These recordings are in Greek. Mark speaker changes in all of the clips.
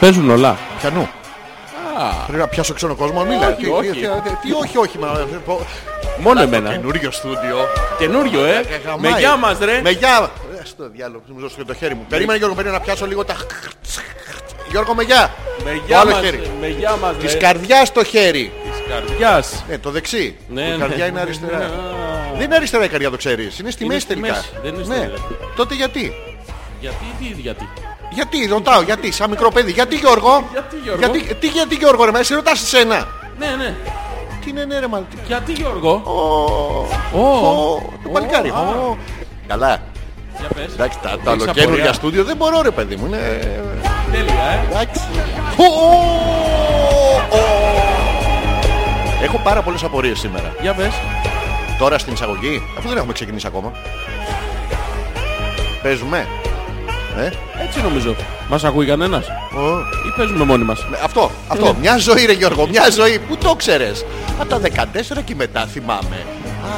Speaker 1: Παίζουν όλα.
Speaker 2: Πιανού. Πρέπει να πιάσω ξένο κόσμο, μίλα.
Speaker 1: Όχι,
Speaker 2: Τι-
Speaker 1: όχι.
Speaker 2: τι- τι- ε, Τι όχι, όχι. μα, ε, πω.
Speaker 1: Μόνο
Speaker 2: Κάτω,
Speaker 1: εμένα.
Speaker 2: Καινούριο στούντιο.
Speaker 1: Καινούριο, ε.
Speaker 2: Ε,
Speaker 1: Με
Speaker 2: χαμάει.
Speaker 1: γεια μας, ρε.
Speaker 2: Με γεια. Ε, Στο διάλογο, μου δώσε και το χέρι μου. Περίμενε Γιώργο, περίμενε να πιάσω λίγο τα. Γιώργο, με γεια.
Speaker 1: Με
Speaker 2: Το
Speaker 1: γεια
Speaker 2: άλλο
Speaker 1: μας,
Speaker 2: χέρι.
Speaker 1: με γεια μας,
Speaker 2: Της
Speaker 1: ρε.
Speaker 2: καρδιάς το χέρι.
Speaker 1: Της καρδιάς.
Speaker 2: Ναι, το δεξί.
Speaker 1: Ναι,
Speaker 2: Η
Speaker 1: ναι.
Speaker 2: καρδιά είναι αριστερά.
Speaker 1: Α,
Speaker 2: Δεν είναι αριστερά η καρδιά, το ξέρεις. Είναι στη
Speaker 1: Είναι
Speaker 2: μέση
Speaker 1: στη
Speaker 2: τελικά.
Speaker 1: μέση, δεν είναι στη
Speaker 2: Ναι.
Speaker 1: αριστερά.
Speaker 2: Τότε γιατί.
Speaker 1: Γιατί, τι, γιατί.
Speaker 2: Γιατί, ρωτάω, γιατί, σαν μικρό παιδί, γιατί Γιώργο.
Speaker 1: Γιατί, Γιώργο?
Speaker 2: Γιατί, τι, γιατί Γιώργο, ρε, μα εσύ ρωτάς εσένα.
Speaker 1: Ναι, ναι.
Speaker 2: Τι είναι, ναι, ρε, μα. τι-
Speaker 1: Γιατί, Γιώργο.
Speaker 2: Ω,
Speaker 1: Ω,
Speaker 2: ω, Το παλικάρι.
Speaker 1: α.
Speaker 2: Ω. Καλά.
Speaker 1: Για πες.
Speaker 2: Εντάξει, τα, τα
Speaker 1: Έχεις
Speaker 2: ολοκένουργια
Speaker 1: απορία.
Speaker 2: στούντιο δεν μπορώ, ρε, παιδί μου. Είναι.
Speaker 1: Τέλεια, ε.
Speaker 2: Εντάξει. Ω, ω, ω. Έχω πάρα πολλές απορίες σήμερα.
Speaker 1: Για πες.
Speaker 2: Τώρα στην εισαγωγή, αφού δεν έχουμε ξεκινήσει ακόμα. Παίζουμε. Ε,
Speaker 1: Έτσι νομίζω. Μας ακούει κανένας.
Speaker 2: ω.
Speaker 1: Ή παίζουμε μόνοι μας.
Speaker 2: Ναι, Αυτό, αυτό. Μια ζωή ρε Γιώργο, μια ζωή. Πού το ξέρες. Από τα 14 και μετά θυμάμαι. Α,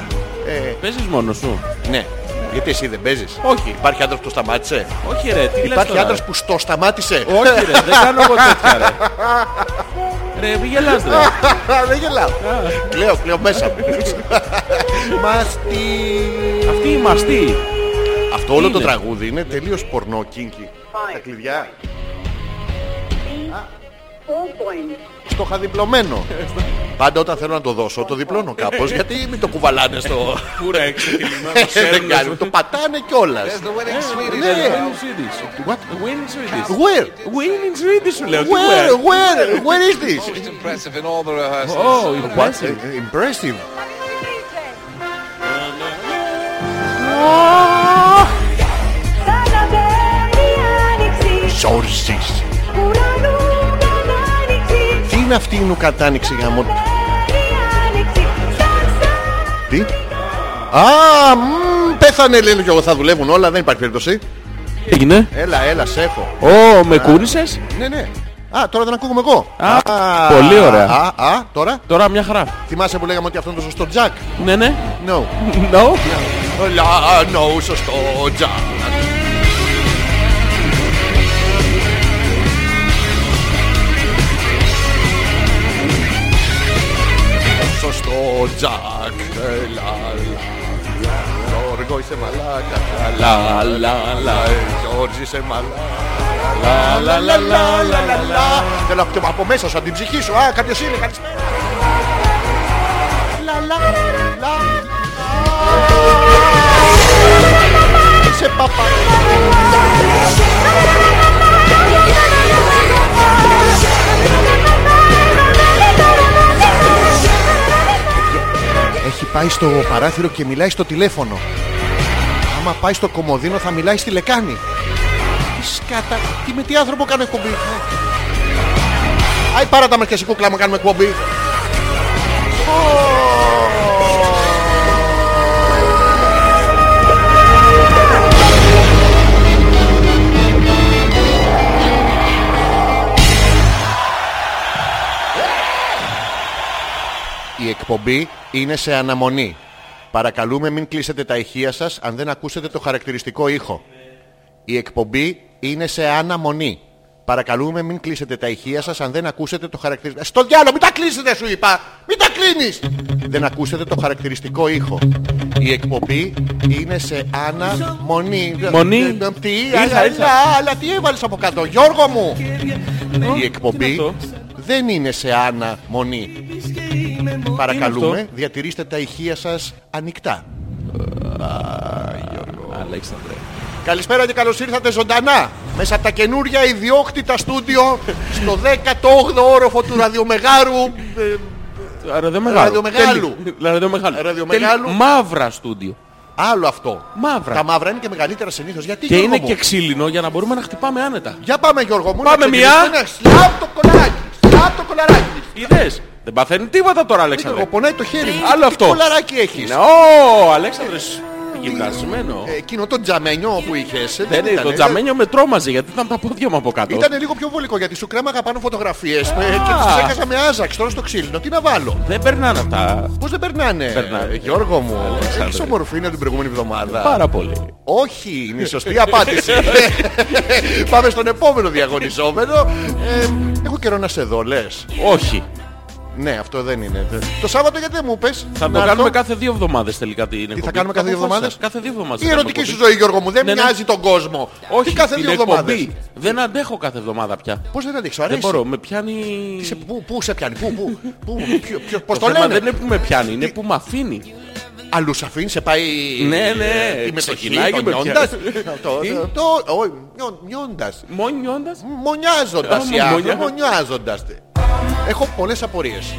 Speaker 2: ε,
Speaker 1: Παίζεις μόνος σου.
Speaker 2: ναι. Γιατί εσύ δεν παίζεις.
Speaker 1: Όχι.
Speaker 2: Υπάρχει άντρας που το σταμάτησε.
Speaker 1: Όχι ρε, τι λες
Speaker 2: Υπάρχει
Speaker 1: τώρα,
Speaker 2: άντρας
Speaker 1: ρε.
Speaker 2: που στο σταμάτησε.
Speaker 1: Όχι ρε, δεν κάνω εγώ τέτοια ρε. Ρε, μη γελάς ρε.
Speaker 2: Α, δεν γελάω. Κλαίω, κλαίω μέσα μου. Μαστι.
Speaker 1: Αυτή η μαστή.
Speaker 2: Αυτό όλο το
Speaker 1: είναι?
Speaker 2: τραγούδι είναι τελείως πορνό, κίνκι. Τα κλειδιά. Στο είχα διπλωμένο. Πάντα όταν θέλω να το δώσω, το διπλώνω κάπως. Γιατί μην το κουβαλάνε στο.
Speaker 1: Πούρα έξω τη λιμά,
Speaker 2: Δεν κάνει. Το πατάνε κιόλας.
Speaker 1: Win in Swedish.
Speaker 2: Ναι, What?
Speaker 1: Win in Swedish.
Speaker 2: Where?
Speaker 1: Win in Swedish σου λέω. τι
Speaker 2: Where?
Speaker 1: where.
Speaker 2: Where? Where is this?
Speaker 3: Most impressive in all the rehearsals.
Speaker 1: Oh,
Speaker 2: What?
Speaker 1: impressive.
Speaker 2: Impressive. Sources. Τι είναι αυτή η νουκατάνοιξη για μόνο. Τι? Α, μμ, πέθανε λένε κι εγώ θα δουλεύουν όλα, δεν υπάρχει περίπτωση.
Speaker 1: Τι έγινε.
Speaker 2: Έλα, έλα, σε έχω.
Speaker 1: Ω, με κούνησες.
Speaker 2: Ναι, ναι. Α, τώρα δεν ακούγομαι εγώ.
Speaker 1: Α, πολύ ωραία.
Speaker 2: Α, α, τώρα.
Speaker 1: Τώρα μια χαρά.
Speaker 2: Θυμάσαι που λέγαμε ότι αυτό είναι το σωστό τζακ.
Speaker 1: Ναι, ναι.
Speaker 2: No.
Speaker 1: No.
Speaker 2: Λα, no, σωστό τζακ. Σωστό τζακ. Λα, λα. Γιώργο είσαι μαλάκα. Λα, λα, λα. Γιώργη είσαι μαλάκα. Λα, λα, λα, λα, λα, λα, λα. Θέλω από, το- από μέσα σου, από την ψυχή σου. Α, κάποιος είναι, καλησπέρα. Λα, λα, λα, λα. Σε παπα. Έχει πάει στο παράθυρο και μιλάει στο τηλέφωνο. Άμα πάει στο κομοδίνο θα μιλάει στη λεκάνη. Τι σκάτα, τι με τι άνθρωπο κάνω εκπομπή. Ναι. Άι πάρα τα μερκεσικό κλάμα κάνουμε εκπομπή. Η εκπομπή είναι σε αναμονή. Παρακαλούμε μην κλείσετε τα ηχεία σας αν δεν ακούσετε το χαρακτηριστικό ήχο. Η εκπομπή είναι σε αναμονή. Παρακαλούμε μην κλείσετε τα ηχεία σας αν δεν ακούσετε το χαρακτηριστικό... Ε, Στο διάλογο μην τα κλείσετε σου είπα! Μην τα κλείνεις! Δεν ακούσετε το χαρακτηριστικό ήχο. Η εκπομπή είναι σε αναμονή.
Speaker 1: Μονή.
Speaker 2: Τι,
Speaker 1: Ήρθα,
Speaker 2: αλλά,
Speaker 1: ήρθα.
Speaker 2: αλλά, αλλά, τι έβαλες από κάτω, Γιώργο μου! Η
Speaker 1: Τι είναι
Speaker 2: εκπομπή
Speaker 1: αυτό?
Speaker 2: δεν είναι σε αναμονή.
Speaker 1: Τι είναι
Speaker 2: Παρακαλούμε, διατηρήστε τα ηχεία σας ανοιχτά.
Speaker 1: Αλέξανδρε.
Speaker 2: Καλησπέρα και καλώς ήρθατε ζωντανά μέσα από τα καινούρια ιδιόκτητα στούντιο στο 18ο όροφο του ραδιομεγάρου. Ε,
Speaker 1: Ραδιομεγάλου.
Speaker 2: Ραδιομεγάλου.
Speaker 1: Τέλει- Ραδιομεγάλου.
Speaker 2: Ραδιομεγάλου.
Speaker 1: Τέλει- Μαύρα στούντιο.
Speaker 2: Άλλο αυτό.
Speaker 1: Μαύρα.
Speaker 2: Τα μαύρα είναι και μεγαλύτερα συνήθως. Γιατί
Speaker 1: Και
Speaker 2: Γιώργο
Speaker 1: είναι
Speaker 2: μου?
Speaker 1: και ξύλινο για να μπορούμε να χτυπάμε άνετα.
Speaker 2: Για πάμε Γιώργο μου.
Speaker 1: Πάμε
Speaker 2: να
Speaker 1: μια.
Speaker 2: ξεκινήσουμε. Σλάβ το κολαράκι. Σλάβ το κολαράκι.
Speaker 1: Είδες. Δεν παθαίνει τίποτα τώρα,
Speaker 2: Γιώργο,
Speaker 1: Αλέξανδρε.
Speaker 2: πονάει το χέρι. μου.
Speaker 1: Άλλο
Speaker 2: Τι
Speaker 1: αυτό.
Speaker 2: κολαράκι έχεις.
Speaker 1: Ω, Αλέξανδρε.
Speaker 2: ότι.
Speaker 1: Κυλκασμένο.
Speaker 2: Ε, Εκείνο το τζαμένιο που ε, είχε.
Speaker 1: Δεν είναι, Ε, ναι, το τζαμένιο με τρόμαζε γιατί ήταν τα πόδια μου από κάτω.
Speaker 2: Ήταν λίγο πιο βολικό γιατί σου κρέμαγα πάνω φωτογραφίε και τι έχασα με άζαξ τώρα στο ξύλινο. Τι να βάλω.
Speaker 1: Δεν περνάνε αυτά.
Speaker 2: Πώς δεν περνάνε,
Speaker 1: Περνάνε.
Speaker 2: ε, Γιώργο μου.
Speaker 1: Αλέξανδρε.
Speaker 2: Έχεις ομορφήνεια την προηγούμενη εβδομάδα.
Speaker 1: Πάρα πολύ.
Speaker 2: Όχι, είναι η σωστή απάντηση. Πάμε στον επόμενο διαγωνιζόμενο. Ε, έχω καιρό να σε δω, λες.
Speaker 1: Όχι.
Speaker 2: Ναι, αυτό δεν είναι. Δεν- Το Σάββατο γιατί δεν μου πες
Speaker 1: Θα
Speaker 2: να
Speaker 1: το
Speaker 2: έρθω?
Speaker 1: κάνουμε κάθε δύο εβδομάδες τελικά την εκπομπή.
Speaker 2: θα κάνουμε κάθε δύο
Speaker 1: Αποφάσισα.
Speaker 2: εβδομάδες?
Speaker 1: Κάθε δύο εβδομάδες.
Speaker 2: Η ερωτική σου ζωή, Γιώργο μου, δεν
Speaker 1: Ναι, ναι.
Speaker 2: μοιάζει τον κόσμο.
Speaker 1: Όχι,
Speaker 2: Τι κάθε
Speaker 1: την
Speaker 2: δύο
Speaker 1: εκπομπή.
Speaker 2: εβδομάδες.
Speaker 1: Δεν αντέχω κάθε εβδομάδα πια.
Speaker 2: Πώς δεν αντέξει,
Speaker 1: Δεν
Speaker 2: αρέσει.
Speaker 1: μπορώ, με πιάνει.
Speaker 2: Σε- πού, πού σε πιάνει, πού, πού, πού, ποιο, ποιο, πώς το,
Speaker 1: θέμα
Speaker 2: λένε.
Speaker 1: δεν είναι που με πιάνει, είναι που με αφήνει.
Speaker 2: Αλλού σε αφήνει, σε πάει.
Speaker 1: Ναι, ναι,
Speaker 2: Η μετοχή,
Speaker 1: ξεκινάει
Speaker 2: το
Speaker 1: και με
Speaker 2: νιώντας.
Speaker 1: πιάνει.
Speaker 2: Το-
Speaker 1: Τι?
Speaker 2: το- όχι, νιώ- Νιώντας.
Speaker 1: Μόνο νιώντας,
Speaker 2: Μονιάζοντας
Speaker 1: Α,
Speaker 2: οι άνθρωποι,
Speaker 1: μονιά.
Speaker 2: μονιάζοντας. Έχω πολλές απορίες.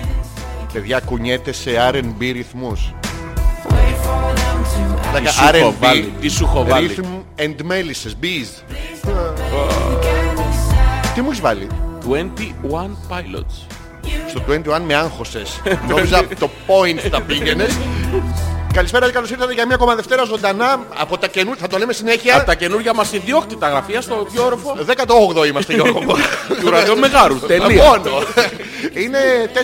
Speaker 2: Παιδιά κουνιέται σε R&B ρυθμούς. Τα
Speaker 1: τι σου έχω βάλει,
Speaker 2: R&B.
Speaker 1: τι σου έχω βάλει.
Speaker 2: Rhythm and Melisses, Bees. Τι μου έχεις βάλει.
Speaker 1: 21 Pilots.
Speaker 2: Στο 21 με άγχωσες. Νόμιζα το point θα πήγαινες. Καλησπέρα και καλώς ήρθατε για μια ακόμα Δευτέρα ζωντανά από τα καινούργια. Θα το λέμε
Speaker 1: Από
Speaker 2: συνέχεια.
Speaker 1: τα καινούργια μας ιδιόκτητα γραφεία στο πιο όροφο
Speaker 2: 18ο είμαστε Γιώργο μου.
Speaker 1: του ραδιομεγάρου. Τελεία.
Speaker 2: Μόνο. Είναι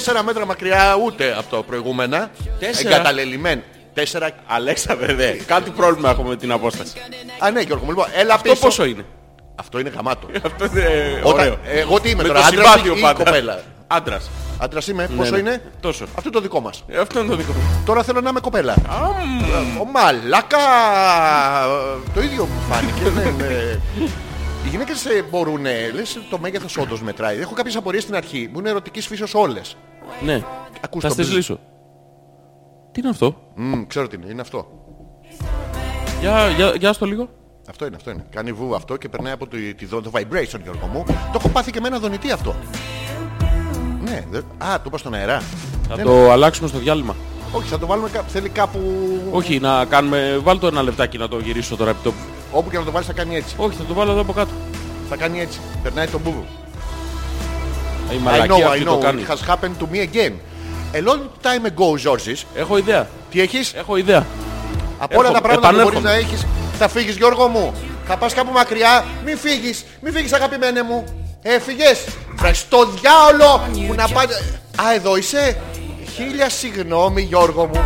Speaker 2: 4 μέτρα μακριά ούτε από το προηγούμενα.
Speaker 1: Τέσσερα.
Speaker 2: Εγκαταλελειμμένο. 4.
Speaker 1: Αλέξανδρε, δε. Κάτι πρόβλημα έχουμε με την απόσταση.
Speaker 2: Α, ναι, Γιώργο μου, λοιπόν, έλα
Speaker 1: Το
Speaker 2: πίσω.
Speaker 1: πόσο είναι.
Speaker 2: Αυτό είναι γαμάτο.
Speaker 1: Αυτό είναι
Speaker 2: Όταν- ε,
Speaker 1: ωραίο.
Speaker 2: Εγώ τι είμαι
Speaker 1: Με
Speaker 2: τώρα,
Speaker 1: το
Speaker 2: άντρας ή
Speaker 1: συμπάθειο
Speaker 2: ή
Speaker 1: πάντα.
Speaker 2: κοπέλα.
Speaker 1: Άντρας.
Speaker 2: Άντρας είμαι, πόσο
Speaker 1: ναι.
Speaker 2: είναι.
Speaker 1: Τόσο.
Speaker 2: Αυτό είναι το δικό μας.
Speaker 1: Ε, Αυτό είναι το δικό μου.
Speaker 2: Τώρα θέλω να είμαι κοπέλα.
Speaker 1: Αμ.
Speaker 2: Ο μαλάκα! Το ίδιο μου φάνηκε. ναι, ναι. Οι γυναίκες ε, μπορούν, ε, λες, το μέγεθος όντως μετράει. Έχω κάποιες απορίες στην αρχή. Μου είναι ερωτικής φύσεως όλες.
Speaker 1: Ναι.
Speaker 2: Ακούς
Speaker 1: Θα
Speaker 2: το
Speaker 1: στις
Speaker 2: μπιζ.
Speaker 1: λύσω. Τι είναι αυτό.
Speaker 2: Μμμ, ξέρω τι είναι, είναι αυτό.
Speaker 1: Για, για, για στο λίγο.
Speaker 2: Αυτό είναι, αυτό είναι. Κάνει βου αυτό και περνάει από τη, τη, δο- το vibration, Γιώργο μου. Το έχω πάθει και με ένα δονητή αυτό. Ναι, δε- α, το είπα στον αέρα.
Speaker 1: Θα
Speaker 2: Δεν-
Speaker 1: το αλλάξουμε στο διάλειμμα.
Speaker 2: Όχι, θα το βάλουμε κάπου. Θέλει κάπου.
Speaker 1: Όχι, να κάνουμε. Βάλ το ένα λεπτάκι να το γυρίσω τώρα επί τόπου.
Speaker 2: Όπου και να το βάλεις θα κάνει έτσι.
Speaker 1: Όχι, θα το βάλω εδώ από κάτω.
Speaker 2: Θα κάνει έτσι. Περνάει τον μπούβου.
Speaker 1: Η
Speaker 2: I
Speaker 1: μαλακία
Speaker 2: know, I
Speaker 1: αυτή το
Speaker 2: know.
Speaker 1: κάνει.
Speaker 2: It has happened to me again. A long time ago, Georges,
Speaker 1: Έχω ιδέα.
Speaker 2: τι έχεις,
Speaker 1: Έχω ιδέα.
Speaker 2: από όλα
Speaker 1: έχω-
Speaker 2: τα πράγματα που μπορείς
Speaker 1: Ε, επανέρχομαι.
Speaker 2: να έχεις, θα φύγεις Γιώργο μου. Θα πας κάπου μακριά, μην φύγεις, μην φύγεις αγαπημένε μου. Έφυγες, βρε στο διάολο που να πας... Α, εδώ είσαι. Χίλια συγγνώμη Γιώργο μου.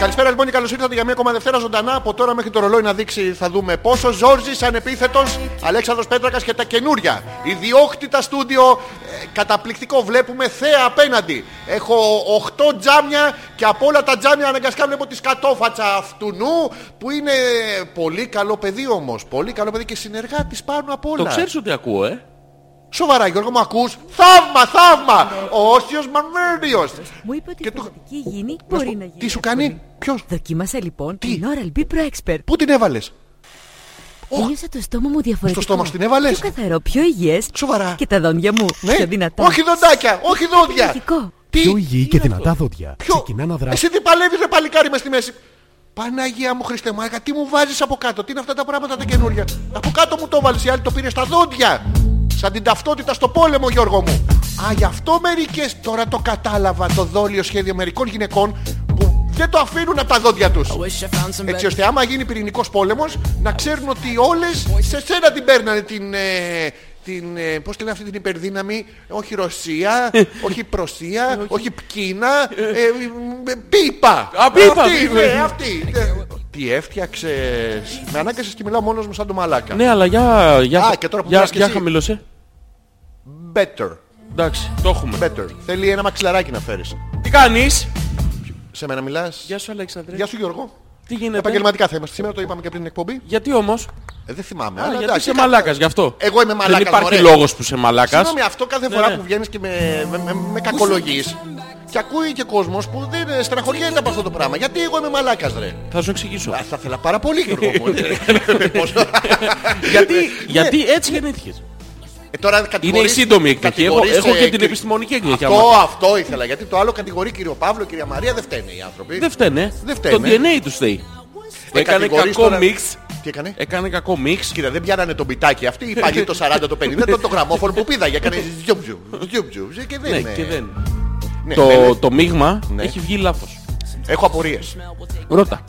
Speaker 2: Καλησπέρα λοιπόν και καλώς ήρθατε για μια ακόμα Δευτέρα ζωντανά. Από τώρα μέχρι το ρολόι να δείξει θα δούμε πόσο Ζόρζης ανεπίθετος, Αλέξανδρος Πέτρακας και τα καινούρια. Ιδιόκτητα στούντιο, ε, καταπληκτικό, βλέπουμε θέα απέναντι. Έχω 8 τζάμια και από όλα τα τζάμια αναγκαστικά βλέπω τη σκατόφατσα αυτού νου που είναι πολύ καλό παιδί όμως. Πολύ καλό παιδί και συνεργάτης πάνω απ' όλα.
Speaker 1: Το ξέρεις ότι ακούω, ε.
Speaker 2: Σοβαρά Γιώργο μου ακούς. Θαύμα, θαύμα. Ο Όσιος Μανέριος.
Speaker 3: Μου είπε ότι
Speaker 2: Και
Speaker 3: η
Speaker 2: του-
Speaker 3: πολιτική υγιεινή μπορεί να γίνει.
Speaker 2: Τι σου κάνει, ποιος,
Speaker 3: Δοκίμασα λοιπόν
Speaker 2: Τι?
Speaker 3: την Oral B Pro Expert.
Speaker 2: πού την έβαλες.
Speaker 3: Ένιωσα το στόμα μου διαφορετικό.
Speaker 2: Στο στόμα σου την έβαλες?
Speaker 3: Πιο καθαρό, πιο υγιές.
Speaker 2: Σοβαρά.
Speaker 3: Και τα δόντια μου
Speaker 2: Ναι.
Speaker 3: πιο δυνατά.
Speaker 2: Όχι δοντάκια, όχι δόντια.
Speaker 3: Ειδικό.
Speaker 2: Τι,
Speaker 4: Πιο υγιή και δυνατά δόντια.
Speaker 2: ποιο.
Speaker 4: Ξεκινά να δράσει.
Speaker 2: Εσύ τι παλεύεις ρε παλικάρι μες στη μέση. Παναγία μου Χριστέ μου, αγα, τι μου βάζεις από κάτω, τι είναι αυτά τα πράγματα τα καινούργια. Από κάτω μου το βάλεις, η άλλη το πήρε στα δόντια. Σαν την ταυτότητα στο πόλεμο Γιώργο μου. Α, γι' αυτό μερικές τώρα το κατάλαβα το δόλιο σχέδιο μερικών γυναικών που δεν το αφήνουν από τα δόντια τους. Έτσι ώστε άμα γίνει πυρηνικός πόλεμος να ξέρουν ότι όλες σε σένα την παίρνανε την... Ε, την ε, πώς τη λένε αυτή την υπερδύναμη, όχι Ρωσία, όχι
Speaker 1: Ε,
Speaker 2: Προσία, όχι Πκίνα, ε, ε, πίπα.
Speaker 1: Α, πίπα,
Speaker 2: Αυτή,
Speaker 1: πίπα.
Speaker 2: ναι, αυτή. Ε, Τι έφτιαξες. Με ανάγκασες και μιλάω μόνος μου σαν το μαλάκα.
Speaker 1: Ναι, αλλά για. για
Speaker 2: Α, και τώρα που
Speaker 1: για,
Speaker 2: μιλάς κι
Speaker 1: για
Speaker 2: εσύ.
Speaker 1: χαμηλώσε.
Speaker 2: Better,
Speaker 1: Εντάξει, το έχουμε.
Speaker 2: better. Θέλει ένα μαξιλαράκι να φέρεις.
Speaker 1: Τι κάνεις.
Speaker 2: Σε μένα μιλάς.
Speaker 1: Γεια σου, Αλέξανδρε.
Speaker 2: Γεια σου Γιώργο.
Speaker 1: Τι γίνεται.
Speaker 2: Επαγγελματικά θα είμαστε. Σήμερα το είπαμε και πριν την εκπομπή.
Speaker 1: Γιατί όμως.
Speaker 2: Ε, δεν θυμάμαι.
Speaker 1: Α,
Speaker 2: αλλά
Speaker 1: γιατί
Speaker 2: εντάξει,
Speaker 1: είσαι
Speaker 2: κα-
Speaker 1: μαλάκας γι' αυτό.
Speaker 2: Εγώ είμαι μαλάκας,
Speaker 1: Δεν υπάρχει
Speaker 2: μωρέ.
Speaker 1: λόγος που είσαι μαλάκας.
Speaker 2: Συγγνώμη, αυτό κάθε
Speaker 1: Ναι,
Speaker 2: φορά
Speaker 1: ναι.
Speaker 2: που βγαίνεις και με, με, με, με κακολογείς και ακούει και κόσμος που δεν ε, στεναχωριέται από αυτό το πράγμα. Γιατί εγώ είμαι μαλάκας ρε.
Speaker 1: Θα σου εξηγήσω.
Speaker 2: Α, θα ήθελα πάρα πολύ Γιώργο μου. ε, ε, πώς-
Speaker 1: Γιατί,
Speaker 2: Ναι.
Speaker 1: γιατί έτσι γεννήθηκες.
Speaker 2: Ε, τώρα
Speaker 1: Είναι η
Speaker 2: κατηγορείς-
Speaker 1: σύντομη εκδοχή. Έχω,
Speaker 2: κατηγορείς,
Speaker 1: έχω
Speaker 2: ε,
Speaker 1: και την
Speaker 2: κυρ-
Speaker 1: επιστημονική εκδοχή. άμα-
Speaker 2: Αυτό, αυτό ήθελα. Γιατί το άλλο κατηγορεί κύριο Παύλο, κυρία Μαρία, δεν φταίνε οι άνθρωποι.
Speaker 1: Δεν φταίνε. ε.
Speaker 2: Δεν φταίνε. Ε,
Speaker 1: Το DNA τους θέλει. Έκανε
Speaker 2: κατηγορείς
Speaker 1: κακό
Speaker 2: τώρα-
Speaker 1: μίξ.
Speaker 2: Τι έκανε.
Speaker 1: Έκανε κακό μίξ.
Speaker 2: Κύριε, δεν πιάνανε τον πιτάκι αυτή, οι παλιοί το 40, το 50, το, το γραμμόφωνο που πήδαγε. Έκανε ζιουμ-ζιουμ, ζιουμ-ζιουμ, και δεν
Speaker 1: Ναι,
Speaker 2: είναι-
Speaker 1: και δεν.
Speaker 2: Ναι, ναι, ναι.
Speaker 1: Το, το μείγμα
Speaker 2: Ναι.
Speaker 1: έχει βγει λάθος.
Speaker 2: Έχω απορίες.
Speaker 1: Ρώτα.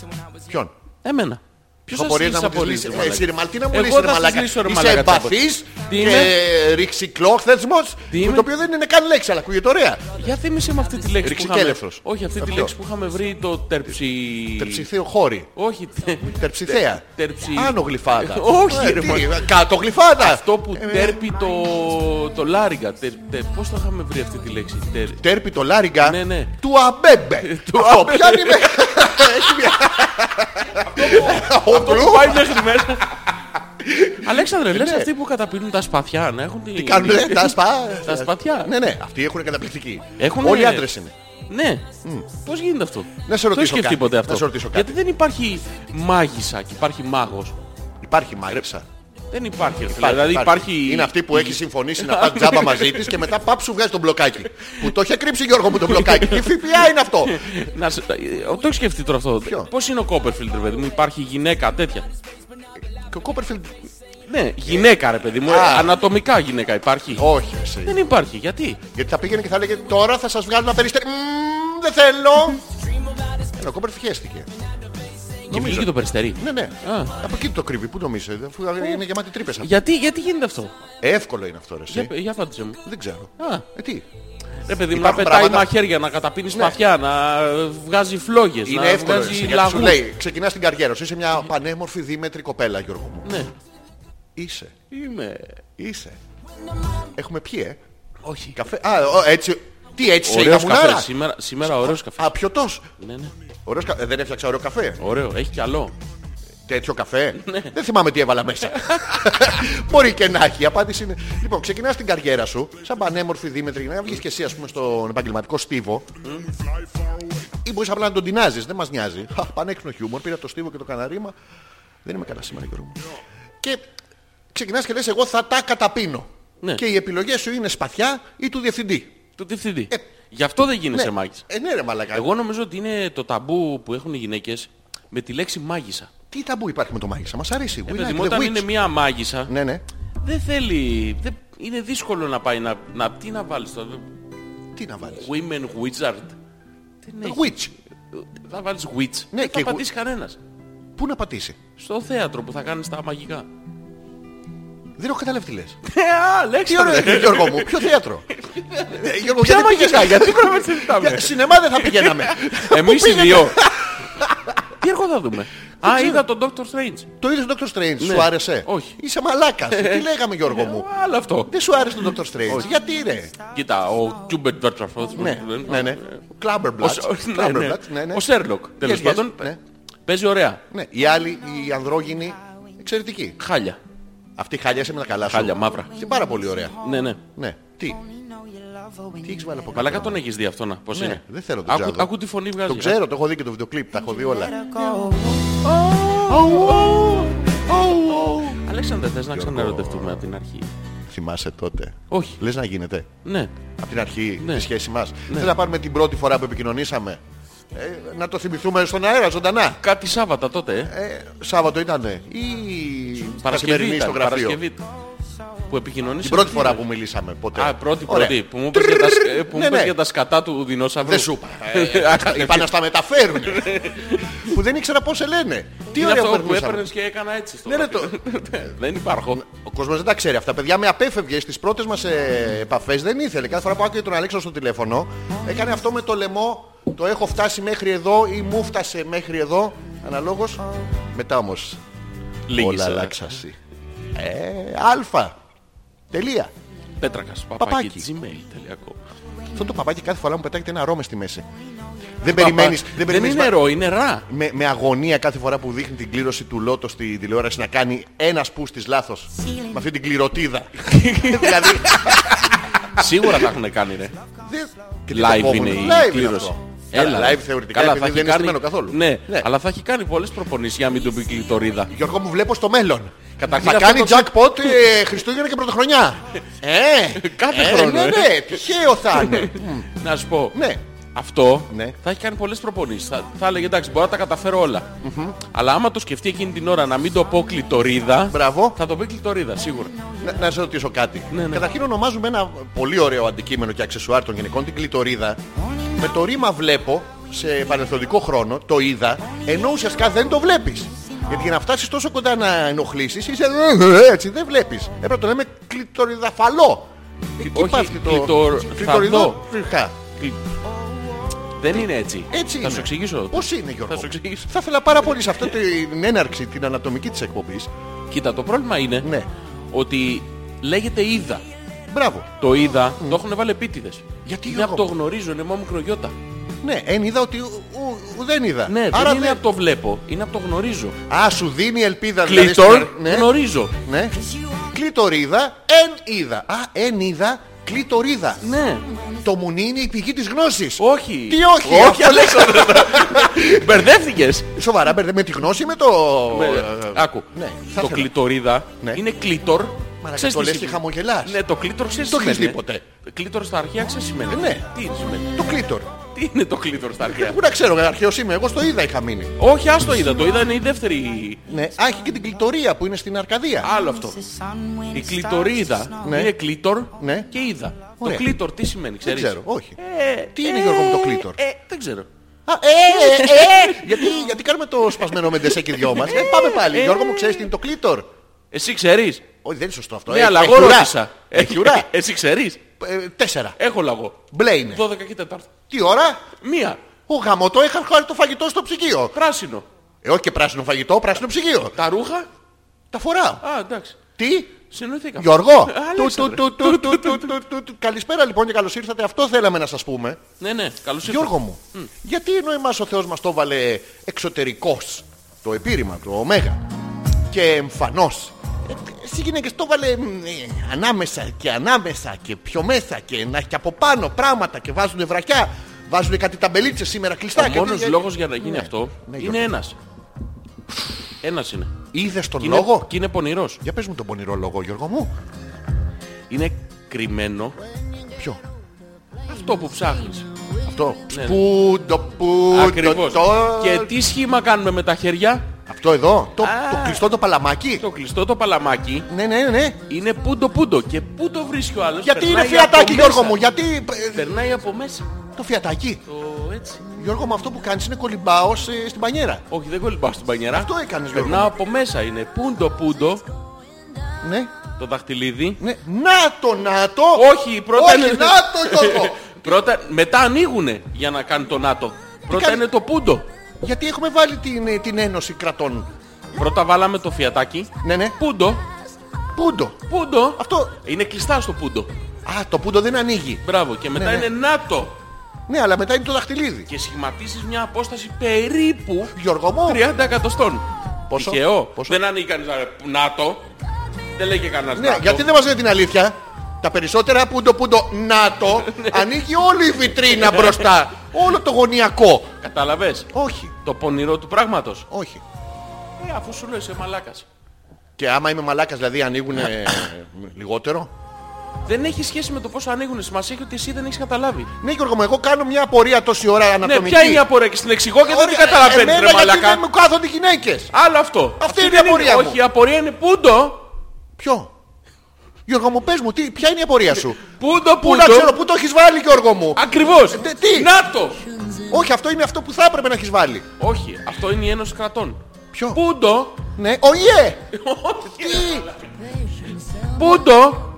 Speaker 2: Ποιον.
Speaker 1: Εμένα. Ποιος
Speaker 2: Θα
Speaker 1: θα
Speaker 2: μπορείς
Speaker 1: μπορείς
Speaker 2: να μου τις λύσεις. Εσύ ρε Μαλτίνα μου λύσεις
Speaker 1: Εγώ
Speaker 2: ρε
Speaker 1: θα σας
Speaker 2: μαλάκα.
Speaker 1: λύσω ρε
Speaker 2: Είσαι
Speaker 1: μαλάκα τσάμπος.
Speaker 2: εμπαθής
Speaker 1: Τι είμαι?
Speaker 2: και ρηξικλόχθεσμος.
Speaker 1: Τι
Speaker 2: που
Speaker 1: είμαι?
Speaker 2: Το οποίο δεν είναι καν λέξη αλλά ακούγεται ωραία.
Speaker 1: Για θύμισε με αυτή τη λέξη που είχαμε...
Speaker 2: Ρηξικέλευθρος.
Speaker 1: Όχι, αυτή τη
Speaker 2: Αυτό.
Speaker 1: λέξη που είχαμε βρει το τερψι...
Speaker 2: Τερψιθέο χώρι.
Speaker 1: Όχι, τε-
Speaker 2: Τερψιθέα.
Speaker 1: τε- τερψι-
Speaker 2: Άνω γλυφάδα.
Speaker 1: Όχι,
Speaker 2: Ε,
Speaker 1: ρε,
Speaker 2: τι,
Speaker 1: μα-
Speaker 2: Κάτω γλυφάδα. Ε,
Speaker 1: Αυτό που τέρπει το, το λάριγκα. Τε, τε, πώς το είχαμε βρει αυτή τη λέξη. Τε,
Speaker 2: Τέρπι το λάριγκα
Speaker 1: Ναι, ναι. Ε,
Speaker 2: του αμπέμπε.
Speaker 1: του
Speaker 2: Αυτό
Speaker 1: αμπέμπε.
Speaker 2: πιάνει με. Έχει μια- Ο Μπλου
Speaker 1: πάει μέχρι μέσα. Αλέξανδρε, λες
Speaker 2: Ναι.
Speaker 1: αυτοί που καταπίνουν τα σπαθιά να έχουν την...
Speaker 2: Κάνουνε τα σπα...
Speaker 1: Τα σπαθιά.
Speaker 2: Ναι, ναι, αυτοί έχουν καταπληκτική.
Speaker 1: Έχουνε-
Speaker 2: Όλοι άντρες είναι.
Speaker 1: Ναι. Πώς γίνεται αυτό.
Speaker 2: Να σε ρωτήσω
Speaker 1: το σκεφτεί
Speaker 2: κάτι.
Speaker 1: ποτέ
Speaker 2: Να
Speaker 1: αυτό.
Speaker 2: σε ρωτήσω κάτι.
Speaker 1: Γιατί δεν υπάρχει μάγισσα και υπάρχει μάγος.
Speaker 2: Υπάρχει μάγρεψα.
Speaker 1: Δεν υπάρχει. ρε φίλε. δηλαδή υπάρχει...
Speaker 2: Είναι αυτή που έχει συμφωνήσει να πας τζάμπα μαζί της και μετά πάψου σου βγάζει τον μπλοκάκι. που το είχε κρύψει Γιώργο μου τον μπλοκάκι. Τι ΦΠΑ είναι αυτό.
Speaker 1: Να σε- ε, Το έχεις σκεφτεί τώρα αυτό.
Speaker 2: Ποιο?
Speaker 1: Πώς είναι ο Κόπερφιλτ, ρε παιδί μου, υπάρχει γυναίκα τέτοια.
Speaker 2: και ο Κόπερφιλντ.
Speaker 1: Ναι, γυναίκα ρε παιδί μου, ε,
Speaker 2: Α.
Speaker 1: ανατομικά γυναίκα υπάρχει.
Speaker 2: Όχι, εσύ.
Speaker 1: Δεν υπάρχει, γιατί.
Speaker 2: Γιατί θα πήγαινε και θα λέγε τώρα θα σας βγάλω ένα περιστέρι. Μμμ, Δεν θέλω. Ενώ ο Κόπερφιλντ χαίστηκε.
Speaker 1: Και βγήκε το περιστερί.
Speaker 2: Ναι, ναι.
Speaker 1: Α.
Speaker 2: Από εκεί το κρύβει. Πού νομίζετε, αφού είναι γεμάτη τρύπες. αυτή.
Speaker 1: Γιατί, γιατί γίνεται αυτό.
Speaker 2: Εύκολο είναι αυτό, ρε. εσύ.
Speaker 1: Για, για φάνταζε μου.
Speaker 2: Δεν ξέρω.
Speaker 1: Α.
Speaker 2: Ε, τι.
Speaker 1: Ρε παιδί μου, να
Speaker 2: Υπάρχουν
Speaker 1: πετάει
Speaker 2: πράγματα- Ναι.
Speaker 1: μαχαίρια, να καταπίνεις σπαθιά, να ε, βγάζει φλόγες,
Speaker 2: Είναι
Speaker 1: να
Speaker 2: εύκολο. ρε, εσύ,
Speaker 1: βγάζει
Speaker 2: γιατί σου
Speaker 1: λαγούς.
Speaker 2: λέει, ξεκινάς την καριέρα σου. Είσαι μια πανέμορφη δίμετρη κοπέλα, Γιώργο μου.
Speaker 1: Ναι.
Speaker 2: Είσαι.
Speaker 1: Είμαι...
Speaker 2: Είσαι. Έχουμε πιει, ε.
Speaker 1: Όχι.
Speaker 2: Καφέ. Α, ο, έτσι. Τι έτσι σε
Speaker 1: Ωραίος
Speaker 2: γαμουνάρα.
Speaker 1: καφές. Σήμερα, σήμερα ωραίος καφές.
Speaker 2: Α, πιωτός.
Speaker 1: Ναι, ναι.
Speaker 2: Ωραίος κα... ε, Δεν έφτιαξα ωραίο καφέ.
Speaker 1: Ωραίο. Έχει κι άλλο.
Speaker 2: Τέτοιο καφέ.
Speaker 1: Ναι.
Speaker 2: Δεν θυμάμαι τι έβαλα μέσα. Μπορεί και να έχει. Η απάντηση είναι. Λοιπόν, ξεκινάς την καριέρα σου σαν πανέμορφη δίμετρη γυναίκα. Βγεις και εσύ, ας πούμε, στον επαγγελματικό στίβο. Ή μπορείς απλά να τον τεινάζεις. Δεν μας νοιάζει. Χα, Πανέξυπνο χιούμορ. Πήρα το στίβο και το καναρίμα. Δεν είμαι καλά σήμερα, Γιώργο. μου. Και ξεκινάς και λες, εγώ θα τα καταπίνω.
Speaker 1: Ναι.
Speaker 2: Και οι επιλογές σου είναι σπαθιά ή του διευθυντή.
Speaker 1: Του διευθυντή. Γι' αυτό δεν γίνεσαι μάγισσας.
Speaker 2: Ε, ναι, ρε μαλακά.
Speaker 1: Εγώ νομίζω ότι είναι το ταμπού που έχουν οι γυναίκες με τη λέξη μάγισσα.
Speaker 2: Τι ταμπού υπάρχει με το μάγισσα, μας αρέσει. We
Speaker 1: Ε, παιδί
Speaker 2: like
Speaker 1: μου,
Speaker 2: the
Speaker 1: όταν
Speaker 2: witch.
Speaker 1: είναι μία μάγισσα,
Speaker 2: Ναι, ναι.
Speaker 1: δεν θέλει... δεν- Είναι δύσκολο να πάει να... να- Τι να βάλεις τώρα.
Speaker 2: Τι να βάλεις.
Speaker 1: Women wizard. Δεν έχει.
Speaker 2: Witch.
Speaker 1: Θα βάλεις witch.
Speaker 2: Ναι,
Speaker 1: δεν
Speaker 2: και
Speaker 1: θα πατήσει κανένας.
Speaker 2: Πού να πατήσει.
Speaker 1: Στο θέατρο που θα κάνεις τα μαγικά.
Speaker 2: Δεν έχω καταλάβει τι λες.
Speaker 1: Ε, Α,
Speaker 2: Τι
Speaker 1: λέξη.
Speaker 2: ωραίο είναι, Γιώργο μου, ποιο θέατρο. Ε, Γιώργο,
Speaker 1: Ποια
Speaker 2: γιατί πήγες-
Speaker 1: μαγικά, γιατί πρέπει να
Speaker 2: Για-
Speaker 1: συζητάμε.
Speaker 2: Σινεμά δεν θα πηγαίναμε.
Speaker 1: Εμείς οι δύο. Τι έργο θα δούμε. Α, είδα τον Dr. Strange.
Speaker 2: Το είδες τον Dr. Strange,
Speaker 1: Ναι.
Speaker 2: σου άρεσε.
Speaker 1: Όχι. Ε.
Speaker 2: Είσαι μαλάκας. Τι λέγαμε Γιώργο μου.
Speaker 1: Αλλά αυτό.
Speaker 2: Δεν σου άρεσε τον Dr. Strange. Γιατί ρε.
Speaker 1: Κοίτα, ο Τζούμπερτ Βέρτραφος.
Speaker 2: Ναι, ναι, ναι. Κλάμπερμπλατ.
Speaker 1: ναι, Ο Σέρλοκ, τέλος
Speaker 2: Yes, yes,
Speaker 1: πάντων,
Speaker 2: ναι.
Speaker 1: παίζει ωραία.
Speaker 2: Ναι, η άλλη, η ανδρόγυνη, εξαιρετική.
Speaker 1: Χάλια.
Speaker 2: Αυτή η χαλιά είσαι με τα καλά σου.
Speaker 1: Χάλια, μαύρα.
Speaker 2: Και πάρα πολύ ωραία.
Speaker 1: Ναι, ναι.
Speaker 2: Ναι. Τι. Τι έχεις βάλει από κάτω.
Speaker 1: Μαλακά τον έχεις δει αυτόν, πώς
Speaker 2: Ναι,
Speaker 1: είναι.
Speaker 2: δεν θέλω τον
Speaker 1: Άκου,
Speaker 2: Τζάδο.
Speaker 1: άκου τη φωνή βγάζει.
Speaker 2: Το ξέρω, το έχω δει και το βιντεοκλίπ, τα έχω δει όλα.
Speaker 1: Αλέξανδρε, θες να ξαναρωτευτούμε από την αρχή.
Speaker 2: Θυμάσαι τότε.
Speaker 1: Όχι.
Speaker 2: Λες να γίνεται.
Speaker 1: Ναι.
Speaker 2: από την αρχή
Speaker 1: Ναι.
Speaker 2: τη σχέση μας. Θέλω να πάρουμε την πρώτη φορά που επικοινωνήσαμε. Ε, να το θυμηθούμε στον αέρα, ζωντανά.
Speaker 1: Κάτι Σάββατα τότε, ε.
Speaker 2: Ε, Σάββατο ήτανε ή καθημερινή
Speaker 1: ήταν,
Speaker 2: στο γραφείο.
Speaker 1: Παρασκευή ήταν. Που επικοινωνήσαμε.
Speaker 2: Την πρώτη φορά που μιλήσαμε ποτέ.
Speaker 1: Α, πρώτη,
Speaker 2: Ωραία.
Speaker 1: πρώτη. Που μου είπες για τα, σκ- ε, που μου
Speaker 2: Ναι,
Speaker 1: είπες
Speaker 2: ναι.
Speaker 1: για τα σκατά του δεινόσαυρου.
Speaker 2: Δεν σου είπα. Ε, Είπα να στα μεταφέρουν. που δεν ήξερα πώς σε λένε. Τι
Speaker 1: Είναι
Speaker 2: ωραίο
Speaker 1: αυτό που
Speaker 2: περνούσαμε.
Speaker 1: έπαιρνες και έκανα έτσι στο
Speaker 2: Ναι, ναι,
Speaker 1: γραφείο. Δεν υπάρχω.
Speaker 2: Ο κόσμος δεν τα ξέρει αυτά. Παιδιά με απέφευγε στις πρώτες μας ε, επαφές δεν ήθελε. Κάθε φορά που άκουγε τον Αλέξανδρο στο τηλέφωνο έκανε αυτό με το λαιμό. Το έχω φτάσει μέχρι εδώ ή μου φτάσε μέχρι εδώ. Αναλόγως. Μετά όμως
Speaker 1: Λίγης.
Speaker 2: Όλα αλλάξασαι. Ε, αλφα. Τελεία.
Speaker 1: Πέτρακας.
Speaker 2: Παπάκι.
Speaker 1: Παπάκι. Gmail.com.
Speaker 2: Αυτό το παπάκι κάθε φορά μου πετάγεται ένα ρο μες στη μέση. Δεν περιμένεις, δεν
Speaker 1: Δεν
Speaker 2: περιμένεις
Speaker 1: είναι
Speaker 2: μα-
Speaker 1: ρο, είναι ρα.
Speaker 2: με, με αγωνία κάθε φορά που δείχνει την κλήρωση του λότο στη τηλεόραση να κάνει ένα πούστης λάθος. Με αυτή την κληρωτίδα. δηλαδή
Speaker 1: Σίγουρα τα έχουν κάνει, ρε.
Speaker 2: δεν... και τι το
Speaker 1: Live
Speaker 2: κόβουνε. Live
Speaker 1: είναι η
Speaker 2: είναι
Speaker 1: κλήρωση.
Speaker 2: αυτό. Καλά, live θεωρητικά
Speaker 1: Καλά,
Speaker 2: επειδή
Speaker 1: θα
Speaker 2: δεν
Speaker 1: έχει
Speaker 2: είναι
Speaker 1: κάνει-
Speaker 2: στημένο καθόλου.
Speaker 1: Ναι,
Speaker 2: Ναι.
Speaker 1: αλλά θα έχει κάνει πολλές προπονήσεις για να μην του πει κλειτορίδα.
Speaker 2: Γιώργο μου βλέπω στο μέλλον.
Speaker 1: Καταρχήν
Speaker 2: Θα
Speaker 1: αυτό
Speaker 2: κάνει
Speaker 1: το-
Speaker 2: jackpot ε, Χριστούγεννα και Πρωτοχρονιά. Ε,
Speaker 1: Κάθε
Speaker 2: ε,
Speaker 1: χρόνο,
Speaker 2: Ναι,
Speaker 1: ε.
Speaker 2: ναι, τυχαίο θα είναι.
Speaker 1: Να σου πω.
Speaker 2: Ναι.
Speaker 1: Αυτό
Speaker 2: Ναι.
Speaker 1: θα έχει κάνει πολλές προπονήσεις. Θα, θα έλεγε εντάξει, μπορώ να τα καταφέρω όλα». Αλλά άμα το σκεφτεί εκείνη την ώρα να μην το πω κλειτορίδα,
Speaker 2: Μπράβο.
Speaker 1: θα το πει κλειτορίδα σίγουρα.
Speaker 2: Να, να σε ρωτήσω κάτι.
Speaker 1: Ναι, ναι.
Speaker 2: Καταρχήν ονομάζουμε ένα πολύ ωραίο αντικείμενο και αξεσουάρ των γυναικών, την κλητορίδα. Με το ρήμα βλέπω σε παρελθοντικό χρόνο, το είδα, ενώ ουσιαστικά δεν το βλέπεις. Γιατί για να φτάσεις τόσο κοντά να ενοχλήσεις, είσαι έτσι, δεν βλέπεις. Έπρεπε να το λέμε κλειτοριδαφαλό. Εκεί
Speaker 1: Όχι,
Speaker 2: υπάρχει το-
Speaker 1: κλειτορ-
Speaker 2: κλειτοριδό- Φρυχά.
Speaker 1: Δεν είναι έτσι.
Speaker 2: Έτσι
Speaker 1: Θα σου εξηγήσω.
Speaker 2: Πώς είναι Γιώργο.
Speaker 1: Θα σου εξηγήσω.
Speaker 2: Θα ήθελα πάρα πολύ σε αυτή την έναρξη, την ανατομική της εκπομπής.
Speaker 1: Κοίτα, το πρόβλημα είναι
Speaker 2: Ναι.
Speaker 1: ότι λέγεται είδα.
Speaker 2: Μπράβο.
Speaker 1: Το είδα, το έχουν βάλει επίτηδες.
Speaker 2: Γιατί,
Speaker 1: είναι
Speaker 2: Γιώργο?
Speaker 1: από το γνωρίζω, είναι μόνο μικρογιώτα.
Speaker 2: Ναι, εν είδα ότι ου- ου- ου- δεν είδα.
Speaker 1: Ναι,
Speaker 2: Άρα
Speaker 1: δεν είναι από το βλέπω, είναι από το γνωρίζω.
Speaker 2: Α, σου δίνει ελπίδα δηλαδή.
Speaker 1: Κλείτορ,
Speaker 2: στην- Ναι.
Speaker 1: γνωρίζω.
Speaker 2: ναι. Κλειτορίδα, εν είδα. Α, εν είδα, κλειτορίδα.
Speaker 1: Ναι.
Speaker 2: Το μουνί είναι η πηγή της γνώσης.
Speaker 1: Όχι.
Speaker 2: Τι όχι, ναι.
Speaker 1: Όχι, Αλέξανδρε. Μπερδεύτηκες.
Speaker 2: Σοβαρά, μπερδε- με τη γνώση με το... ε,
Speaker 1: Άκου.
Speaker 2: Ναι, θα
Speaker 1: το
Speaker 2: ήθελα.
Speaker 1: κλειτορίδα
Speaker 2: Ναι.
Speaker 1: είναι κλείτορ.
Speaker 2: Μαλάκα,
Speaker 1: Ξέρεις
Speaker 2: το
Speaker 1: τι
Speaker 2: λες και
Speaker 1: σημαίνει.
Speaker 2: χαμογελάς.
Speaker 1: Ναι, το κλείτορ ξέρεις.
Speaker 2: Το έχεις δει ποτέ.
Speaker 1: Κλείτορ στα αρχαία ξέρεις σημαίνει.
Speaker 2: Ναι.
Speaker 1: Τι σημαίνει.
Speaker 2: Το κλείτορ.
Speaker 1: Τι είναι το κλείτορ στα αρχαία.
Speaker 2: Πού να ξέρω, ε, αρχαίος είμαι, εγώ στο είδα είχα μείνει.
Speaker 1: Όχι, ας το είδα, το είδα είναι η δεύτερη.
Speaker 2: Ναι, α, έχει και την κλειτορία που είναι στην Αρκαδία.
Speaker 1: Άλλο αυτό. Η κλειτορίδα
Speaker 2: Ναι.
Speaker 1: είναι κλείτορ
Speaker 2: Ναι.
Speaker 1: και είδα. Το
Speaker 2: Ωραία.
Speaker 1: κλείτορ τι σημαίνει,
Speaker 2: δεν
Speaker 1: ξέρεις.
Speaker 2: ξέρω, όχι.
Speaker 1: Ε,
Speaker 2: Τι είναι, Γιώργο, μου, το κλείτορ?
Speaker 1: Ε, δεν ξέρω.
Speaker 2: Α, ε, ε, ε, γιατί, γιατί κάνουμε το σπασμένο με ντεσέκι δυο μας. Ε, πάμε πάλι. Γιώργο μου, ξέρεις τι είναι το κλείτορ.
Speaker 1: Εσύ ξέρεις.
Speaker 2: Όχι, δεν είναι σωστό αυτό.
Speaker 1: Ναι,
Speaker 2: Έχει-
Speaker 1: αλλά
Speaker 2: Ε, έχει
Speaker 1: εγώ
Speaker 2: ουρά.
Speaker 1: ρώτησα.
Speaker 2: Έχει ουρά.
Speaker 1: Εσύ ξέρεις.
Speaker 2: Ε, Τέσσερα.
Speaker 1: Έχω λαγό.
Speaker 2: Μπλε είναι.
Speaker 1: 12 και 4.
Speaker 2: Τι ώρα.
Speaker 1: Μία.
Speaker 2: Ο γαμωτό είχα χάρη το φαγητό στο ψυγείο.
Speaker 1: Πράσινο.
Speaker 2: Ε, όχι και πράσινο φαγητό, πράσινο ψυγείο.
Speaker 1: Τα ρούχα.
Speaker 2: Τα φοράω.
Speaker 1: Α, εντάξει.
Speaker 2: Τι.
Speaker 1: Συνοηθήκαμε.
Speaker 2: Γιώργο.
Speaker 1: Ε,
Speaker 2: Του,
Speaker 1: Αλέξανδρε.
Speaker 2: του, του, του, του, του, του, του, του. Καλησπέρα λοιπόν και καλώς ήρθατε. Αυτό θέλαμε να σας πούμε.
Speaker 1: Ναι, ναι, καλώς ήρθατε.
Speaker 2: Γιώργο μου, γιατί ενώ εμάς ο Θεός μας το έβαλε εξωτερικός το επίρρημα, το ωμέγα και εμφανώς ε, εσύ γυναίκες το έβαλε μ, ε, ανάμεσα και ανάμεσα και πιο μέσα και να έχει και από πάνω πράγματα και βάζουν βρακιά, βάζουν κάτι ταμπελίτσες σήμερα κλειστά.
Speaker 1: Ο
Speaker 2: και
Speaker 1: μόνος
Speaker 2: τέτοια.
Speaker 1: λόγος για να γίνει αυτό
Speaker 2: ναι,
Speaker 1: είναι
Speaker 2: Γιώργο.
Speaker 1: ένας. Ένας είναι.
Speaker 2: Είδες τον
Speaker 1: Και είναι-
Speaker 2: λόγο.
Speaker 1: Και είναι πονηρός.
Speaker 2: Για πες μου τον πονηρό λόγο Γιώργο μου.
Speaker 1: Είναι κρυμμένο
Speaker 2: Ποιο.
Speaker 1: αυτό που ψάχνεις.
Speaker 2: Αυτό.
Speaker 1: Ναι, ναι.
Speaker 2: Σπούντο, πούντο,
Speaker 1: Ακριβώς.
Speaker 2: το...
Speaker 1: Και τι σχήμα κάνουμε με τα χέρια.
Speaker 2: Αυτό εδώ. Το,
Speaker 1: Α.
Speaker 2: το κλειστό το παλαμάκι.
Speaker 1: Το κλειστό το παλαμάκι
Speaker 2: Ναι, ναι, ναι.
Speaker 1: είναι πούντο πούντο. Και πού το βρίσκει ο άλλος.
Speaker 2: Γιατί είναι
Speaker 1: περνάει από
Speaker 2: φιατάκι Γιώργο
Speaker 1: μέσα.
Speaker 2: μου, γιατί... ε,
Speaker 1: Περνάει από μέσα.
Speaker 2: Το φιατάκι.
Speaker 1: Το έτσι.
Speaker 2: Γιώργο, με αυτό που κάνεις είναι κολυμπάω σε- στην πανιέρα.
Speaker 1: Όχι, δεν κολυμπάω στην πανιέρα.
Speaker 2: Αυτό έκανες, Γιώργο.
Speaker 1: Περνάω από μέσα. Είναι πούντο πούντο
Speaker 2: Ναι,
Speaker 1: το δαχτυλίδι.
Speaker 2: ναι. Να το, να το!
Speaker 1: Όχι, πρώτα
Speaker 2: Όχι,
Speaker 1: είναι...
Speaker 2: να το, Γιώργο!
Speaker 1: πρώτα... Μετά ανοίγουνε για να κάνει το ΝΑΤΟ. Πρώτα
Speaker 2: κάνει-
Speaker 1: είναι το πούντο.
Speaker 2: Γιατί έχουμε βάλει την, ε, την ένωση κρατών.
Speaker 1: Πρώτα βάλαμε το φιατάκι.
Speaker 2: Ναι, ναι.
Speaker 1: Πούντο.
Speaker 2: Πούντο.
Speaker 1: Πούντο.
Speaker 2: Αυτό.
Speaker 1: Είναι κλειστά στο πούντο.
Speaker 2: Α, το πούντο δεν ανοίγει.
Speaker 1: Μπράβο. Και μετά
Speaker 2: Ναι, ναι.
Speaker 1: είναι ΝΑΤΟ.
Speaker 2: Ναι, αλλά μετά είναι το δαχτυλίδι.
Speaker 1: Και σχηματίζεις μια απόσταση περίπου
Speaker 2: Γιώργο μου,
Speaker 1: 30 εκατοστών.
Speaker 2: Πόσο?
Speaker 1: Τυχαίο.
Speaker 2: Πόσο?
Speaker 1: Δεν ανοίγει κανείς να- ΝΑΤΟ. Δεν λέει και κανένας
Speaker 2: ναι,
Speaker 1: ΝΑΤΟ.
Speaker 2: γιατί δεν μας λένε την αλήθεια. Τα περισσότερα πούντο πούντο να το
Speaker 1: Ναι.
Speaker 2: ανοίγει όλη η βιτρίνα μπροστά. Όλο το γωνιακό.
Speaker 1: Κατάλαβες.
Speaker 2: Όχι,
Speaker 1: Το πονηρό του πράγματος.
Speaker 2: όχι.
Speaker 1: Ε, αφού σου λέω είσαι μαλάκας.
Speaker 2: Και άμα είμαι μαλάκας δηλαδή ανοίγουν
Speaker 1: Ναι.
Speaker 2: λιγότερο.
Speaker 1: Δεν έχει σχέση με το πόσο ανοίγουν. Σημασία έχει ότι εσύ δεν έχεις καταλάβει.
Speaker 2: Ναι Γιώργο μου, εγώ κάνω μια απορία τόση ώρα
Speaker 1: Ναι,
Speaker 2: ανατομική.
Speaker 1: ποια είναι η απορία και στην εξηγώ και δεν την
Speaker 2: Ωραία,
Speaker 1: καταλαβαίνεις
Speaker 2: εμένα
Speaker 1: ρε
Speaker 2: γιατί
Speaker 1: μαλάκα.
Speaker 2: δεν μου κάθονται οι γυναίκες.
Speaker 1: Άλλο αυτό. Αυτή,
Speaker 2: είναι η
Speaker 1: δεν
Speaker 2: απορία μου.
Speaker 1: Όχι, η απορία είναι πούντο.
Speaker 2: Ποιο. Γιώργο μου, πες μου, τι, ποια είναι η απορία σου.
Speaker 1: Πούντο,
Speaker 2: Πού να
Speaker 1: πούντο.
Speaker 2: ξέρω, πού το έχεις βάλει Γιώργο μου.
Speaker 1: Ακριβώς.
Speaker 2: Ντε- τι?
Speaker 1: Νάτο.
Speaker 2: Όχι, αυτό είναι αυτό που θα έπρεπε να έχεις βάλει.
Speaker 1: Όχι, αυτό είναι η Ένωση Κρατών.
Speaker 2: Ποιο.
Speaker 1: Πούντο.
Speaker 2: Ναι, ο ιε. Τι.
Speaker 1: Πούντο.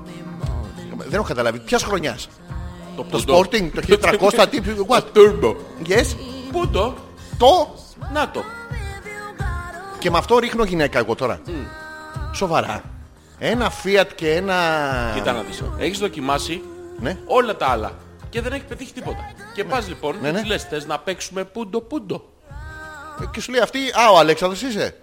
Speaker 2: Δεν έχω καταλάβει. Ποια χρονιάς.
Speaker 1: Το,
Speaker 2: Το Sporting, το 1300, τι. What.
Speaker 1: Turbo.
Speaker 2: Yes.
Speaker 1: Πούντο.
Speaker 2: Το.
Speaker 1: Νάτο.
Speaker 2: Και με αυτό ρίχνω γυναίκα εγώ τώρα. Σοβαρά. Ένα Fiat και ένα.
Speaker 1: Κοίτα να δεις. ε. Έχεις δοκιμάσει
Speaker 2: Ναι.
Speaker 1: όλα τα άλλα και δεν έχει πετύχει τίποτα. Και πας λοιπόν
Speaker 2: Ναι,
Speaker 1: και
Speaker 2: ναι.
Speaker 1: της λες θες να παίξουμε πούντο πούντο.
Speaker 2: Και σου λέει αυτή, α, ο Αλέξανδρος είσαι.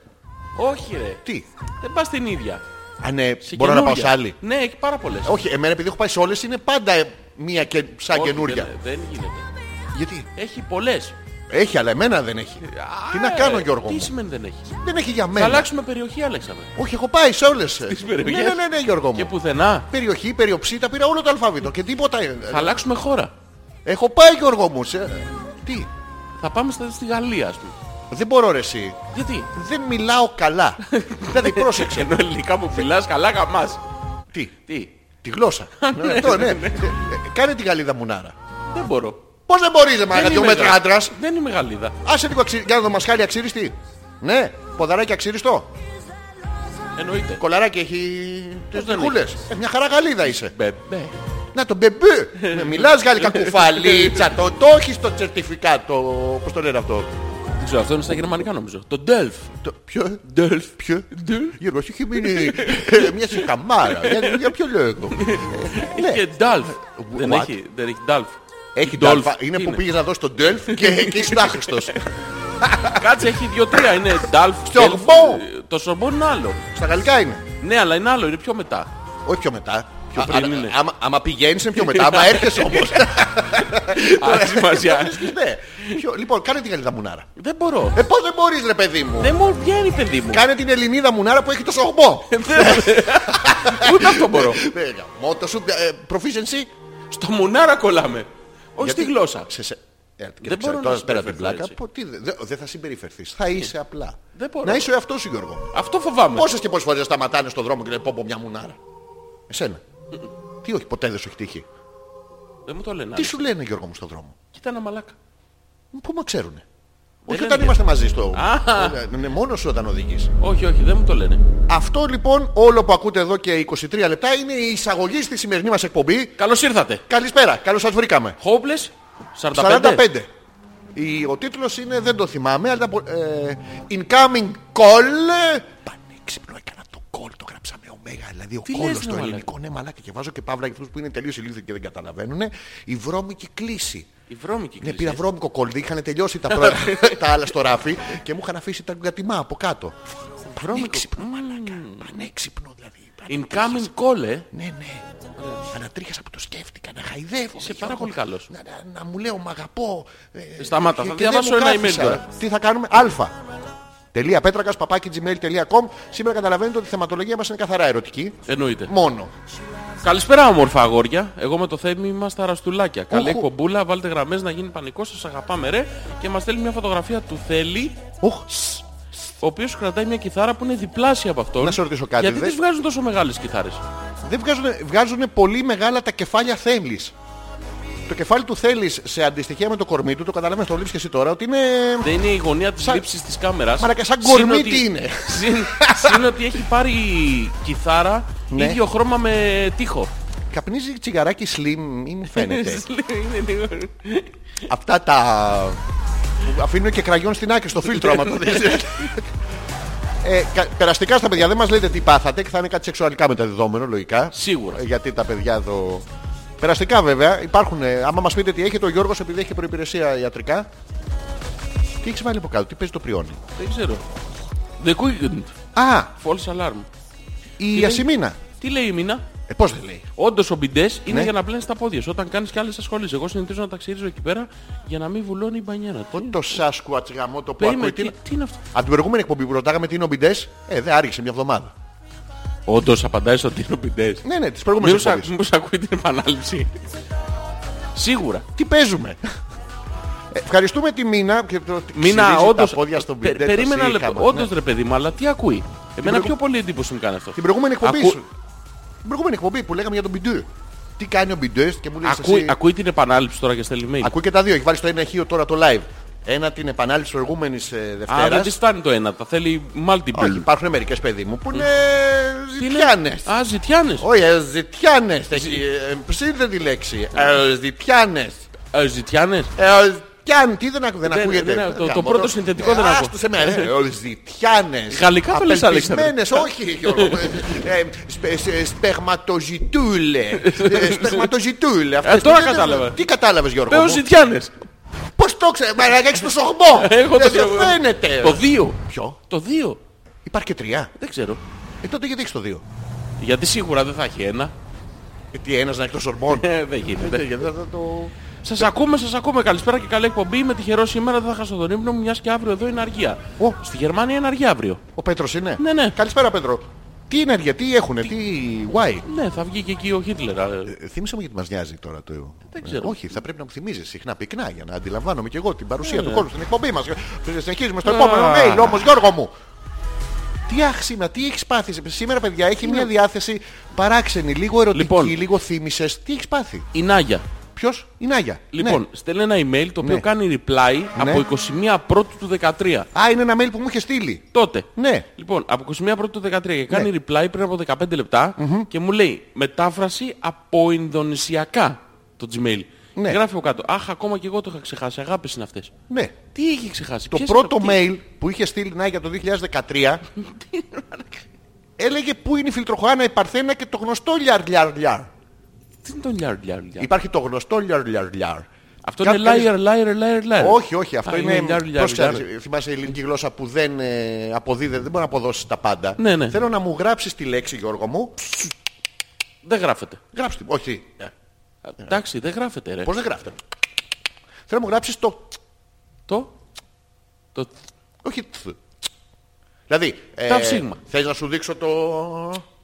Speaker 1: Όχι ρε.
Speaker 2: Τι.
Speaker 1: Δεν πας την ίδια.
Speaker 2: Α, ναι,
Speaker 1: Σε
Speaker 2: μπορώ να πάω
Speaker 1: καινούρια.
Speaker 2: σε άλλη.
Speaker 1: Ναι, έχει πάρα πολλές.
Speaker 2: Όχι, εμένα επειδή έχω πάει σε όλες είναι πάντα ε, μία και σαν
Speaker 1: Όχι,
Speaker 2: καινούρια.
Speaker 1: Δεν, δεν γίνεται.
Speaker 2: Γιατί
Speaker 1: Έχει πολλές.
Speaker 2: έχει, αλλά εμένα δεν έχει. τι να
Speaker 1: Ε,
Speaker 2: κάνω, Γιώργο.
Speaker 1: Τι
Speaker 2: Μου.
Speaker 1: σημαίνει δεν έχει.
Speaker 2: Δεν έχει για
Speaker 1: Θα
Speaker 2: μένα.
Speaker 1: αλλάξουμε περιοχή, Αλέξανδρε.
Speaker 2: Όχι, έχω πάει σε όλες
Speaker 1: Τις
Speaker 2: ναι,
Speaker 1: περιοχές.
Speaker 2: ναι, ναι, ναι, Γιώργο
Speaker 1: Και
Speaker 2: μου.
Speaker 1: πουθενά.
Speaker 2: Περιοχή, περιοψή, τα πήρα όλο το αλφάβητο και τίποτα. ε,
Speaker 1: Θα αλλάξουμε χώρα.
Speaker 2: Έχω πάει, Γιώργο μου. Σε... Τι.
Speaker 1: Θα πάμε στα- στη Γαλλία, ας πούμε.
Speaker 2: Δεν μπορώ, ρε, εσύ.
Speaker 1: Γιατί.
Speaker 2: Δεν μιλάω καλά. δηλαδή, πρόσεξε.
Speaker 1: Ενώ ελληνικά μου μιλάς, καλά γαμάς.
Speaker 2: τι.
Speaker 1: Τι.
Speaker 2: Τη γλώσσα. ναι, αυτό, ναι. Ε, ε, Κάνε τη γαλίδα μουνάρα.
Speaker 1: Δεν μπορώ.
Speaker 2: Πώς δεν μπορείς, ρε Μάγκα, δύο
Speaker 1: είμαι
Speaker 2: μέτρα
Speaker 1: γα-
Speaker 2: άντρας.
Speaker 1: Δεν είμαι γαλίδα.
Speaker 2: Άσε λίγο αξι... για να το μασχάλει αξίριστη. Ναι, ποδαράκι αξίριστο.
Speaker 1: Εννοείται.
Speaker 2: Κολαράκι έχει. Τι
Speaker 1: Πώς δεν
Speaker 2: τριχούλε. Μια χαρά γαλίδα είσαι.
Speaker 1: Μπε, μπε.
Speaker 2: Να τον μπεμπέ. Ναι, Μιλάς γαλλικά κουφαλίτσα. Το το έχεις το τσερτιφικάτο. Πώς το λένε αυτό.
Speaker 1: Δεν ξέρω, αυτό είναι στα γερμανικά νομίζω. Το Delf.
Speaker 2: Το- Ποιο.
Speaker 1: Delf.
Speaker 2: Ποιο.
Speaker 1: Delf.
Speaker 2: Γιώργο, έχει μείνει ε, μια συχαμάρα. Για- Για ποιο λόγο. Ναι.
Speaker 1: Έχει και Dalf. Δεν
Speaker 2: What?
Speaker 1: έχει, δεν έχει Dalf.
Speaker 2: Έχει
Speaker 1: Dolph.
Speaker 2: Dolph. Είναι
Speaker 1: Τι
Speaker 2: που πήγες να δώσεις τον Delf και εκεί ήσουν άχρηστος.
Speaker 1: Κάτσε, έχει δύο-τρία. Είναι Dalf.
Speaker 2: Σορμπόν.
Speaker 1: Delf. Το Σορμπόν είναι άλλο.
Speaker 2: Στα γαλλικά είναι.
Speaker 1: Ναι, αλλά είναι άλλο, είναι πιο μετά.
Speaker 2: Όχι πιο μετά.
Speaker 1: Πιο
Speaker 2: Α-
Speaker 1: πριν
Speaker 2: α-
Speaker 1: είναι.
Speaker 2: άμα- Άμα πηγαίνεις είναι πιο μετά. Άμα έρχεσαι όμως. Ε,
Speaker 1: Α, σημασία.
Speaker 2: Ναι. Ποιο- Λοιπόν, κάνε την γαλλίδα μουνάρα.
Speaker 1: Δεν μπορώ. Ναι,
Speaker 2: Ε, πώς δεν μπορείς ρε παιδί μου.
Speaker 1: Δεν μου βγαίνει, παιδί μου.
Speaker 2: Κάνε την Ελληνίδα μουνάρα που έχει το σογμό.
Speaker 1: Ούτε αυτό μπορώ.
Speaker 2: Ε, Μότο σου, ε, proficiency.
Speaker 1: Στο μουνάρα κολλάμε. Όχι στη
Speaker 2: Γιατί-
Speaker 1: γλώσσα.
Speaker 2: Σε, σε... ε, και
Speaker 1: μπορώ
Speaker 2: ξέρω,
Speaker 1: να
Speaker 2: τώρα
Speaker 1: σου
Speaker 2: πέρα την
Speaker 1: περιφερθώ
Speaker 2: πλάκα.
Speaker 1: έτσι.
Speaker 2: πω, τι δε- δε- Δεν θα συμπεριφερθείς. Θα είσαι απλά.
Speaker 1: Δεν μπορώ.
Speaker 2: Να είσαι ο εαυτός σου, Γιώργο.
Speaker 1: Αυτό φοβάμαι.
Speaker 2: Πόσες και πόσες φορές σταματάνε στον δρόμο και λένε πω, πω μια μουνάρα. Εσένα. Τι όχι, ποτέ δεν σου έχει τύχει.
Speaker 1: Δεν μου το λένε.
Speaker 2: Τι σου λένε, Γιώργο μου, στον δρόμο.
Speaker 1: Κοίτα ένα μαλάκα.
Speaker 2: Πού με ξέρουνε. Όχι
Speaker 1: λένε
Speaker 2: όταν
Speaker 1: για-
Speaker 2: είμαστε μαζί στο.
Speaker 1: Α.
Speaker 2: Ε, Ναι, μόνος σου όταν οδηγείς.
Speaker 1: Όχι, όχι, δεν μου το λένε.
Speaker 2: Αυτό λοιπόν, όλο που ακούτε εδώ και 23 λεπτά είναι η εισαγωγή στη σημερινή μας εκπομπή.
Speaker 1: Καλώς ήρθατε.
Speaker 2: Καλησπέρα, καλώς σας βρήκαμε.
Speaker 1: Χόμπλε 45.
Speaker 2: 45. Η- ο τίτλος είναι, δεν το θυμάμαι, αλλά μπο- ε, Incoming Call. Πανέξυπνο έκανα το call, το γράψαμε ωμέγα, δηλαδή ο
Speaker 1: Τι λες,
Speaker 2: κόλλος
Speaker 1: ρε
Speaker 2: στο
Speaker 1: μαλάκα.
Speaker 2: ελληνικό. Ναι, μαλάκα και βάζω και παύλα για αυτούς που είναι τελείως ηλίθιοι και δεν καταλαβαίνουν. Η βρώμικη κλίση.
Speaker 1: Η βρώμικη.
Speaker 2: Ναι,
Speaker 1: κλίση.
Speaker 2: πήρα βρώμικο κολλ, είχαν τελειώσει τα, πρώτα, τα άλλα στο ράφι και μου είχαν αφήσει τα γκατιμά από κάτω. Πανέξυπνο, μαλάκα. Πανέξυπνο δηλαδή.
Speaker 1: Incoming call, ε.
Speaker 2: Ναι, ναι. Ανατρίχασα που το σκέφτηκα, να χαϊδεύω.
Speaker 1: Είσαι πάρα πολύ καλός.
Speaker 2: Να, να- να μου λέω, μ' αγαπώ. ε,
Speaker 1: Σταμάτα,
Speaker 2: και-
Speaker 1: θα
Speaker 2: και δεν
Speaker 1: διαβάσω
Speaker 2: μου
Speaker 1: ένα
Speaker 2: κάθισα.
Speaker 1: email τώρα.
Speaker 2: Τι θα κάνουμε, α. Τελεία πέτρακας, παπάκι gmail.com. Σήμερα καταλαβαίνετε ότι η θεματολογία μας είναι καθαρά ερωτική.
Speaker 1: Εννοείται.
Speaker 2: Μόνο.
Speaker 1: Καλησπέρα, όμορφα αγόρια. Εγώ με το θέμη είμαστε αραστούλάκια. Καλή
Speaker 2: Οχ.
Speaker 1: εκπομπούλα, βάλτε γραμμές να γίνει πανικός. Σας αγαπάμε, ρε. Και μας στέλνει μια φωτογραφία του Θέλει,
Speaker 2: Ουχ,
Speaker 1: ο οποίος κρατάει μια κιθάρα που είναι διπλάσια από αυτόν.
Speaker 2: Να σε ρωτήσω κάτι,
Speaker 1: Γιατί
Speaker 2: δε-
Speaker 1: τις βγάζουν τόσο μεγάλες κιθάρες.
Speaker 2: δεν βγάζουν, βγάζουν πολύ μεγάλα τα κεφάλια θέλει. Το κεφάλι του θέλεις σε αντιστοιχεία με το κορμί του, το καταλαβαίνεις το βλέπεις και εσύ τώρα, ότι είναι.
Speaker 1: Δεν είναι η γωνία της
Speaker 2: Σαν-
Speaker 1: λήψης της κάμερας.
Speaker 2: Μαλάκα, σαν
Speaker 1: Συν
Speaker 2: κορμί
Speaker 1: ότι-
Speaker 2: τι είναι.
Speaker 1: Συν, συν ότι έχει πάρει κιθάρα
Speaker 2: Ναι.
Speaker 1: ίδιο χρώμα με τείχο.
Speaker 2: Καπνίζει τσιγαράκι slim, ή μου φαίνεται.
Speaker 1: Είναι λίγο-
Speaker 2: Αυτά τα. που Αφήνουν και κραγιόν στην άκρη στο φίλτρο, άμα το δεις. Ε, κα- περαστικά στα παιδιά δεν μας λέτε τι πάθατε και θα είναι κάτι σεξουαλικά μεταδεδομένο λογικά.
Speaker 1: Σίγουρα.
Speaker 2: Ε, Γιατί τα παιδιά εδώ. Περαστικά βέβαια υπάρχουν. ε, άμα μας πείτε τι έχετε, ο Γιώργος επειδή έχει προϋπηρεσία ιατρικά. Τι έχεις βάλει από κάτω, τι παίζει το πριόνι.
Speaker 1: Δεν ξέρω. The Quickend.
Speaker 2: Α,
Speaker 1: False alarm.
Speaker 2: η Ιασημίνα.
Speaker 1: Τι λέει η Μίνα.
Speaker 2: Ε, πώς δεν λέει.
Speaker 1: Όντως ο μπιντές είναι
Speaker 2: Ναι.
Speaker 1: για να πλένεις τα πόδια σου. Όταν κάνεις και άλλες ασχολίες. Εγώ συνηθίζω να τα ξυρίζω εκεί πέρα για να μην βουλώνει η μπανιέρα. Τι-
Speaker 2: Το Σάσκουατς γαμό το που
Speaker 1: Περίμενε,
Speaker 2: ακούει.
Speaker 1: τι,
Speaker 2: τι-
Speaker 1: τι είναι αυτό.
Speaker 2: Από την προηγούμενη εκπομπή που ρωτάγαμε τι είναι ο Μπιντές, ε, δεν άργησε μια εβδομάδα.
Speaker 1: Όντως απαντάει ότι είναι ο μπιντέ.
Speaker 2: Ναι, ναι, τις προηγούμενες
Speaker 1: Μήπως α-
Speaker 2: εκπομπές.
Speaker 1: μήπως ακούει την επανάληψη. Σίγουρα.
Speaker 2: Τι παίζουμε. Ε, Ευχαριστούμε τη Μίνα. και το-
Speaker 1: Μήνα
Speaker 2: ξυρίζει
Speaker 1: όντω.
Speaker 2: Τα πόδια στον
Speaker 1: Πε-
Speaker 2: πιντές, το
Speaker 1: περίμενα
Speaker 2: σύγχαμα.
Speaker 1: λεπτό.
Speaker 2: Ναι.
Speaker 1: Όντως ρε παιδί μου, αλλά τι ακούει. Εμένα
Speaker 2: προηγου-
Speaker 1: πιο πολύ εντύπωση μου κάνει αυτό.
Speaker 2: Την προηγούμενη εκπομπή.
Speaker 1: Ακού-
Speaker 2: σου- Την προηγούμενη εκπομπή που λέγαμε για τον πιντέ. Τι κάνει ο πιντές και μου λέει.
Speaker 1: Ακούει, ακούει την επανάληψη τώρα και στέλνει mail.
Speaker 2: Ακούει και τα δύο. Έχει βάλει στο ένα ηχείο τώρα το live. Ένα την επανάληψη προηγούμενης
Speaker 1: Α,
Speaker 2: Δευτέρας.
Speaker 1: δεν της φτάνει το ένα, τα θέλει
Speaker 2: Όχι,
Speaker 1: multiple.
Speaker 2: υπάρχουν μερικές παιδί μου που είναι. ε,
Speaker 1: Τι είναι?
Speaker 2: Ζητιάνες.
Speaker 1: Α, ζητιάνες.
Speaker 2: Όχι, ζητιάνε. Ε, Ψήντε τη λέξη. Ε, Ζητιάνες.
Speaker 1: Ε, Ζητιάνες.
Speaker 2: Ε, Εολτιάν, τι δεν, ακου- δεν
Speaker 1: Δεν-
Speaker 2: ακούγεται.
Speaker 1: δεν- το- το
Speaker 2: Γαμώτο.
Speaker 1: πρώτο συνθετικό δεν
Speaker 2: Ε,
Speaker 1: ακούω.
Speaker 2: άστο σε μένα. ε. Εολτιάνες.
Speaker 1: Γαλλικά το λες, Αλέξανδρε.
Speaker 2: Απελπισμένες, όχι. Γιώργο. Ε, ε, σπε- σε- Σπερματοζητούλε. Ε, Σπερματοζητούλε. Αυτές
Speaker 1: Ε, τώρα
Speaker 2: που δεν-
Speaker 1: κατάλαβα. Ε,
Speaker 2: Τι κατάλαβες Γιώργο
Speaker 1: Πέω
Speaker 2: μου.
Speaker 1: ζητιάνες.
Speaker 2: Πώς το ξέρεις. Μα έχεις το σογμό.
Speaker 1: Έχω
Speaker 2: Δεν
Speaker 1: το
Speaker 2: σε
Speaker 1: τρόπο.
Speaker 2: φαίνεται.
Speaker 1: Το δύο.
Speaker 2: Ποιο.
Speaker 1: Το δύο.
Speaker 2: Υπάρχει και τρία.
Speaker 1: Δεν ξέρω.
Speaker 2: Ε, τότε γιατί έχεις το δύο.
Speaker 1: Γιατί σίγουρα δεν θα έχει ένα.
Speaker 2: Γιατί ένας να έχει το σορμόν.
Speaker 1: Ε, δεν γίνεται.
Speaker 2: Γιατί θα το...
Speaker 1: Σας ακούμε, σας ακούμε. Καλησπέρα και καλή εκπομπή. Είμαι τυχερός σήμερα, δεν θα χάσω τον ύπνο μου, μιας και αύριο εδώ είναι αργία.
Speaker 2: Ω.
Speaker 1: Στη Γερμανία είναι αργία αύριο.
Speaker 2: Ο Πέτρος είναι.
Speaker 1: Ναι, ναι.
Speaker 2: Καλησπέρα Πέτρο. Τι ενέργεια, τι έχουνε, τι... Why.
Speaker 1: Ναι, θα βγει και εκεί ο Χίτλερ. ε.
Speaker 2: Ε, Θύμισε μου γιατί μας νοιάζει τώρα το.
Speaker 1: Δεν ξέρω.
Speaker 2: Ε, όχι, θα πρέπει να μου θυμίζεις συχνά πυκνά για να αντιλαμβάνομαι και εγώ την παρουσία του κόσμου στην εκπομπή μας. Ε, Συνεχίζουμε στο
Speaker 1: Ναι, Α.
Speaker 2: επόμενο mail όμως Γιώργο μου. Τι άξιμα, τι έχεις πάθει. Σήμερα παιδιά έχει μια διάθεση παράξενη, λίγο ερωτική,
Speaker 1: Λοιπόν.
Speaker 2: λίγο θύμισες. Τι έχεις πάθει.
Speaker 1: Η Νάγια.
Speaker 2: Ποιος, η Νάγια.
Speaker 1: Λοιπόν, στέλνει ένα email το οποίο
Speaker 2: Ναι.
Speaker 1: κάνει reply
Speaker 2: Ναι.
Speaker 1: από 21 πρώτου του 13.
Speaker 2: Ναι. Α, είναι ένα mail που μου είχε στείλει.
Speaker 1: Τότε.
Speaker 2: Ναι.
Speaker 1: Λοιπόν, από 21 πρώτου του 13 και κάνει reply πριν από 15 λεπτα και μου λέει μετάφραση από Ινδονησιακά το Gmail.
Speaker 2: Ναι.
Speaker 1: Και Γράφει από κάτω. Αχ, ακόμα και εγώ το είχα ξεχάσει. Αγάπες είναι αυτές.
Speaker 2: Ναι.
Speaker 1: Τι έχει ξεχάσει,
Speaker 2: Το
Speaker 1: ποιες
Speaker 2: πρώτο
Speaker 1: είναι αυτές?
Speaker 2: mail που είχε στείλει η Νάγια το 2013 έλεγε πού είναι η φιλτροχωάνα, η Παρθένα και το γνωστό λιαρ λιαρ λιαρ.
Speaker 1: Τι είναι το λιάρ, λιάρ, λιάρ.
Speaker 2: Υπάρχει το γνωστό λιαρ λιαρ λιαρ.
Speaker 1: Αυτό
Speaker 2: Κάποιες-
Speaker 1: είναι liar, liar, liar, liar.
Speaker 2: Όχι, όχι, αυτό
Speaker 1: Α,
Speaker 2: είναι.
Speaker 1: liar, liar,
Speaker 2: πρόσεξε,
Speaker 1: liar.
Speaker 2: θυμάσαι η ελληνική γλώσσα που δεν ε, αποδίδεται, δεν μπορεί να αποδώσει τα πάντα.
Speaker 1: Ναι, ναι.
Speaker 2: Θέλω να μου γράψεις τη λέξη, Γιώργο μου.
Speaker 1: Δεν γράφεται.
Speaker 2: Γράψτε. Όχι.
Speaker 1: Ε, Εντάξει, δεν γράφεται, ρε.
Speaker 2: Πώς δεν γράφτε. Θέλω να μου γράψεις το.
Speaker 1: Το. Το.
Speaker 2: Όχι. τθ. Δηλαδή.
Speaker 1: Τα ψήγμα.
Speaker 2: Θες να σου δείξω το.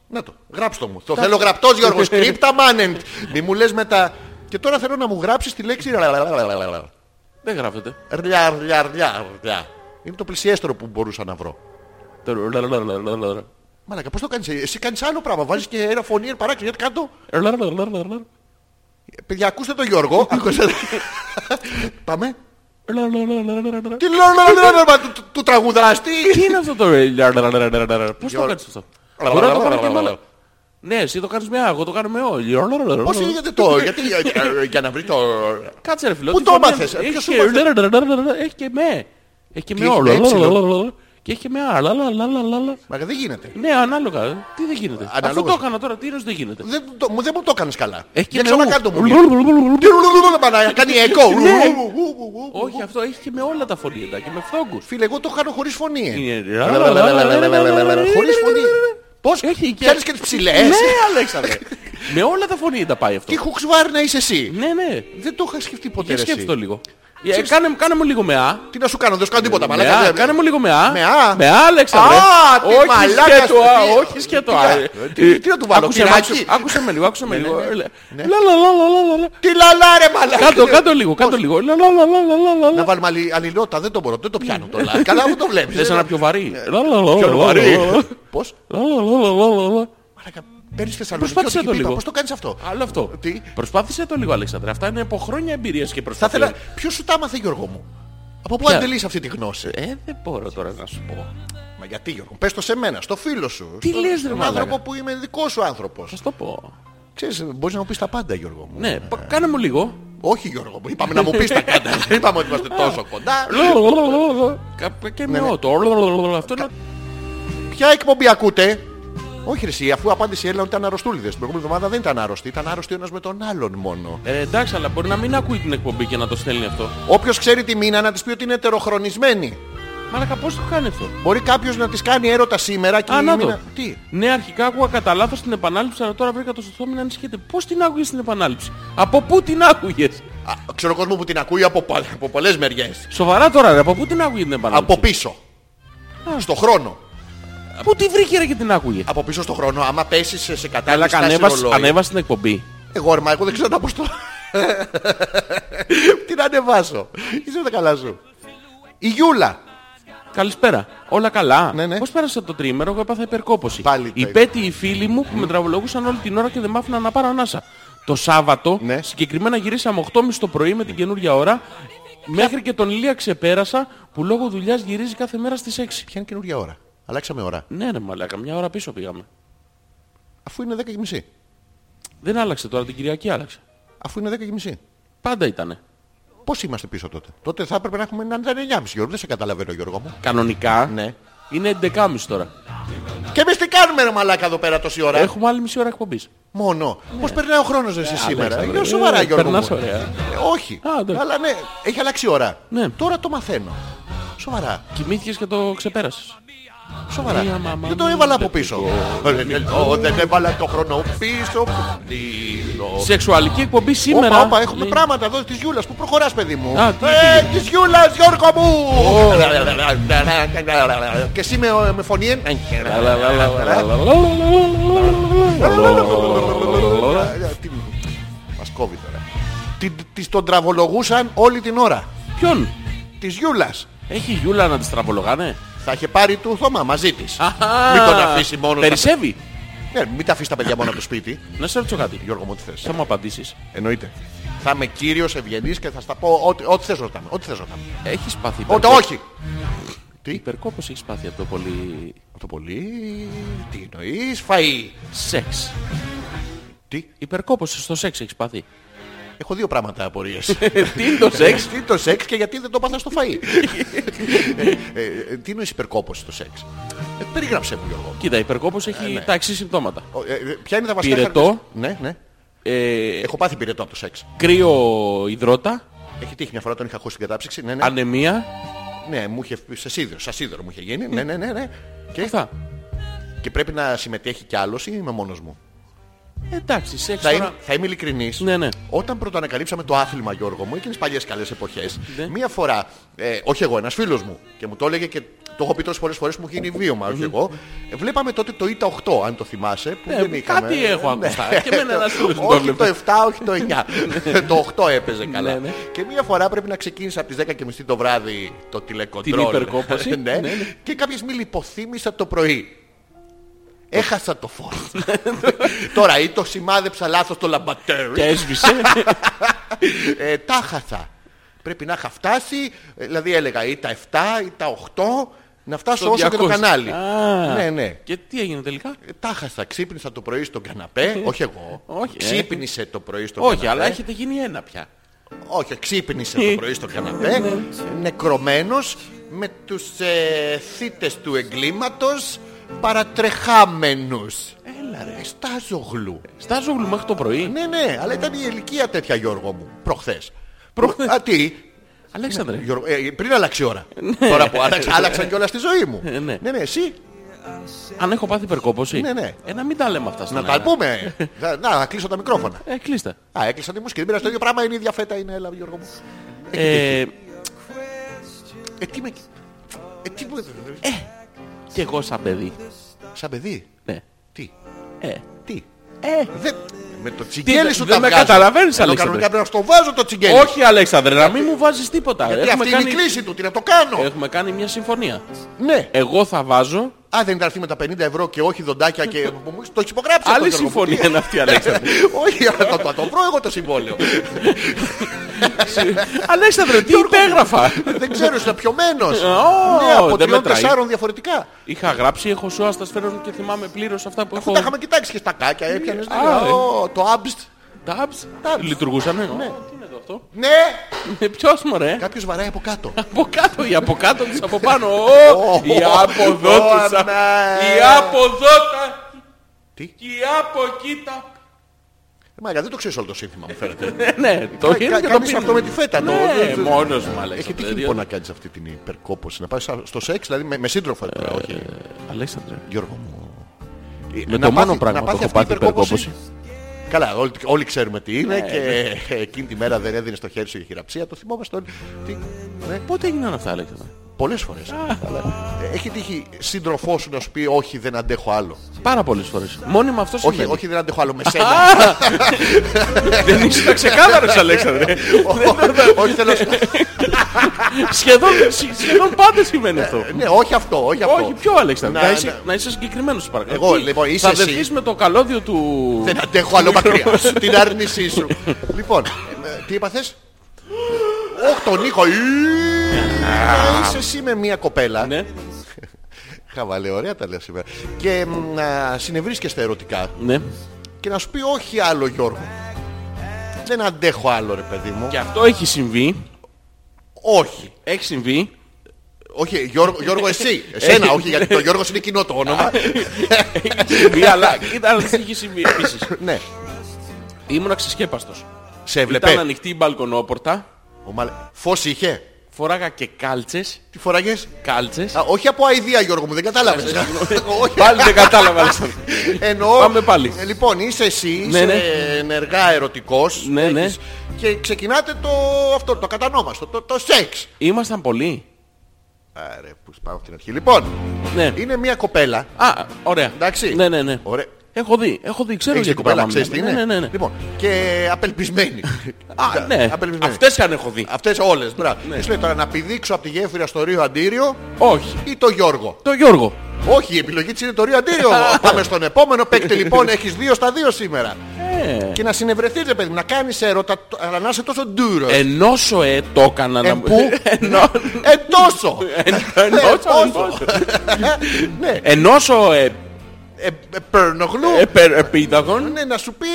Speaker 2: Να το. Γράψτε το μου. Το θέλω γραπτό Γιώργο. Κρύπτα μάνεντ. Μη μου λε μετά. Και τώρα θέλω να μου γράψεις τη λέξη. ραλαλαλαλαλαλα.
Speaker 1: Δεν γράφεται.
Speaker 2: Ρλιά, ρλιά, ρλιά, ρλιά. Είναι το πλησιέστερο που μπορούσα να βρω.
Speaker 1: Το λαλαλαλαλαλα.
Speaker 2: Μαλάκα, πώς το κάνεις, ε? εσύ κάνεις άλλο πράγμα, βάζεις και ένα φωνή παράξενο, γιατί κάτω. Ε,
Speaker 1: Λαλαλαλαλαλα.
Speaker 2: Παιδιά, ακούστε τον Γιώργο, ακούστε. Πάμε.
Speaker 1: Λαλαλαλαλαλα.
Speaker 2: Τι λαλαλαλαλα, του- του- του τραγουδαστή.
Speaker 1: Τι είναι αυτό το λαλαλαλαλαλα. Πώς το
Speaker 2: Γιώργο.
Speaker 1: κάνεις αυτό. Μπορώ να το κάνω και με όλα. Ναι, εσύ το κάνεις με α, εγώ το κάνω με ό. Λαλαλαλαλαλα.
Speaker 2: Πώς λέγεται το, γιατί, ε, ε, για να βρει το...
Speaker 1: Κάτσε ρε φίλο.
Speaker 2: Πού
Speaker 1: τη
Speaker 2: το
Speaker 1: φωνή
Speaker 2: μάθες,
Speaker 1: έχει
Speaker 2: ποιος
Speaker 1: και-
Speaker 2: σου μάθε?
Speaker 1: λαλαλαλαλαλα, Έχει και με. Έχει και με
Speaker 2: έχει,
Speaker 1: ό.
Speaker 2: με έψιλον.
Speaker 1: λαλαλαλαλαλα. Και έχει και με α. λαλαλαλαλαλα.
Speaker 2: Μα δεν γίνεται.
Speaker 1: Ναι, ανάλογα. Τι δεν γίνεται. Αυτό
Speaker 2: Αναλόγως.
Speaker 1: το έκανα τώρα, τι είναι δεν γίνεται.
Speaker 2: Δεν, το, μου- δεν μου το έκανες καλά.
Speaker 1: Έχει Ε, και
Speaker 2: Δεν ξέρω
Speaker 1: με
Speaker 2: να
Speaker 1: ου.
Speaker 2: κάνω μου.
Speaker 1: Λουλουλουλουλουλου.
Speaker 2: Τι λαλαλαλαλα, μα να κάνει echo.
Speaker 1: Ε, Όχι, αυτό έχει και με όλα τα φωνήεντα και με φθόγκους.
Speaker 2: Φίλε, εγώ το κάνω χωρίς φωνή. ε.
Speaker 1: Είναι-
Speaker 2: Χωρίς φωνή. Πώς,
Speaker 1: Έχει και-
Speaker 2: πιάνεις και τις ψηλές.
Speaker 1: Ναι, Αλέξανδρε. με όλα τα φωνήεντα πάει αυτό.
Speaker 2: Τι χουξβάρνα είσαι εσύ.
Speaker 1: Ναι, ναι.
Speaker 2: Δεν το είχα σκεφτεί ποτέ.
Speaker 1: Για
Speaker 2: ρε, εσύ.
Speaker 1: σκέψτε το λίγο. Ε, Κάνε κάνε μου λίγο με α.
Speaker 2: Τι να σου κάνω, δεν σου κάνω τίποτα.
Speaker 1: Με
Speaker 2: Μαλάκα,
Speaker 1: Ε, α,
Speaker 2: δεν-
Speaker 1: κάνε μου λίγο με α.
Speaker 2: Με α.
Speaker 1: Με α, Αλέξανδρε.
Speaker 2: Α, τι
Speaker 1: όχι
Speaker 2: μαλάκας,
Speaker 1: σκέτο α,
Speaker 2: τι-
Speaker 1: όχι σκέτο α.
Speaker 2: τι- τι- τι να του βάλω,
Speaker 1: Άκουσε με,
Speaker 2: ξεράκι?
Speaker 1: άκουσε- Άκουσε με λίγο, άκουσε με λίγο.
Speaker 2: ναι, ναι.
Speaker 1: Λα, λα, λα, λα, λα, λα.
Speaker 2: Τι λαλά ρε μαλάκα.
Speaker 1: Κάτω, κάτω λίγο, κάτω λίγο. Λα, λα, λα, λα, λα, λα, λα.
Speaker 2: Να βάλουμε αλλη, αλληλότητα, δεν το μπορώ, δεν το πιάνω το λα. Καλά μου το βλέπεις. ε.
Speaker 1: Θες ένα πιο βαρύ. Λα, λα, λα, λα,
Speaker 2: Πιο βαρύ.
Speaker 1: λα, λα, λα.
Speaker 2: Πώς,
Speaker 1: Λα, λα, λα, λα, λα, λα.
Speaker 2: μαλάκα, παίρνεις Θεσσαλονίκη
Speaker 1: Προσπάθησε
Speaker 2: ό,τι
Speaker 1: το
Speaker 2: πίπα,
Speaker 1: λίγο.
Speaker 2: Πώς το κάνεις αυτό.
Speaker 1: Άλλο αυτό.
Speaker 2: Τι?
Speaker 1: Προσπάθησε το λίγο, Αλέξανδρε. Αυτά είναι από χρόνια εμπειρίας και
Speaker 2: Θα ήθελα,
Speaker 1: προσπάθεια.
Speaker 2: ποιος σου τα έμαθε Γιώργο μου. Από πού
Speaker 1: Ποια?
Speaker 2: αντελείς αυτή τη γνώση.
Speaker 1: Ε, δεν μπορώ τώρα να σου πω.
Speaker 2: Μα γιατί Γιώργο, πες το σε μένα, στο φίλο σου.
Speaker 1: Τι
Speaker 2: στον-
Speaker 1: λες, ρε
Speaker 2: στον
Speaker 1: μαλάκα.
Speaker 2: άνθρωπο που είμαι δικός σου άνθρωπος.
Speaker 1: Θα σου το πω.
Speaker 2: Ξέρεις, μπορείς να μου πεις τα πάντα Γιώργο μου.
Speaker 1: Ναι, πα- κάνε μου λίγο.
Speaker 2: Όχι Γιώργο μου, είπαμε να μου πεις τα πάντα. Δεν είπαμε ότι είμαστε τόσο κοντά.
Speaker 1: Λα, λα, λα, λα, λα. Κα- Και με ό, το λα, λα, λα, λα. Αυτό είναι
Speaker 2: Ποια εκπομπή ακούτε. Όχι ρε, εσύ, αφού απάντησε η Έλληνα ότι ήταν αρρωστούλιδες. Την προηγούμενη εβδομάδα δεν ήταν άρρωστοι, ήταν άρρωστοι ο ένας με τον άλλον μόνο.
Speaker 1: Ε, εντάξει, αλλά μπορεί να μην ακούει την εκπομπή και να το στέλνει αυτό.
Speaker 2: Όποιος ξέρει τη μήνα να της πει ότι είναι ετεροχρονισμένη.
Speaker 1: Μαλάκα, πώς το κάνει αυτό.
Speaker 2: Μπορεί κάποιος να της κάνει έρωτα σήμερα και
Speaker 1: Α,
Speaker 2: η
Speaker 1: να το.
Speaker 2: μήνα... Τι.
Speaker 1: Ναι, αρχικά άκουγα κατά λάθος την επανάληψη, αλλά τώρα βρήκα το σωστό μην ανησυχείτε. Πώς την άκουγες την επανάληψη. Από πού την άκουγες.
Speaker 2: Α, ξέρω κόσμος που την ακούει από, πο- από πολλές μεριές.
Speaker 1: Σοβαρά τώρα, ρε, από πού την άκουγε την επανάληψη.
Speaker 2: Από πίσω. Στο χρόνο.
Speaker 1: Πού τη βρήκε ρε και την άκουγε.
Speaker 2: Από πίσω στο χρόνο. Άμα πέσεις σε, σε κατάλληλη
Speaker 1: Αλλά
Speaker 2: στάση
Speaker 1: κανέβασε
Speaker 2: ρολόι.
Speaker 1: ανέβασε την εκπομπή.
Speaker 2: Εγώ ρε, μα εγώ δεν ξέρω να πω στο... Τι να ανεβάσω. Είσαι τα καλά σου. Η Γιούλα.
Speaker 1: Καλησπέρα. Όλα καλά.
Speaker 2: Ναι, ναι.
Speaker 1: Πώς πέρασε το τρίμερο, εγώ έπαθα υπερκόπωση.
Speaker 2: Πάλι το
Speaker 1: οι πέτοι οι φίλοι μου που με τραβολογούσαν όλη την ώρα και δεν μ' άφηναν να πάρω ανάσα. Το Σάββατο,
Speaker 2: Ναι.
Speaker 1: συγκεκριμένα γυρίσαμε 8.30 το πρωί με την καινούργια ώρα, μέχρι και τον Ηλία ξεπέρασα που λόγω δουλειάς γυρίζει κάθε μέρα στις 6.
Speaker 2: Ποια είναι καινούργια ώρα. Αλλάξαμε ώρα.
Speaker 1: Ναι ρε μαλάκα, μια ώρα πίσω πήγαμε.
Speaker 2: Αφού είναι 10 και μισή.
Speaker 1: Δεν άλλαξε τώρα, την Κυριακή άλλαξε.
Speaker 2: Αφού είναι 10 και μισή.
Speaker 1: Πάντα ήτανε.
Speaker 2: Πώς είμαστε πίσω τότε. Τότε θα έπρεπε να έχουμε να ήταν 9,5 Γιώργο. Δεν σε καταλαβαίνω, Γιώργο μου.
Speaker 1: Κανονικά
Speaker 2: Ναι.
Speaker 1: είναι 11.30 τώρα.
Speaker 2: Και εμείς τι κάνουμε, ρε Μαλάκα, εδώ πέρα τόση ώρα.
Speaker 1: Έχουμε άλλη μισή ώρα εκπομπής.
Speaker 2: Μόνο. Πώς περνάει ο χρόνος εσύ σήμερα.
Speaker 1: Αλέξανδρε,
Speaker 2: Είναι σοβαρά,
Speaker 1: ε,
Speaker 2: Γιώργο.
Speaker 1: περνάς
Speaker 2: μου.
Speaker 1: ωραία.
Speaker 2: Ε, όχι.
Speaker 1: Α, εντάξει.
Speaker 2: Αλλά ναι, έχει αλλάξει η ώρα.
Speaker 1: Ναι.
Speaker 2: Τώρα το μαθαίνω. Σοβαρά.
Speaker 1: Κοιμήθηκες και το ξεπέρασες.
Speaker 2: Σοβαρά.
Speaker 1: Μία μαμά
Speaker 2: Δεν το
Speaker 1: μου
Speaker 2: έβαλα από
Speaker 1: δεν
Speaker 2: πίσω. Ε, Δεν ελπώ, Δεν έβαλα το χρόνο πίσω. Δίνω.
Speaker 1: Σεξουαλική εκπομπή σήμερα.
Speaker 2: Όπα, όπα, έχουμε
Speaker 1: Λέει-
Speaker 2: πράγματα εδώ της Γιούλας. Πού προχωράς, παιδί μου.
Speaker 1: Α, τι
Speaker 2: ε,
Speaker 1: έγινε.
Speaker 2: της Γιούλας, Γιώργο μου. Και εσύ με, με φωνή. εν. Τι- Μας κόβει τώρα. Την, της τον τραβολογούσαν όλη την ώρα.
Speaker 1: Ποιον
Speaker 2: Της Γιούλας.
Speaker 1: έχει η Γιούλα να τη τραβολογάνε.
Speaker 2: Θα είχε πάρει του Θωμά μαζί της.
Speaker 1: Αχα.
Speaker 2: Μην τον αφήσει μόνο.
Speaker 1: Περισσεύει.
Speaker 2: Ναι, μην τα Ε, αφήσει τα παιδιά μόνο από το σπίτι.
Speaker 1: Να σε ρωτήσω κάτι.
Speaker 2: Γιώργο μου, τι θες.
Speaker 1: Θα μου απαντήσεις.
Speaker 2: Εννοείται. Θα είμαι κύριος, ευγενής και θα στα πω ό,τι, ό,τι θες ρωτάμε. Ό,τι θες ρωτάμε.
Speaker 1: Έχεις πάθει
Speaker 2: Ό,τι
Speaker 1: υπερκόπος.
Speaker 2: όχι. Τι,
Speaker 1: Υπερκόπος έχεις πάθει από το πολύ
Speaker 2: το πολύ, τι εννοείς, φαΐ.
Speaker 1: σεξ.
Speaker 2: Τι,
Speaker 1: Υπερκόπος στο σεξ έχεις πάθει.
Speaker 2: έχω δύο πράγματα απορίες.
Speaker 1: Τι είναι το σεξ.
Speaker 2: Ε, Τι το σεξ και γιατί δεν το πάθα στο φαΐ. Ε, ε, τι νοείς υπερκόπος στο σεξ. Ε, περίγραψε μου Γιώργο.
Speaker 1: Κοίτα, υπερκόπος έχει τα εξής συμπτώματα.
Speaker 2: Ο, ε, ε, Ποια είναι τα βασικά
Speaker 1: Πυρετό.
Speaker 2: χαρακτηριστικά. Ναι, ναι.
Speaker 1: Ε,
Speaker 2: Έχω πάθει πυρετό από το σεξ.
Speaker 1: κρύο υδρότα,
Speaker 2: Έχει τύχει μια φορά τον είχα ακούσει στην κατάψυξη. Ναι, ναι.
Speaker 1: ανεμία.
Speaker 2: ναι μου είχε σε σίδερο, σαν σίδερο μου είχε γίνει. Ναι, ναι, ναι. ναι. Και,
Speaker 1: Αυτά.
Speaker 2: και πρέπει να συμμετέχει κι άλλος ή είμαι μόνος μου.
Speaker 1: Εντάξει, σεξ
Speaker 2: Θα είμαι,
Speaker 1: τώρα.
Speaker 2: θα είμαι ειλικρινής.
Speaker 1: Ναι, ναι.
Speaker 2: Όταν πρωτοανακαλύψαμε το άθλημα, Γιώργο μου, εκείνες παλιές καλές εποχές,
Speaker 1: Ναι.
Speaker 2: μία φορά, ε, όχι εγώ, ένας φίλος μου, και μου το έλεγε και το έχω πει τόσες πολλές φορές, μου έχει γίνει βίωμα, όχι εγώ. Ε, Βλέπαμε τότε το ΙΤΑ 8, αν το θυμάσαι, που
Speaker 1: Ναι,
Speaker 2: δεν είχαμε.
Speaker 1: κάτι έχω
Speaker 2: Ναι.
Speaker 1: ακουστά. Και εμένα ένας φίλος μου το
Speaker 2: όχι το
Speaker 1: έβλεπε.
Speaker 2: 7, όχι το 9. το 8 έπαιζε καλά.
Speaker 1: Ναι, ναι.
Speaker 2: Και μία φορά πρέπει να ξεκίνησα από τις 10.30 το βράδυ το τηλεκοντρόλ.
Speaker 1: Την υπερκόπωση.
Speaker 2: Ναι.
Speaker 1: Ναι, ναι.
Speaker 2: Και κάποια στιγμή λιποθύμησα το πρωί. Έχασα το φως. Τώρα ή το σημάδεψα λάθος το λαμπατέρι.
Speaker 1: Και έσβησε.
Speaker 2: Ε, τα χαθα. Πρέπει να είχα φτάσει, ε, δηλαδή έλεγα ή τα 7 ή τα 8, να φτάσω
Speaker 1: Το
Speaker 2: όσο και το
Speaker 1: 200.
Speaker 2: κανάλι.
Speaker 1: Α.
Speaker 2: Ναι, ναι.
Speaker 1: Και τι έγινε τελικά.
Speaker 2: Ε, Τα χαθα. Ξύπνησα το πρωί στον καναπέ, όχι εγώ.
Speaker 1: Όχι, ε.
Speaker 2: Ξύπνησε το πρωί στον
Speaker 1: Όχι,
Speaker 2: καναπέ.
Speaker 1: αλλά έχετε γίνει ένα πια.
Speaker 2: Όχι, ξύπνησε το πρωί στον
Speaker 1: Ναι,
Speaker 2: καναπέ, νεκρωμένος, με τους ε, θύτες του εγκλήματος παρατρεχάμενους. Έλα ρε. Στάζογλου.
Speaker 1: Στάζογλου μέχρι το πρωί.
Speaker 2: Ναι, ναι, αλλά ήταν η ηλικία τέτοια Γιώργο μου, προχθές. Προχθές. Α, τι,
Speaker 1: Αλέξανδρε.
Speaker 2: Γιώργο, ε, πριν αλλάξει η ώρα. Τώρα που άλλαξα, άλλαξαν κιόλας τη ζωή μου.
Speaker 1: Ναι. Ε, ναι.
Speaker 2: ναι, εσύ.
Speaker 1: Αν έχω πάθει υπερκόπωση.
Speaker 2: Ναι, ναι.
Speaker 1: Ε, να μην τα λέμε αυτά στον
Speaker 2: Να τα
Speaker 1: αέρα.
Speaker 2: πούμε. Θα- να, να κλείσω τα μικρόφωνα.
Speaker 1: Ε, κλείστε.
Speaker 2: Α, έκλεισαν τη μουσική. Δεν πειράζει το ίδιο πράγμα, είναι η ίδια φέτα, είναι έλα, Γιώργο μου.
Speaker 1: Ε,
Speaker 2: Ε, τι με. Ε, τι μου.
Speaker 1: και εγώ σαν παιδί.
Speaker 2: Σαν παιδί.
Speaker 1: Ναι.
Speaker 2: Τι.
Speaker 1: Ε,
Speaker 2: τι.
Speaker 1: ε.
Speaker 2: Δεν- με το
Speaker 1: δεν-
Speaker 2: τσιγκέλι σου
Speaker 1: δεν
Speaker 2: τα
Speaker 1: με
Speaker 2: βγάζω.
Speaker 1: καταλαβαίνεις,
Speaker 2: Ενώ
Speaker 1: Αλέξανδρε.
Speaker 2: κανονικά πρέπει να στο βάζω το τσιγκέλι.
Speaker 1: Όχι, Αλέξανδρε, να μην μου βάζεις τίποτα.
Speaker 2: Ε, Γιατί αυτή είναι η κλίση του, τι να το κάνω.
Speaker 1: έχουμε κάνει μια συμφωνία.
Speaker 2: Ναι.
Speaker 1: Εγώ θα βάζω.
Speaker 2: Α, δεν ήταν αυτή με τα 50 ευρώ και όχι δοντάκια και που μου το έχεις υπογράψει.
Speaker 1: Άλλη
Speaker 2: αυτό, Γιώργο μου.
Speaker 1: συμφωνία είναι αυτή, Αλέξανδρε.
Speaker 2: Όχι, αλλά θα το- θα το βρω εγώ το συμβόλαιο.
Speaker 1: Αλέξανδρε, τι υπέγραφα.
Speaker 2: Δεν ξέρω, είσαι πιωμένο.
Speaker 1: Ε, Ω,
Speaker 2: Ναι, από
Speaker 1: δεν μετράει.
Speaker 2: τριών-τεσσάρων διαφορετικά.
Speaker 1: Είχα γράψει, έχω σώα στα σφαίρα μου και θυμάμαι πλήρως αυτά που
Speaker 2: Αφού
Speaker 1: έχω.
Speaker 2: τα είχαμε κοιτάξει και στα κάκια, έπιανες.
Speaker 1: Α, ε.
Speaker 2: ναι. Το άμπστ.
Speaker 1: Tabs,
Speaker 2: Tabs.
Speaker 1: λειτουργούσαν. Τι είναι εδώ αυτό.
Speaker 2: Ναι,
Speaker 1: Ε, Ποιος μου ρε.
Speaker 2: κάποιος βαράει από κάτω.
Speaker 1: Από κάτω ή από κάτω τους από πάνω. Ω, Η
Speaker 2: Ω,
Speaker 1: αποδότουσα.
Speaker 2: ναι.
Speaker 1: Η αποδότα.
Speaker 2: Τι?
Speaker 1: Και η από εκεί τα-
Speaker 2: Μάγκα, Ε, δεν το ξέρεις όλο το σύνθημα, μου φαίνεται.
Speaker 1: Ε, Ναι, το
Speaker 2: Κα-
Speaker 1: είναι και το
Speaker 2: κάνεις αυτό με
Speaker 1: πίνω.
Speaker 2: τη φέτα. το-
Speaker 1: Ναι,
Speaker 2: το-
Speaker 1: μόνος μου Αλέξανδρε.
Speaker 2: Έχει τύχει
Speaker 1: δηλαδή.
Speaker 2: λοιπόν να κάνεις αυτή την υπερκόπωση. Να πάει στο σεξ, δηλαδή με- με σύντροφο. τώρα, Όχι,
Speaker 1: Αλέξανδρε.
Speaker 2: Γιώργο μου.
Speaker 1: Ε,
Speaker 2: Ε,
Speaker 1: Με
Speaker 2: Να
Speaker 1: το μόνο
Speaker 2: πάθει-
Speaker 1: πράγμα
Speaker 2: να
Speaker 1: που
Speaker 2: πάθει
Speaker 1: έχω
Speaker 2: αυτή η
Speaker 1: πάθει υπερκόπωση. Ναι,
Speaker 2: Καλά, όλοι, όλοι ξέρουμε τι είναι και εκείνη τη μέρα δεν έδινε το χέρι σου για χειραψία. Το θυμόμαστε όλοι. Τι... Ναι.
Speaker 1: Πότε έγιναν αυτά, Αλέξανδρε.
Speaker 2: Πολλές φορές. Αλλά, ε, Έχει τύχει σύντροφό σου να σου πει όχι δεν αντέχω άλλο.
Speaker 1: Πάρα πολλές φορές. Μόνιμα αυτό
Speaker 2: Ε, Όχι,
Speaker 1: συμβαίνει.
Speaker 2: όχι δεν αντέχω άλλο με σένα.
Speaker 1: Δεν είσαι ξεκάθαρος, Αλέξανδρε.
Speaker 2: όχι θέλω να σου-
Speaker 1: Σχεδόν, σχεδόν πάντα σημαίνει αυτό.
Speaker 2: Ναι, όχι αυτό, όχι αυτό.
Speaker 1: Όχι, ποιο Αλέξανδρε.
Speaker 2: Να-
Speaker 1: Να, είσαι,
Speaker 2: να-
Speaker 1: να είσαι συγκεκριμένος, σου παρακαλώ.
Speaker 2: Εγώ,
Speaker 1: Τι,
Speaker 2: λοιπόν, είσαι
Speaker 1: Θα
Speaker 2: εσύ.
Speaker 1: δεχτείς με το καλώδιο του.
Speaker 2: Δεν αντέχω άλλο μακριά σου, την άρνησή σου. Λοιπόν, ε, ε, τι έπαθες. Όχι τον Νίκο. Ή, να Είσαι εσύ με μια κοπέλα.
Speaker 1: Ναι,
Speaker 2: Χαβαλέ, ωραία τα λέω σήμερα. Και μ, να συνευρίσκεστε ερωτικά
Speaker 1: ναι.
Speaker 2: και να σου πει όχι άλλο Γιώργο. Δεν αντέχω άλλο ρε παιδί μου.
Speaker 1: Και αυτό έχει συμβεί.
Speaker 2: Όχι.
Speaker 1: Έχει συμβεί.
Speaker 2: Όχι, Γιώργο, Γιώργο εσύ. Εσένα, όχι, γιατί το Γιώργος είναι κοινό το όνομα.
Speaker 1: Έχει συμβεί, αλλά κοίτα, τι έχει συμβεί επίσης.
Speaker 2: ναι,
Speaker 1: Ήμουν ξεσκέπαστο.
Speaker 2: σε
Speaker 1: Ήταν
Speaker 2: έβλεπε.
Speaker 1: ανοιχτή η μπαλκονόπορτα.
Speaker 2: Ο Μαλε- Φως είχε.
Speaker 1: Φοράγα και κάλτσες.
Speaker 2: Τι φοράγες.
Speaker 1: Κάλτσες.
Speaker 2: Α, όχι από αηδία Γιώργο μου, δεν κατάλαβες. Όχι.
Speaker 1: Ναι, Πάλι δεν κατάλαβα, Αλέξανδρε.
Speaker 2: Εννοώ.
Speaker 1: Πάμε πάλι.
Speaker 2: Ε, Λοιπόν, είσαι εσύ,
Speaker 1: Ναι,
Speaker 2: είσαι
Speaker 1: ναι.
Speaker 2: ενεργά ερωτικός.
Speaker 1: Ναι, ναι.
Speaker 2: έχεις- Και ξεκινάτε το, αυτό, το κατανόμαστο, το, το σεξ.
Speaker 1: Ήμασταν πολλοί.
Speaker 2: Άρε, που πάω από την αρχή. Λοιπόν,
Speaker 1: Ναι.
Speaker 2: είναι μια κοπέλα.
Speaker 1: Α, ωραία.
Speaker 2: Εντάξει.
Speaker 1: Ναι, ναι, ναι.
Speaker 2: Ωραία.
Speaker 1: Έχω δει, έχω δει, ξέρω
Speaker 2: Έχεις
Speaker 1: για
Speaker 2: μια κοπέλα,
Speaker 1: τι πράγμα
Speaker 2: ξέρεις τι
Speaker 1: μιλάμε.
Speaker 2: είναι.
Speaker 1: Ναι, ναι, ναι.
Speaker 2: Λοιπόν, και απελπισμένη.
Speaker 1: Α, ναι.
Speaker 2: Απελπισμένη.
Speaker 1: Αυτές αν έχω δει.
Speaker 2: Αυτές όλες, μπράβο. Ναι. λέει τώρα να πηδήξω από τη γέφυρα στο Ρίο Αντίριο
Speaker 1: Όχι.
Speaker 2: ή το Γιώργο.
Speaker 1: Το Γιώργο. Ναι.
Speaker 2: Όχι, η επιλογή της είναι το Ρίο Αντίριο. Πάμε στον επόμενο παίκτη λοιπόν, έχεις δύο στα δύο σήμερα.
Speaker 1: Ε, Ναι.
Speaker 2: Και να συνευρεθείτε, παιδί μου, να κάνεις έρωτα, τ- αλλά να είσαι τόσο ντούρο.
Speaker 1: Ενώσο ε, το έκανα
Speaker 2: Ε,
Speaker 1: να μου.
Speaker 2: πού?
Speaker 1: Ενώ-
Speaker 2: Ε, τόσο!
Speaker 1: εν- ενώσω,
Speaker 2: Ε,
Speaker 1: ενώσω.
Speaker 2: ναι,
Speaker 1: Ενώσω ε,
Speaker 2: ε, ε, περνογλού.
Speaker 1: ε, περ- επίδαγον.
Speaker 2: Ναι, να σου πει.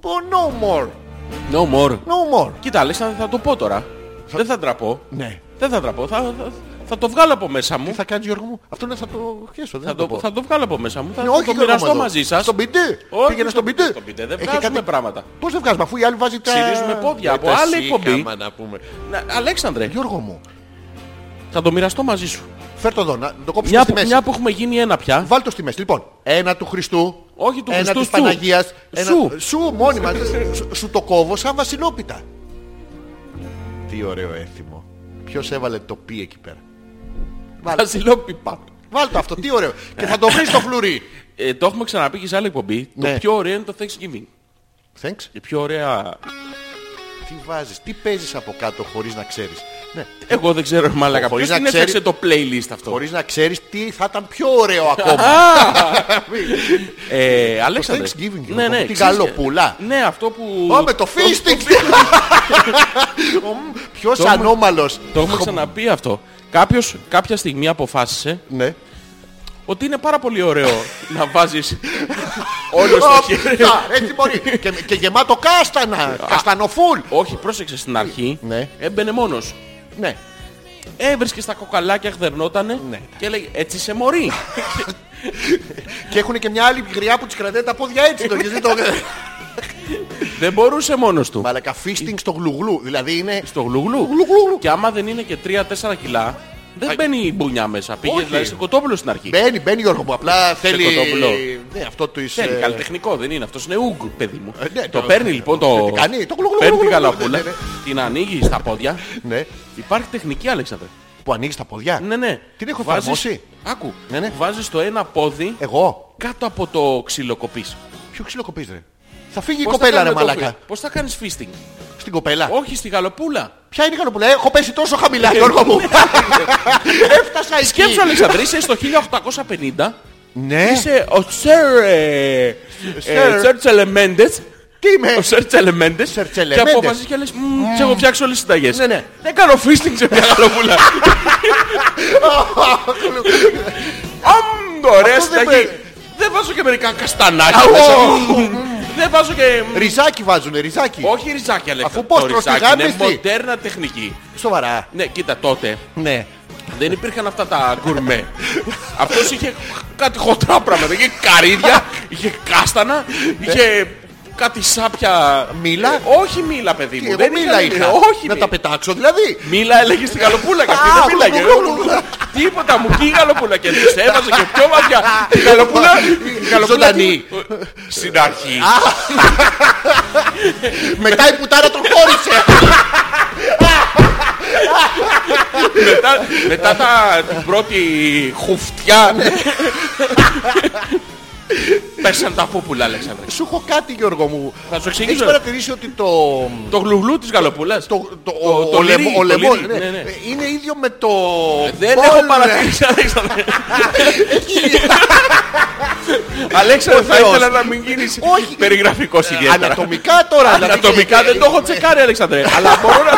Speaker 2: πω, No more.
Speaker 1: No more.
Speaker 2: No more.
Speaker 1: Κοίτα, Αλέξανδρα, θα το πω τώρα. Δεν θα ντραπώ.
Speaker 2: Ναι.
Speaker 1: Δεν θα ντραπώ. Θα, θα, θα το βγάλω από μέσα μου.
Speaker 2: Τι θα κάνεις, Γιώργο μου, αυτό ναι, θα το χέσω. Δεν
Speaker 1: Θα το,
Speaker 2: πω.
Speaker 1: θα το βγάλω από μέσα μου. Θα
Speaker 2: Ναι,
Speaker 1: θα το
Speaker 2: Γιώργο μου,
Speaker 1: μοιραστώ
Speaker 2: εδώ.
Speaker 1: μαζί σας.
Speaker 2: Στον πιντέ.
Speaker 1: Όχι,
Speaker 2: Πήγαινε στον πιντέ.
Speaker 1: Στον πιντέ δεν βγάζουμε πράγματα.
Speaker 2: Πώς δεν βγάζουμε, αφού η άλλη βάζει τα.
Speaker 1: Ψηρίζουμε πόδια από
Speaker 2: τα
Speaker 1: άλλη
Speaker 2: σύγχαμα,
Speaker 1: εκπομπή.
Speaker 2: να πούμε.
Speaker 1: Να- Αλέξανδρε,
Speaker 2: Ε, Γιώργο μου,
Speaker 1: θα το μοιραστώ μαζί σου.
Speaker 2: φέρ το εδώ, να το κόψουμε
Speaker 1: Μια
Speaker 2: στη
Speaker 1: που,
Speaker 2: μέση.
Speaker 1: μια που έχουμε γίνει ένα πια.
Speaker 2: Βάλ το στη μέση. Λοιπόν, ένα του Χριστού.
Speaker 1: Όχι του
Speaker 2: ένα
Speaker 1: Χριστού,
Speaker 2: της
Speaker 1: σου.
Speaker 2: Παναγίας, Ένα...
Speaker 1: Σου.
Speaker 2: Σου μόνιμα. σου, σου το κόβω σαν βασιλόπιτα. Τι ωραίο έθιμο. Ποιος έβαλε το πι εκεί πέρα.
Speaker 1: Βασιλόπιπα.
Speaker 2: Βάλ το αυτό, τι ωραίο. Και θα το βρεις στο φλουρί.
Speaker 1: Ε, το έχουμε ξαναπεί και σε άλλη εκπομπή.
Speaker 2: Ναι.
Speaker 1: Το πιο ωραίο είναι το Thanksgiving.
Speaker 2: Thanks.
Speaker 1: Η πιο ωραία.
Speaker 2: Τι βάζεις, τι παίζεις από κάτω χωρίς να ξέρεις. Ναι.
Speaker 1: Εγώ δεν ξέρω, μαλακά.
Speaker 2: Χωρίς
Speaker 1: Ποιος
Speaker 2: να
Speaker 1: την έφτιαξε
Speaker 2: ξέρει-
Speaker 1: το playlist αυτό.
Speaker 2: Χωρίς να ξέρεις τι θα ήταν πιο ωραίο ακόμα.
Speaker 1: Ε, Αλέξανδρε.
Speaker 2: Thanksgiving,
Speaker 1: Ναι,
Speaker 2: λοιπόν,
Speaker 1: ναι.
Speaker 2: την
Speaker 1: ξέρεις-
Speaker 2: γαλοπούλα.
Speaker 1: Ναι, αυτό που.
Speaker 2: Ω, με το φίστικ. Ποιος
Speaker 1: Το έχουμε-
Speaker 2: ανώμαλος.
Speaker 1: Το έχουμε ξαναπεί αυτό. Κάποιος κάποια στιγμή αποφάσισε
Speaker 2: Ναι.
Speaker 1: ότι είναι πάρα πολύ ωραίο να βάζεις όλο στο χέρι.
Speaker 2: Οπτα, Έτσι μπορεί. Και- Και γεμάτο κάστανα. Καστανοφούλ.
Speaker 1: Όχι, πρόσεξε στην αρχή.
Speaker 2: Ναι.
Speaker 1: Έμπαινε μόνος.
Speaker 2: Ναι.
Speaker 1: Έβρισκες στα κοκαλάκια, χδερνότανε
Speaker 2: Ναι.
Speaker 1: και έλεγε Έτσι σε μωρή.
Speaker 2: Και έχουν και μια άλλη γριά που τις κρατάει τα πόδια έτσι. Το έχεις δει το...
Speaker 1: Δεν μπορούσε μόνος του.
Speaker 2: Μαλακα φίστινγκ στο γλουγλού. Δηλαδή είναι...
Speaker 1: Στο γλουγλού.
Speaker 2: γλουγλού.
Speaker 1: Και άμα δεν είναι και 3-4 κιλά, δεν μπαίνει η μπουνιά μέσα. Πήγες
Speaker 2: Όχι.
Speaker 1: δηλαδή σε κοτόπουλο στην αρχή.
Speaker 2: Μπαίνει, μπαίνει Γιώργο μου. Απλά θέλει...
Speaker 1: κοτόπουλο.
Speaker 2: Ναι, αυτό του είσαι...
Speaker 1: Θέλει καλλιτεχνικό, δεν είναι. Αυτός είναι ούγκ, παιδί μου.
Speaker 2: Ε, ναι,
Speaker 1: το,
Speaker 2: το-
Speaker 1: παίρνει λοιπόν το.
Speaker 2: Τι κάνει, το γλουγλου,
Speaker 1: Παίρνει
Speaker 2: γλουγλου,
Speaker 1: την
Speaker 2: γλουγλου,
Speaker 1: καλαπούλα,
Speaker 2: ναι, ναι,
Speaker 1: την ανοίγει στα πόδια.
Speaker 2: Ναι.
Speaker 1: Υπάρχει τεχνική, Αλέξανδρε.
Speaker 2: Που ανοίγεις τα ποδιά.
Speaker 1: Ναι, ναι.
Speaker 2: Την έχω
Speaker 1: Βάζεις-
Speaker 2: εφαρμόσει.
Speaker 1: Άκου.
Speaker 2: Ναι, Ε, ναι.
Speaker 1: Βάζεις το ένα πόδι
Speaker 2: Εγώ.
Speaker 1: κάτω από το ξυλοκοπή.
Speaker 2: Ποιο ξύλο κοπείς ρε. Θα φύγει η κοπέλα ρε μαλακά.
Speaker 1: Πώς θα κάνεις fisting.
Speaker 2: Στην κοπέλα.
Speaker 1: Όχι στη γαλοπούλα.
Speaker 2: Ποια είναι η καλοπούλα. Έχω πέσει τόσο χαμηλά Γιώργο μου. Έφτασα εκεί.
Speaker 1: Σκέψου, Αλεξανδρή, είσαι στο 1850.
Speaker 2: Ναι.
Speaker 1: Είσαι ο Σερ. ε, ε,
Speaker 2: Σερ.
Speaker 1: Σερ Τσελεμέντες.
Speaker 2: Τι είμαι.
Speaker 1: Ο Σερ Τσελεμέντες.
Speaker 2: Σερ
Speaker 1: Και
Speaker 2: Τσελεμέντες. Ε.
Speaker 1: αποφασίζει και λες «Μμμ, «Της έχω φτιάξει όλες τις συνταγές.
Speaker 2: Ναι, ναι.
Speaker 1: Δεν κάνω fisting σε μια γαλοπούλα. Αμ, ωραία
Speaker 2: Αυτό δεν
Speaker 1: συνταγή.
Speaker 2: παίρνει.
Speaker 1: Δεν βάζω και μερικά καστανάκια μέσα. Δεν βάζω και
Speaker 2: Ριζάκι βάζουνε, ριζάκι.
Speaker 1: Όχι ριζάκι Αλέξανδρε.
Speaker 2: Αφού πώς
Speaker 1: Το
Speaker 2: τρως τη
Speaker 1: ριζάκι είναι
Speaker 2: γάμιστη.
Speaker 1: μοντέρνα τεχνική.
Speaker 2: Σοβαρά.
Speaker 1: Ναι, κοίτα τότε
Speaker 2: Ναι.
Speaker 1: δεν υπήρχαν αυτά τα γκουρμέ. Αυτός είχε κάτι χοντρά πράγματα. Είχε καρύδια, είχε κάστανα, είχε κάτι σάπια.
Speaker 2: Μίλα?
Speaker 1: Ε, όχι μίλα, παιδί μου.
Speaker 2: Εγώ
Speaker 1: δεν
Speaker 2: μίλα
Speaker 1: είχαν-
Speaker 2: είχα.
Speaker 1: Όχι,
Speaker 2: να
Speaker 1: μίλα.
Speaker 2: τα πετάξω δηλαδή.
Speaker 1: Μίλα έλεγε στην καλοπούλα και αυτή
Speaker 2: Α,
Speaker 1: δεν μίλαγε.
Speaker 2: γλουγλουγλου.
Speaker 1: Τίποτα μου και η γαλοπούλα και της έβαζε και πιο βαθιά. Η γαλοπούλα. η γαλοπούλα
Speaker 2: Ζωντανή.
Speaker 1: τι- Στην αρχή.
Speaker 2: Μετά η πουτάρα τον χώρισε.
Speaker 1: μετά, μετά τα, την πρώτη χουφτιά. ναι. Πέσαν τα πούπουλα, Αλέξανδρε.
Speaker 2: Σου έχω κάτι Γιώργο μου.
Speaker 1: Θα σου
Speaker 2: Έχεις
Speaker 1: εξηγήσω.
Speaker 2: παρατηρήσει ότι το...
Speaker 1: Το γλουγλού της γαλοπούλας.
Speaker 2: Το, το, ο,
Speaker 1: το
Speaker 2: ο
Speaker 1: λυρί,
Speaker 2: λαιμό- ο
Speaker 1: το
Speaker 2: λαιμός,
Speaker 1: λυρί,
Speaker 2: ναι.
Speaker 1: ναι, ναι.
Speaker 2: είναι ίδιο με το...
Speaker 1: Δεν
Speaker 2: μπολ,
Speaker 1: έχω
Speaker 2: ρε.
Speaker 1: παρατηρήσει, Αλέξανδρε. Αλέξανδρε, θα
Speaker 2: Ο Θεός.
Speaker 1: ήθελα να μην γίνεις
Speaker 2: Όχι.
Speaker 1: περιγραφικός ιδιαίτερα.
Speaker 2: Ανατομικά τώρα. δηλαδή,
Speaker 1: Ανατομικά
Speaker 2: και-
Speaker 1: δεν το έχω τσεκάρει, Αλέξανδρε. Αλλά μπορώ να,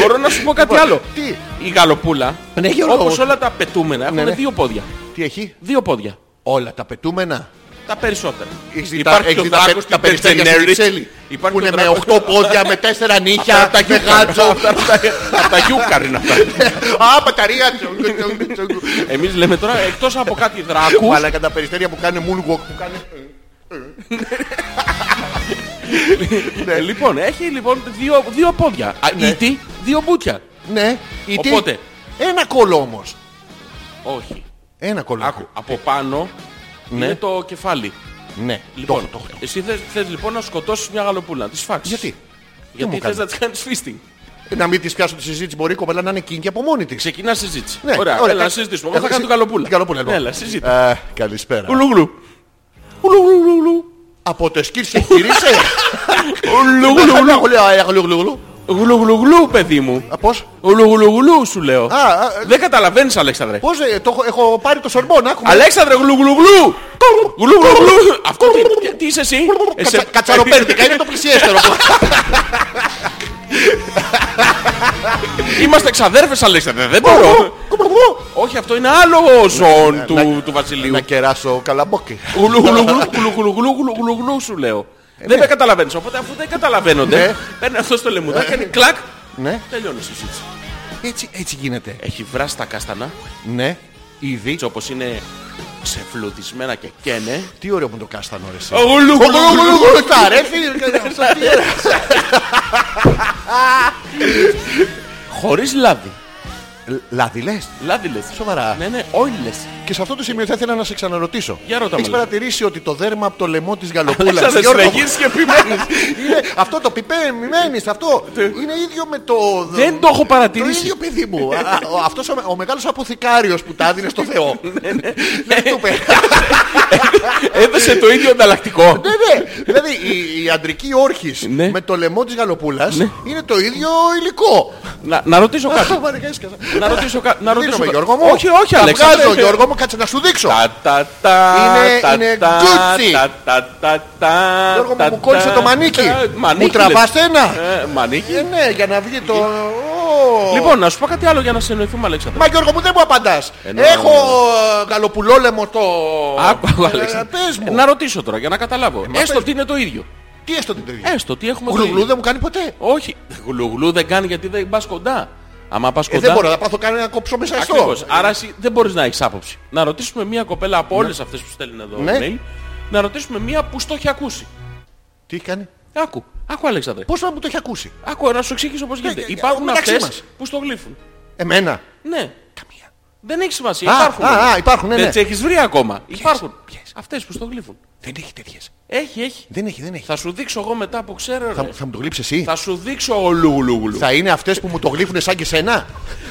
Speaker 1: μπορώ να σου πω κάτι άλλο.
Speaker 2: Τι?
Speaker 1: Η γαλοπούλα,
Speaker 2: Ναι, Γιώργο.
Speaker 1: όπως όλα τα πετούμενα, έχουν
Speaker 2: ναι.
Speaker 1: δύο πόδια.
Speaker 2: Τι έχει.
Speaker 1: Δύο πόδια.
Speaker 2: Όλα τα πετούμενα.
Speaker 1: Τα περισσότερα.
Speaker 2: Έχεις δει τα-
Speaker 1: Υπάρχει
Speaker 2: έχεις
Speaker 1: και ο
Speaker 2: δει τα
Speaker 1: δράκος
Speaker 2: πε- τα
Speaker 1: στην
Speaker 2: περιφέρεια στην
Speaker 1: Περτζενέρη.
Speaker 2: Βρυξέλλη.
Speaker 1: Υπάρχει
Speaker 2: Που
Speaker 1: και ο
Speaker 2: είναι με 8
Speaker 1: δράκος-
Speaker 2: πόδια, με 4 νύχια,
Speaker 1: Αυτά
Speaker 2: με γάτσο.
Speaker 1: Αυτά τα- τα γιούκαρνα αυτά.
Speaker 2: Α, παταρία.
Speaker 1: Εμείς λέμε τώρα εκτός από κάτι δράκους
Speaker 2: Αλλά κατά τα περιστέρια που κάνει moonwalk που κάνει...
Speaker 1: Ε, Λοιπόν, έχει λοιπόν δύο, δύο πόδια. Α,
Speaker 2: Ναι.
Speaker 1: Ήτη, δύο μπούτια.
Speaker 2: Ναι. Ή τι?
Speaker 1: Οπότε.
Speaker 2: Ένα κόλλο όμως.
Speaker 1: Όχι.
Speaker 2: Ένα κόλλο.
Speaker 1: Άκου, από πάνω είναι το κεφάλι.
Speaker 2: Ναι.
Speaker 1: Λοιπόν,
Speaker 2: Το- το- το-
Speaker 1: εσύ θες, θες λοιπόν να σκοτώσεις μια γαλοπούλα, να της σφάξεις.
Speaker 2: Γιατί. μου
Speaker 1: Γιατί θες
Speaker 2: κάνεις.
Speaker 1: να της κάνεις fisting.
Speaker 2: Να μην της πιάσω τη συζήτηση μπορεί η κοπέλα να είναι κίνκι από μόνη της.
Speaker 1: Ξεκινά συζήτηση.
Speaker 2: Ναι,
Speaker 1: Ωραία,
Speaker 2: ωραία,
Speaker 1: έλα να
Speaker 2: κάτσε.
Speaker 1: συζητήσουμε. Εγώ
Speaker 2: Κάτσε,
Speaker 1: θα κάνω την
Speaker 2: συζη-
Speaker 1: καλοπούλα.
Speaker 2: την καλοπούλα, λοιπόν.
Speaker 1: Έλα, συζήτηση.
Speaker 2: Ε, Καλησπέρα.
Speaker 1: Ουλουγλου. Ουλουγλου.
Speaker 2: Από το σκύρ σε γύρισε.
Speaker 1: Ουλουγλου.
Speaker 2: Γλου, γλου, γλου, γλου, γλου.
Speaker 1: Γλου γλου γλου, παιδί μου.
Speaker 2: Α, Πώς,
Speaker 1: Γλου γλου γλου, σου λέω.
Speaker 2: Α, α, ε.
Speaker 1: Δεν καταλαβαίνεις Αλέξανδρε.
Speaker 2: πώς ε, το έχω, έχω πάρει το σορμπόν, ε. άκουμε.
Speaker 1: Αλέξανδρε, γλου γλου γλου. Γλου γλου γλου. Αυτό τι- τι είσαι εσύ.
Speaker 2: Κατσα,
Speaker 1: Εσύ-
Speaker 2: κατσαροπέρδικα, είναι το πλησιέστερο.
Speaker 1: Είμαστε ξαδέρφες Αλέξανδρε, δεν μπορώ. Όχι, αυτό είναι άλλο ζώο του, του Βασιλείου.
Speaker 2: Να κεράσω καλαμπόκι.
Speaker 1: Γλου γλου γλου γλου γλου γλου γλου γλου γλου σου λέω. Δεν με καταλαβαίνεις. Οπότε αφού δεν
Speaker 2: Ε, Ναι. Ε.
Speaker 1: καταλαβαίνονται, παίρνει αυτό στο λαιμουδάκι, κάνει κλακ.
Speaker 2: Ναι,
Speaker 1: Τελειώνεις η συζήτηση.
Speaker 2: έτσι, έτσι γίνεται.
Speaker 1: Έχει βράσει τα κάστανα,
Speaker 2: Ναι, ήδη.
Speaker 1: έτσι όπως είναι ξεφλουδισμένα και καίνε.
Speaker 2: Τι ωραίο που είναι το κάστανο ρε εσύ.
Speaker 1: Γλου γλου γλου γλου.
Speaker 2: Τα ρε, φίλε, στα πιέρα.
Speaker 1: Χωρίς λάδι.
Speaker 2: Λάδι λες.
Speaker 1: Λάδι λες.
Speaker 2: Σοβαρά.
Speaker 1: Ναι, ναι, όλοι λες.
Speaker 2: Και σε αυτό το σημείο θα ήθελα να σε ξαναρωτήσω.
Speaker 1: Για ρώτα
Speaker 2: Έχεις
Speaker 1: με, λέει.
Speaker 2: παρατηρήσει ότι το δέρμα από το λαιμό της γαλοπούλας
Speaker 1: Αλέξανδρε,
Speaker 2: Γιώργο μου,
Speaker 1: συνεχίζεις και επιμένεις.
Speaker 2: είναι αυτό το πιπέμι, αυτό είναι ίδιο με το...
Speaker 1: Ναι. Δεν το
Speaker 2: Το
Speaker 1: έχω
Speaker 2: ίδιο
Speaker 1: παρατηρήσει.
Speaker 2: παιδί μου. Α, α, ο- Αυτός ο, ο μεγάλος αποθηκάριος που τα έδινε στο Θεό. Δεν το πε-
Speaker 1: Έδεσε Ε, το ίδιο ανταλλακτικό.
Speaker 2: Ναι, ναι. Δηλαδή η, η αντρική όρχης
Speaker 1: Ναι.
Speaker 2: με το λαιμό της γαλοπούλας είναι το ίδιο υλικό.
Speaker 1: Να, να ρωτήσω κάτι.
Speaker 2: Α, βαρικά έσκασα.
Speaker 1: να ρωτήσω κάτι. Να ρωτήσω
Speaker 2: Δίνομαι
Speaker 1: κάτι.
Speaker 2: Γιώργο μου.
Speaker 1: Όχι, όχι,
Speaker 2: Τα
Speaker 1: Αλέξανδρε.
Speaker 2: βγάζω, Γιώργο μου, κάτσε να σου δείξω.
Speaker 1: Τα τα τα
Speaker 2: Είναι-
Speaker 1: τα,
Speaker 2: είναι
Speaker 1: τα,
Speaker 2: Gucci.
Speaker 1: τα, τα, τα, τα,
Speaker 2: Γιώργο μου,
Speaker 1: τα,
Speaker 2: μου κόλλησε
Speaker 1: τα,
Speaker 2: το μανίκι.
Speaker 1: τα,
Speaker 2: Μου
Speaker 1: Μανίκι.
Speaker 2: τραβάς
Speaker 1: λες.
Speaker 2: ένα.
Speaker 1: Ε, Μανίκι.
Speaker 2: Ε, ναι, για να βγει το. Ω.
Speaker 1: Λοιπόν, να σου πω κάτι άλλο για να συνοηθούμε, Αλέξανδρε.
Speaker 2: Μα Γιώργο μου δεν μου απαντάς.
Speaker 1: Ενώ-
Speaker 2: Έχω ε, γαλοπουλόλεμο το...
Speaker 1: Άκου,
Speaker 2: Ε,
Speaker 1: Αλέξανδρε.
Speaker 2: Πες μου.
Speaker 1: Να ρωτήσω τώρα για να καταλάβω. Έστω ότι είναι το ίδιο.
Speaker 2: Τι έστω την τρίτη.
Speaker 1: Έστω ότι έχουμε Ε, το
Speaker 2: Γλουγλού
Speaker 1: ίδιο.
Speaker 2: δεν μου κάνει ποτέ. Ε,
Speaker 1: Όχι. Γλουγλού δεν κάνει γιατί δεν πας κοντά. Άμα πας
Speaker 2: Ε, δεν μπορώ
Speaker 1: κοντά.
Speaker 2: να πάθω κανένα κόψω μέσα στο.
Speaker 1: Ακριβώς. Άρα εσύ δεν μπορείς να έχεις άποψη. Να ρωτήσουμε μία κοπέλα από όλες αυτές που στέλνουν εδώ
Speaker 2: Ναι.
Speaker 1: mail. Να ρωτήσουμε μία που στο έχει ακούσει.
Speaker 2: Τι κάνει.
Speaker 1: Άκου. Άκου, Αλέξανδρε.
Speaker 2: Πώς να μου το έχει ακούσει.
Speaker 1: Άκου, να σου εξηγήσω πώς
Speaker 2: ε,
Speaker 1: γίνεται.
Speaker 2: ε,
Speaker 1: Υπάρχουν
Speaker 2: μεταξύ
Speaker 1: αυτές
Speaker 2: μας.
Speaker 1: που στο γλύφουν.
Speaker 2: Εμένα.
Speaker 1: Ναι.
Speaker 2: Καμία.
Speaker 1: Δεν έχει σημασία.
Speaker 2: Α,
Speaker 1: υπάρχουν.
Speaker 2: α, α, υπάρχουν, ναι,
Speaker 1: Δεν
Speaker 2: ναι.
Speaker 1: τις έχεις βρει ακόμα. Υπάρχουν.
Speaker 2: ποιες.
Speaker 1: Αυτές που στο γλύφουν.
Speaker 2: Δεν έχει τέτοιες.
Speaker 1: Έχει, έχει.
Speaker 2: Δεν έχει, δεν έχει.
Speaker 1: Θα σου δείξω εγώ μετά που ξέρω.
Speaker 2: Θα,
Speaker 1: ρε.
Speaker 2: μου- θα μου το γλύψεις εσύ.
Speaker 1: Θα σου δείξω ο λουγλουγλου.
Speaker 2: Θα είναι αυτές που μου το γλύφουν σαν και σένα.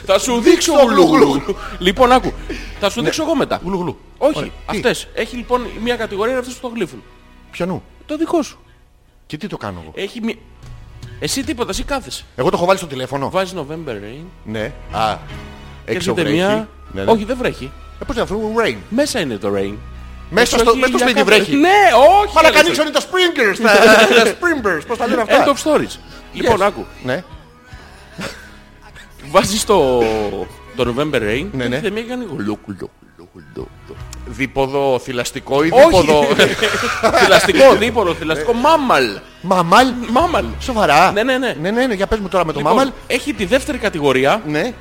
Speaker 1: Θα σου δείξω
Speaker 2: το
Speaker 1: ο λουγλουγλου. Λοιπόν, άκου. Θα σου δείξω εγώ μετά.
Speaker 2: Γλουγλου. Ωραία.
Speaker 1: Όχι,
Speaker 2: Τι,
Speaker 1: αυτές. Έχει λοιπόν μια κατηγορία είναι αυτές που το γλύφουν.
Speaker 2: Πιανού.
Speaker 1: Το δικό σου.
Speaker 2: Και τι το κάνω εγώ.
Speaker 1: Έχει μια... Εσύ τίποτα, εσύ κάθεσαι.
Speaker 2: Εγώ το έχω βάλει στο τηλέφωνο.
Speaker 1: Βάζεις November Rain
Speaker 2: Ναι. Α.
Speaker 1: και
Speaker 2: Έξω
Speaker 1: έρχεται
Speaker 2: βρέχει.
Speaker 1: μια...
Speaker 2: Ναι, ναι.
Speaker 1: Όχι, δεν βρέχει.
Speaker 2: Ε, πώς να βρούμε rain.
Speaker 1: Μέσα είναι το Rain.
Speaker 2: Μέσα
Speaker 1: Έξω
Speaker 2: στο,
Speaker 1: έχει
Speaker 2: μέσα στο
Speaker 1: ηλιακά
Speaker 2: σπίτι βρέχει.
Speaker 1: Ναι, όχι.
Speaker 2: Μα να
Speaker 1: Αλέξανδρε.
Speaker 2: ανοίξουν τα springers, τα, τα sprimbers, πώς τα λένε αυτά.
Speaker 1: End of stories. Λοιπόν, άκου.
Speaker 2: Ναι,
Speaker 1: Βάζεις το, το November Rain
Speaker 2: Ναι, ναι.
Speaker 1: και μια κάνει γλουκουλου.
Speaker 2: δίποδο θηλαστικό ή δίποδο...
Speaker 1: Όχι. θηλαστικό, δίπολο, θηλαστικό. Μάμαλ.
Speaker 2: Μαμάλ,
Speaker 1: Μάμαλ.
Speaker 2: σοβαρά.
Speaker 1: Ναι, ναι, ναι.
Speaker 2: ναι, ναι, ναι, για πες μου τώρα με το
Speaker 1: Λοιπόν,
Speaker 2: μαμάλ.
Speaker 1: Έχει τη δεύτερη κατηγορία
Speaker 2: Ναι,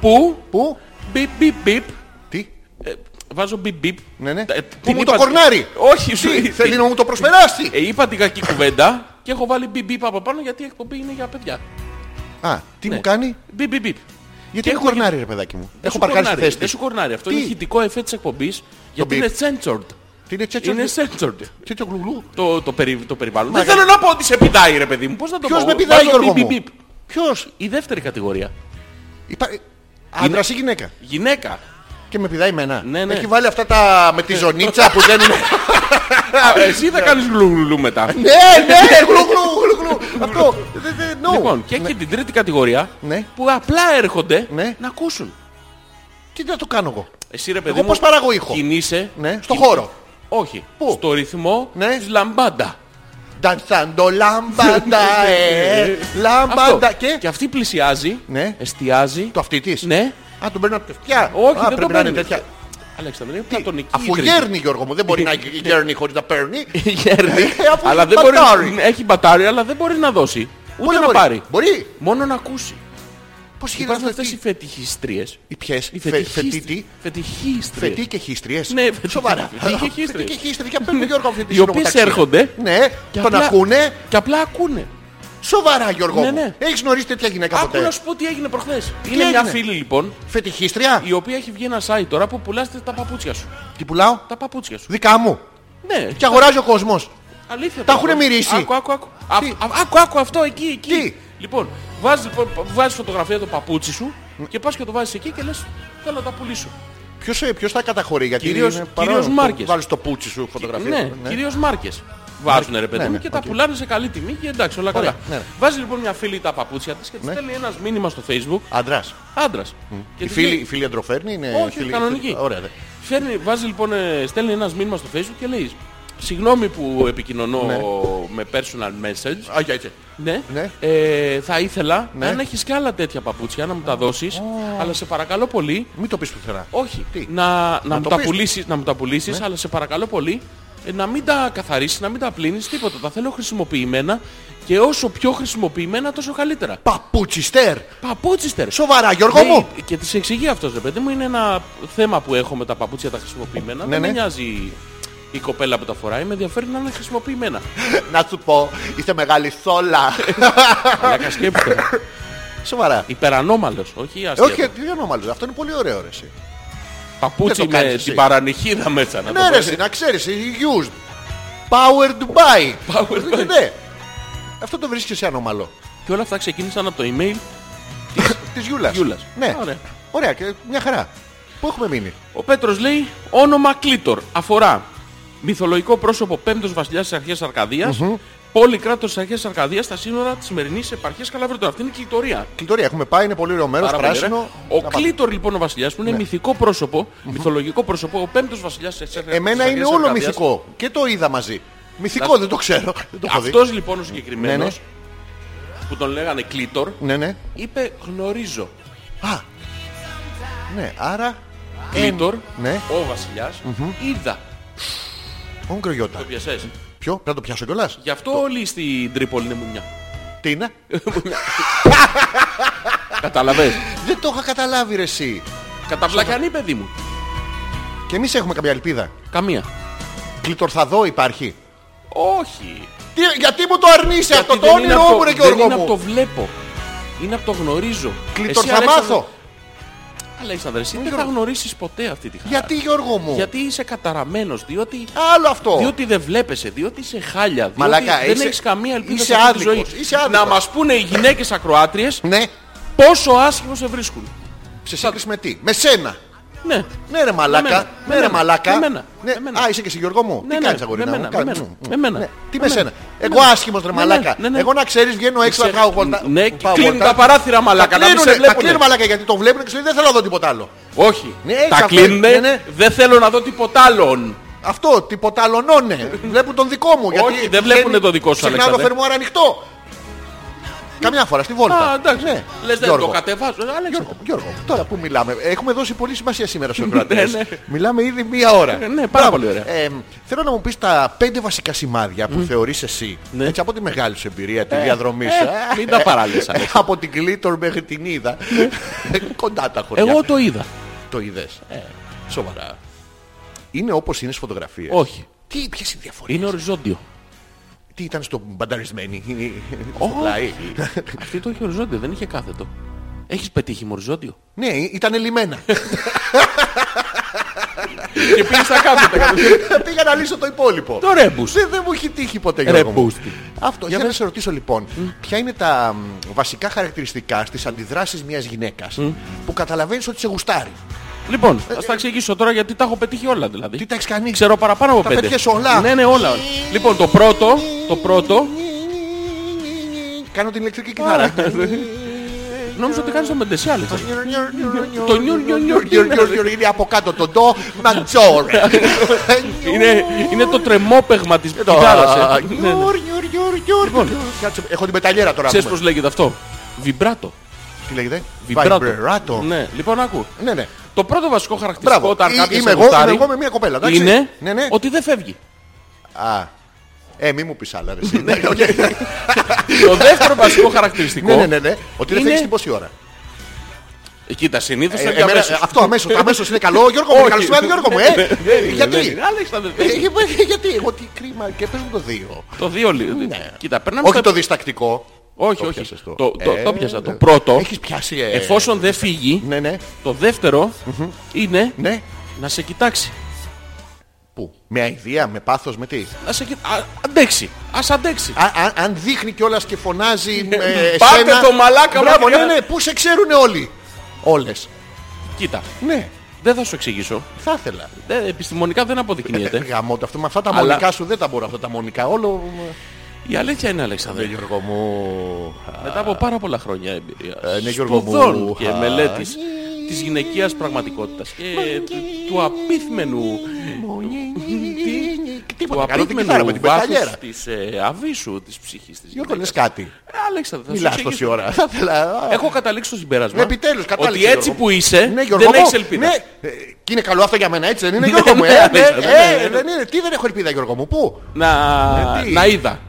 Speaker 1: που
Speaker 2: πού,
Speaker 1: μπιπ μπιπ μπιπ.
Speaker 2: τι,
Speaker 1: ε, Βάζω μπιπ μπιπ.
Speaker 2: ναι, ναι.
Speaker 1: Τα- ε,
Speaker 2: Που
Speaker 1: την
Speaker 2: μου
Speaker 1: είπα-
Speaker 2: το κορνάρει.
Speaker 1: Όχι, σου
Speaker 2: Τι,
Speaker 1: είπα-
Speaker 2: θέλει να μου το προσπεράσει.
Speaker 1: Ε, Είπα την κακή κουβέντα και έχω βάλει μπιπ μπιπ από πάνω γιατί η εκπομπή είναι για παιδιά.
Speaker 2: Α, τι
Speaker 1: ναι.
Speaker 2: μου κάνει.
Speaker 1: Μπιπ μπιπ μπιπ.
Speaker 2: Γιατί
Speaker 1: έχω-
Speaker 2: έχω κορνάρει ρε παιδάκι μου.
Speaker 1: Δεν
Speaker 2: Έχω
Speaker 1: σου
Speaker 2: παρκάρει στη
Speaker 1: κορνάρει,
Speaker 2: θέση
Speaker 1: Δεν
Speaker 2: της.
Speaker 1: σου κορνάρει. Αυτό
Speaker 2: Τι?
Speaker 1: είναι ηχητικό εφέ της εκπομπής γιατί
Speaker 2: μπιπ.
Speaker 1: είναι censored.
Speaker 2: Τι είναι τσέτσο,
Speaker 1: Είναι censored.
Speaker 2: τσέτσο γλουγλού.
Speaker 1: το, το, περι, το περιβάλλον.
Speaker 2: Μα
Speaker 1: Δεν θέλω να πω ότι σε πηδάει ρε παιδί μου. Πώς να το
Speaker 2: Ποιος
Speaker 1: πω.
Speaker 2: με πηδάει,
Speaker 1: Βάζω
Speaker 2: Γιώργο
Speaker 1: πιπ,
Speaker 2: μου?
Speaker 1: πιπ, πιπ.
Speaker 2: Ποιος,
Speaker 1: Η δεύτερη κατηγορία.
Speaker 2: Υπά- άντρας ή γυναίκα.
Speaker 1: Γυναίκα.
Speaker 2: Και με πηδάει εμένα.
Speaker 1: Ναι, ναι.
Speaker 2: Έχει βάλει αυτά τα με τη ζωνίτσα που δεν είναι.
Speaker 1: Α, Εσύ θα κάνεις γλουγλου μετά.
Speaker 2: Ναι, ναι, γλουγλού, γλουγλού. Αυτό. δεν- δεν- no.
Speaker 1: Λοιπόν, και έχει την τρίτη κατηγορία
Speaker 2: Ναι.
Speaker 1: που απλά έρχονται
Speaker 2: Ναι.
Speaker 1: να ακούσουν.
Speaker 2: Τι να το κάνω εγώ.
Speaker 1: Εσύ ρε παιδί
Speaker 2: Εγώ
Speaker 1: μου,
Speaker 2: πώς παράγω ήχο.
Speaker 1: κινείσαι.
Speaker 2: Ναι, στο χώρο.
Speaker 1: Όχι.
Speaker 2: Πού?
Speaker 1: Στο ρυθμό
Speaker 2: Ναι.
Speaker 1: της λαμπάντα.
Speaker 2: Ντανσάντο λαμπάντα, ε, λαμπάντα.
Speaker 1: Ναι. Αυτό.
Speaker 2: Και
Speaker 1: Και αυτή πλησιάζει,
Speaker 2: Ναι.
Speaker 1: εστιάζει.
Speaker 2: το αυτή της.
Speaker 1: Ναι.
Speaker 2: Α, τον παίρνω από τα αυτιά.
Speaker 1: Όχι,
Speaker 2: Α,
Speaker 1: δεν το
Speaker 2: πρέπει να είναι
Speaker 1: παίρνεις.
Speaker 2: τέτοια.
Speaker 1: Αλέξανδρε, είναι πλατωνική. η
Speaker 2: Αφού
Speaker 1: τρίτη.
Speaker 2: γέρνει Γιώργο μου, δεν
Speaker 1: Ε,
Speaker 2: μπορεί να γέρνει χωρίς να παίρνει.
Speaker 1: Γέρνει.
Speaker 2: Ε, αφού
Speaker 1: αλλά
Speaker 2: έχει
Speaker 1: δεν μπορεί,
Speaker 2: μπατάρι.
Speaker 1: να- έχει μπατάρι, αλλά δεν μπορεί να δώσει.
Speaker 2: Πού
Speaker 1: Ούτε
Speaker 2: δεν
Speaker 1: να
Speaker 2: μπορεί.
Speaker 1: πάρει.
Speaker 2: Μπορεί.
Speaker 1: Μόνο να ακούσει.
Speaker 2: Πώς γίνεται
Speaker 1: Υπάρχουν
Speaker 2: αυτό.
Speaker 1: αυτές οι
Speaker 2: τι-
Speaker 1: φετιχιστρίες.
Speaker 2: Οι ποιες,
Speaker 1: Οι
Speaker 2: φε- φετί τι?
Speaker 1: φετιχίστρι- φετιχίστριες.
Speaker 2: Φετί και χίστριες.
Speaker 1: Ναι, φετί-
Speaker 2: Σοβαρά.
Speaker 1: φετί και χίστριες. Ναι.
Speaker 2: Φετί και χίστριες. Για παίρνει Γιώργο αυτή τη
Speaker 1: Οι οποίες
Speaker 2: συνομοταξία.
Speaker 1: έρχονται
Speaker 2: Ναι,
Speaker 1: Και
Speaker 2: τον
Speaker 1: απλά-
Speaker 2: ακούνε.
Speaker 1: Και απλά ακούνε.
Speaker 2: Σοβαρά Γιώργο
Speaker 1: Ναι,
Speaker 2: μου.
Speaker 1: ναι.
Speaker 2: Έχεις γνωρίσει τέτοια γυναίκα
Speaker 1: Άκου να
Speaker 2: ποτέ.
Speaker 1: σου πω τι έγινε προχθές. Είναι μια
Speaker 2: έγινε?
Speaker 1: φίλη λοιπόν,
Speaker 2: Φετιχίστρια.
Speaker 1: η οποία έχει βγει ένα site τώρα που πουλάς τα παπούτσια σου.
Speaker 2: Τι πουλάω.
Speaker 1: Τα παπούτσια σου.
Speaker 2: Δικά μου.
Speaker 1: Ναι,
Speaker 2: Και αγοράζει ο κόσμος.
Speaker 1: αλήθεια.
Speaker 2: Τα
Speaker 1: το
Speaker 2: έχουνε
Speaker 1: λέω.
Speaker 2: μυρίσει.
Speaker 1: Άκου, άκου, άκου. Α, α, άκου, άκου αυτό εκεί, εκεί.
Speaker 2: Τι?
Speaker 1: Λοιπόν, βάζεις, λοιπόν, βάζεις φωτογραφία το παπούτσι σου και πας και το βάζεις εκεί και λες θέλω να τα πουλήσω.
Speaker 2: Ποιος, ε, ποιος τα καταχωρεί, γιατί
Speaker 1: Κυρίως-
Speaker 2: είναι
Speaker 1: κυρίως μάρκες.
Speaker 2: Βάλεις το πούτσι σου φωτογραφία. λοιπόν,
Speaker 1: ναι, κυρίως μάρκες. βάζουν ρε παιδί
Speaker 2: Ναι,
Speaker 1: μου
Speaker 2: ναι,
Speaker 1: και τα
Speaker 2: οκ.
Speaker 1: πουλάνε σε καλή τιμή και εντάξει όλα
Speaker 2: Ωραία,
Speaker 1: καλά.
Speaker 2: ναι, ναι.
Speaker 1: Βάζει λοιπόν μια φίλη τα παπούτσια της και της
Speaker 2: Ναι.
Speaker 1: στέλνει ένας μήνυμα στο facebook
Speaker 2: Αντράς.
Speaker 1: άντρας. Και
Speaker 2: Η
Speaker 1: της
Speaker 2: φίλη,
Speaker 1: λέει-
Speaker 2: η φίλη αντροφέρνη είναι.
Speaker 1: Όχι,
Speaker 2: φίλη,
Speaker 1: κανονική.
Speaker 2: Ωραία. δε.
Speaker 1: Φέρνει, βάζει λοιπόν, ε, στέλνει ένας μήνυμα στο facebook και λέει Συγγνώμη που επικοινωνώ με personal message.
Speaker 2: Ναι. Α, για, για.
Speaker 1: Ναι.
Speaker 2: Ναι.
Speaker 1: Ε, θα ήθελα,
Speaker 2: Ναι.
Speaker 1: αν έχεις και άλλα τέτοια παπούτσια, να μου τα δώσεις. Αλλά σε παρακαλώ πολύ,
Speaker 2: Μην το πεις πουθενά.
Speaker 1: όχι,
Speaker 2: Τι?
Speaker 1: να, να, μου
Speaker 2: το
Speaker 1: τα
Speaker 2: πεις. Ναι.
Speaker 1: πουλήσεις, να μου τα πουλήσεις, αλλά σε παρακαλώ πολύ, ε, να μην τα καθαρίσεις, να μην τα πλύνεις, τίποτα. Τα θέλω χρησιμοποιημένα και όσο πιο χρησιμοποιημένα τόσο καλύτερα.
Speaker 2: Παπούτσιστερ.
Speaker 1: Παπούτσιστερ.
Speaker 2: Σοβαρά, Γιώργο
Speaker 1: Ναι,
Speaker 2: μου.
Speaker 1: Και τη εξηγεί αυτός, ρε παιδί μου, είναι ένα θέμα που έχω με τα παπούτσια τα χρησιμοποιημένα.
Speaker 2: Ναι,
Speaker 1: Δεν
Speaker 2: ναι.
Speaker 1: με νοιάζει η κοπέλα που τα φοράει, με ενδιαφέρει να είναι χρησιμοποιημένα.
Speaker 2: Να σου πω, είστε μεγάλη σόλα.
Speaker 1: Αλλά κασκέπτε.
Speaker 2: Σοβαρά.
Speaker 1: Υπερανόμαλος, όχι αστείο.
Speaker 2: Όχι, τι ανώμαλος. Αυτό είναι πολύ ωραίο ρε. εσύ. δεν
Speaker 1: Παπούτσι
Speaker 2: το κάνεις
Speaker 1: με
Speaker 2: εσύ.
Speaker 1: την παρανυχίδα μέσα να το
Speaker 2: Ναι, ρε,
Speaker 1: πω.
Speaker 2: εσύ, να ξέρεις, used. Power Dubai.
Speaker 1: Powered by.
Speaker 2: Ναι. Αυτό το βρίσκεις εσύ ανώμαλο.
Speaker 1: Και όλα αυτά ξεκίνησαν από το email.
Speaker 2: Της Γιούλας.
Speaker 1: Γιούλας.
Speaker 2: Ναι.
Speaker 1: Ωραία.
Speaker 2: Ωραία, και μια χαρά. Πού έχουμε μείνει.
Speaker 1: Ο Πέτρος λέει όνομα Κλήτορ. Αφορά μυθολογικό πρόσωπο πέμπτος βασιλιάς της αρχαίας Αρκαδίας. Πόλη κράτο της αρχαίας Αρκαδίας στα σύνορα της σημερινής επαρχίας Καλαβρετών. Αυτή είναι η κλητορία.
Speaker 2: Κλητορία, έχουμε πάει, είναι πολύ ωραίο μέρος,
Speaker 1: Πάρα πολύ ωραία.
Speaker 2: πράσινο.
Speaker 1: Ο
Speaker 2: Να πάμε. Ναι.
Speaker 1: Κλήτορ λοιπόν ο βασιλιάς που είναι μυθικό πρόσωπο, μυθολογικό πρόσωπο, ο πέμπτος βασιλιάς της Αρχαίας
Speaker 2: Εμένα είναι
Speaker 1: Αρχαίας
Speaker 2: όλο
Speaker 1: Αρκαδίας.
Speaker 2: μυθικό. Και το είδα μαζί. Μυθικό, δεν το ξέρω. Δεν το έχω δει.
Speaker 1: Αυτός λοιπόν ο συγκεκριμένος που τον λέγανε Κλήτορ
Speaker 2: Ναι, ναι.
Speaker 1: είπε γνωρίζω.
Speaker 2: Α. Ναι, άρα.
Speaker 1: Κλήτορ,
Speaker 2: Ναι.
Speaker 1: ο βασιλιάς, είδα.
Speaker 2: Όν κρογιώτα.
Speaker 1: Το πιασές.
Speaker 2: Ποιο, πρέπει να το πιάσω κιόλας.
Speaker 1: Γι' αυτό όλοι στην Τρίπολη είναι μουνιά.
Speaker 2: Τι είναι.
Speaker 1: Καταλαβες.
Speaker 2: Δεν το είχα καταλάβει ρε εσύ.
Speaker 1: Καταπλακανή παιδί μου.
Speaker 2: Και εμείς έχουμε καμιά ελπίδα.
Speaker 1: Καμία.
Speaker 2: Κλειτορθαδό υπάρχει.
Speaker 1: Όχι.
Speaker 2: Τι, γιατί μου το αρνείσαι αυτό το
Speaker 1: Γιατί δεν είναι απ'
Speaker 2: όνειρό μου ρε
Speaker 1: Δεν
Speaker 2: Γιώργο
Speaker 1: είναι από το
Speaker 2: μου.
Speaker 1: βλέπω. Είναι από το γνωρίζω.
Speaker 2: Κλειτορ
Speaker 1: Εσύ,
Speaker 2: θα
Speaker 1: Αλέξανδρε-
Speaker 2: μάθω.
Speaker 1: Αλέξανδρε, εσύ δεν θα
Speaker 2: Γιώργο.
Speaker 1: γνωρίσεις ποτέ αυτή τη χαρά.
Speaker 2: Γιατί Γιώργο μου.
Speaker 1: Γιατί είσαι καταραμένος, διότι,
Speaker 2: Άλλο αυτό.
Speaker 1: διότι δεν βλέπεσαι, διότι είσαι χάλια, διότι
Speaker 2: Μαλάκα,
Speaker 1: δεν
Speaker 2: είσαι-
Speaker 1: έχεις καμία ελπίδα
Speaker 2: είσαι
Speaker 1: σε αυτή τη ζωή.
Speaker 2: άδικος, είσαι άδικος.
Speaker 1: Να μας πούνε οι γυναίκες ακροάτριες
Speaker 2: Ναι,
Speaker 1: πόσο άσχημο σε βρίσκουν.
Speaker 2: σε σύγκριση με τι. Με σένα.
Speaker 1: Ναι.
Speaker 2: Ναι ρε
Speaker 1: μένα,
Speaker 2: μαλάκα. Ναι
Speaker 1: με
Speaker 2: ρε
Speaker 1: μένα,
Speaker 2: μαλάκα.
Speaker 1: με μένα,
Speaker 2: Ναι.
Speaker 1: με μένα.
Speaker 2: Α, είσαι και εσύ Γιώργο μου. Τι
Speaker 1: Ναι, ναι,
Speaker 2: κάνεις
Speaker 1: με
Speaker 2: αγορίνα μου.
Speaker 1: μένα,
Speaker 2: Κάνε-
Speaker 1: με μένα,
Speaker 2: Μμμ,
Speaker 1: με μένα,
Speaker 2: ναι. Τι
Speaker 1: με
Speaker 2: με
Speaker 1: μένα.
Speaker 2: σένα.
Speaker 1: Ναι,
Speaker 2: Εγώ
Speaker 1: ναι.
Speaker 2: άσχημος ρε
Speaker 1: Ναι, ναι,
Speaker 2: μαλάκα.
Speaker 1: ναι, ναι.
Speaker 2: Εγώ να ξέρεις βγαίνω έξω να
Speaker 1: Είσαι-
Speaker 2: βγάλω βολτά.
Speaker 1: Ναι,
Speaker 2: πάω
Speaker 1: κλείνουν
Speaker 2: βολτά.
Speaker 1: τα παράθυρα μαλάκα,
Speaker 2: Τα
Speaker 1: να μην
Speaker 2: κλείνουνε,
Speaker 1: σε
Speaker 2: τα
Speaker 1: βλέπουνε.
Speaker 2: κλείνουν μαλάκα γιατί το βλέπουν και σου λέει δεν θέλω να δω τίποτα άλλο.
Speaker 1: Όχι.
Speaker 2: Ναι, έχεις
Speaker 1: Τα
Speaker 2: αυτό, ναι,
Speaker 1: κλείνουνε,
Speaker 2: ναι.
Speaker 1: δεν θέλω να δω τίποτα άλλον.
Speaker 2: Αυτό, τίποτα άλλο νόνε. Βλέπουν τον δικό μου. Γιατί
Speaker 1: Όχι, δεν βλέπουνε
Speaker 2: βγαίνει
Speaker 1: το δικό σου,
Speaker 2: Συχνά το
Speaker 1: Αλέξανδρε.
Speaker 2: φερμουάρ ανοιχτό. Καμιά φορά στη βόλτα.
Speaker 1: Α, εντάξει.
Speaker 2: Ναι.
Speaker 1: Λες δεν
Speaker 2: Γιώργο.
Speaker 1: το κατεβάζω. Ε, Αλέξανδρε.
Speaker 2: Γιώργο, Γιώργο, τώρα που μιλάμε, έχουμε δώσει πολύ σημασία σήμερα στους κρατέ.
Speaker 1: Ναι, ναι.
Speaker 2: Μιλάμε ήδη μία ώρα.
Speaker 1: Ναι, πάρα
Speaker 2: Μπράβο.
Speaker 1: πολύ ωραία.
Speaker 2: Ε, θέλω να μου πεις τα πέντε βασικά σημάδια που θεωρείς εσύ. Έτσι, από τη μεγάλη σου εμπειρία, τη διαδρομή σου.
Speaker 1: Ναι. ε, μην τα παράλληλες, Αλέξη.
Speaker 2: Από την Κλήτορ μέχρι την είδα. Κοντά τα χωριά.
Speaker 1: Εγώ το είδα.
Speaker 2: το είδες.
Speaker 1: Σοβαρά.
Speaker 2: Είναι όπως είναι στις φωτογραφίες.
Speaker 1: Όχι.
Speaker 2: Τι, ποιες οι διαφορές.
Speaker 1: Είναι οριζόντιο.
Speaker 2: Τι ήταν στο μπανταρισμένη. στο πλάι.
Speaker 1: Αυτή το είχε οριζόντιο, δεν είχε κάθετο. Έχεις πετύχει με οριζόντιο.
Speaker 2: ναι, ήταν λιμένα.
Speaker 1: Και πήγες τα κάθετα.
Speaker 2: Ναι. Πήγα να λύσω το υπόλοιπο.
Speaker 1: Το ρέμπους.
Speaker 2: Δεν, δεν μου έχει τύχει ποτέ Γιώργο μου.
Speaker 1: μπούστη.
Speaker 2: Αυτό. Για να σε ρωτήσω λοιπόν, ποια είναι τα μ, βασικά χαρακτηριστικά στις αντιδράσεις μιας γυναίκας που καταλαβαίνεις ότι σε γουστάρει.
Speaker 1: Λοιπόν, θα τα εξηγήσω τώρα γιατί τα έχω πετύχει όλα δηλαδή.
Speaker 2: Τι τα έχεις κάνει.
Speaker 1: Ξέρω παραπάνω από
Speaker 2: Τα
Speaker 1: πέντε.
Speaker 2: πέτυχες όλα.
Speaker 1: Ναι, ναι, όλα. όλα. Λοιπόν, το πρώτο, το πρώτο,
Speaker 2: Κάνω την ηλεκτρική κιθάρα.
Speaker 1: νόμιζα ότι κάνεις το μεντεσιάλι. Το νιουρ, νιουρ, νιουρ,
Speaker 2: Γιουρ, γιουρ, γιουρ, Είναι από κάτω το ντο ματζόρε.
Speaker 1: Είναι, είναι το τρεμόπαιγμα της
Speaker 2: Το-
Speaker 1: κιθάρας. ε.
Speaker 2: Γιουρ,
Speaker 1: Ναι, ναι.
Speaker 2: γιουρ, γιουρ, γιουρ. Λοιπόν, Κάτσε, Έχω την πεταλιέρα τώρα.
Speaker 1: Ξέρεις
Speaker 2: πούμε.
Speaker 1: πώς λέγεται αυτό. Βιμπράτο.
Speaker 2: Τι λέγεται.
Speaker 1: Βιμπράτο.
Speaker 2: Vibrato.
Speaker 1: Ναι, λοιπόν, άκου.
Speaker 2: Ναι, ναι.
Speaker 1: Το πρώτο βασικό χαρακτηριστικό
Speaker 2: Μπράβο.
Speaker 1: όταν
Speaker 2: Ε,
Speaker 1: κάποιος
Speaker 2: Είμαι
Speaker 1: σε
Speaker 2: εγώ, είμαι
Speaker 1: γουστάρει
Speaker 2: εγώ με μια κοπέλα. εντάξει.
Speaker 1: είναι
Speaker 2: Ναι, ναι.
Speaker 1: ότι δεν φεύγει.
Speaker 2: Α. Ε, μη μου πεις άλλα ρε.
Speaker 1: Ναι,
Speaker 2: εσύ.
Speaker 1: Το δεύτερο βασικό χαρακτηριστικό.
Speaker 2: Ναι, ναι, ναι, ναι. Ότι δεν θα
Speaker 1: Είναι-
Speaker 2: έχεις την πόση ώρα.
Speaker 1: Κοίτα, συνήθως
Speaker 2: Ε,
Speaker 1: θα
Speaker 2: εμένα-
Speaker 1: διαμέσως.
Speaker 2: ε, Αυτό αμέσως. Το αμέσως είναι καλό. Γιώργο μου,
Speaker 1: Όχι. Ναι,
Speaker 2: καλό σημάδι Γιώργο μου, ε. Γιατί.
Speaker 1: Αλέξανδρε,
Speaker 2: Ε,
Speaker 1: δεν
Speaker 2: ε, ε, Γιατί, εγώ τι κρίμα και παίζουν το δύο.
Speaker 1: Το δύο λίγο.
Speaker 2: Ναι.
Speaker 1: Κοίτα, περνάμε
Speaker 2: Όχι
Speaker 1: στο-
Speaker 2: το διστακτικό.
Speaker 1: Όχι,
Speaker 2: Το
Speaker 1: όχι.
Speaker 2: πιάσες
Speaker 1: Το, το, το πιάσα. Το πρώτο,
Speaker 2: Έχεις πιάσει. ε.
Speaker 1: εφόσον δεν φύγει,
Speaker 2: Ναι, ναι.
Speaker 1: το δεύτερο είναι
Speaker 2: Ναι.
Speaker 1: να σε κοιτάξει.
Speaker 2: Πού. Με αηδία, με πάθος, με τι.
Speaker 1: Να σε κοιτάξει. Αντέξει. Ας αντέξει.
Speaker 2: Α- α- αν δείχνει κιόλας και φωνάζει. ε,
Speaker 1: Πάτε
Speaker 2: εσένα-
Speaker 1: το μαλάκα
Speaker 2: Μπράβο, ναι,
Speaker 1: μακριά.
Speaker 2: ναι, πού σε ξέρουν όλοι. Όλες.
Speaker 1: Κοίτα.
Speaker 2: Ναι.
Speaker 1: Δεν θα σου εξηγήσω.
Speaker 2: Θα ήθελα.
Speaker 1: Δεν- επιστημονικά δεν αποδεικνύεται.
Speaker 2: Γαμώ το αυτό. Με αυτά τα
Speaker 1: Αλλά-
Speaker 2: μονικά σου δεν τα μπορώ αυτά τα μονικά. Όλο. ε,
Speaker 1: Η αλήθεια είναι,
Speaker 2: Ναι,
Speaker 1: Αλέξανδρε,
Speaker 2: Γιώργο μου.
Speaker 1: μετά από πάρα πολλά χρόνια εμπειρία,
Speaker 2: Ε, ναι, Γιώργο μου.
Speaker 1: σπουδών και
Speaker 2: Α.
Speaker 1: μελέτης της γυναικείας πραγματικότητας και του- του απίθμενου του
Speaker 2: Τίποτα. Κάνω την κιθάρα με
Speaker 1: απίθμενου
Speaker 2: την
Speaker 1: βάθους
Speaker 2: πεταλιέρα.
Speaker 1: της ε, αβίσου της ψυχής της
Speaker 2: Γιώργο, λες
Speaker 1: γυναίκας.
Speaker 2: κάτι.
Speaker 1: Ε, Αλέξανδρε, θα σου
Speaker 2: Μιλάς τόση
Speaker 1: εξηγήσω.
Speaker 2: ώρα. Θα ήθελα. α,
Speaker 1: Ε, Έχω καταλήξει στο συμπέρασμα.
Speaker 2: Ναι, επιτέλους,
Speaker 1: Ότι
Speaker 2: κατάληξε,
Speaker 1: έτσι
Speaker 2: Γιώργο.
Speaker 1: που είσαι,
Speaker 2: Ναι, Γιώργο
Speaker 1: δεν
Speaker 2: μου,
Speaker 1: έχεις ελπίδα.
Speaker 2: Ναι. Ε, Και είναι καλό αυτό για μένα, έτσι δεν είναι, Γιώργο μου. ε,
Speaker 1: ναι,
Speaker 2: ναι,
Speaker 1: Αλέξανδρε,
Speaker 2: ε,
Speaker 1: ναι, ναι.
Speaker 2: δεν είναι. Τι δεν έχω ελπίδα, Γιώργο μου. Πού.
Speaker 1: Να,
Speaker 2: Ε, τι?
Speaker 1: να είδα.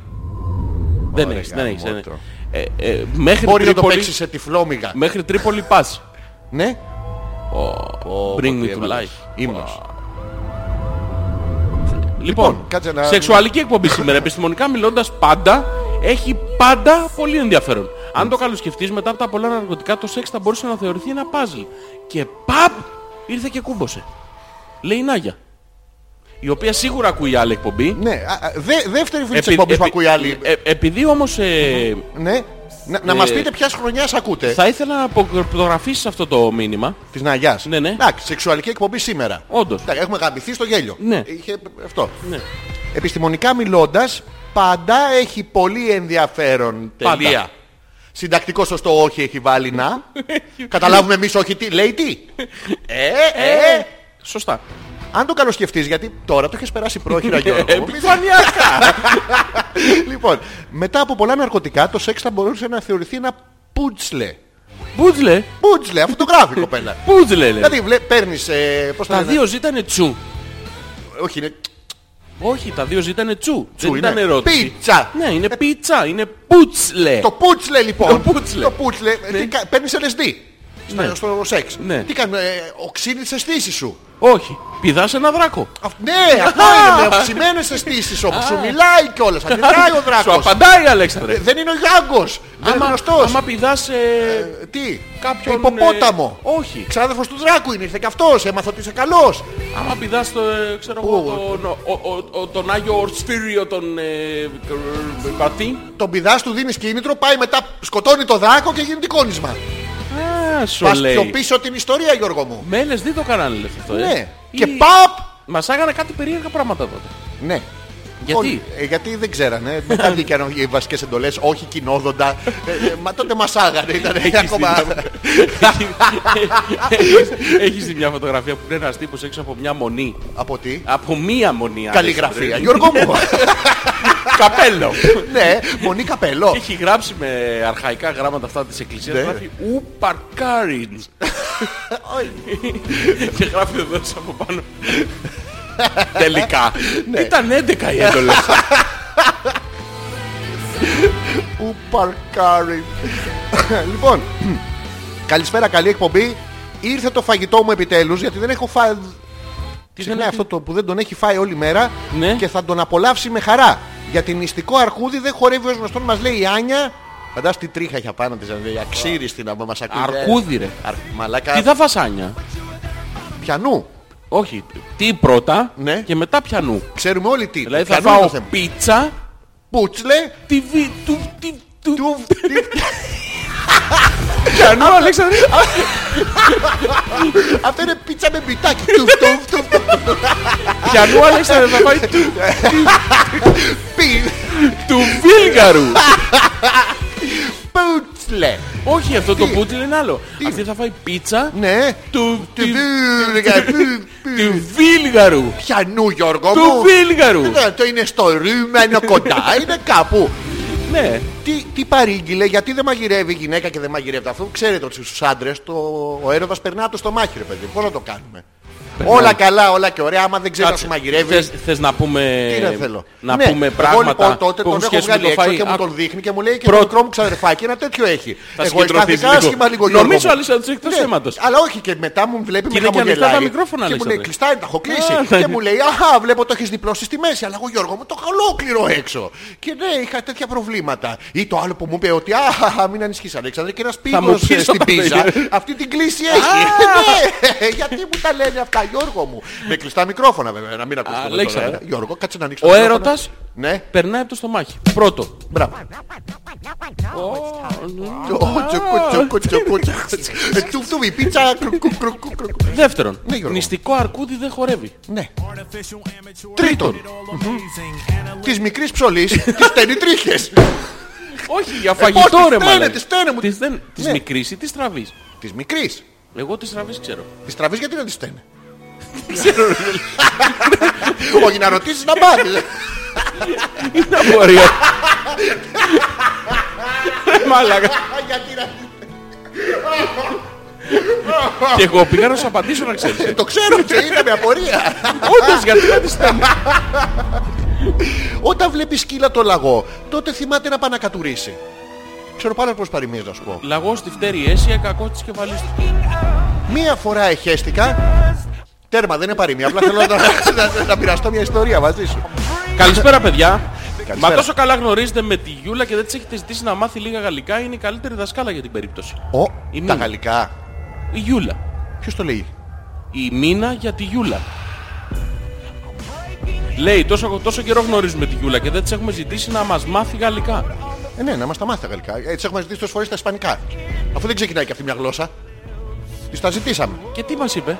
Speaker 1: Δεν έχεις, δεν έχεις.
Speaker 2: γαμώτο.
Speaker 1: δεν έχεις. Ε, ε, μέχρι,
Speaker 2: Μπορεί να το
Speaker 1: Τρίπολη,
Speaker 2: παίξεις σε τυφλόμυγα.
Speaker 1: μέχρι Τρίπολη πας.
Speaker 2: Ναι. Ε,
Speaker 1: Bring
Speaker 2: τι
Speaker 1: me to
Speaker 2: έβαλες.
Speaker 1: life.
Speaker 2: Ύμνος.
Speaker 1: Λοιπόν,
Speaker 2: κάτσε να-
Speaker 1: σεξουαλική εκπομπή σήμερα. Επιστημονικά μιλώντας, πάντα έχει πάντα πολύ ενδιαφέρον. Αν το καλοσκεφτεί, μετά από τα πολλά ναρκωτικά, το σεξ θα μπορούσε να θεωρηθεί ένα παζλ. Και παπ! Ήρθε και κούμποσε. Λέει η Νάγια. Η οποία σίγουρα ακούει άλλη εκπομπή.
Speaker 2: Ναι, α, α, δε- δεύτερη φίλη της
Speaker 1: Επει-
Speaker 2: εκπομπής που
Speaker 1: επει-
Speaker 2: ακούει άλλη.
Speaker 1: ε, επειδή όμως. Ε,
Speaker 2: Ναι. Να, να
Speaker 1: Ε,
Speaker 2: μας πείτε ποιας χρονιάς ακούτε.
Speaker 1: θα ήθελα να αποκρυπτογραφήσει αυτό το μήνυμα.
Speaker 2: Της Ναγιάς.
Speaker 1: Ναι, ναι.
Speaker 2: Εντάξει, σεξουαλική εκπομπή σήμερα.
Speaker 1: Όντως.
Speaker 2: Εντάξει, έχουμε γαμπηθεί στο γέλιο.
Speaker 1: Ναι.
Speaker 2: Είχε αυτό.
Speaker 1: Ναι.
Speaker 2: Επιστημονικά μιλώντας, πάντα έχει πολύ ενδιαφέρον.
Speaker 1: Πάντα.
Speaker 2: Τελεία. Συντακτικό σωστό όχι έχει βάλει να. Καταλάβουμε εμείς όχι τι. Λέει τι. ε, ε.
Speaker 1: Σωστά.
Speaker 2: Αν το καλοσκεφτείς, γιατί τώρα το έχεις περάσει πρόχειρα Γιώργο. μου.
Speaker 1: Ε, Επιφανειακά.
Speaker 2: λοιπόν, μετά από πολλά ναρκωτικά, το σεξ θα μπορούσε να θεωρηθεί ένα πούτσλε.
Speaker 1: Μπούτζλε.
Speaker 2: Πούτσλε, αυτό το γράφει η κοπέλα.
Speaker 1: Μπούτζλε, λέει.
Speaker 2: δηλαδή, βλέ, παίρνεις... Ε, πώς το
Speaker 1: Ναι. Τα
Speaker 2: λένε,
Speaker 1: δύο ζήτανε τσου.
Speaker 2: Όχι, είναι...
Speaker 1: Όχι, τα δύο ζήτανε τσου. Δεν
Speaker 2: είναι.
Speaker 1: ήταν ερώτηση.
Speaker 2: Πίτσα. Ε.
Speaker 1: Ναι, είναι πίτσα, είναι πούτσλε.
Speaker 2: Το πούτσλε λοιπόν.
Speaker 1: Το πούτσλε.
Speaker 2: Το πούτσλε, ε,
Speaker 1: Ναι.
Speaker 2: τι κα- παίρνεις LSD. στα-
Speaker 1: Ναι.
Speaker 2: Στο σεξ.
Speaker 1: Ναι.
Speaker 2: Τι κάνει, ε, οξύνεις τις αισθήσεις σου.
Speaker 1: Όχι, πηδάς ένα δράκο.
Speaker 2: Αυ- ναι, αυτό είναι. Με αυξημένες αισθήσεις όπου σου μιλάει κιόλας. Αντιδράει ο
Speaker 1: Σου
Speaker 2: δράκος.
Speaker 1: απαντάει, Αλέξανδρε.
Speaker 2: Ε, Δεν είναι ο Γιάγκος. Δεν είναι
Speaker 1: Άμα-
Speaker 2: γνωστός.
Speaker 1: Άμα πηδάς ε,
Speaker 2: Ε, Τι,
Speaker 1: κάποιον... ε,
Speaker 2: υποπόταμο.
Speaker 1: όχι.
Speaker 2: Ξάδερφος του Δράκου είναι, ήρθε και αυτός, έμαθα ότι είσαι καλός.
Speaker 1: Άμα πηδάς το, ε, ξέρω εγώ, τον, ο- ο- ο- τον Άγιο Ορσφύριο, τον ε, κ- Πατή.
Speaker 2: Τον πηδάς, του δίνεις κίνητρο, πάει μετά, σκοτώνει το δράκο και γίνεται εικόνισμα.
Speaker 1: Α, σου
Speaker 2: Πας πιο
Speaker 1: λέει.
Speaker 2: πίσω την ιστορία, Γιώργο μου.
Speaker 1: Μέλες δεν το κάνανε λες αυτό, ε.
Speaker 2: Ναι.
Speaker 1: Ή-
Speaker 2: Και παπ!
Speaker 1: Μας άγανε κάτι περίεργα πράγματα τότε.
Speaker 2: Ναι.
Speaker 1: Γιατί?
Speaker 2: Όλοι- ε, γιατί δεν ξέρανε. Μετά βγήκαν οι βασικές εντολές, όχι κοινόδοντα. Ε, ε, μα τότε μας άγανε. Ήταν ακόμα...
Speaker 1: Έχεις δει μια φωτογραφία που είναι ένας τύπος έξω από μια μονή.
Speaker 2: Από τι?
Speaker 1: Από μία μονή.
Speaker 2: Καλλιγραφία.
Speaker 1: Αλέξανδρε.
Speaker 2: Γιώργο μου.
Speaker 1: Καπέλο.
Speaker 2: ναι, Μονή Καπέλο.
Speaker 1: Έχει γράψει με αρχαϊκά γράμματα αυτά της εκκλησίας.
Speaker 2: Ναι.
Speaker 1: Γράφει «Ου παρκάριν». Και γράφει εδώ έτσι από πάνω. Τελικά.
Speaker 2: Ναι.
Speaker 1: Ήταν 11 οι έντολες.
Speaker 2: Ου παρκάρι. λοιπόν, καλησπέρα, καλή εκπομπή. Ήρθε το φαγητό μου επιτέλους γιατί δεν έχω φάει... Ξεχνάει
Speaker 1: δεν
Speaker 2: αυτό το που δεν τον έχει φάει όλη μέρα
Speaker 1: Ναι.
Speaker 2: και θα τον απολαύσει με χαρά. Γιατί νηστικό αρκούδι δεν χορεύει ως γνωστόν, μας λέει η Άνια. Φαντάζομαι τι τρίχα είχε απάνω της, δηλαδή αξίριστη να μας ακούει.
Speaker 1: Αρκούδι, ρε.
Speaker 2: Αρ... Μαλάκα
Speaker 1: Τι θα φασάνια.
Speaker 2: πιανού.
Speaker 1: Όχι. Τι πρώτα
Speaker 2: Ναι.
Speaker 1: και μετά πιανού.
Speaker 2: Ξέρουμε όλοι τι.
Speaker 1: Δηλαδή θα
Speaker 2: Πιανού είναι
Speaker 1: φάω
Speaker 2: το θέμα.
Speaker 1: πίτσα.
Speaker 2: Πούτσλε,
Speaker 1: Τι βι... του- τι- του-
Speaker 2: του...
Speaker 1: Πιανού, Αλέξανδρε.
Speaker 2: Αυτό είναι πίτσα με μπιτάκι. Τουφ, τουφ, τουφ, τουφ,
Speaker 1: Πιανού, Αλέξανδρε, θα πάει του-
Speaker 2: πι.
Speaker 1: του Βίλγαρου.
Speaker 2: Πούτσλε.
Speaker 1: Όχι, αυτό το πούτλ είναι άλλο. Αυτή θα φάει πίτσα
Speaker 2: Ναι.
Speaker 1: του,
Speaker 2: Του
Speaker 1: του,
Speaker 2: Βίλγα, πι, πι.
Speaker 1: του Βίλγαρου.
Speaker 2: Πιανού Γιώργο
Speaker 1: Του
Speaker 2: μου.
Speaker 1: Βίλγαρου.
Speaker 2: Ε, Το είναι στο ρούμενο κοντά, είναι κάπου.
Speaker 1: Ναι.
Speaker 2: Τι, τι παρήγγειλε, γιατί δεν μαγειρεύει η γυναίκα και δεν μαγειρεύεται. Αφού ξέρετε ότι στους άντρες το, ο έρωτας περνά από το στομάχι, ρε παιδί. Πώς να το κάνουμε. Όλα καλά, όλα και ωραία. Άμα δεν ξέρει να σου μαγειρεύει.
Speaker 1: Θες, θες να πούμε,
Speaker 2: Ε, Τι να θέλω.
Speaker 1: Ε, να
Speaker 2: Ναι.
Speaker 1: πούμε
Speaker 2: Εγώ
Speaker 1: πράγματα
Speaker 2: λοιπόν τότε
Speaker 1: που
Speaker 2: τον
Speaker 1: έχουν
Speaker 2: έχω
Speaker 1: σχέση με
Speaker 2: βγάλει
Speaker 1: το
Speaker 2: έξω
Speaker 1: φαΐ.
Speaker 2: και μου
Speaker 1: Άκου,
Speaker 2: τον δείχνει και μου λέει και
Speaker 1: Πρώτο-
Speaker 2: το μικρό μου ξαδερφάκι ένα τέτοιο έχει.
Speaker 1: Θα
Speaker 2: Εγώ
Speaker 1: συγκεντρωθείς
Speaker 2: αισθάνθηκα
Speaker 1: λίγο.
Speaker 2: άσχημα λίγο Γιώργο
Speaker 1: Νομίζω,
Speaker 2: μου.
Speaker 1: Αλίσσα, ότι εκτός
Speaker 2: Ναι,
Speaker 1: θέματος.
Speaker 2: Αλλά όχι και μετά μου βλέπει με
Speaker 1: είναι και ανοιχτά
Speaker 2: χαμογελάει.
Speaker 1: τα
Speaker 2: Και
Speaker 1: μικρόφωνα,
Speaker 2: μου
Speaker 1: Αλέξανδρε.
Speaker 2: λέει κλειστά είναι, τα έχω
Speaker 1: Α,
Speaker 2: κλείσει.
Speaker 1: ναι.
Speaker 2: Και μου λέει Αχά, βλέπω το έχεις διπλώσει στη μέση. Αλλά εγώ Γιώργο μου το είχα ολόκληρο έξω. Και ναι, είχα τέτοια προβλήματα. Ή το άλλο που μου είπε ότι Αχά, μην ανησυχείς Αλέξανδρε και ένας
Speaker 1: μου
Speaker 2: πύργος
Speaker 1: πεις
Speaker 2: στην
Speaker 1: όταν
Speaker 2: πίζα.
Speaker 1: βγει.
Speaker 2: Αυτή την κλίση έχει. Ναι, γιατί μου τα λένε αυτά Γιώργο μου. Με κλειστά μικρόφωνα βέβαια, να μην ακούσουμε τώρα.
Speaker 1: Αλέξανδρε.
Speaker 2: ε. Γιώργο, κάτσε να ανοίξει
Speaker 1: Ο
Speaker 2: τα μικρόφωνα.
Speaker 1: έρωτας.
Speaker 2: Ναι,
Speaker 1: Περνάει από το στομάχι. Πρώτο.
Speaker 2: μπράβο. Ω, τσοκο, τσοκο, τσοκο, τσοκο. Ε, Τουφτούβι, πίτσα, κρουκού, κρουκού, κρουκού.
Speaker 1: Δεύτερον.
Speaker 2: Ναι, Γιώργο.
Speaker 1: Νηστικό αρκούδι δεν χορεύει.
Speaker 2: Ναι.
Speaker 5: Artificial amateur.
Speaker 2: Τρίτον,
Speaker 5: Amazing analytics.
Speaker 2: της μικρής ψωλής, της στέλνει τρίχες. Ε,
Speaker 1: Όχι, για
Speaker 2: πώς,
Speaker 1: φαγητό
Speaker 2: τις
Speaker 1: ρε
Speaker 2: στέλνε,
Speaker 1: μάλλον.
Speaker 2: τις στέλνε μου.
Speaker 1: Της, δεν... της
Speaker 2: Ναι.
Speaker 1: μικρής ή της τραβής.
Speaker 2: Της μικρής.
Speaker 1: Εγώ της τραβής ξέρω.
Speaker 2: Της τραβής γιατί να της στέλνε. Όχι να ρωτήσεις να πάρεις.
Speaker 1: Να μπορεί.
Speaker 2: ε.
Speaker 1: Ρε Ε, Μαλάκα.
Speaker 2: Γιατί να-
Speaker 1: Και εγώ πήγα να σου απαντήσω να ξέρεις.
Speaker 2: Το ξέρω, και είναι με απορία.
Speaker 1: Όντως γιατί να της στέλνεις.
Speaker 2: Όταν βλέπεις σκύλα το λαγό, τότε θυμάται να πάει να κατουρίσει. Ξέρω πάρα πολλέ παροιμίε να σου πω.
Speaker 1: Λαγός τη φταίρει η αίσια, κακό της κεφαλής του.
Speaker 2: Μία φορά εχέστηκα. Τέρμα, δεν είναι παροιμία. Απλά θέλω να, να, να, να μοιραστώ μια ιστορία μαζί σου.
Speaker 1: Καλησπέρα παιδιά. Μα
Speaker 2: Καλησπέρα.
Speaker 1: τόσο καλά γνωρίζετε με τη Γιούλα και δεν της έχετε ζητήσει να μάθει λίγα γαλλικά, είναι η καλύτερη δασκάλα για την περίπτωση.
Speaker 2: Ο,
Speaker 1: Η
Speaker 2: τα
Speaker 1: μύνα.
Speaker 2: γαλλικά.
Speaker 1: Η Γιούλα.
Speaker 2: Ποιος το λέει.
Speaker 1: Η Μίνα για τη Γιούλα. Λέει, τόσο, τόσο καιρό γνωρίζουμε τη Γιούλα και δεν της έχουμε ζητήσει να μας μάθει γαλλικά.
Speaker 2: Ε, ναι, να μας τα μάθει τα γαλλικά. Έτσι έχουμε ζητήσει τόσες φορές τα ισπανικά. Αφού δεν ξεκινάει και αυτή μια γλώσσα. Τη τα ζητήσαμε.
Speaker 1: Και τι μας είπε.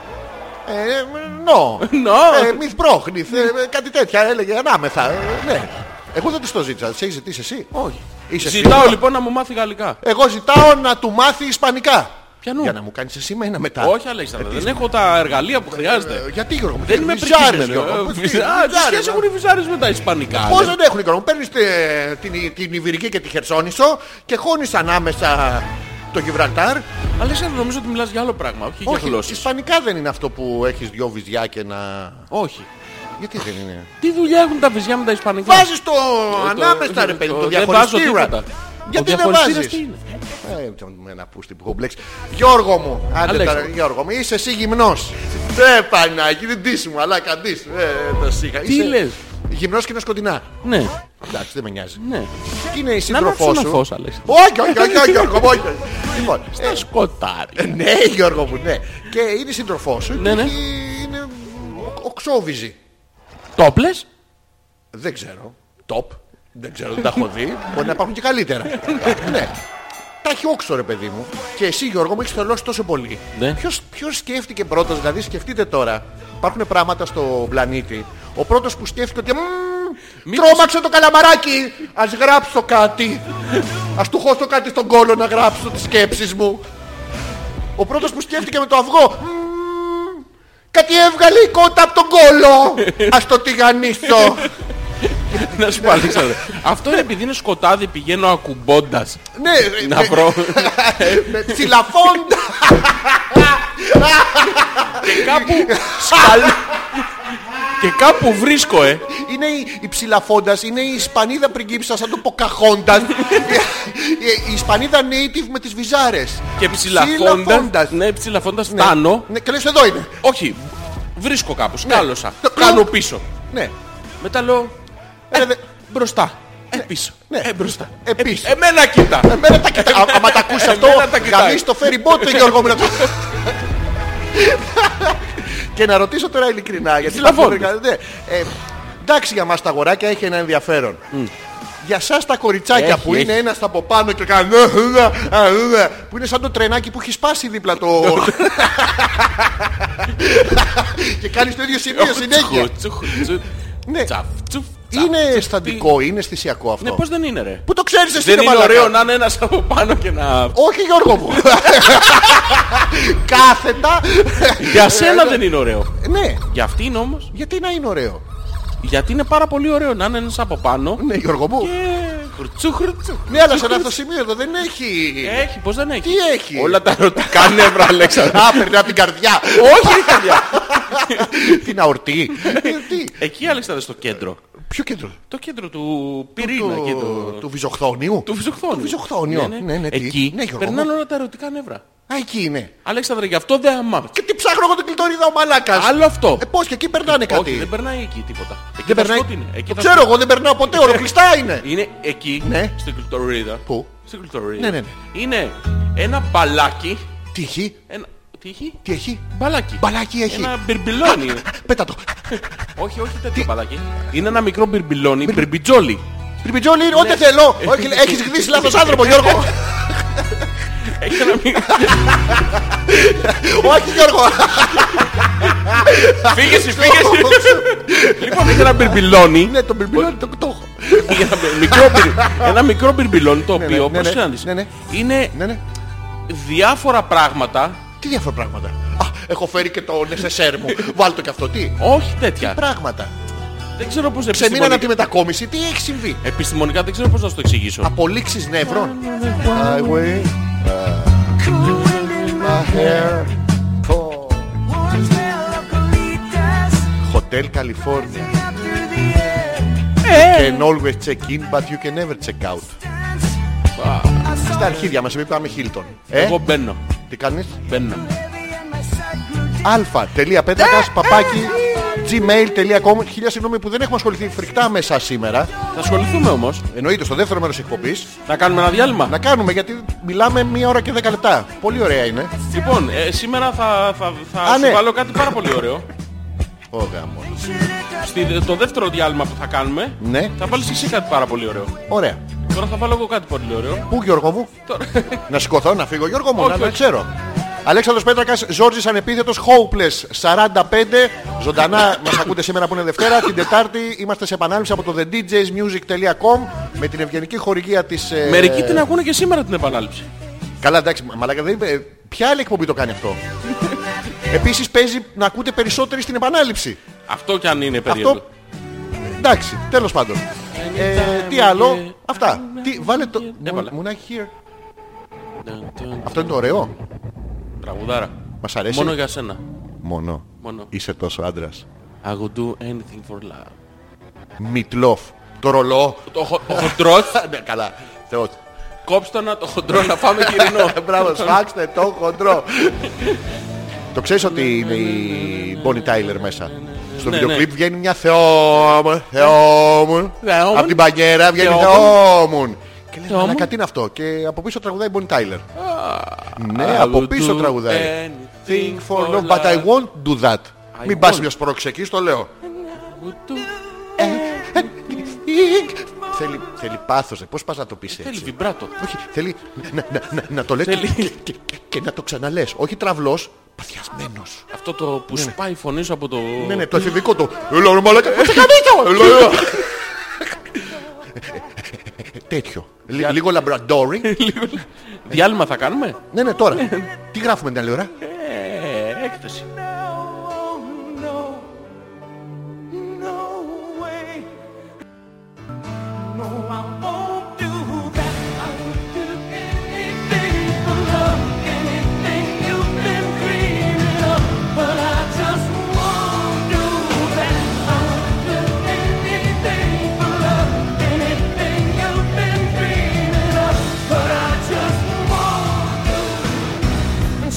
Speaker 2: Ε, νο.
Speaker 1: No.
Speaker 2: Ε, μυθ πρόχνηθ. ε, κάτι τέτοια έλεγε ανάμεθα. Ε, ναι. Εγώ δεν της το ζήτησα. Τη έχει ζητήσει εσύ.
Speaker 1: Όχι.
Speaker 2: Είσαι
Speaker 1: Ζητάω
Speaker 2: φίλος.
Speaker 1: λοιπόν να μου μάθει γαλλικά.
Speaker 2: Εγώ ζητάω να του μάθει Ισπανικά.
Speaker 1: Πιανού?
Speaker 2: Για να μου κάνεις εσύ μένα μετά.
Speaker 1: Όχι Αλέξανδρε, δεν έχω τα εργαλεία που χρειάζεται.
Speaker 2: Ε, Γιατί Γιώργο μου,
Speaker 1: Δεν είμαι ε,
Speaker 2: βυζάρες,
Speaker 1: πρικισμένο.
Speaker 2: Γιώργο μου,
Speaker 1: Α,
Speaker 2: τι
Speaker 1: τι
Speaker 2: βυζάρες,
Speaker 1: σχέση έχουν οι βυζάρες με τα ισπανικά.
Speaker 2: ε. Πώς
Speaker 1: ρε.
Speaker 2: δεν έχουν Γιώργο μου, παίρνεις ε, την, την Ιβυρική και τη Χερσόνησο και χώνεις ανάμεσα το Γιβραλτάρ.
Speaker 1: Αλέξανδρε, νομίζω ότι μιλάς για άλλο πράγμα, όχι για
Speaker 2: Όχι,
Speaker 1: γλώσσες.
Speaker 2: Ισπανικά δεν είναι αυτό που έχεις δυο βυζιά και να...
Speaker 1: Όχι.
Speaker 2: Γιατί δεν είναι.
Speaker 1: Τι δουλειά έχουν τα βυζιά με τα ισπανικά.
Speaker 2: Βάζεις το ανάμεσα ρε παιδί, το
Speaker 1: Ε, δεν βάζω
Speaker 2: διαχωριστήρα.
Speaker 1: τίποτα.
Speaker 2: Γιατί δεν
Speaker 1: Ο διαχωριστήρας τι
Speaker 2: βάζεις.
Speaker 1: είναι?
Speaker 2: Ε, με ένα πούστη που έχω μπλέξει. Γιώργο μου, άντε
Speaker 1: Αλέξανδρε.
Speaker 2: τώρα, Γιώργο μου, είσαι εσύ γυμνός. Δε Παναγί, δεν τίσου μου, αλλά καντής. Ε, το σίγα.
Speaker 1: Τι
Speaker 2: Είσαι
Speaker 1: λες?
Speaker 2: Γυμνός και είναι σκοτεινά.
Speaker 1: Ναι,
Speaker 2: Εντάξει, δεν με νοιάζει.
Speaker 1: ναι.
Speaker 2: Και είναι η
Speaker 1: Να
Speaker 2: σύντροφό
Speaker 1: ανάψω
Speaker 2: σου.
Speaker 1: ένα φως, Αλέξανδρε.
Speaker 2: Όχι, όχι, όχι, όχι, Γιώργο μου, όχι. Λοιπόν, ε,
Speaker 1: Στα σκοτάρι.
Speaker 2: ναι, Γιώργο μου, ναι. Και είναι η σύντροφός σου.
Speaker 1: Ναι,
Speaker 2: και
Speaker 1: ναι.
Speaker 2: έχει- Είναι ο- οξόβιζη.
Speaker 1: Τόπλες.
Speaker 2: Δεν ξέρω. Τοπ. Δεν ξέρω, δεν τα έχω δει. Μπορεί να υπάρχουν και καλύτερα. ναι. Τα έχει όξο ρε παιδί μου. Και εσύ Γιώργο μου έχεις θελώσει τόσο πολύ.
Speaker 1: Ναι.
Speaker 2: Ποιος, ποιος σκέφτηκε πρώτος, δηλαδή σκεφτείτε τώρα. Υπάρχουν πράγματα στο πλανήτη. Ο πρώτος που σκέφτηκε ότι «Μμμ,
Speaker 1: Μήπως-
Speaker 2: τρόμαξε το καλαμαράκι. Ας γράψω κάτι. Ας του χώσω κάτι στον κόλο να γράψω τις σκέψεις μου. Ο πρώτος που σκέφτηκε με το αυγό «Μμμ, Κάτι έβγαλε η κότα από τον κόλο. Ας το τηγανίσω.
Speaker 1: Να σου πω, Αλέξανδρε. Αυτό είναι επειδή είναι σκοτάδι, πηγαίνω ακουμπώντας.
Speaker 2: Ναι, ρε,
Speaker 1: Να βρω.
Speaker 2: με ψηλαφώντα.
Speaker 1: Και κάπου σκαλ- Και κάπου βρίσκω, ε.
Speaker 2: Είναι η, η ψηλαφώντας, είναι η Ισπανίδα πριγκίψα σαν το ποκαχώντα. η, η Ισπανίδα native με τις βυζάρες.
Speaker 1: Και ψηλαφώντας.
Speaker 2: Ψηλαφώντας.
Speaker 1: Ναι, ψηλαφώντας φτάνω.
Speaker 2: Ναι, και λες εδώ είναι.
Speaker 1: Όχι, βρίσκω κάπου, σκάλωσα.
Speaker 2: Το
Speaker 1: Ναι. Κάνω
Speaker 2: κλουκ.
Speaker 1: πίσω.
Speaker 2: Ναι.
Speaker 1: Μετά λέω
Speaker 2: Ε, δε-
Speaker 1: μπροστά. Ε, πίσω.
Speaker 2: ναι.
Speaker 1: Ε, μπροστά.
Speaker 2: Ε, πίσω.
Speaker 1: Εμένα κοίτα.
Speaker 2: Εμένα τα κοιτά. Α- Άμα τα ακούσει αυτό,
Speaker 1: Εμένα τα κοιτάει.
Speaker 2: γαμίς το φέρει μπότε Γιώργο μου. να το- Και να ρωτήσω τώρα ειλικρινά, γιατί
Speaker 1: Ψηλαφώντας.
Speaker 2: υπάρχουν μερικά- ναι. Ε, Εντάξει για μας τα αγοράκια έχει ένα ενδιαφέρον. Για σας τα κοριτσάκια
Speaker 1: Έχει,
Speaker 2: που
Speaker 1: έχει.
Speaker 2: είναι ένας από πάνω και κάνει Ναι, «Α, α, α, α», ναι, που είναι σαν το τρενάκι που έχει σπάσει δίπλα το... και κάνεις το ίδιο σημείο συνέχεια.
Speaker 1: Τσουχ, τσουχ,
Speaker 2: Ναι.
Speaker 1: τσαφ, τσουφ, τσαφ, τσουφ,
Speaker 2: Είναι
Speaker 1: τι-
Speaker 2: αισθαντικό, είναι αισθησιακό
Speaker 1: Ναι,
Speaker 2: αυτό.
Speaker 1: πώς δεν είναι ρε.
Speaker 2: Πού το ξέρεις εσύ
Speaker 1: Δεν
Speaker 2: ρε
Speaker 1: είναι
Speaker 2: μαλάκα?
Speaker 1: ωραίο να είναι ένας από πάνω και να...
Speaker 2: Όχι Γιώργο μου. Κάθετα.
Speaker 1: Για σένα δεν είναι ωραίο.
Speaker 2: Ε, Ναι.
Speaker 1: Για αυτήν όμως,
Speaker 2: Γιατί να είναι ωραίο.
Speaker 1: γιατί είναι πάρα πολύ ωραίο να είναι ένας από πάνω Ε,
Speaker 2: Ναι Γιώργο μου.
Speaker 1: και... χρουτσού, χρουτσού.
Speaker 2: Ναι αλλά σε ένα αυτό σημείο εδώ δεν έχει.
Speaker 1: Έχει, πώς δεν έχει.
Speaker 2: Τι έχει.
Speaker 1: Όλα τα ερωτικά νεύρα, Αλέξανδρα.
Speaker 2: Α, περνά την καρδιά.
Speaker 1: Όχι, ρε παιδιά.
Speaker 2: την αορτή. Ε, τι.
Speaker 1: Εκεί, Αλέξανδρα, στο κέντρο.
Speaker 2: Ποιο κέντρο.
Speaker 1: Το κέντρο του πυρήνα εκεί, το-
Speaker 2: Του βυζοχθόνιου.
Speaker 1: Του βυζοχθόνιου.
Speaker 2: Του βυζοχθόνιου.
Speaker 1: Ναι, ναι.
Speaker 2: Ναι, ναι. τι.
Speaker 1: Εκεί
Speaker 2: Ναι, Γιώργο
Speaker 1: περνάνε
Speaker 2: μου.
Speaker 1: όλα τα ερωτικά νεύρα.
Speaker 2: Α, εκεί είναι.
Speaker 1: Αλέξανδρε, γι' αυτό δεν αμάμαι.
Speaker 2: Και τι ψάχνω εγώ την κλειτόριδα ο μαλάκας.
Speaker 1: Άλλο αυτό.
Speaker 2: Ε, πώς και εκεί περνάνε κάτι.
Speaker 1: Όχι, δεν περνάει εκεί τίποτα. Εκεί
Speaker 2: Δεν
Speaker 1: τα
Speaker 2: περνάει.
Speaker 1: σκότεινε. Εκεί
Speaker 2: Το
Speaker 1: τα
Speaker 2: ξέρω εγώ, δεν περνάω
Speaker 1: Ε,
Speaker 2: ποτέ. Οροπλιστά είναι.
Speaker 1: Είναι εκεί,
Speaker 2: Ναι.
Speaker 1: στην κλειτορίδα.
Speaker 2: Πού?
Speaker 1: Στην
Speaker 2: Ναι,
Speaker 1: κλειτορίδα.
Speaker 2: ναι,
Speaker 1: Είναι ένα παλάκι.
Speaker 2: Τύχη.
Speaker 1: Ένα... Τι Τι έχει?
Speaker 2: Τι έχει.
Speaker 1: Μπαλάκι.
Speaker 2: Μπαλάκι έχει.
Speaker 1: Ένα μπιρμπιλόνι.
Speaker 2: Πέτα το.
Speaker 1: όχι, όχι τέτοιο μπαλάκι. Είναι ένα μικρό μπιρμπιλόνι, μπιρμπιτζόλι.
Speaker 2: Τριμπιτζόλι, ό,τι θέλω. Όχι, έχεις γνήσει λάθος άνθρωπο, Γιώργο.
Speaker 1: Έχει ένα μικρό.
Speaker 2: Όχι, Γιώργο.
Speaker 1: Φύγεσαι, φύγεσαι. λοιπόν, έχει ένα μπιρμπιλόνι.
Speaker 2: Ναι, το μπιρμπιλόνι το το έχω.
Speaker 1: Είχε ένα μικρό μπιρ- ένα μικρό μπιρμπιλόνι το
Speaker 2: ναι, ναι,
Speaker 1: οποίο,
Speaker 2: ναι, ναι,
Speaker 1: όπως να δεις,
Speaker 2: ναι, ναι.
Speaker 1: είναι
Speaker 2: Ναι, ναι.
Speaker 1: διάφορα πράγματα,
Speaker 2: Τι διάφορα πράγματα. Α, έχω φέρει και το νεσεσέρ μου. Βάλτο και αυτό. Τι.
Speaker 1: όχι τέτοια.
Speaker 2: Πράγματα.
Speaker 1: Δεν ξέρω πώς
Speaker 2: Ξεμείναν από τη
Speaker 1: επιστημονικά.
Speaker 2: μετακόμιση. Τι έχει συμβεί.
Speaker 1: Επιστημονικά δεν ξέρω πώς να σου το εξηγήσω.
Speaker 2: Απολύξεις νεύρων. Highway. uh, Hotel California. You can always check in, but you can never check out. Στα αρχίδια μας, επειδή πάμε Hilton. Ε,
Speaker 1: Εγώ μπαίνω.
Speaker 2: τι κάνεις?
Speaker 1: Μπαίνω. Ε,
Speaker 2: α.πέτρακας, παπάκι, gmail.com Χίλια συγγνώμη που δεν έχουμε ασχοληθεί φρικτά μέσα σήμερα.
Speaker 1: Θα ασχοληθούμε όμως.
Speaker 2: Εννοείται στο δεύτερο μέρος της εκπομπής.
Speaker 1: Να κάνουμε ένα διάλειμμα.
Speaker 2: Να κάνουμε γιατί μιλάμε μία ώρα και δέκα λεπτά. Πολύ ωραία είναι.
Speaker 1: Λοιπόν, ε, σήμερα θα, θα, θα
Speaker 2: Α,
Speaker 1: σου
Speaker 2: ναι.
Speaker 1: βάλω κάτι πάρα πολύ ωραίο.
Speaker 2: Ω γάμο.
Speaker 1: Στη, το δεύτερο διάλειμμα που θα κάνουμε,
Speaker 2: Ναι.
Speaker 1: θα βάλεις εσύ κάτι πάρα πολύ ωραίο.
Speaker 2: Ωραία.
Speaker 1: Τώρα θα βάλω εγώ κάτι πολύ ωραίο.
Speaker 2: Πού Γιώργο μου. να σηκωθώ, να φύγω Γιώργο μου,
Speaker 1: Όχι,
Speaker 2: να να
Speaker 1: όχι.
Speaker 2: ξέρω. Αλέξανδρος Πέτρακας, Ζόρζης Ανεπίθετος, Hopeless 45. Ζωντανά μας ακούτε σήμερα που είναι Δευτέρα. Την Τετάρτη είμαστε σε επανάληψη από το thedjsmusic.com με την ευγενική χορηγία της... ε,
Speaker 1: Μερικοί την ακούνε και σήμερα την επανάληψη.
Speaker 2: Καλά, εντάξει, μα- μαλάκα δεν είπε. ε, Ποια άλλη εκπομπή το κάνει αυτό. Επίσης παίζει να ακούτε περισσότεροι στην επανάληψη.
Speaker 1: Αυτό κι αν είναι περίεργο.
Speaker 2: Αυτό. Εντάξει, τέλος πάντων. Ε, τι άλλο, αυτά. Τι, βάλε το.
Speaker 1: Έβαλα.
Speaker 2: Moon- Moonlight here. Αυτό είναι το ωραίο.
Speaker 1: Τραγουδάρα.
Speaker 2: Μας αρέσει.
Speaker 1: Μόνο για σένα.
Speaker 2: Μόνο.
Speaker 1: Μόνο.
Speaker 2: Είσαι τόσο άντρας.
Speaker 1: I would do anything for love.
Speaker 2: Μιτλόφ. Το ρολό.
Speaker 1: Το χο- ο χοντρός,
Speaker 2: Ναι, καλά. Θεός.
Speaker 1: κόψτε να το χοντρό να φάμε χοιρινό.
Speaker 2: Μπράβο, σφάξτε το χοντρό. Το ξέρεις ότι είναι η Bonnie Tyler μέσα. Στο
Speaker 1: Ναι,
Speaker 2: βίντεο
Speaker 1: ναι.
Speaker 2: κλιπ βγαίνει μια θεόμουν, θεόμουν.
Speaker 1: Θεόμουν.
Speaker 2: Από την πανιέρα βγαίνει
Speaker 1: Θεόμουν.
Speaker 2: θεόμουν. Και λες,
Speaker 1: Θεόμουν.
Speaker 2: μαλάκα τι είναι αυτό. Και από πίσω τραγουδάει η Bonnie Tyler. Ναι,
Speaker 1: I
Speaker 2: από
Speaker 1: would
Speaker 2: πίσω
Speaker 1: do
Speaker 2: τραγουδάει. Think
Speaker 1: anything
Speaker 2: for
Speaker 1: for
Speaker 2: love, but I
Speaker 1: love.
Speaker 2: won't do that.
Speaker 1: I
Speaker 2: Μην πας
Speaker 1: won't.
Speaker 2: μιας σπρώξη εκεί, στο λέω.
Speaker 1: Would do-
Speaker 2: Θέλει, θέλει πάθος, ε. πώς πας να το πεις
Speaker 1: Θέλει
Speaker 2: έτσι.
Speaker 1: βιμπράτο.
Speaker 2: Όχι, θέλει να, να, να, να το λες
Speaker 1: Θέλει.
Speaker 2: και, και, και- και να το ξαναλες. Όχι τραυλός, παθιασμένος.
Speaker 1: Αυτό το που σπάει η φωνή σου από το...
Speaker 2: Ναι, ναι, το εφηβικό του. Έλα ρε μαλάκα, πώς θα Ε, κάνεις το. Έλα, έλα. ε. Τέτοιο. Λι- Λίγο λαμπραντόρι.
Speaker 1: Διάλειμμα θα κάνουμε.
Speaker 2: Ναι, ναι, τώρα. Τι γράφουμε την άλλη ώρα.
Speaker 1: Ε, έκθεση.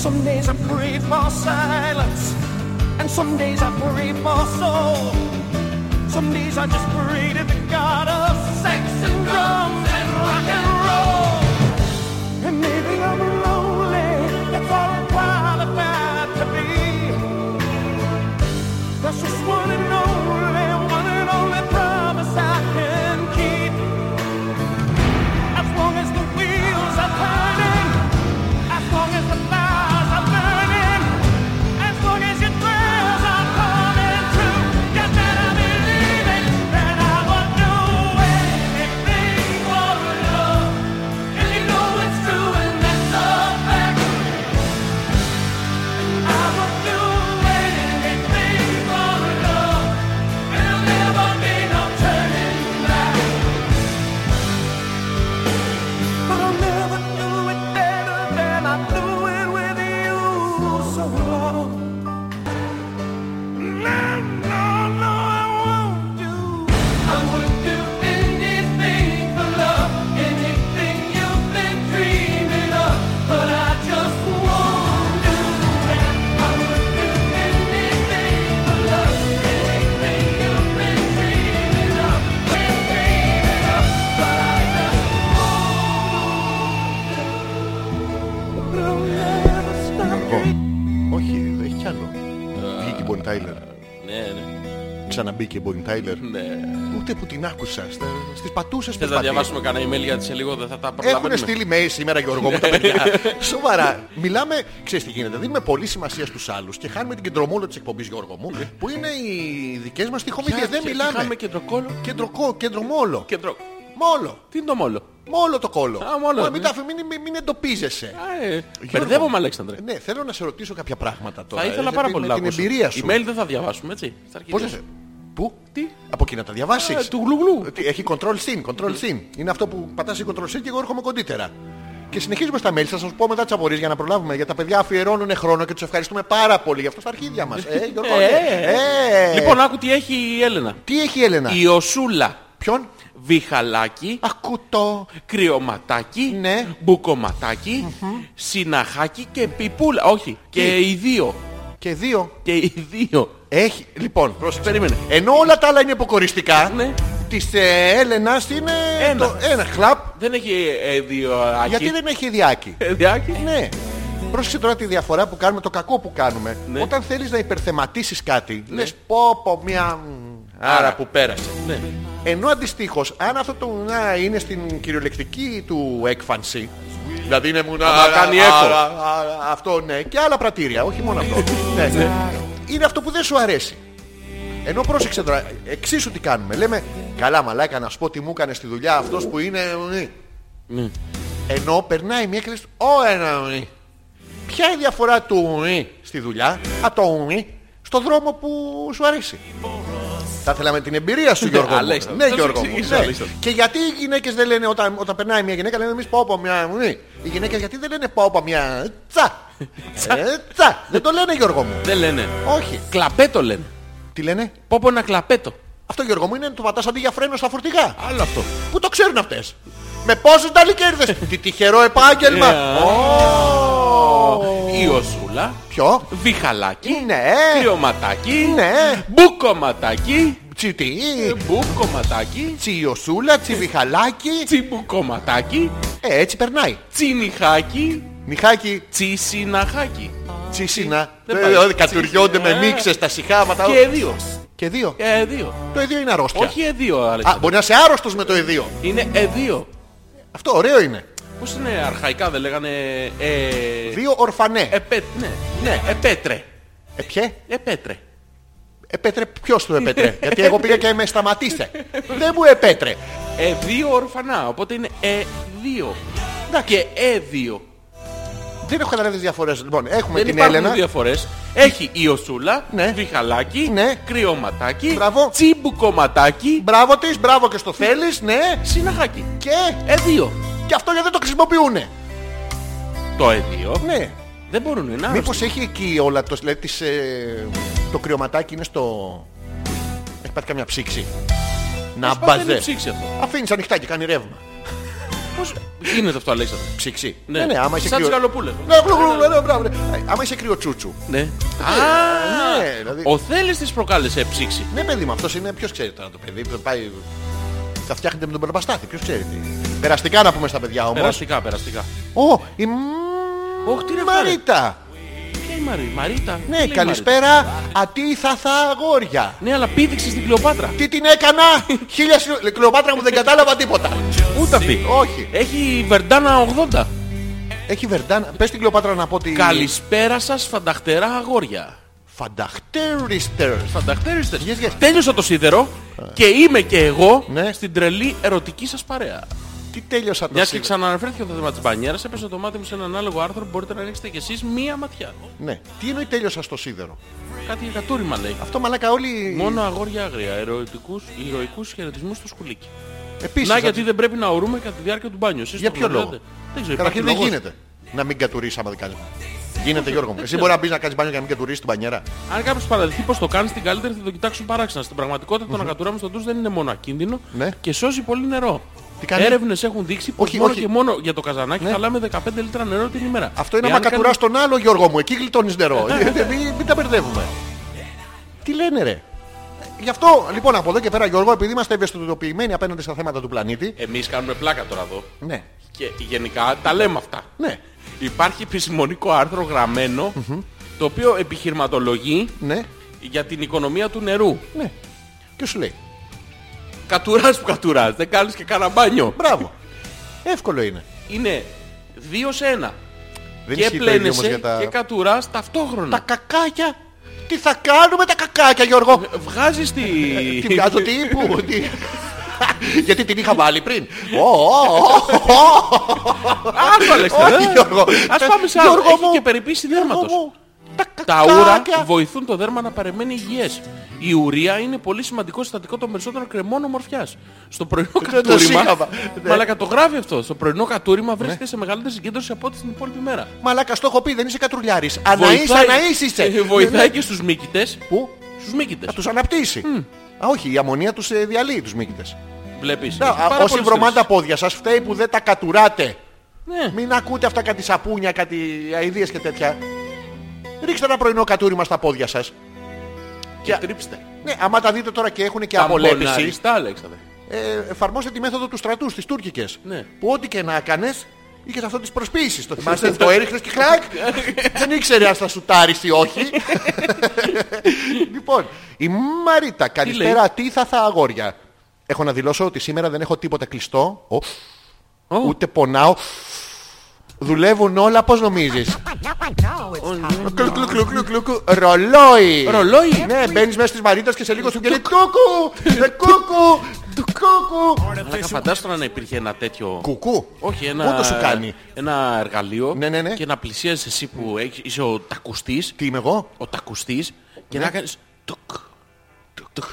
Speaker 6: Some days I pray for silence, and some days I pray for soul. Some days I just pray to the God of sex and drums and rock and roll. And maybe I'm lonely, that's all I'm qualified to be. That's just one and only, one and only promise I can keep. As long as the wheels are turning, as long as the flowers are burning, as long as your thrills are coming true, you better believe it that I will do anything for love.
Speaker 1: Ε.
Speaker 2: Όχι, έχει κι άλλο. Βγήκε η Bonnie Tyler.
Speaker 1: Ναι, ναι.
Speaker 2: Ξαναμπήκε η Bonnie Tyler.
Speaker 1: ναι.
Speaker 2: Ούτε που την άκουσα. στα- Στις πατούσες
Speaker 1: Θες να
Speaker 2: προσπαθεί.
Speaker 1: διαβάσουμε κανένα email γιατί σε λίγο δεν θα τα προλαβαίνουμε.
Speaker 2: Έχουν στείλει mail σήμερα Γιώργο μου
Speaker 1: Ναι.
Speaker 2: τα παιδιά. Σοβαρά. Μιλάμε, ξέρεις τι γίνεται. Δίνουμε πολύ σημασία στους άλλους και χάνουμε την κεντρομόλο της εκπομπής Γιώργο μου
Speaker 1: Ναι.
Speaker 2: που είναι οι δικές μας τυχομίδια. Δεν μιλάμε.
Speaker 1: Είχαμε κεντροκόλο.
Speaker 2: Κεντροκό, κεντρομόλο.
Speaker 1: Κεντρο...
Speaker 2: Μόλο.
Speaker 1: Τι είναι το μόλο.
Speaker 2: Μόλο το κόλλο.
Speaker 1: Α, μόλο,
Speaker 2: Μα
Speaker 1: ναι.
Speaker 2: Μην, τα αφη- μην, μην- μην εντοπίζεσαι.
Speaker 1: Α, ε,
Speaker 2: Γιώργο.
Speaker 1: Μπερδεύομαι, Αλέξανδρε.
Speaker 2: Ναι, θέλω να σε ρωτήσω κάποια πράγματα τώρα.
Speaker 1: Θα ήθελα
Speaker 2: ε,
Speaker 1: πάρα
Speaker 2: με-
Speaker 1: πολύ
Speaker 2: με
Speaker 1: να
Speaker 2: Την
Speaker 1: ακούσω.
Speaker 2: εμπειρία σου.
Speaker 1: Email δεν θα διαβάσουμε, έτσι. Στα αρχίδια
Speaker 2: Πώς
Speaker 1: σου.
Speaker 2: θα- Πού?
Speaker 1: Τι?
Speaker 2: Από εκεί να τα διαβάσεις.
Speaker 1: Α, Ε, Του γλουγλού.
Speaker 2: Ότι Έχει control scene, control scene. Είναι αυτό που πατάς control scene και εγώ έρχομαι κοντύτερα. Και συνεχίζουμε στα mail. Θα σας πω μετά τις απορίες για να προλάβουμε. Για τα παιδιά αφιερώνουν χρόνο και τους ευχαριστούμε πάρα πολύ. Γι' αυτό στα αρχίδια μας. Ε, Γιώργο,
Speaker 1: Ε,
Speaker 2: ναι.
Speaker 1: ε,
Speaker 2: Ε.
Speaker 1: Λοιπόν, άκου τι έχει η Έλενα.
Speaker 2: τι έχει η Έλενα.
Speaker 1: Η Οσούλα.
Speaker 2: Ποιον?
Speaker 1: Βιχαλάκι.
Speaker 2: Ακούτο.
Speaker 1: Κρυωματάκι.
Speaker 2: Ναι.
Speaker 1: Μπουκωματάκι. Συναχάκι και πιπούλα. Όχι. Και οι δύο.
Speaker 2: Και δύο.
Speaker 1: Και οι δύο.
Speaker 2: Έχει. Λοιπόν, πρόσεξε.
Speaker 1: Περίμενε.
Speaker 2: Ενώ όλα τα άλλα είναι υποκοριστικά,
Speaker 1: Ναι.
Speaker 2: της ε, Έλενας είναι
Speaker 1: Ένα.
Speaker 2: το- ένα χλαπ.
Speaker 1: Δεν έχει ε, δύο άκη.
Speaker 2: Γιατί δεν έχει διάκι.
Speaker 1: Ε, διάκι.
Speaker 2: Ναι. Πρόσεξε τώρα τη διαφορά που κάνουμε, το κακό που κάνουμε.
Speaker 1: Ναι.
Speaker 2: Όταν θέλεις να υπερθεματίσεις κάτι, λες πω πω μια... μ, Άρα που...
Speaker 1: πέρασε. Ναι.
Speaker 2: Ενώ αντιστοίχως, αν αυτό το να είναι στην κυριολεκτική του έκφανση, δηλαδή είναι μου να
Speaker 1: Άρα,
Speaker 2: κάνει
Speaker 1: άρα,
Speaker 2: έκο. Αυτό ναι, και άλλα πρατήρια, όχι μόνο αυτό. ναι. Είναι αυτό που δεν σου αρέσει. Ενώ πρόσεξε τώρα, εξίσου τι κάνουμε. Λέμε, καλά μαλάκα να σου πω τι μου έκανες στη δουλειά αυτός που είναι... ε, ε». Ενώ περνάει μια κλίση, ο ένα... ε». Ποια είναι η διαφορά του «ε» στη δουλειά από το «ε» στο δρόμο που σου αρέσει. Θα θέλαμε την εμπειρία σου, Γιώργο. μου.
Speaker 1: Αλέξανδρο,
Speaker 2: ναι,
Speaker 1: θα σου
Speaker 2: Γιώργο. μου,
Speaker 1: εξηγήσω,
Speaker 2: ναι.
Speaker 1: Αλέξανδρο.
Speaker 2: Και γιατί οι γυναίκες δεν λένε, όταν, όταν περνάει μια γυναίκα, λένε εμείς πω πω μια. «ε». Οι γυναίκες γιατί δεν λένε πω πω μια. Τσα. Ε, τσα. Δεν το λένε, Γιώργο μου.
Speaker 1: Δεν λένε.
Speaker 2: Όχι.
Speaker 1: Κλαπέτο λένε.
Speaker 2: Τι λένε.
Speaker 1: Πόπο ένα κλαπέτο.
Speaker 2: Αυτό Γιώργο μου είναι το πατάς αντί για φρένο στα φορτηγά.
Speaker 1: Άλλο αυτό.
Speaker 2: Πού το ξέρουν αυτές. Με πόσες ταλικέρδες. Τι τυχερό επάγγελμα.
Speaker 1: Ε,
Speaker 2: Ω.
Speaker 1: Η Οσούλα.
Speaker 2: Ποιο.
Speaker 1: Βιχαλάκι.
Speaker 2: Ναι.
Speaker 1: Κρυωματάκι.
Speaker 2: Ναι.
Speaker 1: Μπουκωματάκι.
Speaker 2: Τσι τι.
Speaker 1: Μπουκωματάκι.
Speaker 2: Τσιωσούλα, τσιβιχαλάκι.
Speaker 1: Τσιμπουκωματάκι.
Speaker 2: Ε, έτσι περνάει.
Speaker 1: Τσινιχάκι.
Speaker 2: Μιχάκι,
Speaker 1: Τσισιναχάκι.
Speaker 2: τσίσινα.
Speaker 1: Δεν
Speaker 2: Ε,
Speaker 1: πάει.
Speaker 2: ε, Κατουριώνται με
Speaker 1: Ε.
Speaker 2: μίξες τα συχάματα.
Speaker 1: Και εδίο.
Speaker 2: Και δύο.
Speaker 1: Και εδίο.
Speaker 2: Το εδίο είναι αρρώστια.
Speaker 1: Όχι εδίο, Αλέξανδρε.
Speaker 2: Α, μπορεί να είσαι άρρωστος με το εδίο.
Speaker 1: Είναι εδίο.
Speaker 2: Αυτό ωραίο είναι.
Speaker 1: Πώς είναι αρχαϊκά, δεν λέγανε... Ε...
Speaker 2: Δύο ορφανέ.
Speaker 1: Επέ... Ναι, ναι, επέτρε.
Speaker 2: Ε, ποιε?
Speaker 1: Επέτρε.
Speaker 2: Επέτρε, ποιος του επέτρε. Γιατί εγώ πήγα και με σταματήστε. Δεν μου επέτρε.
Speaker 1: Ε, δύο ορφανά, οπότε είναι ε, δύο. Και ε, δύο.
Speaker 2: Δεν έχω καταλάβει τις διαφορές. Λοιπόν, έχουμε
Speaker 1: Δεν
Speaker 2: την
Speaker 1: υπάρχουν
Speaker 2: Έλενα.
Speaker 1: διαφορές. Έχει η Οσούλα,
Speaker 2: Ναι.
Speaker 1: Βιχαλάκι,
Speaker 2: Ναι.
Speaker 1: Κρυωματάκι,
Speaker 2: Μπράβο.
Speaker 1: Τσιμπουκωματάκι,
Speaker 2: Μπράβο της, μπράβο και στο θέλεις, ναι.
Speaker 1: Συναχάκι.
Speaker 2: Και.
Speaker 1: Ε, δύο.
Speaker 2: Και αυτό γιατί δεν το χρησιμοποιούν.
Speaker 1: Το ε, δύο.
Speaker 2: Ναι.
Speaker 1: Δεν μπορούν να είναι
Speaker 2: Μήπως έχει εκεί όλα το. Δηλαδή, τις, ε, το κρυωματάκι είναι στο. Έχει πάρει καμιά ψήξη. Να
Speaker 1: Μπαζέ.
Speaker 2: μπαζέ.
Speaker 1: ψήξη αυτό.
Speaker 2: Αφήνεις ανοιχτά και κάνει ρεύμα.
Speaker 1: Πώς γίνεται αυτό, Αλέξανδρε.
Speaker 2: Ψήξη.
Speaker 1: Ναι.
Speaker 2: ναι, άμα είσαι
Speaker 1: Σαν τις
Speaker 2: κρυο...
Speaker 1: γαλοπούλες.
Speaker 2: Ναι, γλου, γλου, ναι, ναι, μπράβο, ναι. Άμα είσαι κρυοτσούτσου.
Speaker 1: Ναι. Α,
Speaker 2: ναι, δηλαδή-
Speaker 1: ο Θέλης της προκάλεσε ψήξη.
Speaker 2: Ναι, παιδί μου, αυτός είναι. Ποιος ξέρει τώρα το παιδί. που Πάει... Θα φτιάχνετε με τον Περπαστάθη. Ποιος ξέρει τι. Περαστικά να πούμε στα παιδιά όμως.
Speaker 1: Περαστικά, περαστικά.
Speaker 2: Ω, η
Speaker 1: Ωχ, τι είναι αυτό, ρε.
Speaker 2: Μαρίτα.
Speaker 1: Ποια η Μαρή, Μαρίτα. τι λέει
Speaker 2: Ναι,
Speaker 1: η
Speaker 2: καλησπέρα. Ατί θα θα αγόρια.
Speaker 1: Μαρίτα? Ναι, αλλά πήδηξες στην Κλεοπάτρα.
Speaker 2: Τι την έκανα, χίλια συγγνώμη. Κλεοπάτρα μου δεν κατάλαβα τίποτα.
Speaker 1: Ούτε αυτή.
Speaker 2: Όχι.
Speaker 1: Έχει η Βερντάνα 80.
Speaker 2: Έχει Βερντάν. Πες την Κλεοπάτρα να πω ότι...
Speaker 1: Καλησπέρα σας φανταχτερά αγόρια.
Speaker 2: Φανταχτέριστερ.
Speaker 1: Φανταχτερίστες.
Speaker 2: Yes, yes.
Speaker 1: Τέλειωσα το σίδερο και είμαι και εγώ
Speaker 2: Ναι.
Speaker 1: στην τρελή ερωτική σας παρέα.
Speaker 2: Τι τέλειωσα το
Speaker 1: Μιας και
Speaker 2: σύνολο.
Speaker 1: ξανααναφέρθηκε το θέμα της μπανιέρας, έπεσε το μάτι μου σε έναν άλλο άρθρο που μπορείτε να ανοίξετε κι εσείς μία ματιά.
Speaker 2: Ναι. Τι εννοεί τέλειωσα στο σίδερο.
Speaker 1: Κάτι εκατούριμα λέει.
Speaker 2: Αυτό μαλάκα όλοι...
Speaker 1: Μόνο αγόρια άγρια, ερωτικούς, ηρωικούς χαιρετισμούς στο σκουλίκι.
Speaker 2: Επίσης...
Speaker 1: Να
Speaker 2: αν-
Speaker 1: γιατί δεν πρέπει να ορούμε κατά τη διάρκεια του μπάνιου. Εσείς
Speaker 2: Για
Speaker 1: το
Speaker 2: ποιο
Speaker 1: γνωρίζετε.
Speaker 2: λόγο?
Speaker 1: Δεν ξέρω, υπάρχει
Speaker 2: Καταρχήν δεν
Speaker 1: λόγος.
Speaker 2: γίνεται. Να μην κατουρίσει άμα δεν κάνεις. Γίνεται Γιώργο μου. Εσύ μπορεί να μπεις να κάνεις μπάνιο και να μην κατουρίσει την πανιέρα.
Speaker 1: Αν κάποιος παραδεχτεί πως το κάνεις την καλύτερη, θα το κοιτάξουν παράξενα. Στην πραγματικότητα, το να κατουράμε στον ντους δεν είναι μόνο ακίνδυνο
Speaker 2: Ναι.
Speaker 1: και σώζει πολύ νερό.
Speaker 2: Τι κάνει?
Speaker 1: Έρευνες έχουν δείξει πως
Speaker 2: Όχι,
Speaker 1: μόνο
Speaker 2: όχι.
Speaker 1: και μόνο για το καζανάκι
Speaker 2: Ναι.
Speaker 1: χαλάμε 15 λίτρα νερό την ημέρα.
Speaker 2: Αυτό είναι
Speaker 1: Εάν
Speaker 2: άμα κατουράς τον άλλο Γιώργο μου. Εκεί γλιτώνεις νερό. Ε, μην, μην τα μπερδεύουμε. Τι λένε ρε. Γι' αυτό λοιπόν από εδώ και πέρα Γιώργο, επειδή είμαστε ευαισθητοποιημένοι απέναντι στα θέματα του πλανήτη.
Speaker 1: Εμείς κάνουμε πλάκα τώρα εδώ.
Speaker 2: Ναι.
Speaker 1: Και γενικά τα λέμε αυτά.
Speaker 2: Ναι.
Speaker 1: Υπάρχει επιστημονικό άρθρο γραμμένο το οποίο επιχειρηματολογεί
Speaker 2: Ναι,
Speaker 1: για την οικονομία του νερού.
Speaker 2: ναι. Και σου λέει.
Speaker 1: Κατουράς που κατουράς, δεν κάνεις και κανένα μπάνιο.
Speaker 2: Μπράβο. Εύκολο είναι.
Speaker 1: Είναι δύο σε ένα.
Speaker 2: Δεν
Speaker 1: και
Speaker 2: ισχύει το ίδιο όμως
Speaker 1: πλένεσαι
Speaker 2: για τα...
Speaker 1: και κατουράς ταυτόχρονα.
Speaker 2: Τα κακάκια. Τι θα κάνουμε τα κακάκια, Γιώργο.
Speaker 1: Βγάζεις τη...
Speaker 2: Τι βγάζω, τι, πού, τι. Γιατί την είχα βάλει πριν. Ω, ω, ω,
Speaker 1: Άλλο Αλέξανδρε.
Speaker 2: Όχι, Γιώργο.
Speaker 1: Ας πάμε σε άλλο.
Speaker 2: Γιώργο
Speaker 1: Έχει
Speaker 2: μου.
Speaker 1: και περίπιση
Speaker 2: ω,
Speaker 1: δέρματος.
Speaker 2: μου.
Speaker 1: Τα ούρα
Speaker 2: Κάκια.
Speaker 1: βοηθούν το δέρμα να παραμένει υγιές. Η ουρία είναι πολύ σημαντικό συστατικό των περισσότερων κρεμών ομορφιάς. Στο πρωινό
Speaker 2: το
Speaker 1: κατούριμα.
Speaker 2: σύγχαβα. Ναι.
Speaker 1: Μαλάκα το γράφει αυτό. Στο πρωινό κατούριμα βρίσκεται σε μεγαλύτερη συγκέντρωση από ό,τι στην υπόλοιπη μέρα.
Speaker 2: Μαλάκα, στο έχω πει, δεν είσαι κατρουλιάρης. Αναείς,
Speaker 1: Βοηθάει-
Speaker 2: αναείς
Speaker 1: Ε,
Speaker 2: είσαι. Ναι,
Speaker 1: Βοηθάει και στους μύκητες.
Speaker 2: Πού,
Speaker 1: Στους μύκητες.
Speaker 2: θα τους αναπτύσσει. Α, όχι, η αμμονία τους ε, διαλύει τους μύκητες.
Speaker 1: Βλέπεις.
Speaker 2: Να,
Speaker 1: Έχει
Speaker 2: α,
Speaker 1: πάρα
Speaker 2: Όσοι
Speaker 1: πολλές
Speaker 2: βρωμάνε τα
Speaker 1: θρήσεις.
Speaker 2: πόδια σας φταίει που δεν τα κατουράτε.
Speaker 1: Ναι.
Speaker 2: Μην ακούτε αυτά κάτι σαπούνια, κάτι αηδίες και τέτοια. Ρίξτε ένα πρωινό κατούριμα στα πόδια σας.
Speaker 1: Και τρίψτε.
Speaker 2: Ναι, άμα τα δείτε τώρα και έχουν και
Speaker 1: Τα
Speaker 2: απολέπιση,
Speaker 1: μποναριστά, Αλέξανδρε.
Speaker 2: ε, εφαρμόστε τη μέθοδο του στρατούς, τις τουρκικές.
Speaker 1: Ναι.
Speaker 2: Που ό,τι και να έκανες, είχες αυτό της προσποίησης. Το θυμάστε, το έριχνες και κλακ. Δεν ήξερε αν θα σουτάρεις ή όχι. λοιπόν, η Μαρίτα, καλησπέρα, τι θα θα αγόρια. Έχω να δηλώσω ότι σήμερα δεν έχω τίποτα κλειστό, ο, ούτε πονάω. Δουλεύουν όλα πώς νομίζεις. Κλου, κλου, κλου, κλου, κλου, κλου. Ρολόι.
Speaker 1: Ρολόι.
Speaker 2: Ναι, μπαίνεις μέσα στις Μαρίτας και σε λίγο σου βγαίνει κούκου. Ε, Κούκου. Κούκου.
Speaker 1: Μαλάκα φαντάστονα να υπήρχε ένα τέτοιο...
Speaker 2: Κουκού.
Speaker 1: Όχι, ένα,
Speaker 2: Πού το σου κάνει.
Speaker 1: ένα εργαλείο
Speaker 2: Ναι, ναι, ναι.
Speaker 1: και να πλησιάζεις εσύ που έχεις- είσαι ο τακουστής,
Speaker 2: Τι είμαι Ναι. εγώ.
Speaker 1: ο τακουστής και να κάνεις τουκ, τουκ, τουκ,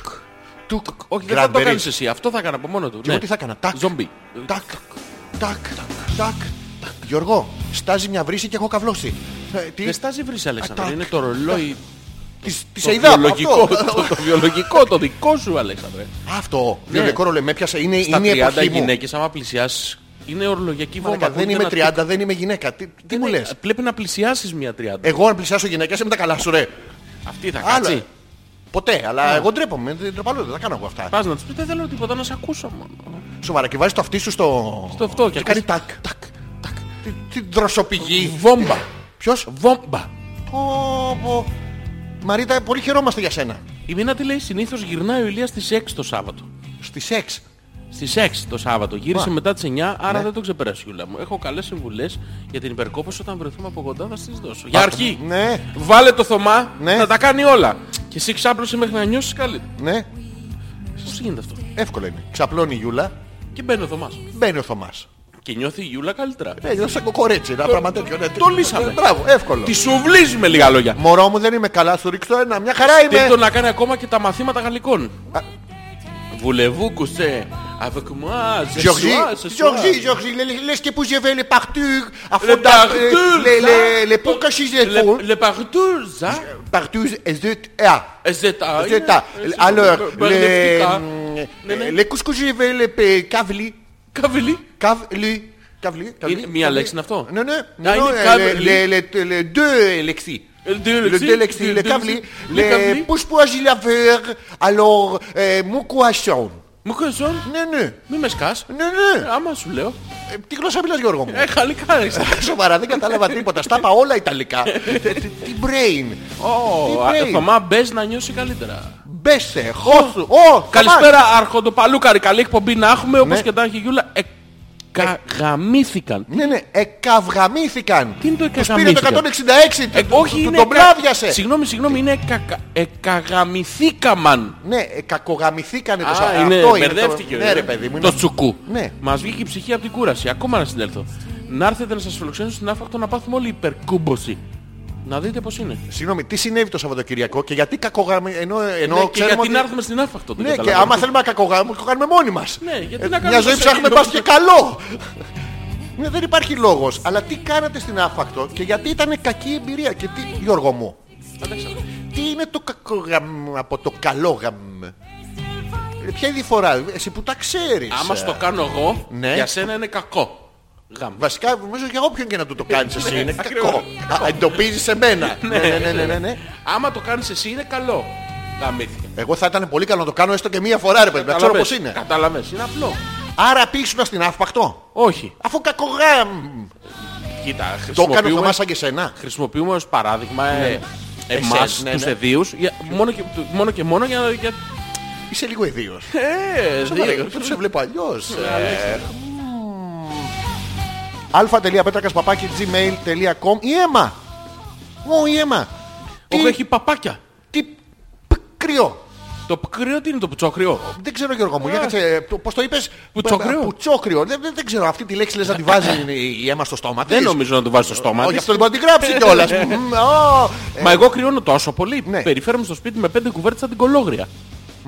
Speaker 1: τουκ. Όχι, δεν θα το
Speaker 2: Γκραμπερί.
Speaker 1: κάνεις εσύ. Αυτό θα έκανα από μόνο του. Ναι.
Speaker 2: Και εγώ τι θα έκανα. Τάκ.
Speaker 1: Ζομπι.
Speaker 2: Τάκ. Τάκ. Τάκ. Γιώργο, στάζει μια βρύση και έχω καυλώσει. Ε, Τι.
Speaker 1: Δεν στάζει βρεις, Αλέξανδρε.
Speaker 2: τάκ,
Speaker 1: Είναι το ρολόι
Speaker 2: της- Της
Speaker 1: το
Speaker 2: ΕΙΔΑΠ.
Speaker 1: βιολογικό,
Speaker 2: Αυτό.
Speaker 1: το, το βιολογικό, το δικό σου, Αλέξανδρε.
Speaker 2: Αυτό. Βιολογικό ρολόι. Με πιάσε. Είναι
Speaker 1: Στα
Speaker 2: είναι η
Speaker 1: 30
Speaker 2: εποχή μου.
Speaker 1: γυναίκες, άμα πλησιάσεις, είναι ορολογιακή βόμβα.
Speaker 2: Μαλάκα,
Speaker 1: Ακούγεται
Speaker 2: Δεν είμαι
Speaker 1: ένα
Speaker 2: 30, δεν είμαι γυναίκα. Τι- Τι
Speaker 1: Δεν
Speaker 2: μου
Speaker 1: είναι-
Speaker 2: λες.
Speaker 1: Πρέπει να πλησιάσεις μια 30.
Speaker 2: Εγώ αν πλησιάσω γυναίκα, σε με τα καλά σου ρε.
Speaker 1: Αυτή θα
Speaker 2: Άλλο.
Speaker 1: κάτσει.
Speaker 2: Ποτέ, αλλά εγώ ντρέπομαι. Δεν ντροπαλώ, δεν τα κάνω εγώ αυτά.
Speaker 1: Πας να τους πεις, δεν θέλω τίποτα, να σε ακούσω μόνο.
Speaker 2: Σοβαρά, και βάζεις το αυτί σου στο.
Speaker 1: Στο αυτό και
Speaker 2: και κάνει
Speaker 1: ακούς-
Speaker 2: τάκ. Τάκ. τάκ. Τι- Τι δροσοπηγή.
Speaker 1: Βόμπα.
Speaker 2: Ποιος.
Speaker 1: Βόμπα.
Speaker 2: Μαρίτα, πολύ χαιρόμαστε για σένα.
Speaker 1: Η Μίνα τι λέει, συνήθως γυρνάει ο Ηλίας στις 6 το Σάββατο.
Speaker 2: Στις 6.
Speaker 1: Στις 6 το Σάββατο. Γύρισε
Speaker 2: Μα.
Speaker 1: μετά τις 9, άρα δεν το ξεπεράσει Γιούλα μου. Έχω καλές συμβουλές για την υπερκόπωση όταν βρεθούμε από κοντά θα στις δώσω. Για αρχή,
Speaker 2: Ναι,
Speaker 1: βάλε το Θωμά
Speaker 2: Ναι.
Speaker 1: να τα κάνει όλα. Και εσύ ξάπλωσε μέχρι να νιώσεις καλύτερα.
Speaker 2: ναι,
Speaker 1: Πώς γίνεται αυτό.
Speaker 2: εύκολο είναι. Ξαπλώνει η Γιούλα,
Speaker 1: Και μπαίνει ο Θωμάς.
Speaker 2: μπαίνει ο Θωμάς.
Speaker 1: Και νιώθει η Γιούλα καλύτερα.
Speaker 2: Έγινε σαν κοκορέτσι, ένα πράγμα τέτοιο. ναι.
Speaker 1: το λύσαμε.
Speaker 2: Ε, Μπράβο, εύκολο.
Speaker 1: Τη σουβλίζει με λίγα λόγια.
Speaker 2: Μωρό μου δεν είμαι καλά, σου ρίξω ένα. Μια χαρά
Speaker 1: Τύπτο
Speaker 2: είμαι.
Speaker 1: να κάνει ακόμα και τα μαθήματα γαλλικών. Βουλεβού κουστέ. Avec moi, ce
Speaker 2: Γιωργή,
Speaker 1: soir, ce
Speaker 2: Γιωργή,
Speaker 1: soir.
Speaker 2: Γιωργή, λε και που je vais les partout.
Speaker 1: Le
Speaker 2: Αφού τα. ε,
Speaker 1: partout,
Speaker 2: Les-
Speaker 1: ça.
Speaker 2: les- Les πού κασίζε
Speaker 1: Le- Le partout, ça.
Speaker 2: Partout, zut, ah.
Speaker 1: Zeta.
Speaker 2: Je t'a-
Speaker 1: Ε,
Speaker 2: Alors,
Speaker 1: ε,
Speaker 2: les,
Speaker 1: μπερδευτικά. Ναι, ναι.
Speaker 2: euh, les couscous, je vais les pe- caveli.
Speaker 1: Καβελή.
Speaker 2: Caveli. Caveli. caveli,
Speaker 1: μία
Speaker 2: caveli.
Speaker 1: λέξη είναι αυτό?
Speaker 2: Non, non,
Speaker 1: Α,
Speaker 2: non,
Speaker 1: είναι
Speaker 2: non, euh,
Speaker 1: caveli.
Speaker 2: les- les- les- les deux Lexi.
Speaker 1: Le deux
Speaker 2: Le
Speaker 1: Lexi,
Speaker 2: deux Lexi,
Speaker 1: le
Speaker 2: les
Speaker 1: deux
Speaker 2: caveli.
Speaker 1: Lexi, les
Speaker 2: Les
Speaker 1: caveli.
Speaker 2: pousse-pois, j'y l'avais. Alors, euh, mon coachon.
Speaker 1: Μου κοζόν.
Speaker 2: Non, non,
Speaker 1: Μη με σκάς.
Speaker 2: non, non.
Speaker 1: Άμα σου λέω.
Speaker 2: ναι. Ε, Τι γλώσσα μιλάς Γιώργο μου.
Speaker 1: Ε, γαλλικά έξα.
Speaker 2: Σοβαρά, δεν κατάλαβα τίποτα. Στα είπα όλα ιταλικά. Ε, Τι- τι- Τι brain.
Speaker 1: Ω,
Speaker 2: Τι
Speaker 1: α,
Speaker 2: λέει.
Speaker 1: Θωμά, μπες να νιώσει καλύτερα.
Speaker 2: Μπέσε, χώσου. Ω,
Speaker 1: Καλησπέρα, Αρχοντοπαλούκαρη. Καλή εκπομπή να έχουμε. Όπως
Speaker 2: Ναι.
Speaker 1: και τα έχει η Γιούλα. ε, κα- Γαμήθηκαν.
Speaker 2: Ναι, ναι, εκαυγαμήθηκαν.
Speaker 1: Τι είναι το
Speaker 2: Τους πήρε το 166,
Speaker 1: Ε,
Speaker 2: του-
Speaker 1: όχι,
Speaker 2: του- του
Speaker 1: είναι.
Speaker 2: τον
Speaker 1: κα-
Speaker 2: πράδιασε.
Speaker 1: Συγγνώμη, συγγνώμη, είναι κακα... ε, εκαγαμηθήκαμαν.
Speaker 2: Ναι, ε, κακογαμηθήκανε το
Speaker 1: Α,
Speaker 2: σα-
Speaker 1: είναι,
Speaker 2: αυτό είναι το-
Speaker 1: μπερδεύτηκε.
Speaker 2: Ναι, ρε παιδί μου.
Speaker 1: Το
Speaker 2: είναι-
Speaker 1: τσουκού.
Speaker 2: Ναι.
Speaker 1: Μας βγήκε η ψυχή από την κούραση. Ακόμα να συνέλθω. Να έρθετε να σας φιλοξενήσω στην άφακτο να πάθουμε όλοι υπερκούμπωση. Να δείτε πώς είναι.
Speaker 2: Συγγνώμη, τι συνέβη το Σαββατοκυριακό και γιατί κακογαμη... Ενώ, ενώ
Speaker 1: Ναι, και
Speaker 2: ξέρουμε
Speaker 1: γιατί
Speaker 2: ότι-
Speaker 1: να έρθουμε στην άφακτο. δεν
Speaker 2: Ναι, και
Speaker 1: καταλαβαίνω.
Speaker 2: άμα θέλουμε να κακογαμούμε, το κάνουμε μόνοι μας.
Speaker 1: Ναι, γιατί
Speaker 2: Ε,
Speaker 1: να κάνουμε
Speaker 2: Μια ζωή
Speaker 1: το
Speaker 2: ψάχνουμε
Speaker 1: σελίδο
Speaker 2: πας και καλό. Ναι, δεν υπάρχει λόγος. Αλλά τι κάνατε στην άφακτο και γιατί ήταν κακή εμπειρία. Και τι, Γιώργο μου,
Speaker 1: Αντέξαμε.
Speaker 2: τι είναι το κακογαμ από το καλό γαμ. Ε, Ποια είναι η διαφορά, εσύ που τα ξέρεις.
Speaker 1: Άμα
Speaker 2: ε.
Speaker 1: στο κάνω εγώ,
Speaker 2: Ναι.
Speaker 1: για σένα είναι κακό. Γαμ.
Speaker 2: Βασικά, νομίζω και εγώ ποιον και να του το κάνεις
Speaker 1: Ναι,
Speaker 2: εσύ. Είναι κακό. Α, Εντοπίζεις εμένα. Ναι, ναι, ναι, ναι, ναι.
Speaker 1: Άμα το κάνεις εσύ είναι καλό. Γαμήθηκε.
Speaker 2: Εγώ θα ήταν πολύ καλό να το κάνω έστω και μία φορά, ρε παιδί, να ξέρω
Speaker 1: Καταλαβες.
Speaker 2: πώς είναι.
Speaker 1: Καταλαβες. Είναι απλό.
Speaker 2: Άρα πήγαινε στην άφπακτο.
Speaker 1: Όχι.
Speaker 2: Αφού κακογάμ.
Speaker 1: κοίτα,
Speaker 2: Το έκανε ο
Speaker 1: χρησιμοποιούμε-
Speaker 2: Θωμάς σαν και σένα.
Speaker 1: χρησιμοποιούμε ως παράδειγμα ε, εμάς,
Speaker 2: Εσένα, ναι,
Speaker 1: τους
Speaker 2: ναι.
Speaker 1: εδίους, για- μόνο, και, του- μόνο και μόνο για... για
Speaker 2: Είσαι λίγο ιδίος.
Speaker 1: ε,
Speaker 2: Σοβαρά,
Speaker 1: δύο.
Speaker 2: Δεν σε βλέπω αλλιώς. Ε, αλφα.πέτρακας παπάκι gmail.com Η αίμα. Ω, η αίμα. Τι-
Speaker 1: Όπου έχει παπάκια.
Speaker 2: Τι π, κρυό.
Speaker 1: Το κρύο τι είναι το πουτσόκρυο.
Speaker 2: Δεν ξέρω Γιώργο
Speaker 1: Ε.
Speaker 2: μου, για κάτσε, το- πώς το είπες
Speaker 1: Πουτσόκρυο.
Speaker 2: Πουτσόκρυο. Δεν, δεν- δεν ξέρω, αυτή τη λέξη λες να τη βάζει η- η αίμα στο στόμα
Speaker 1: Δεν
Speaker 2: της.
Speaker 1: νομίζω να το βάζει στο στόμα
Speaker 2: Όχι,
Speaker 1: της.
Speaker 2: αυτό λοιπόν να την γράψει
Speaker 1: Ε,
Speaker 2: κιόλας. ε, Μμμ, ω.
Speaker 1: Μα εγώ κρυώνω τόσο πολύ.
Speaker 2: Ναι.
Speaker 1: Περιφέρομαι στο σπίτι με πέντε κουβέρτες σαν την κολόγρια.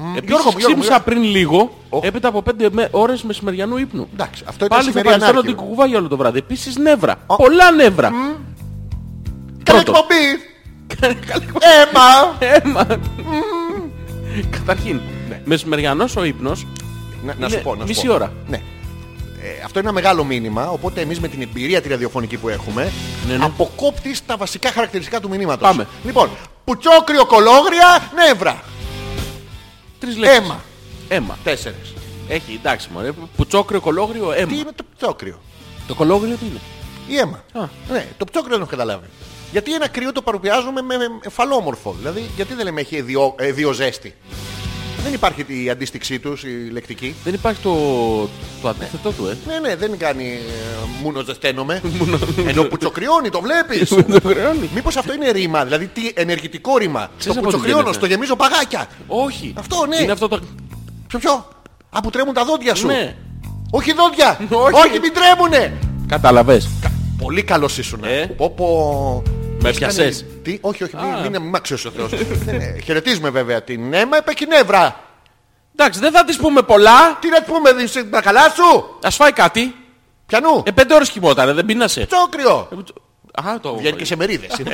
Speaker 2: Γιώργο μου,
Speaker 1: Επίσης
Speaker 2: Γιώργο μου,
Speaker 1: ξύπνησα
Speaker 2: Γιώργο.
Speaker 1: πριν λίγο,
Speaker 2: Οχ.
Speaker 1: έπειτα από πέντε με- ώρες μεσημεριανού ύπνου.
Speaker 2: Εντάξει, αυτό ήταν
Speaker 1: Πάλι θα
Speaker 2: σημερινή
Speaker 1: παριστάνω
Speaker 2: ανάρκη.
Speaker 1: την κουβά για όλο το βράδυ. Επίσης νεύρα. Πολλά νεύρα.
Speaker 2: Καλή
Speaker 1: πρώτο.
Speaker 2: εκπομπή.
Speaker 1: Καλή
Speaker 2: Αίμα.
Speaker 1: Έμα. Καταρχήν,
Speaker 2: Ναι.
Speaker 1: μεσημεριανός ο ύπνος
Speaker 2: Να, να
Speaker 1: Είναι
Speaker 2: σου πω, να σου
Speaker 1: Ε, μισή
Speaker 2: πω.
Speaker 1: ώρα.
Speaker 2: Ναι. Ε, αυτό είναι ένα μεγάλο μήνυμα, οπότε εμείς με την εμπειρία τη ραδιοφωνική που έχουμε,
Speaker 1: Ναι, ναι.
Speaker 2: αποκόπτεις τα βασικά χαρακτηριστικά του μηνύματος.
Speaker 1: Πάμε.
Speaker 2: Λοιπόν, πουτσόκριο κολόγρια, νεύρα.
Speaker 1: τρεις λέξεις.
Speaker 2: Έμα.
Speaker 1: Έμα.
Speaker 2: Τέσσερις.
Speaker 1: Έχει, εντάξει μωρέ. Πουτσόκριο, κολόγριο, αίμα.
Speaker 2: Τι είναι το πουτσόκριο.
Speaker 1: Το κολόγριο τι είναι.
Speaker 2: Η αίμα.
Speaker 1: Α.
Speaker 2: Ναι, το πτώκριο δεν έχω καταλάβει. Γιατί ένα κρύο το παρουσιάζουμε με, με φαλόμορφο. Δηλαδή, γιατί δεν λέμε έχει εδιο- εδιοζέστη. Δεν υπάρχει η αντίστοιξή τους, η λεκτική.
Speaker 1: Δεν υπάρχει το, το αντίθετο του, ε.
Speaker 2: Ναι, ναι, δεν κάνει ε, μούνο ζεσταίνομαι. Ενώ πουτσοκριώνει, το βλέπεις.
Speaker 1: Το χρεώνει.
Speaker 2: Μήπως αυτό είναι ρήμα, δηλαδή τι ενεργητικό ρήμα.
Speaker 1: Ξέρεις
Speaker 2: το
Speaker 1: από πού
Speaker 2: πουτσοκριώνω,
Speaker 1: γίνεται.
Speaker 2: στο γεμίζω παγάκια.
Speaker 1: Όχι.
Speaker 2: Αυτό, ναι.
Speaker 1: Είναι αυτό το...
Speaker 2: Ποιο ποιο. Α, που τρέμουν τα δόντια σου.
Speaker 1: Ναι.
Speaker 2: Όχι δόντια.
Speaker 1: Όχι.
Speaker 2: μην τρέμουνε.
Speaker 1: Κατάλαβες.
Speaker 2: Πολύ καλός ήσουν.
Speaker 1: Ε.
Speaker 2: Πω, πω.
Speaker 1: Με
Speaker 2: Πώς ήταν
Speaker 1: πιασές.
Speaker 2: η- Τι, όχι, όχι, μην,
Speaker 1: Α.
Speaker 2: μην, μην μ' αξιώσει ο Θεός. Ναι, ναι. Χαιρετίζουμε βέβαια την Έμα Επεκινεύρα.
Speaker 1: Εντάξει, δεν θα της πούμε πολλά.
Speaker 2: Τι να του πούμε, είσαι τα καλά σου.
Speaker 1: Ας φάει κάτι.
Speaker 2: Πιανού.
Speaker 1: Ε, πέντε ώρες κοιμότανε, δεν πίνασε.
Speaker 2: Τσόκριο.
Speaker 1: Ε, πουτσο- Α, το... Ε,
Speaker 2: Βγαίνει και σε μερίδες. Ε,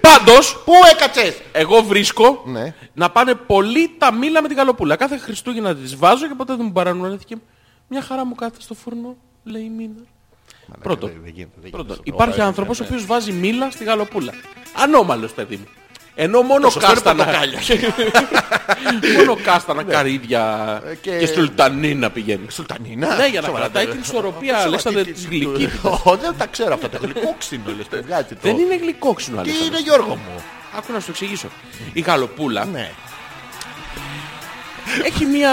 Speaker 1: Πάντως,
Speaker 2: Πού έκατσες.
Speaker 1: εγώ βρίσκω
Speaker 2: Ναι.
Speaker 1: να πάνε πολύ τα μήλα με την καλοπούλα. Κάθε Χριστούγεννα τις βάζω και ποτέ δεν μου παρανοήθηκε. Μια χαρά μου κάθε στο φούρνο, λέει μήνα. Πρώτον,
Speaker 2: Ε, Δεν γίνεται, δεν
Speaker 1: πρώτον,
Speaker 2: γίνεται.
Speaker 1: υπάρχει άνθρωπος
Speaker 2: ναι.
Speaker 1: ο οποίος βάζει μήλα στη γαλοπούλα. Ανώμαλος, παιδί μου. Ενώ μόνο
Speaker 2: σωστό είναι Ναι.
Speaker 1: κάστανα. μόνο κάστανα, καρύδια
Speaker 2: Ε, και-
Speaker 1: και, και στουλτανίνα πηγαίνει.
Speaker 2: Σουλτανίνα.
Speaker 1: Ναι, για να
Speaker 2: Σοβαρά,
Speaker 1: κρατάει
Speaker 2: τώρα.
Speaker 1: την ισορροπία,
Speaker 2: Σοβαρά,
Speaker 1: Αλέξανδρε,
Speaker 2: τι- τι-
Speaker 1: της γλυκύτητας.
Speaker 2: Ω, Δεν τα ξέρω αυτά. Το γλυκόξινο λες. το βγάζει το-
Speaker 1: Δεν είναι γλυκόξινο,
Speaker 2: Τι
Speaker 1: Αλέξανδρε.
Speaker 2: είναι Γιώργο μου.
Speaker 1: Άκου να σου το εξηγήσω. Η γαλοπούλα
Speaker 2: Ναι.
Speaker 1: έχει μια...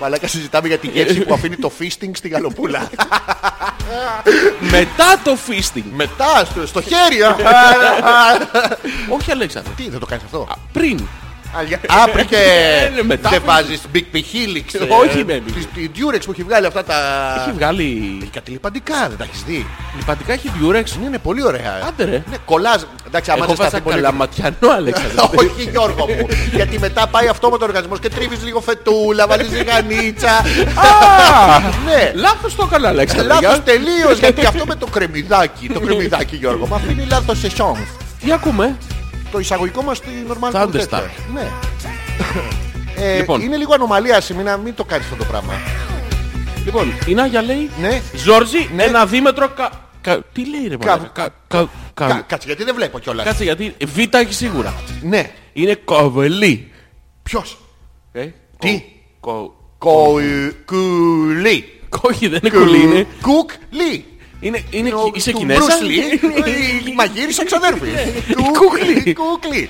Speaker 2: Μαλάκα συζητάμε για τη γεύση που αφήνει το φίστινγκ στη γαλοπούλα.
Speaker 1: Μετά το φίστινγκ.
Speaker 2: Μετά στο, στο χέρι.
Speaker 1: Ε,
Speaker 2: α.
Speaker 1: Όχι Αλέξανδρε.
Speaker 2: Τι δεν το κάνεις αυτό.
Speaker 1: Πριν.
Speaker 2: Άπρι και
Speaker 1: Ε, ναι, μετά
Speaker 2: δεν
Speaker 1: που-
Speaker 2: βάζεις Big P Helix. ε,
Speaker 1: Όχι, baby.
Speaker 2: της- Τη Durex που έχει βγάλει αυτά
Speaker 1: Έχει
Speaker 2: τα...
Speaker 1: βγάλει
Speaker 2: Κάτι λιπαντικά, δεν τα έχεις δει.
Speaker 1: λιπαντικά, έχει διουρέξ.
Speaker 2: Είναι πολύ ωραία.
Speaker 1: Άντε, ρε.
Speaker 2: Ναι, κολλάζ. Εντάξει, άμα
Speaker 1: Εγώ
Speaker 2: δεν
Speaker 1: βάζα δηλαδή.
Speaker 2: σταθεί πολύ...
Speaker 1: καλαματιανό Αλέξανδρε.
Speaker 2: Όχι Γιώργο μου, γιατί μετά πάει αυτό με τον οργανισμό και τρίβεις λίγο φετούλα, βάζεις
Speaker 1: Ε.
Speaker 2: λιγανίτσα. Ναι,
Speaker 1: Λάθος το έκανα Αλέξανδρε.
Speaker 2: λάθος
Speaker 1: Για-
Speaker 2: τελείως, γιατί αυτό με το κρεμμυδάκι, το κρεμμυδάκι Γιώργο μου, αφήνει λάθος σε σόμφ.
Speaker 1: Τι ακούμε.
Speaker 2: το εισαγωγικό μας στη normal
Speaker 1: Thunderstar.
Speaker 2: Ναι. ε,
Speaker 1: Λοιπόν.
Speaker 2: Είναι λίγο ανομαλία σήμερα, μην το κάνεις αυτό το πράγμα.
Speaker 1: Λοιπόν, η Νάγια λέει.
Speaker 2: Ναι.
Speaker 1: Ζόρζι,
Speaker 2: Ναι.
Speaker 1: ένα δίμετρο. Κα... κα- Τι λέει ρε μαλάκα.
Speaker 2: Κα-
Speaker 1: Κα- κα- κα-
Speaker 2: Κα, κάτσε, γιατί δεν βλέπω κιόλας.
Speaker 1: Κάτσε γιατί β έχει σίγουρα.
Speaker 2: Ναι.
Speaker 1: Είναι κοβελή.
Speaker 2: Ποιος.
Speaker 1: Ε,
Speaker 2: Τι?
Speaker 1: κο-
Speaker 2: Κου- Κουλί.
Speaker 1: κο- Όχι δεν είναι κουλή. είναι-
Speaker 2: Κουκ λί.
Speaker 1: Είναι, είναι,
Speaker 2: Ο-
Speaker 1: είσαι
Speaker 2: του Ε,
Speaker 1: Κινέζα. Ε,
Speaker 2: Bruce Lee. Η μαγείρισα ξαδέρφη.
Speaker 1: Κουκλί.
Speaker 2: Κουκλί.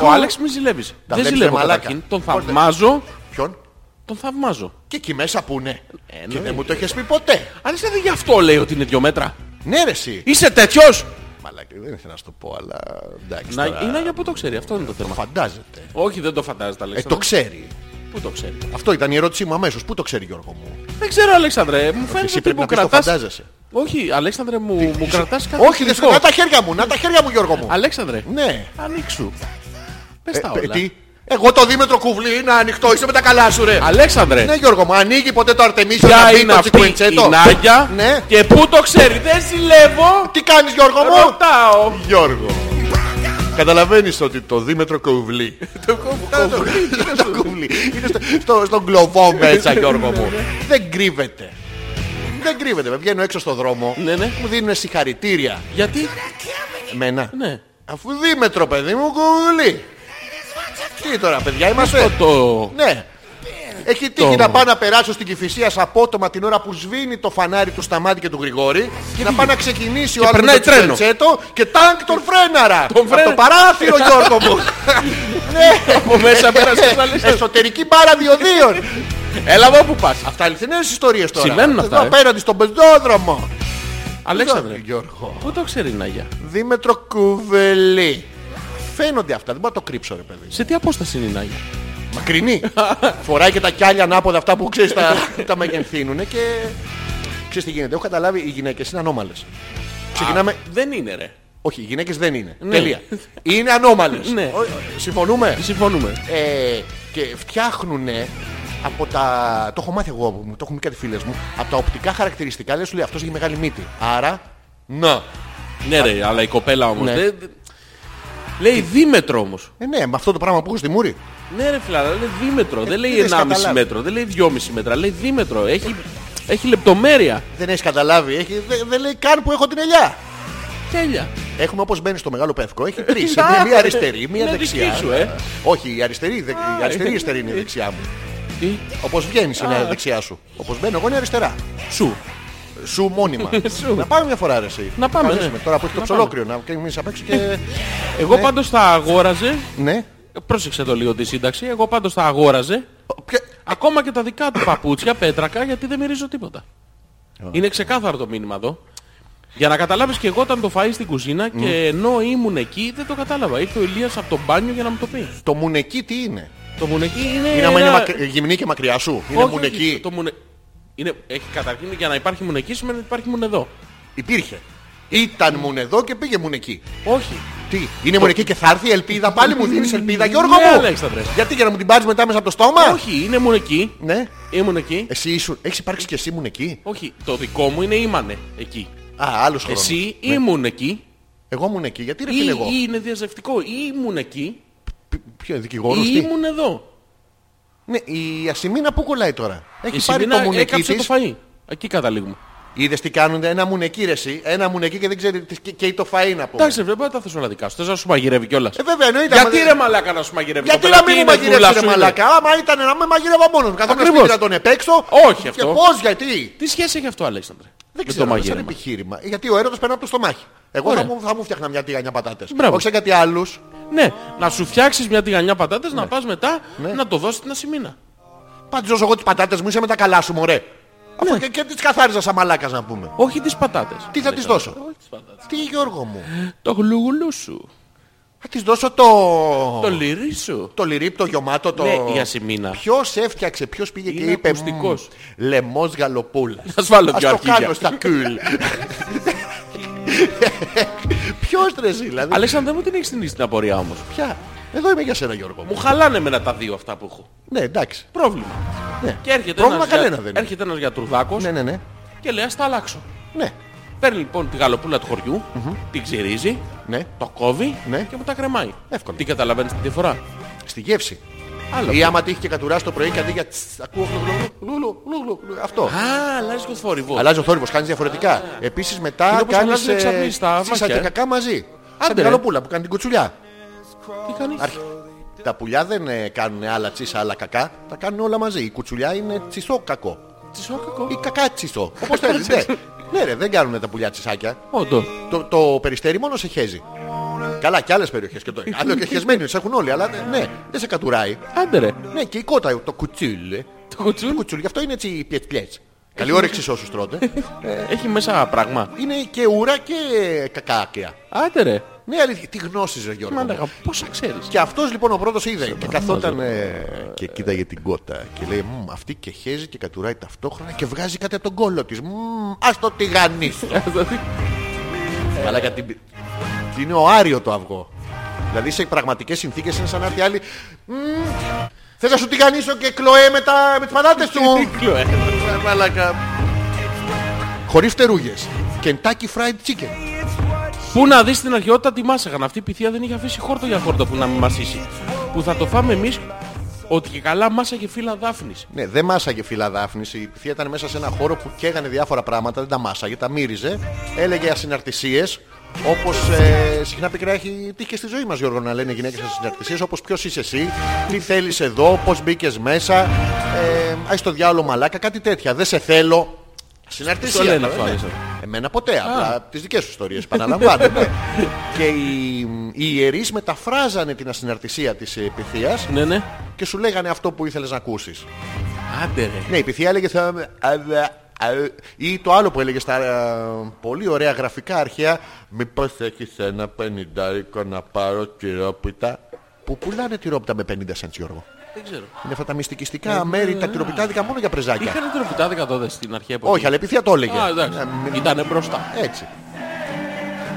Speaker 1: Ο Άλεξ μη ζηλεύεις. Δεν
Speaker 2: βλέπεις, ρε
Speaker 1: ζηλεύω
Speaker 2: μαλάκα.
Speaker 1: καταρχήν. Τον
Speaker 2: Πώς δεν-
Speaker 1: θαυμάζω.
Speaker 2: Ποιον.
Speaker 1: Τον θαυμάζω.
Speaker 2: Και εκεί μέσα που είναι. Και
Speaker 1: εννοείται.
Speaker 2: δεν μου το έχεις πει ποτέ.
Speaker 1: Αν είσαι γι' αυτό λέει ότι είναι δυο μέτρα.
Speaker 2: Ναι ρε εσύ.
Speaker 1: Είσαι τέτοιος.
Speaker 2: Μαλάκα, δεν ήθελα να σου το πω, αλλά εντάξει.
Speaker 1: Ε- Να,
Speaker 2: τώρα,
Speaker 1: η Νάγια που το ξέρει, αυτό είναι το θέμα.
Speaker 2: Φαντάζεται.
Speaker 1: Όχι, δεν το φαντάζεται,
Speaker 2: Ε, το
Speaker 1: Αλέξανδρε.
Speaker 2: ξέρει.
Speaker 1: Πού το ξέρει.
Speaker 2: Αυτό ήταν η ερώτησή μου αμέσως. Πού το ξέρει Γιώργο μου.
Speaker 1: Δεν ξέρω, Αλέξανδρε. Μου φαίνεται
Speaker 2: Εσύ
Speaker 1: ότι
Speaker 2: πρέπει
Speaker 1: μου
Speaker 2: να πεις το
Speaker 1: κρατάς...
Speaker 2: φαντάζεσαι.
Speaker 1: Όχι, Αλέξανδρε, μου, μου κρατάς κάτι
Speaker 2: Όχι, δεν σου
Speaker 1: κρυφό.
Speaker 2: να τα χέρια μου, να τα χέρια μου Γιώργο μου.
Speaker 1: Αλέξανδρε,
Speaker 2: Ναι.
Speaker 1: ανοίξου. Πες τα
Speaker 2: Ε,
Speaker 1: όλα.
Speaker 2: τι? Εγώ το δίμετρο κουβλί είναι ανοιχτό, είσαι με τα καλά σου ρε.
Speaker 1: Αλέξανδρε,
Speaker 2: Ναι Γιώργο μου, ανοίγει ποτέ το Αρτεμίσιο να
Speaker 1: ποια
Speaker 2: μπει
Speaker 1: είναι
Speaker 2: το
Speaker 1: αυτή
Speaker 2: τσικουεντσέτο.
Speaker 1: η Νάγια
Speaker 2: Ναι.
Speaker 1: και πού το ξέρει. Δεν ζηλεύω.
Speaker 2: Τι κάνεις Γιώργο μου.
Speaker 1: Ρωτάω.
Speaker 2: Γιώργο. Καταλαβαίνεις ότι το δίμετρο κουβλί. Το κουβλί. Είναι στο- στο- στον κλωβό μέσα Γιώργο μου. Δεν κρύβεται. Δεν κρύβεται. με. Βγαίνω έξω στο δρόμο.
Speaker 1: Ναι, ναι.
Speaker 2: Μου δίνουν συγχαρητήρια.
Speaker 1: Γιατί,
Speaker 2: Εμένα.
Speaker 1: ναι.
Speaker 2: Αφού δίμετρο παιδί μου κουβουλή. Τι τώρα παιδιά είμαστε.
Speaker 1: Αυτό το...
Speaker 2: Ναι. Έχει τύχει να πάω να περάσω στην Κυφυσία απότομα την ώρα που σβήνει το φανάρι του Σταμάτη και του Γρηγόρη. να πάω να ξεκινήσει ο άλλος
Speaker 1: περνάει
Speaker 2: με το
Speaker 1: τρένο.
Speaker 2: τσετσέτο και τάγκ τον φρέναρα.
Speaker 1: Τον
Speaker 2: Από
Speaker 1: φρέ-
Speaker 2: το παράθυρο Γιώργο μου.
Speaker 1: Από μέσα πέρασε να
Speaker 2: Ε.
Speaker 1: λες.
Speaker 2: Εσωτερική μπάρα διοδίων.
Speaker 1: Έλα εδώ που πας.
Speaker 2: Αυτά αληθινές ιστορίες τώρα.
Speaker 1: Συμβαίνουν αυτά,
Speaker 2: Εδώ
Speaker 1: ε.
Speaker 2: απέναντι στον πεζόδρομο.
Speaker 1: Αλέξανδρε.
Speaker 2: Γιώργο.
Speaker 1: Πού το ξέρεις η Νάγια.
Speaker 2: Δίμετρο κουβελή. Φαίνονται αυτά, δεν μπορώ να το κρύψω ρε παιδί.
Speaker 1: Σε τι απόσταση είναι η Νάγια.
Speaker 2: Μακρινή. Φοράει και τα κιάλια ανάποδα αυτά που ξέρεις τα, τα μεγενθύνουν και... Ξέρεις τι γίνεται, έχω καταλάβει οι γυναίκες είναι ανώμαλες. Ξεκινάμε...
Speaker 1: Δεν είναι ρε.
Speaker 2: Όχι, οι γυναίκες δεν είναι. Τελεία. Είναι ανώμαλες.
Speaker 1: Ναι.
Speaker 2: Ο- Συμφωνούμε.
Speaker 1: Συμφωνούμε.
Speaker 2: Ε, και φτιάχνουν από τα... Το έχω μάθει εγώ, μου το έχουν πει κάτι φίλες μου. Από τα οπτικά χαρακτηριστικά δεν σου λέει αυτός έχει μεγάλη μύτη. Άρα... Να.
Speaker 1: Ναι ρε, αλλά η κοπέλα όμως.
Speaker 2: Ναι.
Speaker 1: δεν- δεν- Λέει δίμετρο όμως.
Speaker 2: Ε, ναι, με αυτό το πράγμα που έχω στη μούρη.
Speaker 1: Ναι ρε φιλάρα, λέει δίμετρο. Δεν λέει
Speaker 2: Ε, δεν σε
Speaker 1: 1,5
Speaker 2: καταλάβει.
Speaker 1: μέτρο. Δεν λέει 2,5 μέτρα. Λέει δίμετρο. Έχει, έχει λεπτομέρεια.
Speaker 2: Δεν έχεις καταλάβει. Έχει, δεν, δεν λέει καν που έχω την ελιά.
Speaker 1: Τέλεια.
Speaker 2: Έχουμε όπως μπαίνει στο μεγάλο πεύκο, έχει τρεις. Είναι μία αριστερή, μία
Speaker 1: Είναι
Speaker 2: δεξιά.
Speaker 1: δική σου, ε.
Speaker 2: Όχι, η αριστερή, η δε- η αριστερή, η αριστερή είναι η δεξιά μου.
Speaker 1: Τι?
Speaker 2: Όπως βγαίνεις είναι η δεξιά σου. Όπως μπαίνω εγώ είναι αριστερά.
Speaker 1: Σου.
Speaker 2: Σου μόνιμα.
Speaker 1: Σου.
Speaker 2: Να πάμε μια φορά ρε εσύ.
Speaker 1: Να πάμε,
Speaker 2: Καλέσουμε,
Speaker 1: ναι.
Speaker 2: Τώρα που έχει το
Speaker 1: Να
Speaker 2: ψολόκριο να κάνει απ' έξω και...
Speaker 1: Εγώ πάντως θα αγόραζε.
Speaker 2: ναι.
Speaker 1: Πρόσεξε το λίγο τη σύνταξη. Εγώ πάντως θα αγόραζε.
Speaker 2: Ποια-
Speaker 1: Ακόμα και τα δικά του παπούτσια, πέτρακα, γιατί δεν μυρίζω τίποτα. Είναι ξεκάθαρο το μήνυμα εδώ. Για να καταλάβεις και εγώ όταν το φάει στην κουζίνα και ενώ ήμουν εκεί δεν το κατάλαβα. Ήρθε ο Ηλίας από το μπάνιο για να μου το πει.
Speaker 2: Το μουνεκί τι είναι.
Speaker 1: Το μουνεκί είναι.
Speaker 2: Είναι άμα
Speaker 1: Ε, ένα-
Speaker 2: είναι μακρι- γυμνή και μακριά σου. Είναι
Speaker 1: Όχι, όχι,
Speaker 2: μουνεκί.
Speaker 1: Το μουνε... είναι... Έχει καταρχήν για να υπάρχει μουνεκί σημαίνει ότι υπάρχει μουνεδό.
Speaker 2: Υπήρχε. Ήταν μουνεδό και πήγε μουνεκί.
Speaker 1: Όχι.
Speaker 2: Τι, είναι μουνεκί και θα έρθει η ελπίδα. Πάλι μου δίνεις ελπίδα Γιώργο
Speaker 1: Ναι,
Speaker 2: μου.
Speaker 1: Αλέξανδρε.
Speaker 2: Γιατί για να μου την πάρεις μετά μέσα από το στόμα.
Speaker 1: Όχι, είναι μουνεκί.
Speaker 2: Ναι.
Speaker 1: Ήμουν εκεί.
Speaker 2: Εσύ ήσουν, έχεις υπάρξει και εσύ ήμουν εκεί.
Speaker 1: Όχι, το δικό μου είναι ήμανε εκεί.
Speaker 2: Α, άλλος χρόνος. Ναι.
Speaker 1: Εσύ ήμουν εκεί.
Speaker 2: Εγώ ήμουν εκεί. Γιατί ρε
Speaker 1: Ή,
Speaker 2: φίλε εγώ.
Speaker 1: ή είναι διαζευτικό. Ή ήμουν εκεί.
Speaker 2: Π- Ποιο δικηγόρος
Speaker 1: ή
Speaker 2: τι.
Speaker 1: ήμουν εδώ.
Speaker 2: Ναι, η Ασημίνα που κολλάει τώρα. Έχει
Speaker 1: Η
Speaker 2: πάρει
Speaker 1: Σιμίνα
Speaker 2: το μουνεκί
Speaker 1: έκαψε
Speaker 2: της.
Speaker 1: το φαΐ. Εκεί καταλήγουμε.
Speaker 2: Είδες τι κάνουν. Ένα μουνεκί ρε εσύ. Ένα μουνεκί και δεν ξέρει τις και- καίει το φαΐ να πούμε.
Speaker 1: Εντάξει, ρε, βέβαια τα θες όλα δικά σου. Θες να σου μαγειρεύει κιόλας.
Speaker 2: Ε, βέβαια, εννοείται.
Speaker 1: Γιατί
Speaker 2: άμα
Speaker 1: ρε
Speaker 2: δεν-
Speaker 1: μαλάκα να σου μαγειρεύει.
Speaker 2: γιατί
Speaker 1: κοπέλα,
Speaker 2: να
Speaker 1: τι
Speaker 2: μην μου
Speaker 1: είναι, δούλα
Speaker 2: μαγειρεύεις ρε
Speaker 1: σου είναι.
Speaker 2: μαλακά, άμα ήταν να με μαγειρεύα μόνος. Καθόμουν
Speaker 1: Ακριβώς.
Speaker 2: σπίτι να τον επέξω.
Speaker 1: Όχι
Speaker 2: Και
Speaker 1: αυτό.
Speaker 2: πώς, γιατί.
Speaker 1: Τι σχέση έχει αυτό, Αλέξανδρε.
Speaker 2: Δεν
Speaker 1: με
Speaker 2: ξέρω,
Speaker 1: το
Speaker 2: σαν
Speaker 1: μαγείρεμα.
Speaker 2: επιχείρημα. Γιατί ο έρωτας περνά από το στομάχι. Εγώ θα
Speaker 1: Ωραία.
Speaker 2: μου, θα μου φτιάχνα μια τηγανιά πατάτες.
Speaker 1: Μπράβο.
Speaker 2: Όχι σαν κάτι άλλους.
Speaker 1: Ναι, να σου φτιάξεις μια τηγανιά πατάτες,
Speaker 2: Ναι.
Speaker 1: να πας μετά να το δώσεις την ασημίνα.
Speaker 2: Πάντως εγώ τις πατάτες μου είσαι με τα καλά σου μωρέ. Αφού και, και τις καθάριζα σαν μαλάκας να πούμε.
Speaker 1: Όχι τις πατάτες.
Speaker 2: Τι θα τις δώσω?
Speaker 1: Όχι τις πατάτες.
Speaker 2: Τι Γιώργο μου.
Speaker 1: Το γλουγουλού σου.
Speaker 2: Θα της δώσω το...
Speaker 1: Το λυρί σου.
Speaker 2: Το λιρίπ, το γιωμάτο, το...
Speaker 1: Ναι, η Ασημίνα.
Speaker 2: Ποιος έφτιαξε, ποιος πήγε και
Speaker 1: Είναι
Speaker 2: είπε...
Speaker 1: ακουστικός.
Speaker 2: «Μμ, Λεμός γαλοπούλα.
Speaker 1: Ας βάλω δυο
Speaker 2: το
Speaker 1: αρχίδια.
Speaker 2: κάνω στα κουλ. ποιος ρε εσύ, δηλαδή.
Speaker 1: Αλέξανδρε μου την έχεις την στην απορία όμως.
Speaker 2: Ποια. Εδώ είμαι για σένα Γιώργο
Speaker 1: Μου
Speaker 2: μου.
Speaker 1: χαλάνε εμένα τα δύο αυτά που έχω.
Speaker 2: Ναι, εντάξει.
Speaker 1: Πρόβλημα.
Speaker 2: Ναι.
Speaker 1: Και έρχεται
Speaker 2: Πρόβλημα
Speaker 1: ένας,
Speaker 2: κανένα
Speaker 1: για...
Speaker 2: δεν είναι.
Speaker 1: έρχεται ένας γιατρουδάκος
Speaker 2: Ναι, ναι, ναι.
Speaker 1: και λέει ας τα αλλάξω.
Speaker 2: Ναι,
Speaker 1: Παίρνει λοιπόν τη γαλοπούλα του χωριου την ξυρίζει,
Speaker 2: ναι.
Speaker 1: το κόβει
Speaker 2: Ναι.
Speaker 1: και μου τα κρεμάει.
Speaker 2: Εύκολο.
Speaker 1: Τι καταλαβαίνεις τη διαφορά.
Speaker 2: Στη γεύση.
Speaker 1: Άλλο.
Speaker 2: Ή άμα τύχει και κατουράσει το πρωί και αντί για τσ, ακούω γλου, γλου, γλου, γλου, γλου, γλου, Αυτό.
Speaker 1: Α, αλλάζει το θόρυβος.
Speaker 2: Αλλάζει ο θόρυβος, κάνεις διαφορετικά. Επίσης
Speaker 1: Είναι
Speaker 2: μετά
Speaker 1: όπως
Speaker 2: κάνεις
Speaker 1: αλλάζουν
Speaker 2: ε,
Speaker 1: εξαπλής τα
Speaker 2: τσίσα
Speaker 1: μάτια,
Speaker 2: και
Speaker 1: ε.
Speaker 2: κακά μαζί. Σαν
Speaker 1: Άντε,
Speaker 2: την
Speaker 1: ρε.
Speaker 2: καλοπούλα που κάνει την κουτσουλιά.
Speaker 1: Τι κάνεις.
Speaker 2: Τα πουλιά δεν ε, κάνουν άλλα τσίσα, άλλα κακά. Τα κάνουν όλα μαζί. Η κουτσουλιά είναι τσισό κακό.
Speaker 1: Τσισόκακο.
Speaker 2: Ή κακά τσισό. Όπως θέλεις. ναι. ναι, ρε, δεν κάνουν τα πουλιά τσισάκια.
Speaker 1: Όντω.
Speaker 2: Το, το περιστέρι μόνο σε χέζει. Καλά, και άλλες περιοχές και το. Άλλο και χεσμένοι, σε έχουν όλοι, αλλά ναι, ναι, δεν σε κατουράει.
Speaker 1: Άντε ρε.
Speaker 2: Ναι, και η κότα, το κουτσούλι.
Speaker 1: Το κουτσούλι.
Speaker 2: Κουτσούλι, γι' αυτό είναι έτσι πιετ πιετ. Καλή όρεξη σε όσους τρώτε.
Speaker 1: Έχει μέσα πράγμα.
Speaker 2: είναι και ούρα και κακάκια.
Speaker 1: Άντε ρε.
Speaker 2: Ναι, αλήθεια, τι γνώσεις ρε Γιώργο. μου.
Speaker 1: Μάλακα, πόσα ξέρεις.
Speaker 2: Και αυτός λοιπόν ο πρώτος είδε και καθόταν ε, και κοίταγε την κότα και λέει «Μμμ, αυτή και χέζει και κατουράει ταυτόχρονα και βγάζει κάτι από τον κόλο της. Μμμ, ας το τηγανίσω. Αλλά για την... τι είναι ο Άριο το αυγό. Δηλαδή σε πραγματικές συνθήκες είναι σαν να έρθει άλλη «Μμμ, θες να σου τηγανίσω και κλοέ με, τα... με τις πατάτες σου.
Speaker 1: Κύκλο, ε.
Speaker 2: Μαλάκα. Χωρίς φτερούγες. Kentucky Fried Chicken.
Speaker 1: Πού να δεις την αρχαιότητα τη μάσαγαν. Αυτή η πυθία δεν είχε αφήσει χόρτο για χόρτο που να μην μασίσει. Που θα το φάμε εμείς ότι και καλά μάσα και φύλλα δάφνης.
Speaker 2: Ναι, δεν μάσαγε φύλλα δάφνης. Η πυθία ήταν μέσα σε ένα χώρο που καίγανε διάφορα πράγματα, δεν τα μάσαγε, τα μύριζε. Έλεγε ασυναρτησίες. Όπως ε, συχνά πικρά έχει τύχει και στη ζωή μας Γιώργο να λένε οι γυναίκες σας συνεργασίες Όπως ποιος είσαι εσύ, τι θέλεις εδώ, πώς μπήκες μέσα ε, Άι στο διάλογο μαλάκα, κάτι τέτοια Δεν σε θέλω Συναρτησία.
Speaker 1: Στο λένε
Speaker 2: τώρα,
Speaker 1: αυτό,
Speaker 2: ναι.
Speaker 1: Άλεξα.
Speaker 2: Εμένα ποτέ, απλά τις δικές σου ιστορίες επαναλαμβάνω. ναι. και οι, οι ιερείς μεταφράζανε την ασυναρτησία της ε, πυθίας
Speaker 1: Ναι, ναι.
Speaker 2: και σου λέγανε αυτό που ήθελες να ακούσεις.
Speaker 1: Άντε ρε.
Speaker 2: Ναι, η πυθία έλεγε θα... α, α, α, ή το άλλο που έλεγε στα α, πολύ ωραία γραφικά αρχαία Μήπως έχεις ένα πενιντάρικο να πάρω τυρόπιτα Που πουλάνε τυρόπιτα με 50 cents Γιώργο
Speaker 1: Δεν ξέρω.
Speaker 2: Είναι αυτά τα
Speaker 1: Ε,
Speaker 2: μυστικιστικά
Speaker 1: ναι.
Speaker 2: μέρη, τα τυροπιτάδικα μόνο για πρεζάκια
Speaker 1: Είχαν τροπιτάδικα τότε στην αρχαία εποχή.
Speaker 2: Όχι, αλλά η πυθία το έλεγε
Speaker 1: Α, εντάξει.
Speaker 2: Ναι, μην-
Speaker 1: Ήτανε μπροστά.
Speaker 2: Έτσι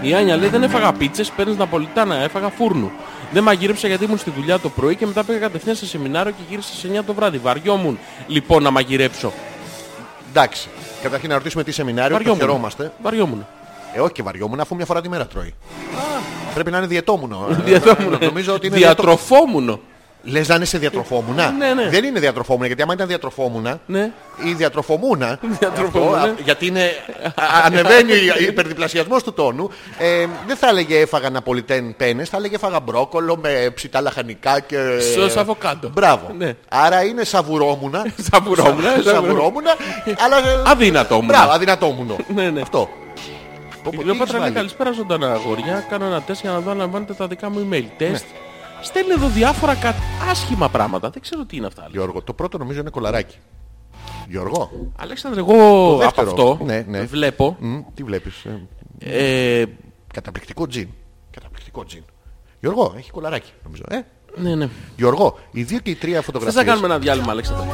Speaker 1: Η Άνια λέει δεν έφαγα πίτσες, παίρνεις Ναπολιτάνα, έφαγα φούρνου. Δεν μαγείρεψα γιατί ήμουν στη δουλειά το πρωί και μετά πήγα κατευθείαν σε σεμινάριο και γύρισα σε 9 το βράδυ. Βαριόμουν λοιπόν να μαγειρέψω.
Speaker 2: Εντάξει. Καταρχήν να ρωτήσουμε τι σεμινάριο, το
Speaker 1: Βαριόμουν.
Speaker 2: χαιρόμαστε.
Speaker 1: Βαριόμουν.
Speaker 2: Ε, όχι και βαριόμουν, αφού μια φορά τη μέρα τρώει. Πρέπει να είναι διαιτόμουνο. Ε,
Speaker 1: Διατροφόμουν.
Speaker 2: Νομίζω ότι είναι διατρο...
Speaker 1: Διατροφόμουν.
Speaker 2: Λες να είναι σε διατροφόμουνα.
Speaker 1: Ναι, ναι.
Speaker 2: Δεν είναι διατροφόμουνα, γιατί άμα ήταν διατροφόμουνα
Speaker 1: Ναι.
Speaker 2: ή διατροφομούνα.
Speaker 1: Διατροφόμουνα.
Speaker 2: αυτό, α, γιατί είναι, α, ανεβαίνει ο υπερδιπλασιασμός του τόνου. Ε, δεν θα έλεγε έφαγα Ναπολιτέν πένες, θα έλεγε έφαγα μπρόκολο με ψητά λαχανικά και...
Speaker 1: Σως αβοκάντο.
Speaker 2: Μπράβο.
Speaker 1: Ναι.
Speaker 2: Άρα είναι σαβουρόμουνα.
Speaker 1: Σαβουρόμουνα,
Speaker 2: Σα- Σαβουρόμουνα. αλλά, ε,
Speaker 1: Αδύνατόμουνα.
Speaker 2: Μπράβο, αδυνατόμουνο.
Speaker 1: Ναι, ναι.
Speaker 2: Αυτό.
Speaker 1: Η
Speaker 2: Πω, τι έχεις
Speaker 1: Κλεοπάτρα λέει
Speaker 2: βάλει.
Speaker 1: καλησπέρα ζωντανά αγόρια. Κάνω ένα τεστ για να δω αν λαμβάνετε τα δικά μου
Speaker 2: Ναι.
Speaker 1: email. Τεστ. Στέλνει εδώ διάφορα κα... άσχημα πράγματα. Δεν ξέρω τι είναι αυτά. Λέει.
Speaker 2: Γιώργο, το πρώτο νομίζω είναι κολαράκι. Γιώργο,
Speaker 1: Αλέξανδρε, εγώ
Speaker 2: Το
Speaker 1: από
Speaker 2: δεύτερο.
Speaker 1: αυτό
Speaker 2: Ναι, ναι.
Speaker 1: βλέπω.
Speaker 2: μ, τι βλέπεις. ε,
Speaker 1: Ε,
Speaker 2: καταπληκτικό τζιν. Καταπληκτικό τζιν. Γιώργο, έχει κολαράκι νομίζω. Ε.
Speaker 1: ναι, ναι.
Speaker 2: Γιώργο, οι δύο και οι τρία
Speaker 1: Θες
Speaker 2: φωτογραφίες.
Speaker 1: να κάνουμε ένα διάλειμμα, Αλέξανδρε.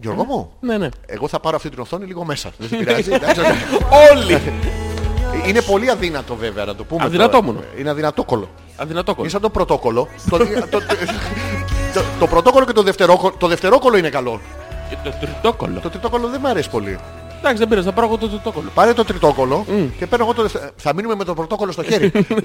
Speaker 2: Γιώργο μου,
Speaker 1: Ναι, ναι.
Speaker 2: εγώ θα πάρω αυτή την οθόνη λίγο μέσα. Δεν σε πειράζει. εντάξει.
Speaker 1: Όλοι!
Speaker 2: είναι πολύ αδύνατο βέβαια να το πούμε.
Speaker 1: Αδυνατό
Speaker 2: τώρα.
Speaker 1: μόνο.
Speaker 2: Είναι αδυνατόκολο.
Speaker 1: Αδυνατόκο.
Speaker 2: Είναι σαν το πρωτόκολλο. το, το, το, το- το πρωτόκολλο και το δευτερόκολλο. Το δευτερόκολλο είναι καλό.
Speaker 1: Και Ε, το τριτόκολο.
Speaker 2: Το τριτόκολλο δεν μου αρέσει πολύ.
Speaker 1: Εντάξει, δεν πειράζει, θα πάρω εγώ το τριτόκολο.
Speaker 2: Πάρε το τριτόκολλο
Speaker 1: Mm.
Speaker 2: και παίρνω εγώ το δευτερόκολλο. Θα μείνουμε με το πρωτόκολλο στο χέρι. Ε,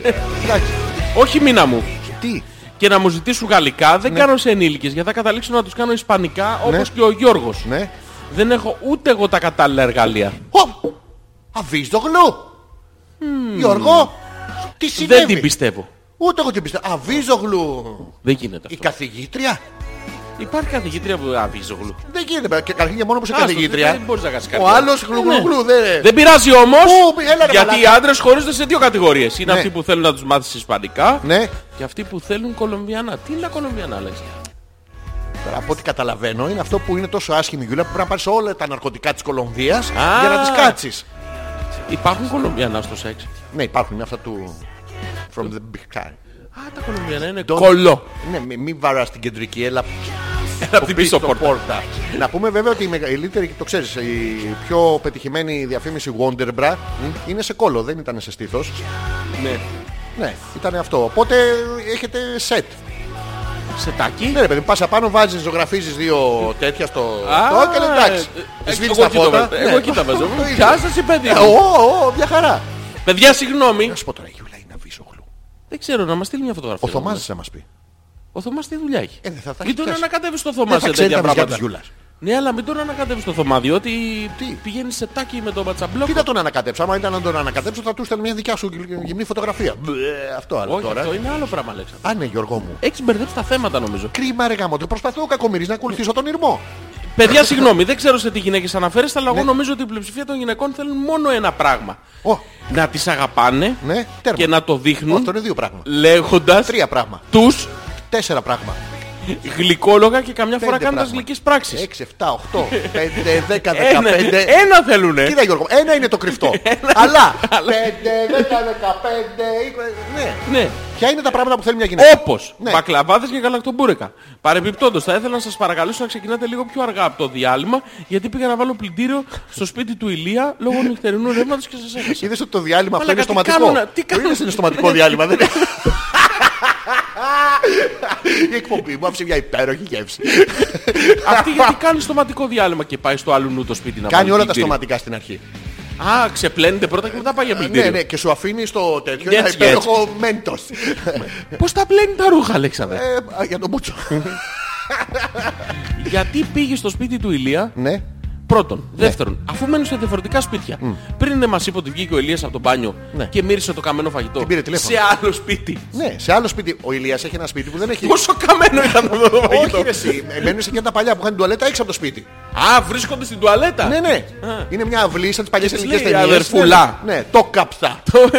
Speaker 2: Εντάξει.
Speaker 1: Όχι μήνα μου.
Speaker 2: Τι.
Speaker 1: Και να μου ζητήσουν γαλλικά
Speaker 2: Ναι.
Speaker 1: δεν κάνω σε ενήλικες γιατί θα καταλήξω να τους κάνω ισπανικά όπως και ο Γιώργος.
Speaker 2: Ναι.
Speaker 1: Δεν έχω ούτε εγώ τα κατάλληλα εργαλεία.
Speaker 2: Ω! Αβίζογλου! Γιώργο! Τι συνέβη!
Speaker 1: Δεν την πιστεύω.
Speaker 2: Ούτε εγώ την πιστεύω. Αβίζογλου!
Speaker 1: Δεν γίνεται
Speaker 2: Η
Speaker 1: αυτό.
Speaker 2: καθηγήτρια!
Speaker 1: Υπάρχει καθηγήτρια που αβίζει γλου.
Speaker 2: Δεν γίνεται. Και καταρχήν και μόνο που είσαι
Speaker 1: Άστο,
Speaker 2: καθηγήτρια.
Speaker 1: δεν μπορείς να κάνεις κάτι
Speaker 2: Ο
Speaker 1: άλλο.
Speaker 2: άλλος γλου γλου
Speaker 1: Ναι.
Speaker 2: γλου δεν.
Speaker 1: Δεν πειράζει όμως
Speaker 2: Πού, έλα ρε
Speaker 1: γιατί οι
Speaker 2: μαλάκα.
Speaker 1: άντρες χωρίζονται σε δύο κατηγορίες. Είναι
Speaker 2: Ναι.
Speaker 1: αυτοί που θέλουν να τους μάθεις ισπανικά
Speaker 2: Ναι,
Speaker 1: και αυτοί που θέλουν κολομβιανά. Τι είναι τα κολομβιανά λες.
Speaker 2: τώρα, από ό,τι καταλαβαίνω είναι αυτό που είναι τόσο άσχημη Γιούλα που πρέπει να πάρεις όλα τα ναρκωτικά της Κολομβίας
Speaker 1: Α.
Speaker 2: για να τις κάτσεις.
Speaker 1: Υπάρχουν κολομβιανά στο σεξ.
Speaker 2: Ναι, υπάρχουν αυτά του... From the big time.
Speaker 1: Α, τα κολομβιανά είναι
Speaker 2: Don't-
Speaker 1: κολό.
Speaker 2: Ναι, μη, μη βαράς την κεντρική, έλα
Speaker 1: Έλα από την πίσω πόρτα.
Speaker 2: Να πούμε βέβαια ότι η μεγαλύτερη, το ξέρεις, η πιο πετυχημένη διαφήμιση Wonderbra είναι σε κόλλο, δεν ήταν σε στήθος.
Speaker 1: Ναι.
Speaker 2: Ναι, ήταν αυτό. Οπότε έχετε σετ.
Speaker 1: Σετάκι.
Speaker 2: Ναι, ρε παιδί, πας απάνω, βάζεις, ζωγραφίζεις δύο τέτοια στο...
Speaker 1: Α,
Speaker 2: το και λέει, εντάξει.
Speaker 1: ε, ε,
Speaker 2: Σβήνεις
Speaker 1: εγώ
Speaker 2: τα φώτα. Ναι.
Speaker 1: κοίτα, εγώ κοίτα βάζω.
Speaker 2: Το ίδιο.
Speaker 1: Γεια σας, η παιδί
Speaker 2: Ε,
Speaker 1: μου.
Speaker 2: Ω, ω, μια χαρά.
Speaker 1: Παιδιά, συγγνώμη.
Speaker 2: Να σου πω τώρα, Γιούλα, είναι αβύσογλου.
Speaker 1: Δεν ξέρω, να μας στείλει μια φωτογραφία.
Speaker 2: Ο Θωμάς θα μας πει.
Speaker 1: Ο Θωμάς τι δουλειά έχει.
Speaker 2: Ε, δεν θα τα
Speaker 1: Μην
Speaker 2: έχει
Speaker 1: τον
Speaker 2: πιάσει.
Speaker 1: ανακατεύεις στο Θωμά
Speaker 2: Δεν θα
Speaker 1: σε
Speaker 2: ξέρει
Speaker 1: τέτοια
Speaker 2: τα βυζιά της
Speaker 1: πράγματα.
Speaker 2: Γιούλας.
Speaker 1: Ναι, αλλά μην τον ανακατεύεις στο Θωμά, διότι
Speaker 2: Τι?
Speaker 1: πηγαίνει σε τάκι με το ματσαμπλόκο.
Speaker 2: Τι θα τον ανακατέψω. Άμα ήταν να τον ανακατέψω, θα του ήταν μια δικιά σου γυμνή φωτογραφία. Μπε, Αυτό άλλο
Speaker 1: Όχι,
Speaker 2: τώρα.
Speaker 1: αυτό είναι άλλο πράγμα, Αλέξα.
Speaker 2: Α, ναι, Γιώργο μου.
Speaker 1: Έχεις μπερδέψει τα θέματα, νομίζω.
Speaker 2: Κρίμα ρε γάμο του. Προσπαθώ ο κακομοίρης να ακολουθήσω τον ήρμο.
Speaker 1: Παιδιά, συγγνώμη, δεν ξέρω σε τι γυναίκες αναφέρεστε,
Speaker 2: Ναι.
Speaker 1: αλλά εγώ νομίζω ότι η πλειοψηφία των γυναικών θέλουν μόνο ένα πράγμα.
Speaker 2: Ω,
Speaker 1: Να τις αγαπάνε
Speaker 2: ναι, τέρμα.
Speaker 1: και να το δείχνουν
Speaker 2: Αυτό είναι δύο πράγματα.
Speaker 1: λέγοντας
Speaker 2: Τρία πράγμα.
Speaker 1: τους
Speaker 2: Τέσσερα πράγμα.
Speaker 1: γλυκόλογα και καμιά φορά
Speaker 2: Πέντε
Speaker 1: κάνοντας
Speaker 2: πράγματα.
Speaker 1: γλυκές πράξεις.
Speaker 2: Έξι, εφτά, οχτώ, πέντε, δέκα,
Speaker 1: Ένα,
Speaker 2: δεκαπέντε.
Speaker 1: ναι, ένα θέλουνε.
Speaker 2: Κοίτα Γιώργο, ένα είναι το κρυφτό. Αλλά πέντε, δέκα, δεκαπέντε, είκοσι. Ναι.
Speaker 1: Ναι.
Speaker 2: Ποια είναι τα πράγματα που θέλει μια γυναίκα.
Speaker 1: Όπως
Speaker 2: Ναι.
Speaker 1: μπακλαβάδες και γαλακτομπούρεκα. Παρεμπιπτόντως, θα ήθελα να σας παρακαλέσω να ξεκινάτε λίγο πιο αργά από το διάλειμμα, γιατί πήγα να βάλω πλυντήριο στο σπίτι του Ηλία λόγω νυχτερινού ρεύματος και σας έχασα.
Speaker 2: Είδες ότι το διάλειμμα αυτό
Speaker 1: Μαλάκα,
Speaker 2: είναι
Speaker 1: τι κάνω
Speaker 2: στοματικό.
Speaker 1: να- τι
Speaker 2: Το
Speaker 1: κάνω
Speaker 2: είδες
Speaker 1: να-
Speaker 2: είναι στοματικό διάλειμμα. δεν είναι. Η εκπομπή μου άφησε μια υπέροχη γεύση.
Speaker 1: Αυτή γιατί κάνει στοματικό διάλειμμα και πάει στο άλλου νου το σπίτι να
Speaker 2: Κάνει
Speaker 1: βάλει
Speaker 2: όλα τα
Speaker 1: πλυντήριο.
Speaker 2: στοματικά στην αρχή.
Speaker 1: Α, ξεπλένεται πρώτα και μετά πάει για
Speaker 2: Ναι,
Speaker 1: πλυντήριο.
Speaker 2: ναι, και σου αφήνει στο τέτοιο
Speaker 1: Yes,
Speaker 2: ένα
Speaker 1: yes.
Speaker 2: υπέροχο μέντος. ναι.
Speaker 1: Πώς τα πλένει τα ρούχα,
Speaker 2: Ε,
Speaker 1: Αλέξανδρε.
Speaker 2: Για τον Μπούτσο.
Speaker 1: γιατί πήγε στο σπίτι του Ηλία
Speaker 2: Ναι.
Speaker 1: Πρώτον. Δεύτερον, αφού μένουν σε διαφορετικά σπίτια. Πριν δεν μας είπε ότι βγήκε ο Ηλίας από το μπάνιο
Speaker 2: Ναι.
Speaker 1: και μύρισε το καμένο φαγητό.
Speaker 2: Την πήρε τηλέφωνο.
Speaker 1: Σε άλλο σπίτι.
Speaker 2: Ναι, σε άλλο σπίτι. Ο Ηλίας έχει ένα σπίτι που δεν έχει.
Speaker 1: Πόσο καμένο ήταν αυτό το φαγητό.
Speaker 2: Όχι, ρε, εσύ. Μένουν σε εκείνα τα παλιά που είχαν τουαλέτα έξω από το σπίτι.
Speaker 1: Α, βρίσκονται στην τουαλέτα.
Speaker 2: Ναι, ναι. Είναι μια αυλή σαν τις παλιές
Speaker 1: της
Speaker 2: ελληνικές
Speaker 1: λέει,
Speaker 2: ταινίες.
Speaker 1: «Αδερφούλα».
Speaker 2: Ναι, το κάψα.
Speaker 1: Το-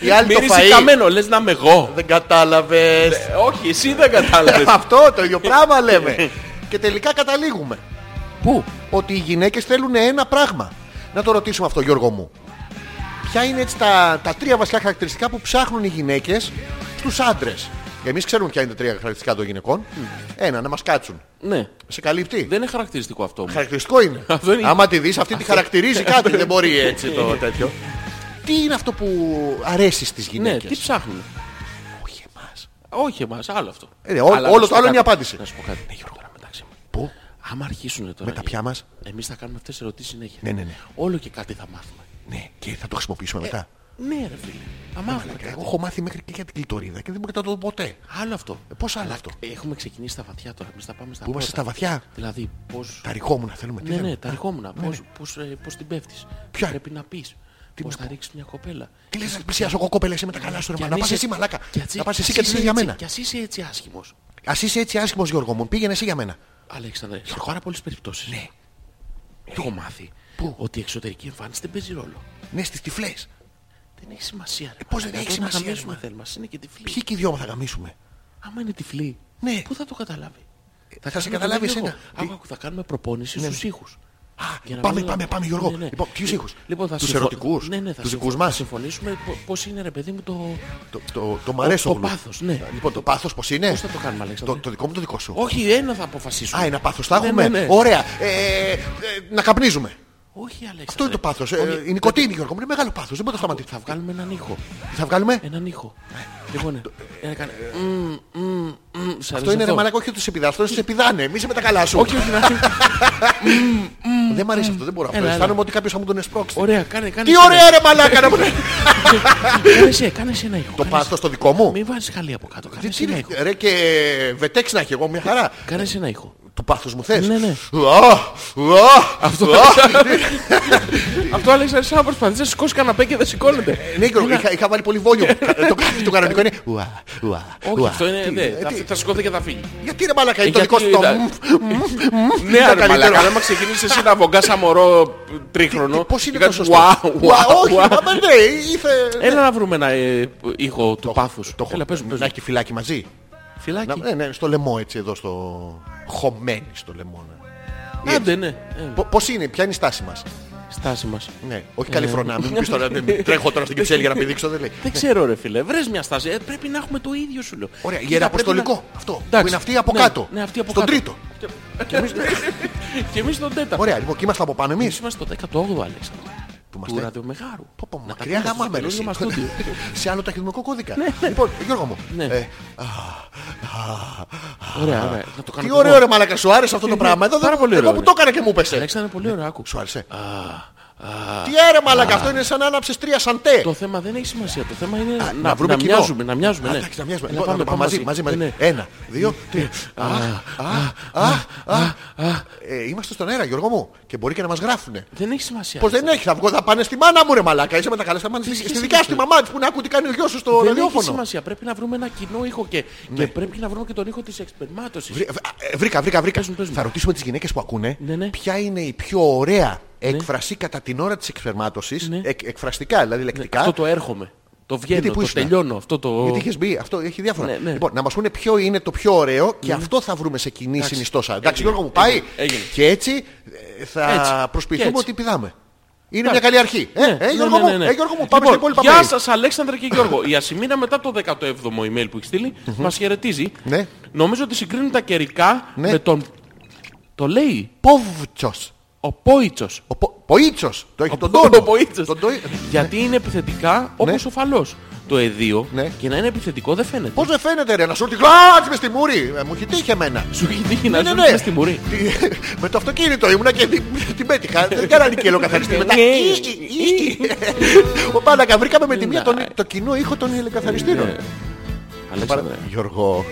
Speaker 2: Η άλλη το
Speaker 1: Μύρισε
Speaker 2: φαΐ.
Speaker 1: καμένο, λες να είμαι εγώ.
Speaker 2: Δεν κατάλαβες.
Speaker 1: Ε, Όχι, εσύ δεν κατάλαβες.
Speaker 2: Αυτό το ίδιο πράγμα λέμε. Και τελικά καταλήγουμε.
Speaker 1: Πού?
Speaker 2: Ότι οι γυναίκες θέλουν ένα πράγμα. Να το ρωτήσουμε αυτό, Γιώργο μου. Ποια είναι έτσι τα, τα τρία βασικά χαρακτηριστικά που ψάχνουν οι γυναίκες στους άντρες. Εμείς ξέρουμε ποια είναι τα τρία χαρακτηριστικά των γυναικών. Ένα, να μας κάτσουν.
Speaker 1: Ναι.
Speaker 2: Σε καλύπτει.
Speaker 1: Δεν είναι χαρακτηριστικό αυτό μου.
Speaker 2: Χαρακτηριστικό είναι.
Speaker 1: Αυτό είναι.
Speaker 2: Άμα τη δεις αυτή τη χαρακτηρίζει κάτι. Δεν μπορεί έτσι το τέτοιο. Τι είναι αυτό που αρέσει στις
Speaker 1: Ναι, τι
Speaker 2: γυναίκες.
Speaker 1: ψάχνουν.
Speaker 2: Όχι εμάς.
Speaker 1: Όχι εμάς, άλλο αυτό.
Speaker 2: Ε, ναι, ό- όλο
Speaker 1: Αλλά να σου
Speaker 2: το
Speaker 1: πω
Speaker 2: άλλο είναι
Speaker 1: κάτι.
Speaker 2: η απάντηση.
Speaker 1: Να σου πω κάτι. Ναι, Γιώργο, τώρα μεταξύ μου.
Speaker 2: Πού?
Speaker 1: Άμα αρχίσουν τώρα.
Speaker 2: Με τα πια μας.
Speaker 1: Εμείς θα κάνουμε αυτές τις ερωτήσεις συνέχεια.
Speaker 2: Ναι, ναι, ναι.
Speaker 1: Όλο και κάτι θα μάθουμε.
Speaker 2: Ναι, και θα το χρησιμοποιήσουμε μετά.
Speaker 1: Ναι, ρε φίλε. Θα μάθουμε κάτι.
Speaker 2: Εγώ έχω μάθει μέχρι και για την κλειτορίδα και δεν μπορώ να το δω ποτέ.
Speaker 1: Άλλο αυτό.
Speaker 2: Ε, Πώς άλλο αυτό.
Speaker 1: Ε, Έχουμε ξεκινήσει στα βαθιά τώρα. Εμείς θα πάμε στα
Speaker 2: Που είμαστε στα
Speaker 1: πρώτα.
Speaker 2: βαθιά.
Speaker 1: Δηλαδή, πώς...
Speaker 2: Τα ρηχόμουνα θέλουμε. τι
Speaker 1: Ναι,
Speaker 2: θέλουμε.
Speaker 1: ναι, τα ρηχόμουνα.
Speaker 2: Ναι,
Speaker 1: Πώς,
Speaker 2: ναι.
Speaker 1: πώς, ε, πώς την πέφτεις.
Speaker 2: Ποια?
Speaker 1: Πρέπει να πεις. Πώς
Speaker 2: να
Speaker 1: θα ρίξεις μια κοπέλα.
Speaker 2: Τι λες να την πλησιάσω εγώ κοπέλα εσύ με τα καλά σου ρε
Speaker 1: Και
Speaker 2: μα.
Speaker 1: αν
Speaker 2: Να πας
Speaker 1: είσαι-
Speaker 2: εσύ μαλάκα.
Speaker 1: ας-
Speaker 2: Να πας εσύ
Speaker 1: ας
Speaker 2: και τι
Speaker 1: είσαι
Speaker 2: λες για
Speaker 1: έτσι-
Speaker 2: μένα.
Speaker 1: Κι ας είσαι έτσι άσχημος.
Speaker 2: Ας είσαι έτσι άσχημος Γιώργο μου. Πήγαινε εσύ για μένα.
Speaker 1: Αλέξανδρε, σε πάρα πολλές περιπτώσεις.
Speaker 2: Ναι.
Speaker 1: Έχω μάθει
Speaker 2: Πού?
Speaker 1: ότι η εξωτερική εμφάνιση δεν παίζει ρόλο.
Speaker 2: Ναι στις τυφλές.
Speaker 1: Δεν έχει σημασία. ρε.
Speaker 2: Ε, πώς δεν
Speaker 1: Εδώ
Speaker 2: έχει
Speaker 1: να
Speaker 2: σημασία,
Speaker 1: γαμίσουμε
Speaker 2: ρε, μα.
Speaker 1: θέλουμε, ας είναι και τυφλή.
Speaker 2: Ποιοι και οι δυο θα γαμίσουμε.
Speaker 1: Άμα είναι τυφλή,
Speaker 2: Ναι. Ε,
Speaker 1: πού θα το καταλάβει.
Speaker 2: Θα σε
Speaker 1: κάνουμε
Speaker 2: καταλάβει
Speaker 1: Ε, τον
Speaker 2: εσένα.
Speaker 1: έλεγχο.
Speaker 2: Τι-
Speaker 1: Άκου, άκου, θα κάνουμε προπόνηση στους ήχους.
Speaker 2: Α,
Speaker 1: Για να
Speaker 2: πάμε,
Speaker 1: μην- Ναι,
Speaker 2: πάμε, πάμε, Γιώργο. Λοιπόν, ποιους ήχους?
Speaker 1: Λοιπόν, θα
Speaker 2: Τους
Speaker 1: συμφω-
Speaker 2: ερωτικούς?
Speaker 1: Ναι, ναι, θα
Speaker 2: Τους
Speaker 1: συμφω-
Speaker 2: δικούς μας?
Speaker 1: θα συμφωνήσουμε πο- πώς είναι ρε παιδί μου το...
Speaker 2: Το, το, το μ'
Speaker 1: Ο-
Speaker 2: αρέσει
Speaker 1: το πάθος, ναι.
Speaker 2: Λοιπόν, το πάθος πώς είναι.
Speaker 1: Πώς θα το κάνουμε, Αλέξανδρε?
Speaker 2: Το, το δικό μου το δικό σου.
Speaker 1: Όχι, ένα θα αποφασίσουμε.
Speaker 2: Α, ένα πάθος θα
Speaker 1: Ναι,
Speaker 2: έχουμε.
Speaker 1: ναι, ναι.
Speaker 2: Ωραία. Ε, ε, να καπνίζουμε.
Speaker 1: Όχι, Αλέξανδρε.
Speaker 2: Αυτό είναι το πάθος. Ε,
Speaker 1: Όχι,
Speaker 2: η νοικοτήνη, Γιώργο, μου, είναι μεγάλο πάθος. Δεν μπορεί να το σταματήσει.
Speaker 1: Θα βγάλουμε έναν ήχο.
Speaker 2: Θα βγάλουμε.
Speaker 1: Έναν ήχο. Λοιπόν, ένα κάνε... Μμμ, μμμ, μμμ. Σ' αρέσει
Speaker 2: Αυτό είναι ρε μαλάκα, όχι ότι σε πηδά. Αυτό σε πηδάνε. Μη σε με τα καλά σου.
Speaker 1: Όχι, όχι, να σου-
Speaker 2: Δεν μ' αρέσει αυτό, δεν μπορώ αυτό.
Speaker 1: Έλα, έλα.
Speaker 2: Αισθάνομαι ότι κάποιος θα μου τον εσπρώξει.
Speaker 1: Ωραία, κάνε, κάνε.
Speaker 2: Τι
Speaker 1: εσύ
Speaker 2: ωραία ρε μαλάκα να μου
Speaker 1: ένα- Κάνε εσύ, κάνε εσύ ένα ήχο.
Speaker 2: Το
Speaker 1: κάνε εσύ.
Speaker 2: πάθος το δικό μου.
Speaker 1: Μην βάζεις χαλί από κάτω. Κάνε
Speaker 2: Τι-
Speaker 1: εσύ ένα ήχο.
Speaker 2: τι- Ρε και βετέξ να έχει εγώ μια χαρά.
Speaker 1: Κάνε εσύ ένα ήχο.
Speaker 2: Το πάθος μου θες.
Speaker 1: Ναι, ναι.
Speaker 2: Ουα, ουα,
Speaker 1: Αυτό
Speaker 2: ουα.
Speaker 1: Αυτό Αλέξανδρε, σαν να προσπαθείς να σηκώσει καναπέ και δεν σηκώνεται.
Speaker 2: Ναι, Γιώργο, είχα, είχα βάλει πολύ βόλιο. το, το κανονικό είναι. Ουα, ουα,
Speaker 1: Όχι,
Speaker 2: ουα.
Speaker 1: αυτό είναι.
Speaker 2: Τι-
Speaker 1: ναι,
Speaker 2: ε,
Speaker 1: θα-
Speaker 2: τι-
Speaker 1: Θα σηκώθει και θα φύγει.
Speaker 2: Γιατί ρε μαλακά, είναι το
Speaker 1: γιατί
Speaker 2: δικό σου το.
Speaker 1: ήταν-
Speaker 2: μμμ,
Speaker 1: Ναι,
Speaker 2: ήταν
Speaker 1: αλλά
Speaker 2: καλύτερο.
Speaker 1: μαλακά, άμα ξεκινήσεις εσύ να βογκάς σαν μωρό ε, τρίχρονο.
Speaker 2: Πώς είναι
Speaker 1: και
Speaker 2: το
Speaker 1: κάνεις,
Speaker 2: σωστό.
Speaker 1: «Ουα, ουα,
Speaker 2: Ουα, όχι,
Speaker 1: ουα». Ε,
Speaker 2: μα ναι, ήθε.
Speaker 1: Έλα να βρούμε ένα ε, ήχο του πάθους.
Speaker 2: Το έχω.
Speaker 1: Έλα, πες μου, πες
Speaker 2: Να
Speaker 1: μου.
Speaker 2: έχει φυλάκι μαζί. Να-
Speaker 1: Φυλάκι.
Speaker 2: Ναι, ναι, στο λαιμό έτσι εδώ στο. Χωμένη στο λαιμό. ναι.
Speaker 1: Άντε, ναι. Ε,
Speaker 2: Πο- Πώς είναι, ποια είναι η στάση μας.
Speaker 1: Στάση μας.
Speaker 2: Ναι, όχι
Speaker 1: Ε.
Speaker 2: καλή φρονά, μην μου πεις τώρα, δεν- τρέχω τώρα στην Κυψέλη για να πηδήξω, δεν λέει.
Speaker 1: Δεν ξέρω ρε φίλε, βρες μια στάση. Ε, πρέπει να έχουμε το ίδιο σου λέω.
Speaker 2: Ωραία,
Speaker 1: Κοίτα,
Speaker 2: ιεραποστολικό.
Speaker 1: πρέπει να-
Speaker 2: Αυτό. Που
Speaker 1: Εντάξει.
Speaker 2: είναι αυτή από
Speaker 1: Ναι,
Speaker 2: κάτω.
Speaker 1: Ναι, αυτή από
Speaker 2: Στον
Speaker 1: κάτω.
Speaker 2: τρίτο.
Speaker 1: Και εμείς τον τέταρτο.
Speaker 2: Ωραία, λοιπόν, και είμαστε από πάνω εμείς.
Speaker 1: Εμείς είμαστε το 18ο Αλέξανδρο.
Speaker 2: Που
Speaker 1: Του
Speaker 2: είμαστε-
Speaker 1: ραδιομεγάρου.
Speaker 2: Πω, πω,
Speaker 1: Να
Speaker 2: μακριά
Speaker 1: κατέβουμε
Speaker 2: γαμάμε
Speaker 1: στο
Speaker 2: ρε,
Speaker 1: καινούργιο μας
Speaker 2: εσύ.
Speaker 1: στούντιο.
Speaker 2: Σε άλλο ταχυδρομικό κώδικα. Λοιπόν, Γιώργο μου.
Speaker 1: Ναι.
Speaker 2: ε, α,
Speaker 1: Ωραία, ωραία. Να το
Speaker 2: Τι
Speaker 1: κάνω κι εγώ. Ναι,
Speaker 2: ωραίο ρε μαλακα, σου άρεσε αυτό το πράγμα. Εδώ
Speaker 1: πάρα
Speaker 2: δεν
Speaker 1: πολύ
Speaker 2: εγώ
Speaker 1: ωραίο
Speaker 2: που
Speaker 1: είναι.
Speaker 2: το έκανα και μου πέσε.
Speaker 1: Αλέξανδρε, πολύ ωραίο, άκου.
Speaker 2: Σου άρεσε. Τι ρε μαλακα, αυτό είναι σαν να άναψες τρία σαντέ.
Speaker 1: Το θέμα δεν έχει σημασία. Το θέμα είναι να,
Speaker 2: βρούμε
Speaker 1: να
Speaker 2: κοινό.
Speaker 1: μοιάζουμε. Να μοιάζουμε,
Speaker 2: Α,
Speaker 1: ναι.
Speaker 2: Εντάξει, να μοιάζουμε.
Speaker 1: Έλα,
Speaker 2: Λοιπόν, να το πάμε μαζί, μαζί, μαζί. Ε.
Speaker 1: Ναι, ναι.
Speaker 2: Ένα, δύο, τρία. Α, α, α, α. Ε, Είμαστε στον αέρα, Γιώργο μου. Και μπορεί και να μας γράφουνε.
Speaker 1: Δεν έχει σημασία.
Speaker 2: Πως δεν έχει, θα βγω, θα πάνε στη μάνα μου ρε μαλάκα. Είσαι με τα καλά στα μάνα.
Speaker 1: Τι
Speaker 2: Στη
Speaker 1: σχέση
Speaker 2: δικιά
Speaker 1: έχει
Speaker 2: σου τη
Speaker 1: αυτό?
Speaker 2: μαμά της που να ακούει τι κάνει ο γιος σου στο
Speaker 1: Δεν έχει
Speaker 2: ραδιόφωνο.
Speaker 1: σημασία. Πρέπει να βρούμε ένα κοινό ήχο και,
Speaker 2: Ναι.
Speaker 1: και πρέπει να βρούμε και τον ήχο της εξπερμάτωσης.
Speaker 2: Βρή- ε, ε, Βρήκα, βρήκα, βρήκα.
Speaker 1: Πες μου, πες μου.
Speaker 2: Θα ρωτήσουμε τις γυναίκες που ακούνε
Speaker 1: Ναι, ναι.
Speaker 2: ποια είναι η πιο ωραία έκφραση κατά την ώρα της εξφερμάτωσης,
Speaker 1: Ναι.
Speaker 2: εκ- εκφραστικά δηλαδή λεκτικά.
Speaker 1: Αυτό το έρχομαι. Το βγαίνω,
Speaker 2: Γιατί, πού
Speaker 1: το
Speaker 2: ήσουν?
Speaker 1: τελειώνω. Αυτό το.
Speaker 2: Γιατί είχες μπει, αυτό έχει διάφορα.
Speaker 1: Ναι, ναι.
Speaker 2: Λοιπόν, να μας πούνε ποιο είναι το πιο ωραίο και αυτό θα βρούμε σε κοινή συνιστόσα. Εντάξει,
Speaker 1: Έγινε.
Speaker 2: Γιώργο μου πάει
Speaker 1: Έγινε. Έγινε.
Speaker 2: και έτσι ε, θα
Speaker 1: Έτσι.
Speaker 2: προσποιηθούμε
Speaker 1: Και έτσι.
Speaker 2: ότι πηδάμε. Είναι μια καλή αρχή. Ε,
Speaker 1: Ναι,
Speaker 2: ε, Γιώργο
Speaker 1: ναι, ναι,
Speaker 2: μου,
Speaker 1: ναι.
Speaker 2: ε, Γιώργο μου, πάμε
Speaker 1: Λοιπόν,
Speaker 2: στα υπόλοιπα
Speaker 1: Γεια
Speaker 2: mail.
Speaker 1: σας Αλέξανδρα και Γιώργο. Η Ασημίνα μετά το 17ο email που έχεις στείλει μας χαιρετίζει.
Speaker 2: Ναι.
Speaker 1: Νομίζω ότι συγκρίνει τα καιρικά
Speaker 2: Ναι.
Speaker 1: με τον... Το λέει
Speaker 2: Πόβτσος.
Speaker 1: ο Πόιτσος.
Speaker 2: Ο Πο- Ποίτσος. Το έχει
Speaker 1: Ο
Speaker 2: Ε, τον
Speaker 1: Πο-
Speaker 2: τόνο.
Speaker 1: ο Ποίτσος.
Speaker 2: Τον τόνο.
Speaker 1: Γιατί είναι επιθετικά όπως ο φαλός. Το εδίο
Speaker 2: Ναι.
Speaker 1: και να είναι επιθετικό δεν φαίνεται.
Speaker 2: Πώς δεν φαίνεται ρε, να σου έρθει γκλάτς μες στη μούρη. Ε, Μου έχει τύχει εμένα.
Speaker 1: Σου έχει τύχει
Speaker 2: Ναι,
Speaker 1: να
Speaker 2: ναι,
Speaker 1: ζουν
Speaker 2: ναι.
Speaker 1: στη μουρή.
Speaker 2: Τι- με το αυτοκίνητο ήμουνα και την, την πέτυχα. Δεν κάνανε και ελοκαθαριστή. Μετά.
Speaker 1: Ναι.
Speaker 2: «Ι,
Speaker 1: Ναι.
Speaker 2: ι, ι». Ο Πάνακα βρήκαμε με τη μία τον- το κοινό ήχο των ελοκαθαριστήρων.
Speaker 1: Αλέξανδρε,
Speaker 2: Γιώργο,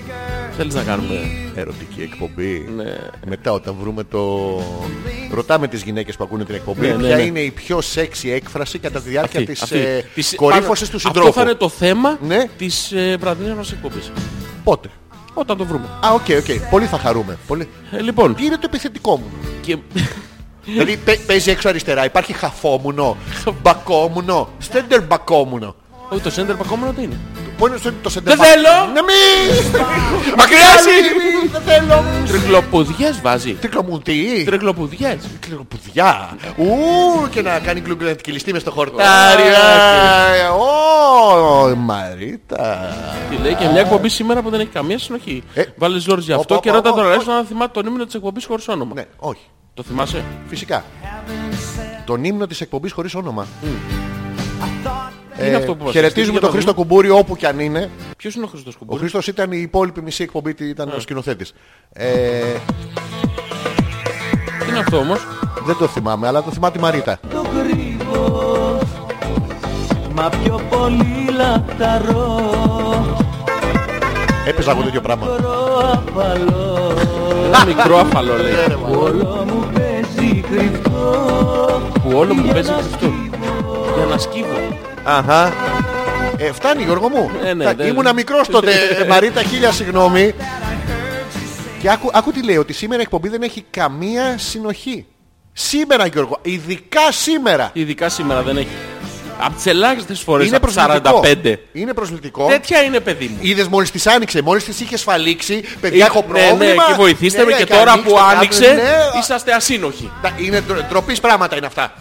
Speaker 1: θέλεις να κάνουμε...
Speaker 2: ερωτική εκπομπή.
Speaker 1: Ναι.
Speaker 2: Μετά όταν βρούμε το... Ρωτάμε τις γυναίκες που ακούνε την εκπομπή
Speaker 1: Ναι, ναι,
Speaker 2: ποια
Speaker 1: ναι.
Speaker 2: είναι η πιο σεξι έκφραση κατά τη διάρκεια
Speaker 1: Αυτή,
Speaker 2: της
Speaker 1: αυτή.
Speaker 2: ε,
Speaker 1: Της-
Speaker 2: κορύφωσης
Speaker 1: πάνω-
Speaker 2: του συντρόφου.
Speaker 1: Αυτό θα είναι το θέμα
Speaker 2: Ναι.
Speaker 1: της ε, βραδινής μας εκπομπής.
Speaker 2: Πότε.
Speaker 1: Όταν το βρούμε.
Speaker 2: Α, οκ, οκ. Πολύ θα χαρούμε. Πολύ...
Speaker 1: Ε, λοιπόν,
Speaker 2: Τι είναι το επιθετικό μου.
Speaker 1: και...
Speaker 2: δηλαδή παι- παίζει έξω αριστερά. Υπάρχει χαφόμουνο, μπακόμουνο, στέντερ μπακόμουνο.
Speaker 1: όχι, το σέντερ πακόμενο τι είναι.
Speaker 2: Πού είναι στο- το στέντερ
Speaker 1: Δεν θέλω!
Speaker 2: Να Ναι, μην! Μακριά
Speaker 1: Άλλη.
Speaker 2: σου! Δεν θέλω!
Speaker 1: Τρικλοποδιές βάζει.
Speaker 2: Τρικλομουτί!
Speaker 1: Τρικλοποδιές.
Speaker 2: Τρικλοπουδιά! Ου και να κάνει γκλουγκ να κυλιστεί μες στο χορτάρι.
Speaker 1: Ωραία,
Speaker 2: Α, Ω, η Μαρίτα.
Speaker 1: Τι λέει και μια εκπομπή σήμερα που δεν έχει καμία συνοχή.
Speaker 2: Ε.
Speaker 1: Βάλε Ζόρζι αυτό
Speaker 2: Οπα,
Speaker 1: και
Speaker 2: οπα,
Speaker 1: ρώτα τον
Speaker 2: οπα,
Speaker 1: Αλέξανδρο να θυμάται τον ύμνο της εκπομπής χωρίς όνομα.
Speaker 2: Ναι, όχι.
Speaker 1: Το θυμάσαι.
Speaker 2: Φυσικά. Τον ύμνο της εκπομπής χωρίς όνομα.
Speaker 1: Είναι αυτό που μας
Speaker 2: Χαιρετίζουμε
Speaker 1: για
Speaker 2: τον
Speaker 1: το
Speaker 2: Χρήστο Κουμπούρη όπου κι αν είναι.
Speaker 1: Ποιος είναι ο Χριστός
Speaker 2: Ο
Speaker 1: Κουμπούρης.
Speaker 2: Χρήστος ήταν η υπόλοιπη μισή εκπομπή, τι- ήταν ο σκηνοθέτης. Ε,
Speaker 1: Τι είναι αυτό όμως.
Speaker 2: δεν το θυμάμαι, αλλά το θυμάται η Μαρίτα.
Speaker 7: το κρύβω Μα πιο πολύ λαχταρώ
Speaker 2: Έπαιζα εγώ τέτοιο πράγμα.
Speaker 7: Ρο απαλό
Speaker 1: Ένα μικρό αφαλό λέει.
Speaker 7: Που όλο μου παίζει κρυφτό
Speaker 1: Που όλο μου παίζει αυτό. Για να σκύβω.
Speaker 2: Αχα. Ε, φτάνει Γιώργο μου.
Speaker 1: Ε, ναι,
Speaker 2: Τα-
Speaker 1: δεν-
Speaker 2: Ήμουνα μικρός τότε, ε, Μαρίτα, χίλια συγγνώμη. Και άκου, άκου τι λέει, ότι σήμερα η εκπομπή δεν έχει καμία συνοχή. Σήμερα Γιώργο, ειδικά σήμερα.
Speaker 1: Ειδικά σήμερα δεν έχει. Απ' τις ελάχιστες φορές
Speaker 2: Είναι
Speaker 1: από τις
Speaker 2: προσβλητικό. Ε.
Speaker 1: 45.
Speaker 2: Είναι προσβλητικό.
Speaker 1: Τέτοια είναι παιδί μου.
Speaker 2: Είδες μόλις της άνοιξε, μόλις της είχες φαλήξει, παιδιά
Speaker 1: Ε,
Speaker 2: έχω
Speaker 1: ναι, ναι,
Speaker 2: πρόβλημα.
Speaker 1: και βοηθήστε
Speaker 2: Ναι,
Speaker 1: με
Speaker 2: ναι,
Speaker 1: και τώρα
Speaker 2: ανοίξτε
Speaker 1: που
Speaker 2: κάτι,
Speaker 1: άνοιξε
Speaker 2: ναι, α,
Speaker 1: είσαστε ασύνοχοι.
Speaker 2: τα- Είναι ντρο- ντροπής πράγματα είναι αυτά.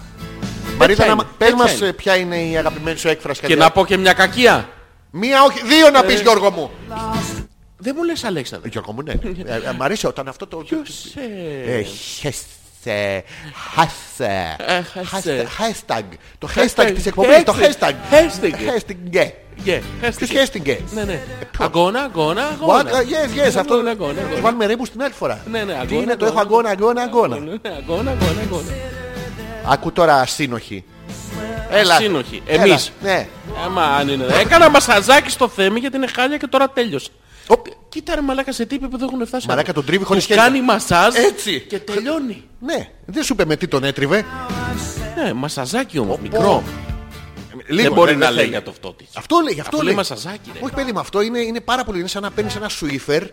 Speaker 2: Μαρίτα,
Speaker 1: είναι,
Speaker 2: να, μα- πες
Speaker 1: τέτοια
Speaker 2: μας
Speaker 1: είναι.
Speaker 2: ε, ποια είναι η αγαπημένη σου έκφραση.
Speaker 1: Και
Speaker 2: κατά-
Speaker 1: να Ε. πω και μια κακία.
Speaker 2: Μία, όχι, δύο να πεις Γιώργο μου.
Speaker 1: Δεν μου λες Αλέξανδρε.
Speaker 2: Γιώργο μου, ναι. Ε, ε, Μ' αρέσει όταν αυτό το...
Speaker 1: Ποιος, ε,
Speaker 2: Ε, χέστε, χάσε,
Speaker 1: Ε, χάσε.
Speaker 2: χάσε, hashtag. Το hashtag της εκπομπής,
Speaker 1: hashtag,
Speaker 2: το hashtag.
Speaker 1: hashtag.
Speaker 2: Hashtag, yeah.
Speaker 1: Yeah,
Speaker 2: Της
Speaker 1: χέστηκε.
Speaker 2: hashtag, yeah.
Speaker 1: Ναι, ναι.
Speaker 2: Ε, ποιο-
Speaker 1: Αγώνα, αγώνα,
Speaker 2: What?
Speaker 1: αγώνα.
Speaker 2: Uh, Yes, yes, αυτό.
Speaker 1: Αγώνα, αγώνα, αγώνα.
Speaker 2: Θα βάλουμε ρήμπους την άλλη φορά.
Speaker 1: Ναι, ναι,
Speaker 2: Τι
Speaker 1: αγώνα,
Speaker 2: είναι, το έχω
Speaker 1: αγώνα.
Speaker 2: αγώνα, αγώνα, αγώνα.
Speaker 1: Ναι, Αγώνα, αγώνα, αγώνα.
Speaker 2: Ακού τώρα ασύνοχη. Έλα.
Speaker 1: Ασύνοχη,
Speaker 2: Έλα,
Speaker 1: εμείς.
Speaker 2: Ναι.
Speaker 1: Άμα αν είναι. Έκανα μασαζάκι στο θέμη γιατί είναι χάλια και τώρα τέλειωσε.
Speaker 2: Οπ.
Speaker 1: Κοίτα ρε μαλάκα σε τι επίπεδο έχουν φτάσει.
Speaker 2: Μαλάκα, τον τρίβει χωρίς
Speaker 1: Του
Speaker 2: χέρια.
Speaker 1: Κάνει μασάζ
Speaker 2: Έτσι.
Speaker 1: και τελειώνει.
Speaker 2: Ναι, δεν σου είπε με τι τον έτριβε.
Speaker 1: Ναι, μασαζάκι όμως, μικρό.
Speaker 2: Λίγο, ναι,
Speaker 1: Δεν μπορεί
Speaker 2: δεν
Speaker 1: να
Speaker 2: θέλει.
Speaker 1: λέει για το αυτό της.
Speaker 2: Αυτό λέει, γι' αυτό
Speaker 1: Αφού
Speaker 2: λέει.
Speaker 1: λέει μασαζάκι, ρε.
Speaker 2: Όχι παιδί μου, αυτό είναι, είναι πάρα πολύ. Είναι σαν να παίρνεις ένα σουίφερ,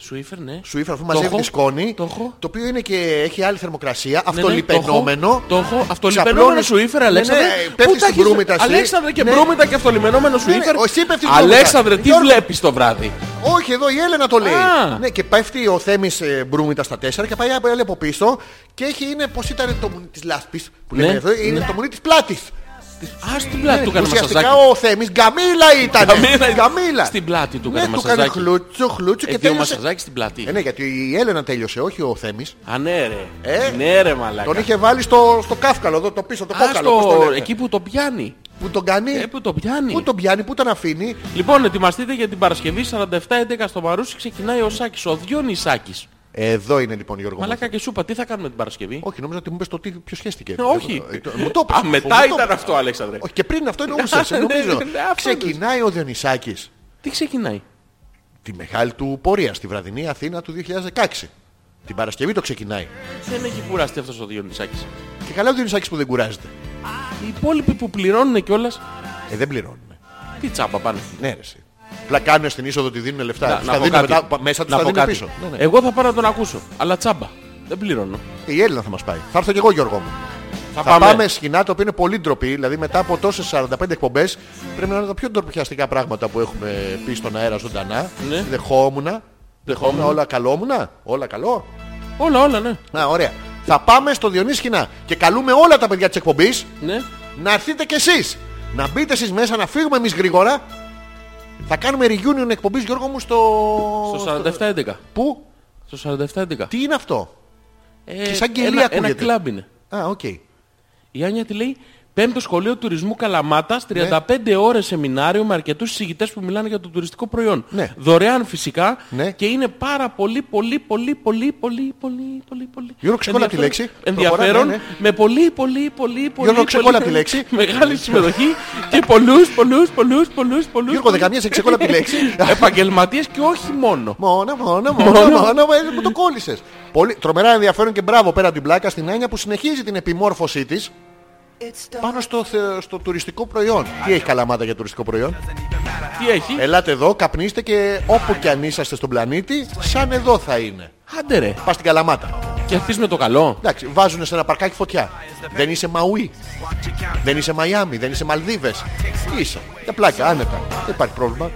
Speaker 1: Σου ήφερ, ναι.
Speaker 2: σουίφερ αφού
Speaker 1: Το
Speaker 2: μαζεύει
Speaker 1: έχω,
Speaker 2: τη σκόνη,
Speaker 1: Το έχω.
Speaker 2: το οποίο είναι και έχει άλλη θερμοκρασία,
Speaker 1: Ναι, ναι,
Speaker 2: αυτολιπενόμενο.
Speaker 1: Το έχω. Αυτολιπενόμενο σου ήφερε, Αλέξανδρε.
Speaker 2: Ναι, ναι, πέφτεις
Speaker 1: Πού τα
Speaker 2: στην
Speaker 1: έχεις-
Speaker 2: προύμητα εσύ.
Speaker 1: Αλέξανδρε και
Speaker 2: Ναι.
Speaker 1: προύμητα και αυτολιπενόμενο σου
Speaker 2: Ναι, ναι,
Speaker 1: ήφερε.
Speaker 2: εσύ πέφτεις προύμητα.
Speaker 1: Αλέξανδρε, τι
Speaker 2: Γιώργο.
Speaker 1: βλέπεις το βράδυ.
Speaker 2: Όχι, εδώ η Έλενα το λέει.
Speaker 1: Α.
Speaker 2: Ναι, και πέφτει ο Θέμης ε, Μπρούμητα στα 4 και πάει από- από πίσω και έχει είναι, πώς ήταν το μουνί της λάσπης που λέμε
Speaker 1: Ναι.
Speaker 2: εδώ, είναι το μουνί της πλάτης.
Speaker 1: Α την πλάτη του έκανε
Speaker 2: Ουσιαστικά
Speaker 1: μασαζάκι.
Speaker 2: ο Θέμης γκαμίλα ήταν.
Speaker 1: Γκαμίλα.
Speaker 2: Γκαμίλα.
Speaker 1: Στην πλάτη του
Speaker 2: ναι,
Speaker 1: έκανε
Speaker 2: του έκανε
Speaker 1: μασαζάκι.
Speaker 2: χλούτσο, χλούτσο
Speaker 1: Ε,
Speaker 2: και
Speaker 1: δύο
Speaker 2: τέλειωσε.
Speaker 1: μασαζάκι στην πλάτη.
Speaker 2: Ε, ναι, γιατί η Έλενα τέλειωσε, όχι ο Θέμης.
Speaker 1: Α, ναι, ρε.
Speaker 2: Ε,
Speaker 1: ναι, ρε, μαλάκα.
Speaker 2: Τον είχε βάλει στο, στο κάφκαλο, εδώ, το πίσω, το
Speaker 1: Α,
Speaker 2: κόκαλο.
Speaker 1: στο-
Speaker 2: πώς το λένε.
Speaker 1: εκεί που το πιάνει.
Speaker 2: Που τον κάνει.
Speaker 1: Ε, που το πιάνει.
Speaker 2: Πού τον πιάνει, πού τον αφήνει.
Speaker 1: Λοιπόν, ετοιμαστείτε για την Παρασκευή 47-11 στο Μαρούσι. Ξεκινάει ο Σάκης, ο Διόνυσ Σάκης.
Speaker 2: Εδώ είναι λοιπόν Γιώργο. μου.
Speaker 1: Μαλάκα και σούπα, τι θα κάνουμε την Παρασκευή.
Speaker 2: Όχι, νόμιζα ότι μου είπες το τι, ποιος σχέστηκε.
Speaker 1: Ε, Όχι.
Speaker 2: Ε, το- Μου το είπες.
Speaker 1: Α, μετά
Speaker 2: Μου το
Speaker 1: ήταν
Speaker 2: είπες.
Speaker 1: αυτό, Αλέξανδρε.
Speaker 2: Όχι, και πριν αυτό εννοούσες,
Speaker 1: Ναι,
Speaker 2: νομίζω.
Speaker 1: ναι, ναι, αυτός
Speaker 2: Ξεκινάει ο Διονυσάκης
Speaker 1: Τι ξεκινάει.
Speaker 2: τη μεγάλη του πορεία στη βραδινή Αθήνα του 2016. Την Παρασκευή το ξεκινάει.
Speaker 1: Δεν έχει κουραστεί αυτός ο Διονυσάκης.
Speaker 2: Και καλά ο Διονυσάκης που δεν κουράζεται.
Speaker 1: Οι υπόλοιποι που πληρώνουν κιόλας,
Speaker 2: Ε, δεν πληρώνουν.
Speaker 1: τι τσάμπα πάνε.
Speaker 2: Ναι, ρε. εσύ. Απλά κάνουν στην είσοδο ότι δίνουν λεφτά. τους τα
Speaker 1: πω
Speaker 2: δίνουν
Speaker 1: κάτι.
Speaker 2: μετά, πα- μέσα τους
Speaker 1: Να
Speaker 2: τα
Speaker 1: πω
Speaker 2: δίνουν
Speaker 1: κάτι.
Speaker 2: πίσω. Ναι, ναι.
Speaker 1: Εγώ θα πάω να τον ακούσω. Αλλά τσάμπα. Δεν πληρώνω.
Speaker 2: Ε, Η Έλληνα θα μας πάει. Θα έρθω και εγώ Γιώργο μου.
Speaker 1: Θα,
Speaker 2: Θα πάμε σκηνά το οποίο είναι πολύ ντροπή. Δηλαδή μετά από τόσες 45 εκπομπές πρέπει να είναι τα πιο ντροπιαστικά πράγματα που έχουμε πει στον αέρα ζωντανά.
Speaker 1: Ναι.
Speaker 2: Δεχόμουνα.
Speaker 1: Δεχόμουν.
Speaker 2: Όλα καλόμουνα. Όλα καλό.
Speaker 1: Όλα, όλα, ναι.
Speaker 2: Να, ωραία. Θα πάμε στο Διονύη Σκηνά και καλούμε όλα τα παιδιά της εκπομπής
Speaker 1: ναι.
Speaker 2: να έρθετε κι εσείς. Να μπείτε εσείς μέσα, να φύγουμε εμείς γρήγορα. Θα κάνουμε reunion εκπομπής Γιώργο μου στο...
Speaker 1: Στο 47-11.
Speaker 2: Πού?
Speaker 1: Στο 47-11.
Speaker 2: Τι είναι αυτό?
Speaker 1: Ε,
Speaker 2: και σαν κελί
Speaker 1: ένα, ένα
Speaker 2: ακούγεται.
Speaker 1: κλαμπ είναι.
Speaker 2: Α, οκ.
Speaker 1: Η Άνια τη λέει Πέμπτο σχολείο τουρισμού
Speaker 2: Ναι.
Speaker 1: Καλαμάτα, 35 ώρες σεμινάριο με αρκετούς συζητητές που μιλάνε για το τουριστικό προϊόν.
Speaker 2: Ναι.
Speaker 1: Δωρεάν φυσικά
Speaker 2: Ναι.
Speaker 1: και είναι πάρα πολύ, πολύ, πολύ, πολύ, πολύ, πολύ, πολύ, πολύ.
Speaker 2: Γιώργο, ξεκόλλα τη
Speaker 1: ενδιαφέρον-
Speaker 2: λέξη.
Speaker 1: Ενδιαφέρον.
Speaker 2: Προχωράμε, ναι.
Speaker 1: Με πολύ, πολύ, πολύ, πολύ.
Speaker 2: Γιώργο, ξεκόλλα
Speaker 1: πολύ-
Speaker 2: τη λέξη.
Speaker 1: Μεγάλη συμμετοχή και πολλούς, πολλούς, πολλούς, πολλούς.
Speaker 2: Γιώργο, δεκαμία σε ξεκόλλα τη λέξη.
Speaker 1: Επαγγελματίες και όχι μόνο.
Speaker 2: Μόνο, μόνο, μόνο, μόνο, ε, μου το κόλλησες. Πολύ τρομερά ενδιαφέρον και μπράβο πέρα από την πλάκα στην Άνια που συνεχίζει την επιμόρφωσή της πάνω στο, θε- στο τουριστικό προϊόν. Τι έχει καλαμάτα για τουριστικό προϊόν.
Speaker 1: Τι έχει.
Speaker 2: Ελάτε εδώ, καπνίστε και όπου κι αν είσαστε στον πλανήτη, σαν εδώ θα είναι.
Speaker 1: Άντε ρε.
Speaker 2: Πας στην καλαμάτα.
Speaker 1: Και αυτή με το καλό.
Speaker 2: Εντάξει, βάζουν σε ένα παρκάκι φωτιά. Δεν είσαι Μαουί. Δεν είσαι Μαϊάμι. Δεν είσαι Μαλδίβες. Είσαι. Για πλάκα, άνετα. Δεν υπάρχει πρόβλημα.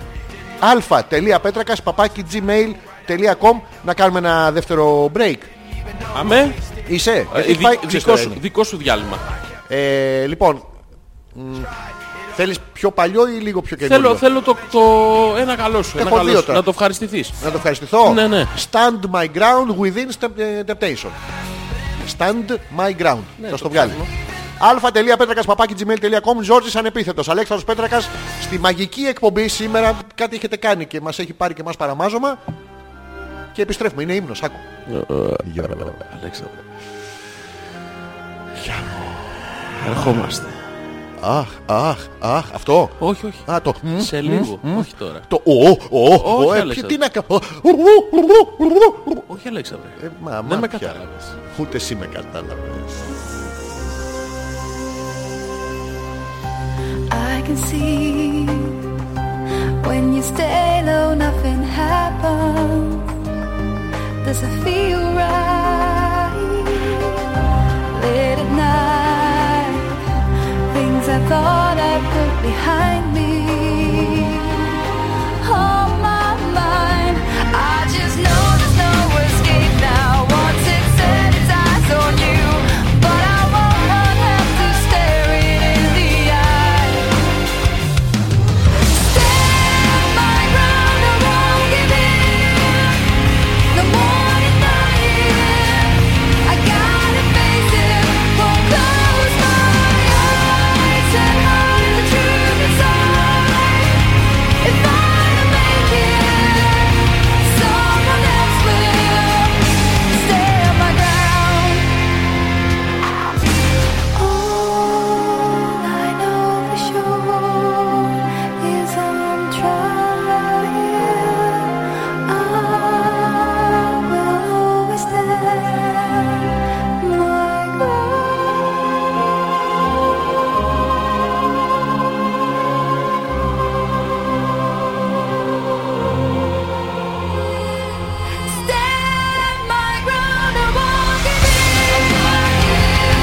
Speaker 2: αλφα.πέτρακας παπάκι gmail.com Να κάνουμε ένα δεύτερο break.
Speaker 1: Αμέ.
Speaker 2: Είσαι.
Speaker 1: Ε,
Speaker 2: Έχεις
Speaker 1: δι-
Speaker 2: πάει- ξέρεις
Speaker 1: δικό,
Speaker 2: τώρα,
Speaker 1: σου,
Speaker 2: Ένι.
Speaker 1: δικό σου διάλειμμα.
Speaker 2: Ε, λοιπόν, μ, θέλεις πιο παλιό ή λίγο πιο καινούριο.
Speaker 1: Θέλω, θέλω το, το ένα καλό σου. Ένα
Speaker 2: Έχω
Speaker 1: καλό
Speaker 2: δύο
Speaker 1: σου.
Speaker 2: τώρα.
Speaker 1: Να το ευχαριστηθείς.
Speaker 2: Να το ευχαριστηθώ.
Speaker 1: Ναι, ναι.
Speaker 2: Stand my ground within step- ε, temptation. Stand my ground. θα στο βγάλει. αλφα.πέτρακα.gmail.com Ζόρζη ανεπίθετος. Αλέξανδρος Πέτρακας στη μαγική εκπομπή σήμερα κάτι έχετε κάνει και μας έχει πάρει και μας παραμάζωμα. Και επιστρέφουμε. Είναι ύμνος. Άκου.
Speaker 1: Ερχόμαστε.
Speaker 2: Αχ, αχ, αχ. Αυτό.
Speaker 1: Όχι, όχι.
Speaker 2: Α, το. μ,
Speaker 1: Σε λίγο. όχι τώρα.
Speaker 2: Το. Ο, ο, ο,
Speaker 1: Όχι,
Speaker 2: ο, ε,
Speaker 1: Αλέξανδρε.
Speaker 2: Τι να κάνω.
Speaker 1: Όχι, Αλέξανδρε.
Speaker 2: Ε, μα,
Speaker 1: Δεν με
Speaker 2: μάτια.
Speaker 1: κατάλαβες.
Speaker 2: Ούτε εσύ με κατάλαβες.
Speaker 8: I can see when you stay low, nothing happens. Does it feel right? Late at night, things I thought I put behind me. On my mind, I just know there's no escape now. Once it set its eyes on you, but I won't have to stare it in the eye. Stand my ground, I won't give in. No more denying. I gotta face it. Won't close my eyes and hide the truth inside. If I don't make it, someone else will. Stand my ground. All I know for sure is I'm trying. I will always stand my ground. Stand my ground. I won't give in.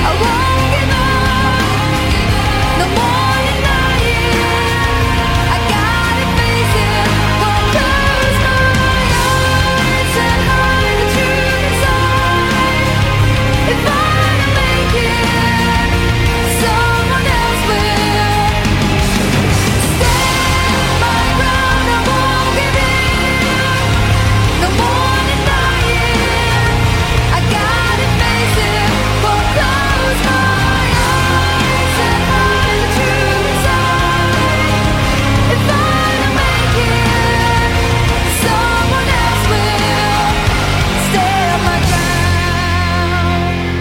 Speaker 8: I won't give up. No more denying. I gotta face it. Won't close my eyes and hide the truth inside. If I don't make it, someone else will. Stand my ground. I won't give in. No more denying. I gotta face it. Won't close my eyes and hide the truth inside. If I don't make it, someone else will. Stand my ground.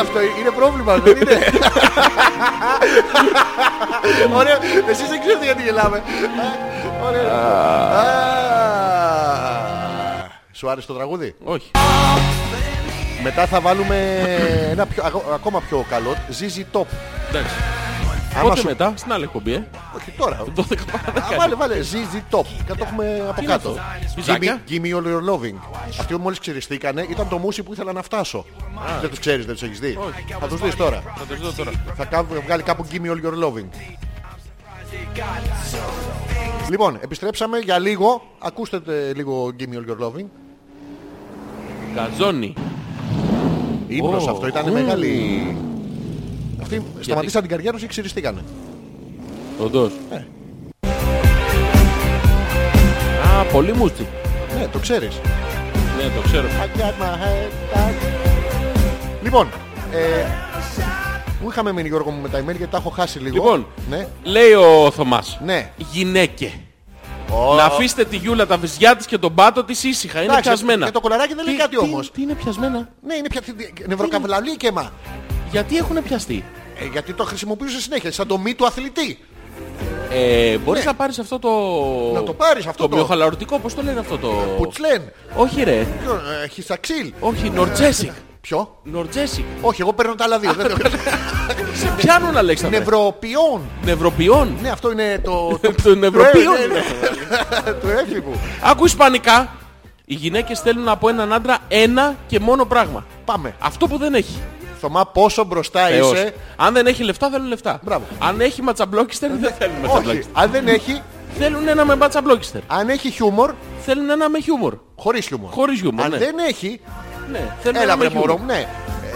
Speaker 2: Αυτό είναι πρόβλημα, δεν είναι. Ωραία, εσείς δεν ξέρετε γιατί γελάμε. Ωραία. Α. Σου άρεσε το τραγούδι.
Speaker 1: Όχι.
Speaker 2: Μετά θα βάλουμε ένα πιο- αγο- ακόμα πιο καλό. ZZ Top.
Speaker 1: Εντάξει.
Speaker 2: Άμα
Speaker 1: Πότε
Speaker 2: σου-
Speaker 1: μετά, στην άλλη εκπομπή, ε.
Speaker 2: Όχι τώρα.
Speaker 1: 12 παρά
Speaker 2: Α,
Speaker 1: 10.
Speaker 2: Βάλε, βάλε. ZZ Top. Και το έχουμε από
Speaker 1: είναι
Speaker 2: κάτω.
Speaker 1: αυτό?
Speaker 2: Give me,
Speaker 1: Πιζάκια?
Speaker 2: give me all your loving. Αυτοί που μόλις ξυριστήκανε ήταν το μουσι που ήθελα να φτάσω. Δεν τους ξέρεις, δεν τους έχεις δει. Θα τους δεις τώρα.
Speaker 1: Θα το δω τώρα.
Speaker 2: Θα κάπου- βγάλει κάπου Give me all your loving. Λοιπόν, επιστρέψαμε για λίγο. Ακούστε ε, λίγο Give me all your loving.
Speaker 1: Γκαζόνι.
Speaker 2: Ήμνος
Speaker 1: Ω,
Speaker 2: αυτό, ήταν
Speaker 1: ω.
Speaker 2: μεγάλη... Αυτοί σταματήσαν την καριέρα τους και ξυριστήκανε.
Speaker 1: Όντως.
Speaker 2: Ε.
Speaker 1: Α, πολύ μουστι.
Speaker 2: Ναι, το ξέρεις.
Speaker 1: Ναι, το ξέρω.
Speaker 2: I got my head back. Λοιπόν, ε, πού είχαμε μείνει Γιώργο μου με τα email γιατί τα έχω χάσει λίγο.
Speaker 1: Λοιπόν,
Speaker 2: ναι.
Speaker 1: λέει ο Θωμάς.
Speaker 2: Ναι.
Speaker 1: Γυναίκε.
Speaker 2: Ω,
Speaker 1: Να αφήσετε τη Γιούλα, τα βυζιά της και τον πάτο της ήσυχα. Είναι
Speaker 2: εντάξει,
Speaker 1: πιασμένα.
Speaker 2: Για το κολαράκι δεν λέει
Speaker 1: Τι-
Speaker 2: κάτι
Speaker 1: τι-
Speaker 2: όμως.
Speaker 1: Τι είναι πιασμένα.
Speaker 2: Ναι, είναι πια νευροκαβλαλή και μα.
Speaker 1: Γιατί έχουν πιαστεί.
Speaker 2: Ε, γιατί το χρησιμοποιούσε συνέχεια, σαν το μη του αθλητή.
Speaker 1: Ε, μπορείς
Speaker 2: Ναι.
Speaker 1: να πάρεις αυτό το...
Speaker 2: Να το πάρεις αυτό
Speaker 1: το...
Speaker 2: το-
Speaker 1: μυοχαλαρωτικό, πώς το λένε αυτό το...
Speaker 2: Που της λένε.
Speaker 1: Όχι ρε.
Speaker 2: Ποιο, ε, Χισαξίλ.
Speaker 1: Όχι, Νορτζέσικ.
Speaker 2: Ποιο?
Speaker 1: Νορτζέσικ.
Speaker 2: Όχι, εγώ παίρνω τα άλλα δύο. δεν τα-
Speaker 1: Σε
Speaker 2: Ναι.
Speaker 1: πιάνουν Αλέξανδρε.
Speaker 2: Νευροποιών.
Speaker 1: Νευροποιών.
Speaker 2: Ναι, αυτό είναι το. το-
Speaker 1: Των Ευρωπαίων.
Speaker 2: Ναι, ναι, ναι. Του έφηβου.
Speaker 1: Άκου ισπανικά. Οι γυναίκες θέλουν από έναν άντρα ένα και μόνο πράγμα.
Speaker 2: Πάμε.
Speaker 1: Αυτό που δεν έχει.
Speaker 2: Θωμά, πόσο μπροστά
Speaker 1: Θεός.
Speaker 2: είσαι.
Speaker 1: Αν δεν έχει λεφτά, θέλουν λεφτά.
Speaker 2: Μπράβο.
Speaker 1: Αν έχει ματσαμπλόκιστερ, δεν θέλουν
Speaker 2: Όχι,
Speaker 1: ματσαμπλόκιστερ.
Speaker 2: αν δεν έχει,
Speaker 1: Θέλουν ένα με ματσαμπλόκιστερ.
Speaker 2: αν έχει χιούμορ,
Speaker 1: Θέλουν ένα με χιούμορ.
Speaker 2: χωρίς χιούμορ.
Speaker 1: Χωρίς χιούμορ,
Speaker 2: Αν
Speaker 1: ναι.
Speaker 2: δεν έχει,
Speaker 1: Ναι, θέλουν
Speaker 2: έλα
Speaker 1: ένα με
Speaker 2: βρε μωρό μου,
Speaker 1: χιούμορ.
Speaker 2: ναι.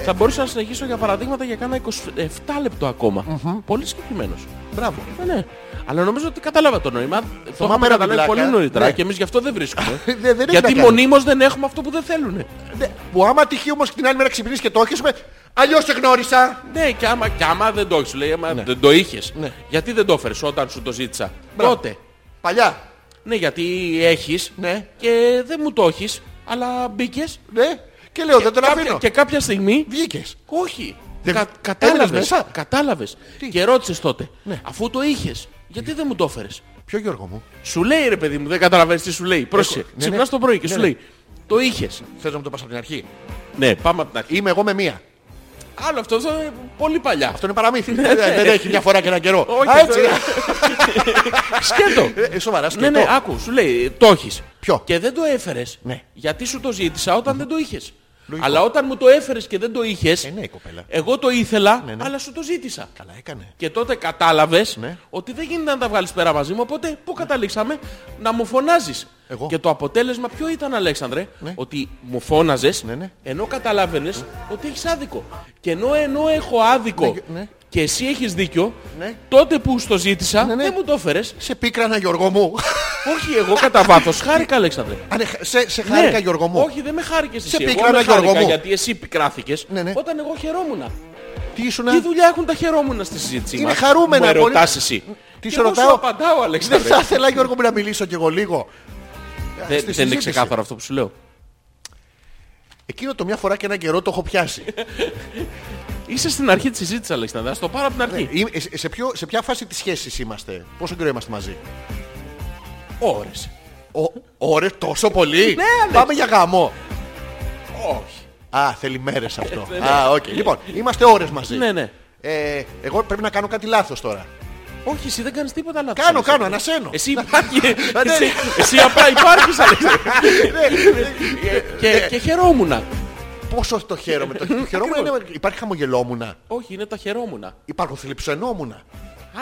Speaker 1: Θα μπορούσα να συνεχίσω για παραδείγματα για κάνα 27 λεπτό ακόμα. Πολύ συγκεκριμένος.
Speaker 2: Μπράβο.
Speaker 1: Ναι, ναι. Αλλά νομίζω ότι κατάλαβα το νόημα. Το
Speaker 2: πέρα
Speaker 1: έχουμε
Speaker 2: την
Speaker 1: καταλάβει
Speaker 2: πλάκα,
Speaker 1: πολύ νωρίτερα
Speaker 2: ναι.
Speaker 1: και εμείς γι' αυτό δεν βρίσκουμε.
Speaker 2: Δεν- δεν έχει να
Speaker 1: Γιατί
Speaker 2: κάνει.
Speaker 1: μονίμως δεν έχουμε αυτό που δεν θέλουν.
Speaker 2: Ναι, Που άμα τυχεί όμως και την άλλη μέρα ξυπνήσεις και το έχεις, με αλλιώς σε γνώρισα.
Speaker 1: Ναι, και άμα, και άμα δεν το έχεις, λέει, άμα δεν το είχες.
Speaker 2: Ναι.
Speaker 1: Γιατί δεν το έφερες όταν σου το ζήτησα. Τότε.
Speaker 2: Παλιά.
Speaker 1: Ναι, γιατί έχεις
Speaker 2: Ναι.
Speaker 1: και δεν μου το έχεις, αλλά μπήκες.
Speaker 2: Ναι. Και λέω, δεν τον
Speaker 1: Κάποια,
Speaker 2: αφήνω.
Speaker 1: και κάποια στιγμή...
Speaker 2: Βγήκες.
Speaker 1: Όχι.
Speaker 2: Δεν-
Speaker 1: Κα,
Speaker 2: έμεινες
Speaker 1: κατάλαβες,
Speaker 2: μέσα.
Speaker 1: κατάλαβες. Και ρώτησες τότε,
Speaker 2: Ναι.
Speaker 1: αφού το είχες, γιατί δεν μου το έφερες.
Speaker 2: Ποιο Γιώργο μου.
Speaker 1: Σου λέει ρε παιδί μου, δεν καταλαβαίνεις τι σου λέει. Πρόσεχε.
Speaker 2: ναι, ναι.
Speaker 1: Ξυπνάς το πρωί και
Speaker 2: Ναι,
Speaker 1: σου
Speaker 2: ναι.
Speaker 1: λέει, το είχες.
Speaker 2: Θες να μου το πας από την αρχή.
Speaker 1: Ναι, πάμε από την αρχή.
Speaker 2: Είμαι εγώ με μία.
Speaker 1: Άλλο αυτό, αυτό είναι πολύ παλιά.
Speaker 2: Αυτό είναι παραμύθι. Ε, Δεν- Δεν έχει μια φορά και έναν καιρό.
Speaker 1: Ναι, Όχι,
Speaker 2: Α, έτσι.
Speaker 1: Σκέτο.
Speaker 2: ε, Σοβαρά
Speaker 1: Ναι,
Speaker 2: σκέτο.
Speaker 1: ναι, άκου, σου λέει, το έχεις.
Speaker 2: Ποιο?
Speaker 1: Και δεν το έφερες.
Speaker 2: Ναι.
Speaker 1: Γιατί σου το ζήτησα όταν δεν το είχες. Αλλά όταν μου το έφερες και δεν το είχες.
Speaker 2: Ε, ναι, κοπέλα.
Speaker 1: Εγώ το ήθελα,
Speaker 2: ναι.
Speaker 1: αλλά σου το ζήτησα.
Speaker 2: Καλά έκανε.
Speaker 1: Και τότε κατάλαβες
Speaker 2: Ναι.
Speaker 1: ότι δεν γίνεται να τα βγάλεις πέρα μαζί μου. Οπότε πού καταλήξαμε να μου φωνάζεις.
Speaker 2: Εγώ.
Speaker 1: Και το αποτέλεσμα ποιο ήταν, Αλέξανδρε, ότι μου φώναζες
Speaker 2: Ναι, ναι.
Speaker 1: ενώ καταλάβαινε ότι έχεις άδικο. Και ενώ, ενώ έχω άδικο
Speaker 2: Ναι, ναι.
Speaker 1: και εσύ έχεις δίκιο,
Speaker 2: Ναι.
Speaker 1: τότε που στο ζήτησα
Speaker 2: Ναι, ναι.
Speaker 1: δεν μου το έφερες.
Speaker 2: Σε πίκρανα Γιώργο μου.
Speaker 1: Όχι, εγώ κατά βάθος χάρηκα, Αλέξανδρε.
Speaker 2: Αν ε, Σε, σε χάρηκα Γιώργο μου.
Speaker 1: Ναι. Όχι, δεν με χάρηκες εσύ.
Speaker 2: Σε
Speaker 1: Εγώ
Speaker 2: πικράνα,
Speaker 1: με
Speaker 2: Γιώργο
Speaker 1: χάρηκα
Speaker 2: μου.
Speaker 1: γιατί εσύ πικράθηκες
Speaker 2: Ναι, ναι.
Speaker 1: όταν εγώ χαιρόμουνα.
Speaker 2: Τι ήσουν.
Speaker 1: Τι δουλειά έχουν τα χαιρόμουνα στη συζήτηση
Speaker 2: Ε. Είναι
Speaker 1: μας.
Speaker 2: χαρούμενα
Speaker 1: Μου
Speaker 2: πολύ.
Speaker 1: ρωτάς εσύ.
Speaker 2: Τι
Speaker 1: Και
Speaker 2: σε
Speaker 1: εγώ
Speaker 2: ρωτάω.
Speaker 1: Σου απαντάω,
Speaker 2: Δεν
Speaker 1: Αλέξανδρε.
Speaker 2: θα ήθελα Γιώργο μου να μιλήσω κι εγώ λίγο.
Speaker 1: Δεν-
Speaker 2: στη
Speaker 1: Δεν είναι
Speaker 2: συζήτηση.
Speaker 1: ξεκάθαρο αυτό που σου λέω.
Speaker 2: Εκείνο το μια φορά και έναν καιρό το έχω πιάσει.
Speaker 1: Είσαι στην αρχή της συζήτησης, Αλέξανδρε. Ας το πάρω από την αρχή.
Speaker 2: Ε, ε, σε, ποιο, σε ποια φάση της σχέσης είμαστε, πόσο καιρό είμαστε μαζί.
Speaker 1: Ώρες.
Speaker 2: Ο, ώρες τόσο πολύ.
Speaker 1: Ναι, Άλεξ.
Speaker 2: Πάμε για γαμό.
Speaker 1: Όχι.
Speaker 2: Α, θέλει μέρες αυτό.
Speaker 1: Ναι, ναι.
Speaker 2: Α, οκ. Λοιπόν, είμαστε ώρες μαζί.
Speaker 1: Ναι, ναι.
Speaker 2: Ε, εγώ πρέπει να κάνω κάτι λάθος τώρα.
Speaker 1: Όχι, εσύ δεν κάνεις τίποτα λάθος.
Speaker 2: Κάνω,
Speaker 1: Αλέξανδρε.
Speaker 2: κάνω, ανασένω.
Speaker 1: Εσύ υπάρχει.
Speaker 2: ναι.
Speaker 1: εσύ, εσύ απλά υπάρχεις, Αλέξανδρε. και, και χαιρόμουνα.
Speaker 2: ναι. Ε, Πόσο το χαίρομαι. Το το χαιρόμουν είναι, υπάρχει χαμογελόμουνα.
Speaker 1: Όχι, είναι τα χαιρόμουνα.
Speaker 2: Υπάρχουν θλιψενόμουνα.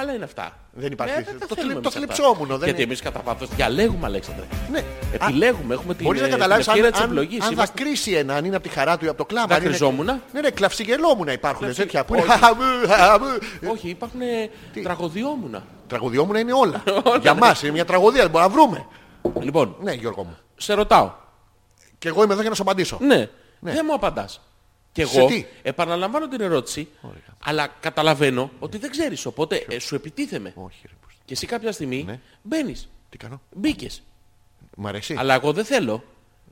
Speaker 1: Άλλα είναι αυτά.
Speaker 2: Δεν υπάρχει.
Speaker 1: Ναι, δεν τα
Speaker 2: Το
Speaker 1: θέλουμε
Speaker 2: θλι- το
Speaker 1: εμείς αυτά.
Speaker 2: θλιψόμουν, δεν
Speaker 1: Γιατί
Speaker 2: είναι.
Speaker 1: εμείς κατά βάθος διαλέγουμε, Αλέξανδρε.
Speaker 2: Ναι.
Speaker 1: Επιλέγουμε, έχουμε την,
Speaker 2: Μπορείς
Speaker 1: ε,
Speaker 2: να
Speaker 1: την
Speaker 2: καταλάβεις αν,
Speaker 1: ευκαιρία της
Speaker 2: αν,
Speaker 1: επιλογής.
Speaker 2: αν
Speaker 1: Είμαστε-
Speaker 2: δακρύσει ένα, αν είναι από τη χαρά του ή από το κλάμα. αν είναι-
Speaker 1: Δακρυζόμουνα.
Speaker 2: Ναι, ναι, κλαυσιγελόμουνα υπάρχουν
Speaker 1: Κλαυσι-
Speaker 2: τέτοια. Που είναι,
Speaker 1: Όχι.
Speaker 2: χαμού, χαμού.
Speaker 1: Όχι, υπάρχουν τραγωδιόμουνα.
Speaker 2: Τραγωδιόμουνα είναι όλα.
Speaker 1: Όλα,
Speaker 2: Για
Speaker 1: ναι.
Speaker 2: μας είναι μια τραγωδία, δεν μπορούμε να βρούμε.
Speaker 1: Λοιπόν,
Speaker 2: Ναι, Γιώργο μου.
Speaker 1: σε ρωτάω.
Speaker 2: Και εγώ είμαι εδώ για να σου απαντήσω.
Speaker 1: Ναι,
Speaker 2: Ναι.
Speaker 1: δεν μου απαντάς. Και
Speaker 2: Σε
Speaker 1: εγώ
Speaker 2: τι?
Speaker 1: επαναλαμβάνω την ερώτηση, αλλά καταλαβαίνω ότι δεν ξέρεις. Οπότε ε, σου επιτίθεμαι.
Speaker 2: Όχι, ρε, πώς-
Speaker 1: Και εσύ κάποια στιγμή
Speaker 2: Ναι. Ε.
Speaker 1: μπαίνεις.
Speaker 2: Τι κάνω.
Speaker 1: Μπήκες.
Speaker 2: Μ' αρέσει. Ε,
Speaker 1: Αλλά εγώ δεν θέλω.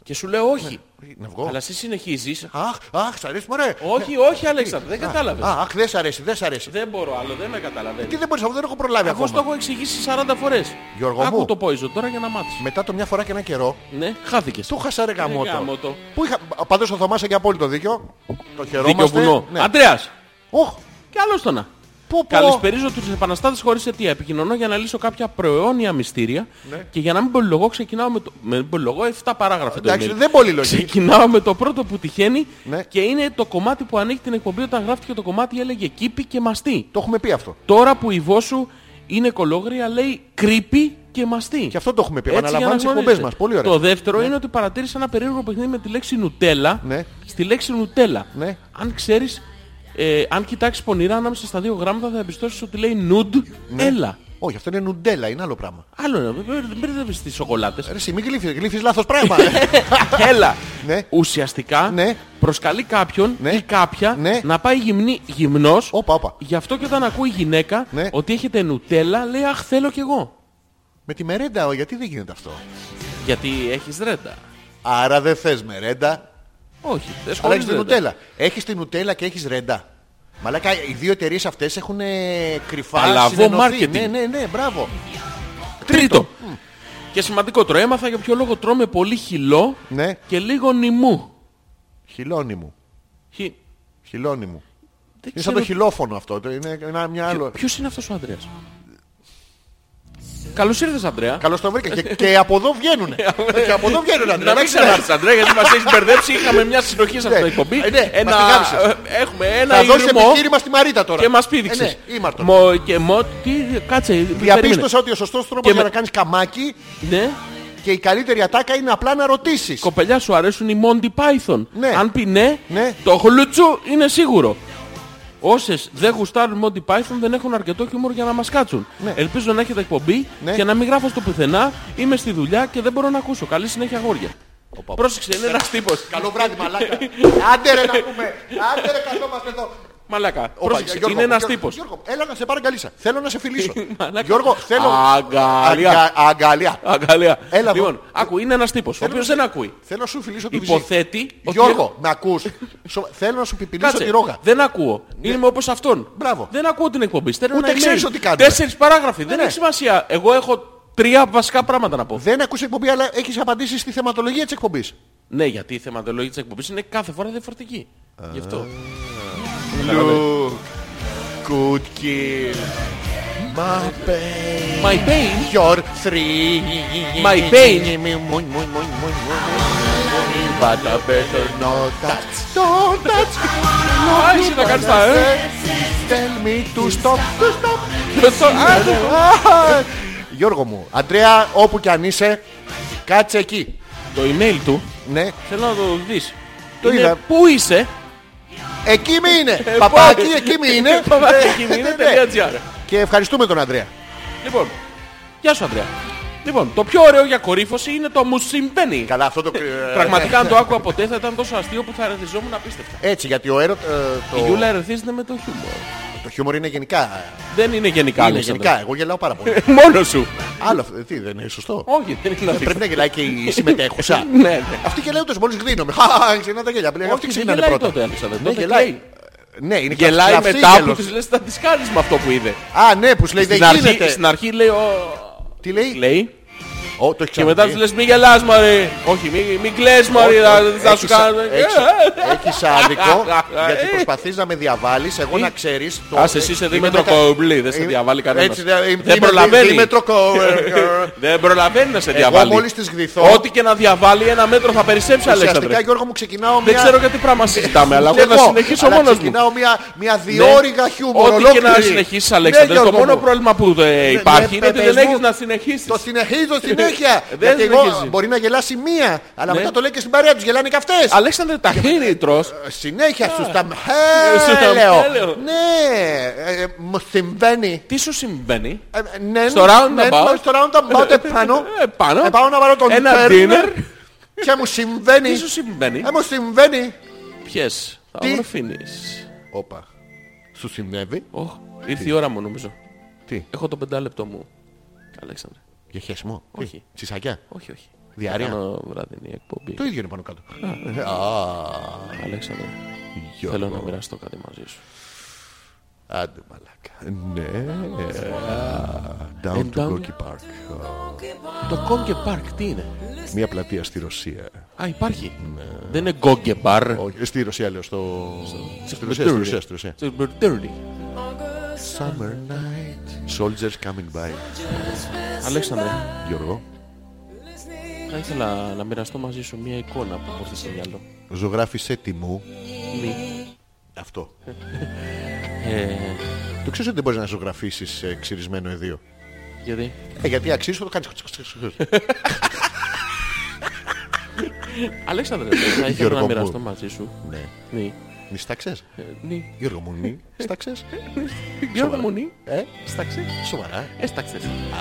Speaker 1: Και σου λέω όχι.
Speaker 2: Να βγω.
Speaker 1: Αλλά εσύ συνεχίζεις.
Speaker 2: Αχ, αχ, σ' αρέσει, μωρέ.
Speaker 1: Όχι, όχι, Αλέξανδρε, δεν κατάλαβε.
Speaker 2: Ναι. Α, αχ, δεν σ' αρέσει, δεν σ' αρέσει.
Speaker 1: Δεν μπορώ άλλο, δεν με καταλαβαίνεις.
Speaker 2: Τι δεν μπορείς, εγώ δεν έχω προλάβει
Speaker 1: Εγώ το
Speaker 2: ακόμα.
Speaker 1: έχω εξηγήσει 40 φορές.
Speaker 2: Γιώργο
Speaker 1: Άκου
Speaker 2: μου.
Speaker 1: το Poison τώρα για να μάθεις.
Speaker 2: Μετά το μια φορά και ένα καιρό,
Speaker 1: Ναι, χάθηκες.
Speaker 2: του χάσα ρε
Speaker 1: Ε,
Speaker 2: γαμότο.
Speaker 1: γαμώτο.
Speaker 2: Που είχα, πάντως ο Θωμάς έχει απόλυτο δίκιο. Το χαιρόμαστε.
Speaker 1: Δίκιο βουνό.
Speaker 2: Ναι.
Speaker 1: Αντρέας.
Speaker 2: Οχ,
Speaker 1: Και άλλος το να.
Speaker 2: πω, πω.
Speaker 1: Καλησπέριζω τους επαναστάτες χωρίς αιτία. Επικοινωνώ για να λύσω κάποια προαιώνια μυστήρια
Speaker 2: Ναι.
Speaker 1: και για να μην πολυλογώ, ξεκινάω με το. Με πολυλογώ 7 παράγραφα. το
Speaker 2: Εντάξει,
Speaker 1: email.
Speaker 2: δεν πολύ λογική.
Speaker 1: Ξεκινάω με το πρώτο που τυχαίνει
Speaker 2: Ναι.
Speaker 1: και είναι το κομμάτι που ανοίγει την εκπομπή όταν γράφτηκε το κομμάτι έλεγε κήπη και μαστί.
Speaker 2: Το έχουμε πει αυτό.
Speaker 1: Τώρα που η βόσου είναι κολόγρια λέει κρύπη και μαστί.
Speaker 2: Και αυτό το έχουμε πει.
Speaker 1: Έτσι,
Speaker 2: Επαναλαμβάνεις τις
Speaker 1: για να
Speaker 2: εκπομπέ μα.
Speaker 1: γνωρίζετε.
Speaker 2: Πολύ ωραία.
Speaker 1: Το δεύτερο είναι ότι παρατήρησα ένα περίεργο παιχνίδι με τη λέξη νουτέλα.
Speaker 2: Ναι.
Speaker 1: Στη λέξη νουτέλα.
Speaker 2: Ναι.
Speaker 1: Αν
Speaker 2: Ναι.
Speaker 1: ξέρεις, ε, αν κοιτάξεις πονηρά ανάμεσα στα δύο γράμματα, θα εμπιστώσεις ότι λέει νουτ έλα.
Speaker 2: Όχι, αυτό είναι νουντέλα, είναι άλλο πράγμα.
Speaker 1: Άλλο να μην μπερδεύεις τις σοκολάτες.
Speaker 2: Ρε, εσύ μην γλύφεις, γλύφεις λάθος πράγμα.
Speaker 1: Έλα.
Speaker 2: Ναι.
Speaker 1: Ουσιαστικά
Speaker 2: Ναι.
Speaker 1: προσκαλεί κάποιον
Speaker 2: Ναι.
Speaker 1: ή κάποια
Speaker 2: Ναι.
Speaker 1: να πάει γυμνή, γυμνός.
Speaker 2: Όπα, όπα.
Speaker 1: Γι' αυτό και όταν ακούει η γυναίκα
Speaker 2: Ναι.
Speaker 1: ότι έχετε νουτέλα, λέει αχ θέλω κι εγώ.
Speaker 2: Με τη μερέντα, γιατί δεν γίνεται αυτό.
Speaker 1: Γιατί έχεις ρέντα.
Speaker 2: Άρα δεν θες μερέντα,
Speaker 1: Όχι, δεν
Speaker 2: Αλλά
Speaker 1: σχολείς
Speaker 2: έχει την Νουτέλα. Έχεις την Νουτέλα και έχεις ρέντα. Μαλάκα, οι δύο εταιρείες αυτές έχουν ε, κρυφά
Speaker 1: Παλαβό
Speaker 2: συνενωθεί.
Speaker 1: marketing.
Speaker 2: Ναι, ναι, ναι, μπράβο.
Speaker 1: Τρίτο. Και σημαντικότερο, έμαθα για ποιο λόγο τρώμε πολύ χυλό
Speaker 2: Ναι.
Speaker 1: και λίγο νημού.
Speaker 2: Χιλόνι μου.
Speaker 1: Χι...
Speaker 2: Χιλόνι μου.
Speaker 1: Δεν
Speaker 2: Είναι σαν το χιλόφωνο αυτό. το- Είναι ένα, μια άλλο.
Speaker 1: Ποιος είναι αυτός ο Ανδρέας. Καλώς ήρθες Ανδρέα.
Speaker 2: Καλώς το βρήκα. και, και από εδώ βγαίνουν. και από εδώ βγαίνουν. Αντρέα,
Speaker 1: Ε, Να μην
Speaker 2: εντάξει, ναι.
Speaker 1: ξανάρθεις Αντρέα γιατί μας έχεις μπερδέψει. Είχαμε μια συνοχή σε αυτή την
Speaker 2: Ναι.
Speaker 1: εκπομπή.
Speaker 2: Ε, ναι, μας
Speaker 1: Ένα-
Speaker 2: τη γάμισες.
Speaker 1: Έχουμε ένα
Speaker 2: Θα δώσει
Speaker 1: ήρμο
Speaker 2: επιχείρημα στη Μαρίτα τώρα.
Speaker 1: και μας πήδηξες.
Speaker 2: Ε, ναι, ήμαρτον.
Speaker 1: Μο- Και μο... Τι... Κάτσε. περίμενε.
Speaker 2: Διαπίστωσα ότι ο σωστός τρόπος
Speaker 1: Και
Speaker 2: για
Speaker 1: με-
Speaker 2: να κάνεις καμάκι
Speaker 1: Ναι.
Speaker 2: και η καλύτερη ατάκα είναι απλά να ρωτήσεις.
Speaker 1: Κοπελιά σου αρέσουν οι Monty Python.
Speaker 2: Ναι.
Speaker 1: Αν πει ναι,
Speaker 2: Ναι.
Speaker 1: το χλουτσού είναι σίγουρο. Όσες δεν γουστάρουν Monty Python δεν έχουν αρκετό χιούμορ για να μας κάτσουν.
Speaker 2: Ναι.
Speaker 1: Ελπίζω να έχετε εκπομπή
Speaker 2: Ναι.
Speaker 1: και να μην γράφω στο πουθενά. Είμαι στη δουλειά και δεν μπορώ να ακούσω. Καλή συνέχεια αγόρια. Πρόσεξε, είναι ένας τύπος.
Speaker 2: Καλό βράδυ, μαλάκα. Άντε ρε να πούμε. Άντε ρε, καθόμαστε εδώ.
Speaker 1: Μαλάκα.
Speaker 2: Όπα,
Speaker 1: Πρόσεξε,
Speaker 2: Γιώργο,
Speaker 1: είναι ένας
Speaker 2: Γιώργο,
Speaker 1: τύπος.
Speaker 2: Γιώργο, έλα να σε παραγκαλίσω. Θέλω να σε φιλήσω.
Speaker 1: Μαλάκα.
Speaker 2: Γιώργο, θέλω.
Speaker 1: Αγκαλιά.
Speaker 2: Αγκα- Αγκαλιά.
Speaker 1: Αγκαλία.
Speaker 2: Έλα,
Speaker 1: λοιπόν,
Speaker 2: βο-
Speaker 1: άκου, είναι ένας τύπος ο
Speaker 2: Θέλω-
Speaker 1: οποίος δεν ακούει.
Speaker 2: Θέλω να σου φιλήσω τη βυζή.
Speaker 1: Υποθέτει ότι-
Speaker 2: Γιώργο, με ακούς. Σο- Θέλω να σου πιπιλήσω
Speaker 1: ε- Κάτσε,
Speaker 2: τη ρόγα. Ναι.
Speaker 1: δεν ακούω. Είμαι όπως αυτόν.
Speaker 2: Μπράβο.
Speaker 1: Δεν ακούω την εκπομπή. Στέλνω
Speaker 2: Ούτε
Speaker 1: ένα
Speaker 2: ξέρεις
Speaker 1: email.
Speaker 2: ότι κάνουμε.
Speaker 1: Τέσσερις παράγραφοι. δεν
Speaker 2: Ναι.
Speaker 1: έχει σημασία. Εγώ έχω τρία βασικά πράγματα να πω.
Speaker 2: Δεν ακούς εκπομπή, αλλά έχεις απαντήσει στη θεματολογία της εκπομπής.
Speaker 1: Ναι, γιατί η θεματολογία της εκπομπής είναι κάθε φορά διαφορετική. Γι' αυτό.
Speaker 2: Look, good kill. My pain.
Speaker 1: My pain.
Speaker 2: Your three.
Speaker 1: My pain.
Speaker 2: But I better not touch. Don't touch.
Speaker 1: Α, εσύ να κάνεις τα ε.
Speaker 2: Tell me to stop. To stop.
Speaker 1: Α, το-
Speaker 2: Γιώργο μου, Αντρέα, όπου κι αν είσαι, κάτσε εκεί.
Speaker 1: Το email του
Speaker 2: Ναι,
Speaker 1: θέλω να το δεις.
Speaker 2: Το
Speaker 1: Είναι
Speaker 2: είδα.
Speaker 1: Πού είσαι.
Speaker 2: εκεί μη είναι. Παπάκι, εκεί μη είναι. Ναι.
Speaker 1: Παπακινίνε.gr.
Speaker 2: Και ευχαριστούμε τον Αντρέα.
Speaker 1: Λοιπόν, γεια σου Ανδρέα. Λοιπόν, το πιο ωραίο για κορύφωση είναι το μου συμβαίνει.
Speaker 2: Καλά, αυτό το. ε,
Speaker 1: Πραγματικά αν το άκουγα ποτέ θα ήταν τόσο αστείο που θα ερεθιζόμουν απίστευτα.
Speaker 2: Έτσι, γιατί ο έρωτα.
Speaker 1: Η
Speaker 2: Το,
Speaker 1: Γιούλα ερεθίζεται με το χιούμορ.
Speaker 2: το χιούμορ είναι γενικά.
Speaker 1: Δεν είναι γενικά.
Speaker 2: Είναι
Speaker 1: Αλέξανδρε.
Speaker 2: γενικά. Εγώ γελάω πάρα πολύ.
Speaker 1: Μόνο σου.
Speaker 2: Άλλο αυτό. Τι, δεν είναι σωστό.
Speaker 1: Όχι, δεν είναι
Speaker 2: Ε, Πρέπει
Speaker 1: αυτό.
Speaker 2: να γελάει και η συμμετέχουσα.
Speaker 1: Ναι, ναι.
Speaker 2: Αυτή γελάει ούτως μόλις γδίνομαι. Χα, ξυνά τα γέλια. Αυτή
Speaker 1: δεν
Speaker 2: ξύνανε
Speaker 1: γελάει
Speaker 2: πρώτα.
Speaker 1: τότε, Αλέξανδρε.
Speaker 2: Ναι,
Speaker 1: Τότε
Speaker 2: γελάει.
Speaker 1: κλαίει.
Speaker 2: Ναι, είναι
Speaker 1: Γελάει
Speaker 2: καυσαύση
Speaker 1: μετά που
Speaker 2: γέλος.
Speaker 1: της λες θα τις κάνεις με αυτό που είδε.
Speaker 2: Α, ναι, που σου λέει
Speaker 1: Στην
Speaker 2: δεν
Speaker 1: αρχή,
Speaker 2: γίνεται.
Speaker 1: στην αρχή λέει ο...
Speaker 2: Τι λέει.
Speaker 1: Λέει.
Speaker 2: Ω, το έχει
Speaker 1: Και μετά
Speaker 2: ξαναπεί.
Speaker 1: της λες μη γελάς μωρή. Όχι, μη, μη κλαις μωρή.
Speaker 2: Όχι,
Speaker 1: Θα,
Speaker 2: όχι,
Speaker 1: θα σου
Speaker 2: έχεις-
Speaker 1: κάνω...
Speaker 2: έχεις- Έχεις άδικο γιατί
Speaker 1: Ε.
Speaker 2: προσπαθείς να με διαβάλεις, εγώ
Speaker 1: Ε.
Speaker 2: να ξέρεις... το-
Speaker 1: Ας εσύ είσαι
Speaker 2: είμαι
Speaker 1: δίμετρο
Speaker 2: μετα-
Speaker 1: κομπλή, δεν σε
Speaker 2: είμαι-
Speaker 1: διαβάλει κανένας.
Speaker 2: Έτσι, δε- είμαι-
Speaker 1: Δεν
Speaker 2: είμαι
Speaker 1: προλαβαίνει.
Speaker 2: δίμετρο κο- ε,
Speaker 1: ε. Δεν προλαβαίνει να σε διαβάλει.
Speaker 2: μόλις της γδυθώ-
Speaker 1: Ό,τι και να διαβάλει ένα μέτρο θα περισσέψει
Speaker 2: Ουσιαστικά
Speaker 1: Αλέξανδρε.
Speaker 2: Γιώργο μου ξεκινάω μια...
Speaker 1: Δεν ξέρω για τι πράγμα συζητάμε, αλλά
Speaker 2: Κι
Speaker 1: εγώ θα
Speaker 2: εγώ,
Speaker 1: συνεχίσω
Speaker 2: αλλά
Speaker 1: μόνος μου. Ναι,
Speaker 2: ξεκινάω μια, μια διόρυγα χιούμορ.
Speaker 1: Ό,τι και να
Speaker 2: ολόκληρη.
Speaker 1: συνεχίσεις
Speaker 2: Ναι,
Speaker 1: Αλέξανδρε, το
Speaker 2: Γιώργο
Speaker 1: μόνο
Speaker 2: μου.
Speaker 1: πρόβλημα που ε, υπάρχει
Speaker 2: ναι,
Speaker 1: είναι ότι
Speaker 2: πες
Speaker 1: δεν
Speaker 2: μου.
Speaker 1: έχεις να
Speaker 2: Το
Speaker 1: συνεχίσεις. Ε,
Speaker 2: συνεχίζω συνέχεια.
Speaker 1: Δεν
Speaker 2: γιατί εγώ
Speaker 1: συνεχίζει.
Speaker 2: μπορεί να γελάσει μία, αλλά
Speaker 1: Ναι.
Speaker 2: μετά το λέει και στην παρέα τους γελάνε και αυτές. Ε,
Speaker 1: Αλέξανδρε τα χέρι τρως.
Speaker 2: Συνέχεια σου στα
Speaker 1: Ε, Σου στα
Speaker 2: λέω.
Speaker 1: λέω.
Speaker 2: Ναι, ε, ε, μου συμβαίνει.
Speaker 1: Τι σου συμβαίνει.
Speaker 2: Ε, ναι,
Speaker 1: Στο
Speaker 2: ναι,
Speaker 1: roundabout.
Speaker 2: ναι, στο roundabout επάνω.
Speaker 1: Ε, πάνω.
Speaker 2: Ε, πάω να βάλω τον
Speaker 1: Ένα
Speaker 2: Turner
Speaker 1: dinner.
Speaker 2: Και μου συμβαίνει.
Speaker 1: Τι σου συμβαίνει.
Speaker 2: Ε, μου συμβαίνει.
Speaker 1: Ποιες. Θα
Speaker 2: Τι?
Speaker 1: ομορφύνεις.
Speaker 2: Όπα. Σου συνέβη.
Speaker 1: Ωχ, ήρθε η ώρα μου νομίζω.
Speaker 2: Τι?
Speaker 1: Έχω το πεντάλεπτό μου. Αλέξανδρε.
Speaker 2: Για χέσιμο.
Speaker 1: Όχι.
Speaker 2: Τσισακιά.
Speaker 1: Όχι, όχι.
Speaker 2: Διαρρέα.
Speaker 1: Κάνω βράδυνη εκπομπή.
Speaker 2: Το ίδιο είναι πάνω κάτω.
Speaker 1: Αλέξανδρε, θέλω να μοιραστώ κάτι μαζί σου.
Speaker 2: Άντε μαλάκα. Ναι. Down to
Speaker 1: down.
Speaker 2: Gorky Park.
Speaker 1: Το Κόγκε Πάρκ τι είναι.
Speaker 2: Μια πλατεία στη Ρωσία.
Speaker 1: Α, υπάρχει. Δεν είναι Κόγκε Πάρκ.
Speaker 2: Όχι, στη Ρωσία λέω. Στο... Στη Ρωσία, στη
Speaker 1: Μπερτούρι.
Speaker 2: Ρωσία, στη Ρωσία.
Speaker 1: Στο Μπερτούρι.
Speaker 2: Summer night. Soldiers coming by.
Speaker 1: Αλέξανδρε,
Speaker 2: Γιώργο.
Speaker 1: θα ήθελα να μοιραστώ μαζί σου μια εικόνα που μου έρθει στο μυαλό.
Speaker 2: Ζωγράφησε τη μου. Αυτό.
Speaker 1: Ε,
Speaker 2: Το ξέρεις ότι δεν μπορείς να ζωγραφίσεις ε, ξυρισμένο εδίο.
Speaker 1: γιατί.
Speaker 2: Ε, γιατί αξίζεις το κάνεις.
Speaker 1: Αλέξανδρε, θα ήθελα
Speaker 2: Γιώργο
Speaker 1: να
Speaker 2: μου.
Speaker 1: μοιραστώ μαζί σου.
Speaker 2: ναι.
Speaker 1: Ναι.
Speaker 2: Νιστάξες.
Speaker 1: Νι.
Speaker 2: Γιώργο μου, νι. Στάξες.
Speaker 1: Γιώργο μου, νι.
Speaker 2: Ε,
Speaker 1: Έσταξε.
Speaker 2: σοβαρά. ε.
Speaker 1: Έσταξε.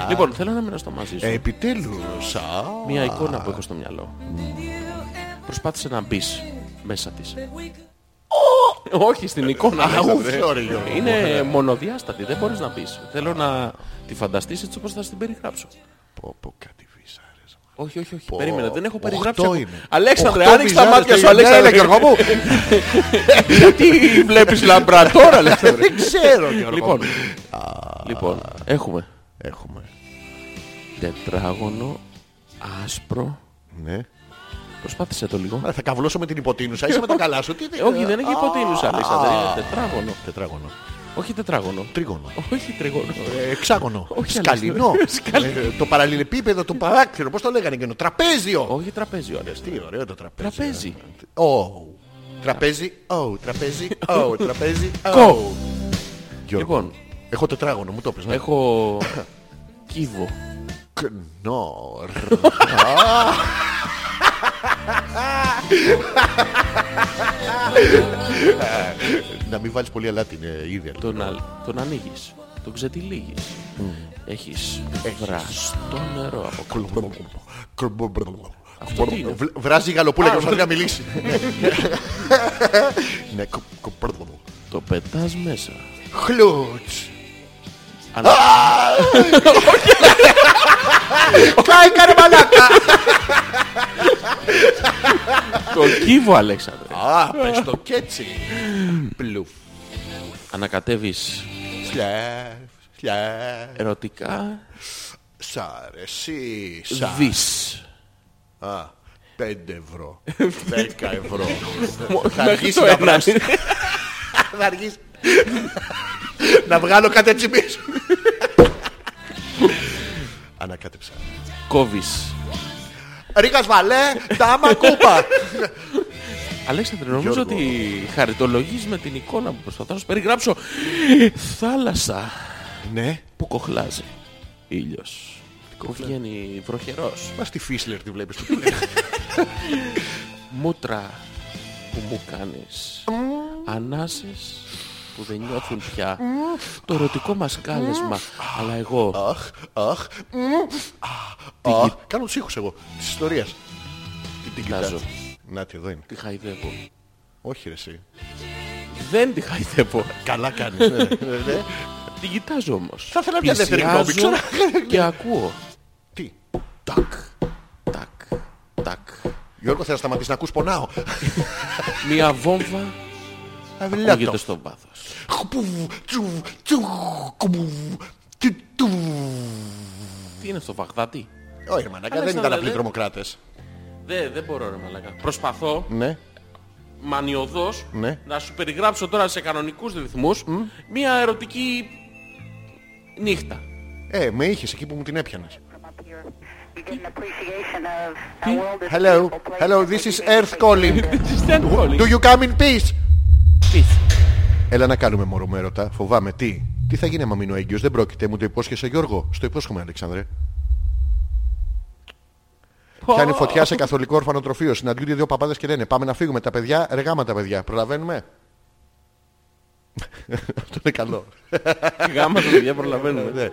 Speaker 1: Λοιπόν, θέλω να μοιραστώ μαζί σου.
Speaker 2: Ε, Επιτέλους. α.
Speaker 1: Μια εικόνα που έχω στο μυαλό. Προσπάθησε να μπεις μέσα της. Όχι στην εικόνα.
Speaker 2: Α,
Speaker 1: μέσα,
Speaker 2: ούφ,
Speaker 1: βρε.
Speaker 2: sorry, Γιώργο.
Speaker 1: Είναι μονοδιάστατη, δεν μπορείς να πεις. Θέλω να τη φανταστείς έτσι όπως θα την περιγράψω.
Speaker 2: Πω, πω, κάτι βυζάρες.
Speaker 1: Όχι, όχι, όχι.
Speaker 2: Πω,
Speaker 1: Περίμενε, δεν έχω
Speaker 2: οκτώ
Speaker 1: περιγράψει. ακόμα.
Speaker 2: είναι.
Speaker 1: Αλέξανδρε,
Speaker 2: Οκτώ
Speaker 1: άνοιξε τα
Speaker 2: βυζάρες
Speaker 1: μάτια
Speaker 2: και
Speaker 1: σου, Αλέξανδρε.
Speaker 2: Έλα, Ναι, Γιώργο μου.
Speaker 1: Γιατί βλέπεις λαμπρατόρα, Αλέξανδρε.
Speaker 2: Δεν ξέρω, Γιώργο
Speaker 1: Λοιπόν,
Speaker 2: μου.
Speaker 1: λοιπόν, έχουμε
Speaker 2: Έχουμε.
Speaker 1: τετράγωνο, άσπρο.
Speaker 2: Ναι.
Speaker 1: Προσπάθησε το λίγο.
Speaker 2: Μα θα καβλώσω με την υποτείνουσα. Είσαι με τα καλά σου. Τι
Speaker 1: Ε, Όχι, δεν έχει υποτείνουσα, Αλέξανδρε. Είναι
Speaker 2: Α.
Speaker 1: τετράγωνο.
Speaker 2: Τετράγωνο.
Speaker 1: Όχι τετράγωνο.
Speaker 2: Τρίγωνο.
Speaker 1: Όχι τριγώνο.
Speaker 2: Ε, Εξάγωνο.
Speaker 1: Όχι,
Speaker 2: Σκαλινό.
Speaker 1: Αλέξανδρε. Σκαλινό.
Speaker 2: Ε, Το παραλληλεπίπεδο, το παράκτηρο. Πώς το λέγανε εκείνο. Τραπέζιο.
Speaker 1: Όχι τραπέζι, ωραία.
Speaker 2: Τι ωραίο το τραπέζι.
Speaker 1: Τραπέζι.
Speaker 2: ε. Ω. Τραπέζι. Ω. Τραπέζι. Ω. Τραπέζι. Ω.
Speaker 1: Κο.
Speaker 2: Γιώργο.
Speaker 1: Λοιπόν.
Speaker 2: Έχω τετράγωνο, μου το πες. ναι.
Speaker 1: Έχω κύβο.
Speaker 2: Κνόρ. Να μην βάλεις πολύ αλάτι, είναι ήδη αλάτι.
Speaker 1: Τον, α, τον ανοίγεις. Τον ξετυλίγεις. Έχεις βραστό νερό από κάτω. Αυτό τι είναι?
Speaker 2: Β- Βράζει η γαλοπούλα και προσπαθεί να μιλήσει. Ναι, κο- κο-
Speaker 1: Το πετάς μέσα.
Speaker 2: Χλούτς.
Speaker 1: Ανα-
Speaker 2: Κάει κάνε μαλάκα.
Speaker 1: το κύβο, Αλέξανδρε.
Speaker 2: Α, πες το κι έτσι. Πλουφ.
Speaker 1: Ανακατεύεις
Speaker 2: Σλεφ. Σλεφ.
Speaker 1: ερωτικά
Speaker 2: Σ' αρέσει. Σα.
Speaker 1: δις.
Speaker 2: Α, 5 ευρώ. 10 ευρώ. Θα
Speaker 1: Μέχρι
Speaker 2: αργήσει
Speaker 1: το
Speaker 2: να
Speaker 1: ένα.
Speaker 2: βράσει. Θα αργήσει. Να βγάλω κάτι έτσι πίσω. Ανακάτεψα.
Speaker 1: Κόβεις.
Speaker 2: Ρίγας βαλέ, τάμα κούπα.
Speaker 1: Αλέξανδρε, νομίζω
Speaker 2: Γιώργο.
Speaker 1: ότι χαριτολογείς με την εικόνα που προσπαθώ να σου περιγράψω. Θάλασσα
Speaker 2: Ναι.
Speaker 1: που κοχλάζει. Ήλιος. Που βγαίνει βροχερός.
Speaker 2: Μα στη Φίσλερ τη βλέπεις. του λέει.
Speaker 1: Μούτρα που μου κάνεις. Ανάσες που δεν νιώθουν πια. Το ερωτικό μας κάλεσμα. Αλλά εγώ
Speaker 2: Αχ, αχ, μμμ, α, αχ. Κάνω τους ήχους εγώ, της ιστορίας.
Speaker 1: την κοιτάζω.
Speaker 2: Να τη εδώ είναι.
Speaker 1: Τη χαϊδεύω.
Speaker 2: Όχι ρε εσύ.
Speaker 1: Δεν τη χαϊδεύω.
Speaker 2: Καλά κάνεις. ναι, ναι, ναι.
Speaker 1: Την κοιτάζω όμως.
Speaker 2: Θα ήθελα μια δεύτερη γνώμη,
Speaker 1: Πλησιάζω
Speaker 2: ξέρω.
Speaker 1: Και ακούω.
Speaker 2: Τι.
Speaker 1: Τακ, τακ, τακ.
Speaker 2: Γιώργο θέλω να σταματήσεις να ακούς πονάω.
Speaker 1: Μια βόμβα ακούγεται
Speaker 2: Αυλάτο.
Speaker 1: στο βάθος.
Speaker 2: Χουπουβ, τσουβ, τσουβ, κουμπουβ, τι, τουβ.
Speaker 1: Τι είναι αυτό, Βαγδάτη.
Speaker 2: Όχι ρε μανάκα, δεν
Speaker 1: Αλέξανδρε,
Speaker 2: ήταν
Speaker 1: δεν-
Speaker 2: απλοί τρομοκράτες.
Speaker 1: Δεν, δεν μπορώ ρε μαλακά. Προσπαθώ
Speaker 2: Ναι.
Speaker 1: μανιωδώς
Speaker 2: Ναι.
Speaker 1: να σου περιγράψω τώρα σε κανονικούς ρυθμούς μια ερωτική νύχτα.
Speaker 2: Ε, με είχες εκεί που μου την έπιανες.
Speaker 9: You get an appreciation of
Speaker 1: Τι?
Speaker 9: how well this
Speaker 2: Hello,
Speaker 9: people play.
Speaker 2: hello, this is Earth calling. Do
Speaker 1: Του
Speaker 2: you come in peace?
Speaker 1: πεις.
Speaker 2: Έλα να κάνουμε μωρό μου έρωτα. Φοβάμαι. Τι. Τι θα γίνει άμα μείνω έγκυος. Δεν πρόκειται. Μου το υπόσχεσαι Γιώργο. Στο υπόσχομαι Αλεξάνδρε. Πιάνει φωτιά σε καθολικό ορφανοτροφείο. Συναντιούνται δύο παπάδες και λένε Πάμε να φύγουμε. Τα παιδιά, ρεγάμα τα παιδιά. Προλαβαίνουμε. Αυτό είναι καλό.
Speaker 1: Γάμα τα παιδιά προλαβαίνουμε.
Speaker 2: Ναι.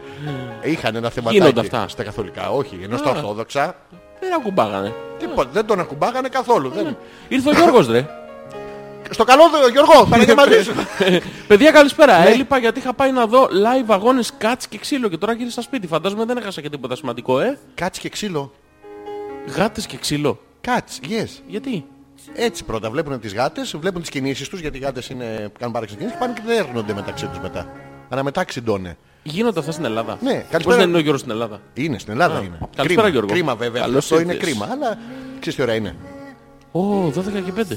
Speaker 2: Είχαν ένα θεματάκι
Speaker 1: Γίνονται αυτά.
Speaker 2: στα καθολικά. Όχι. Ενώ στα ορθόδοξα
Speaker 1: Δεν ακουμπάγανε.
Speaker 2: τίποτα. Λοιπόν, Δεν τον ακουμπάγανε καθόλου. Δεν...
Speaker 1: Ήρθε ο Γιώργος ρε.
Speaker 2: Στο καλό Γιώργο. Παρακαλώ μαζί σου.
Speaker 1: Παιδιά καλησπέρα. Έλειπα γιατί είχα πάει να δω live αγώνες κάτς και ξύλο και τώρα γύρισα σπίτι. Φαντάζομαι δεν έχασα και τίποτα σημαντικό ε.
Speaker 2: Κάτς και ξύλο.
Speaker 1: Γάτες και ξύλο.
Speaker 2: Κάτς. Yes.
Speaker 1: Γιατί.
Speaker 2: Έτσι πρώτα βλέπουν τις γάτες, βλέπουν τις κινήσεις τους γιατί οι γάτες είναι, κάνουν παράξενες κινήσεις και πάνε και δέρνονται μεταξύ τους μετά. Αναμετάξει ντώνε.
Speaker 1: Γίνονται αυτά στην Ελλάδα.
Speaker 2: Ναι,
Speaker 1: Πώς
Speaker 2: καλησπέρα.
Speaker 1: δεν είναι ο Γιώργος στην Ελλάδα.
Speaker 2: Είναι στην Ελλάδα είναι.
Speaker 1: Καλησπέρα,
Speaker 2: κρίμα,
Speaker 1: Γιώργο.
Speaker 2: κρίμα βέβαια.
Speaker 1: Καλώς
Speaker 2: Αυτό είναι
Speaker 1: ήρθες.
Speaker 2: κρίμα. Αλλά ξέρεις τι ώρα είναι.
Speaker 1: Ω, 12 και 5.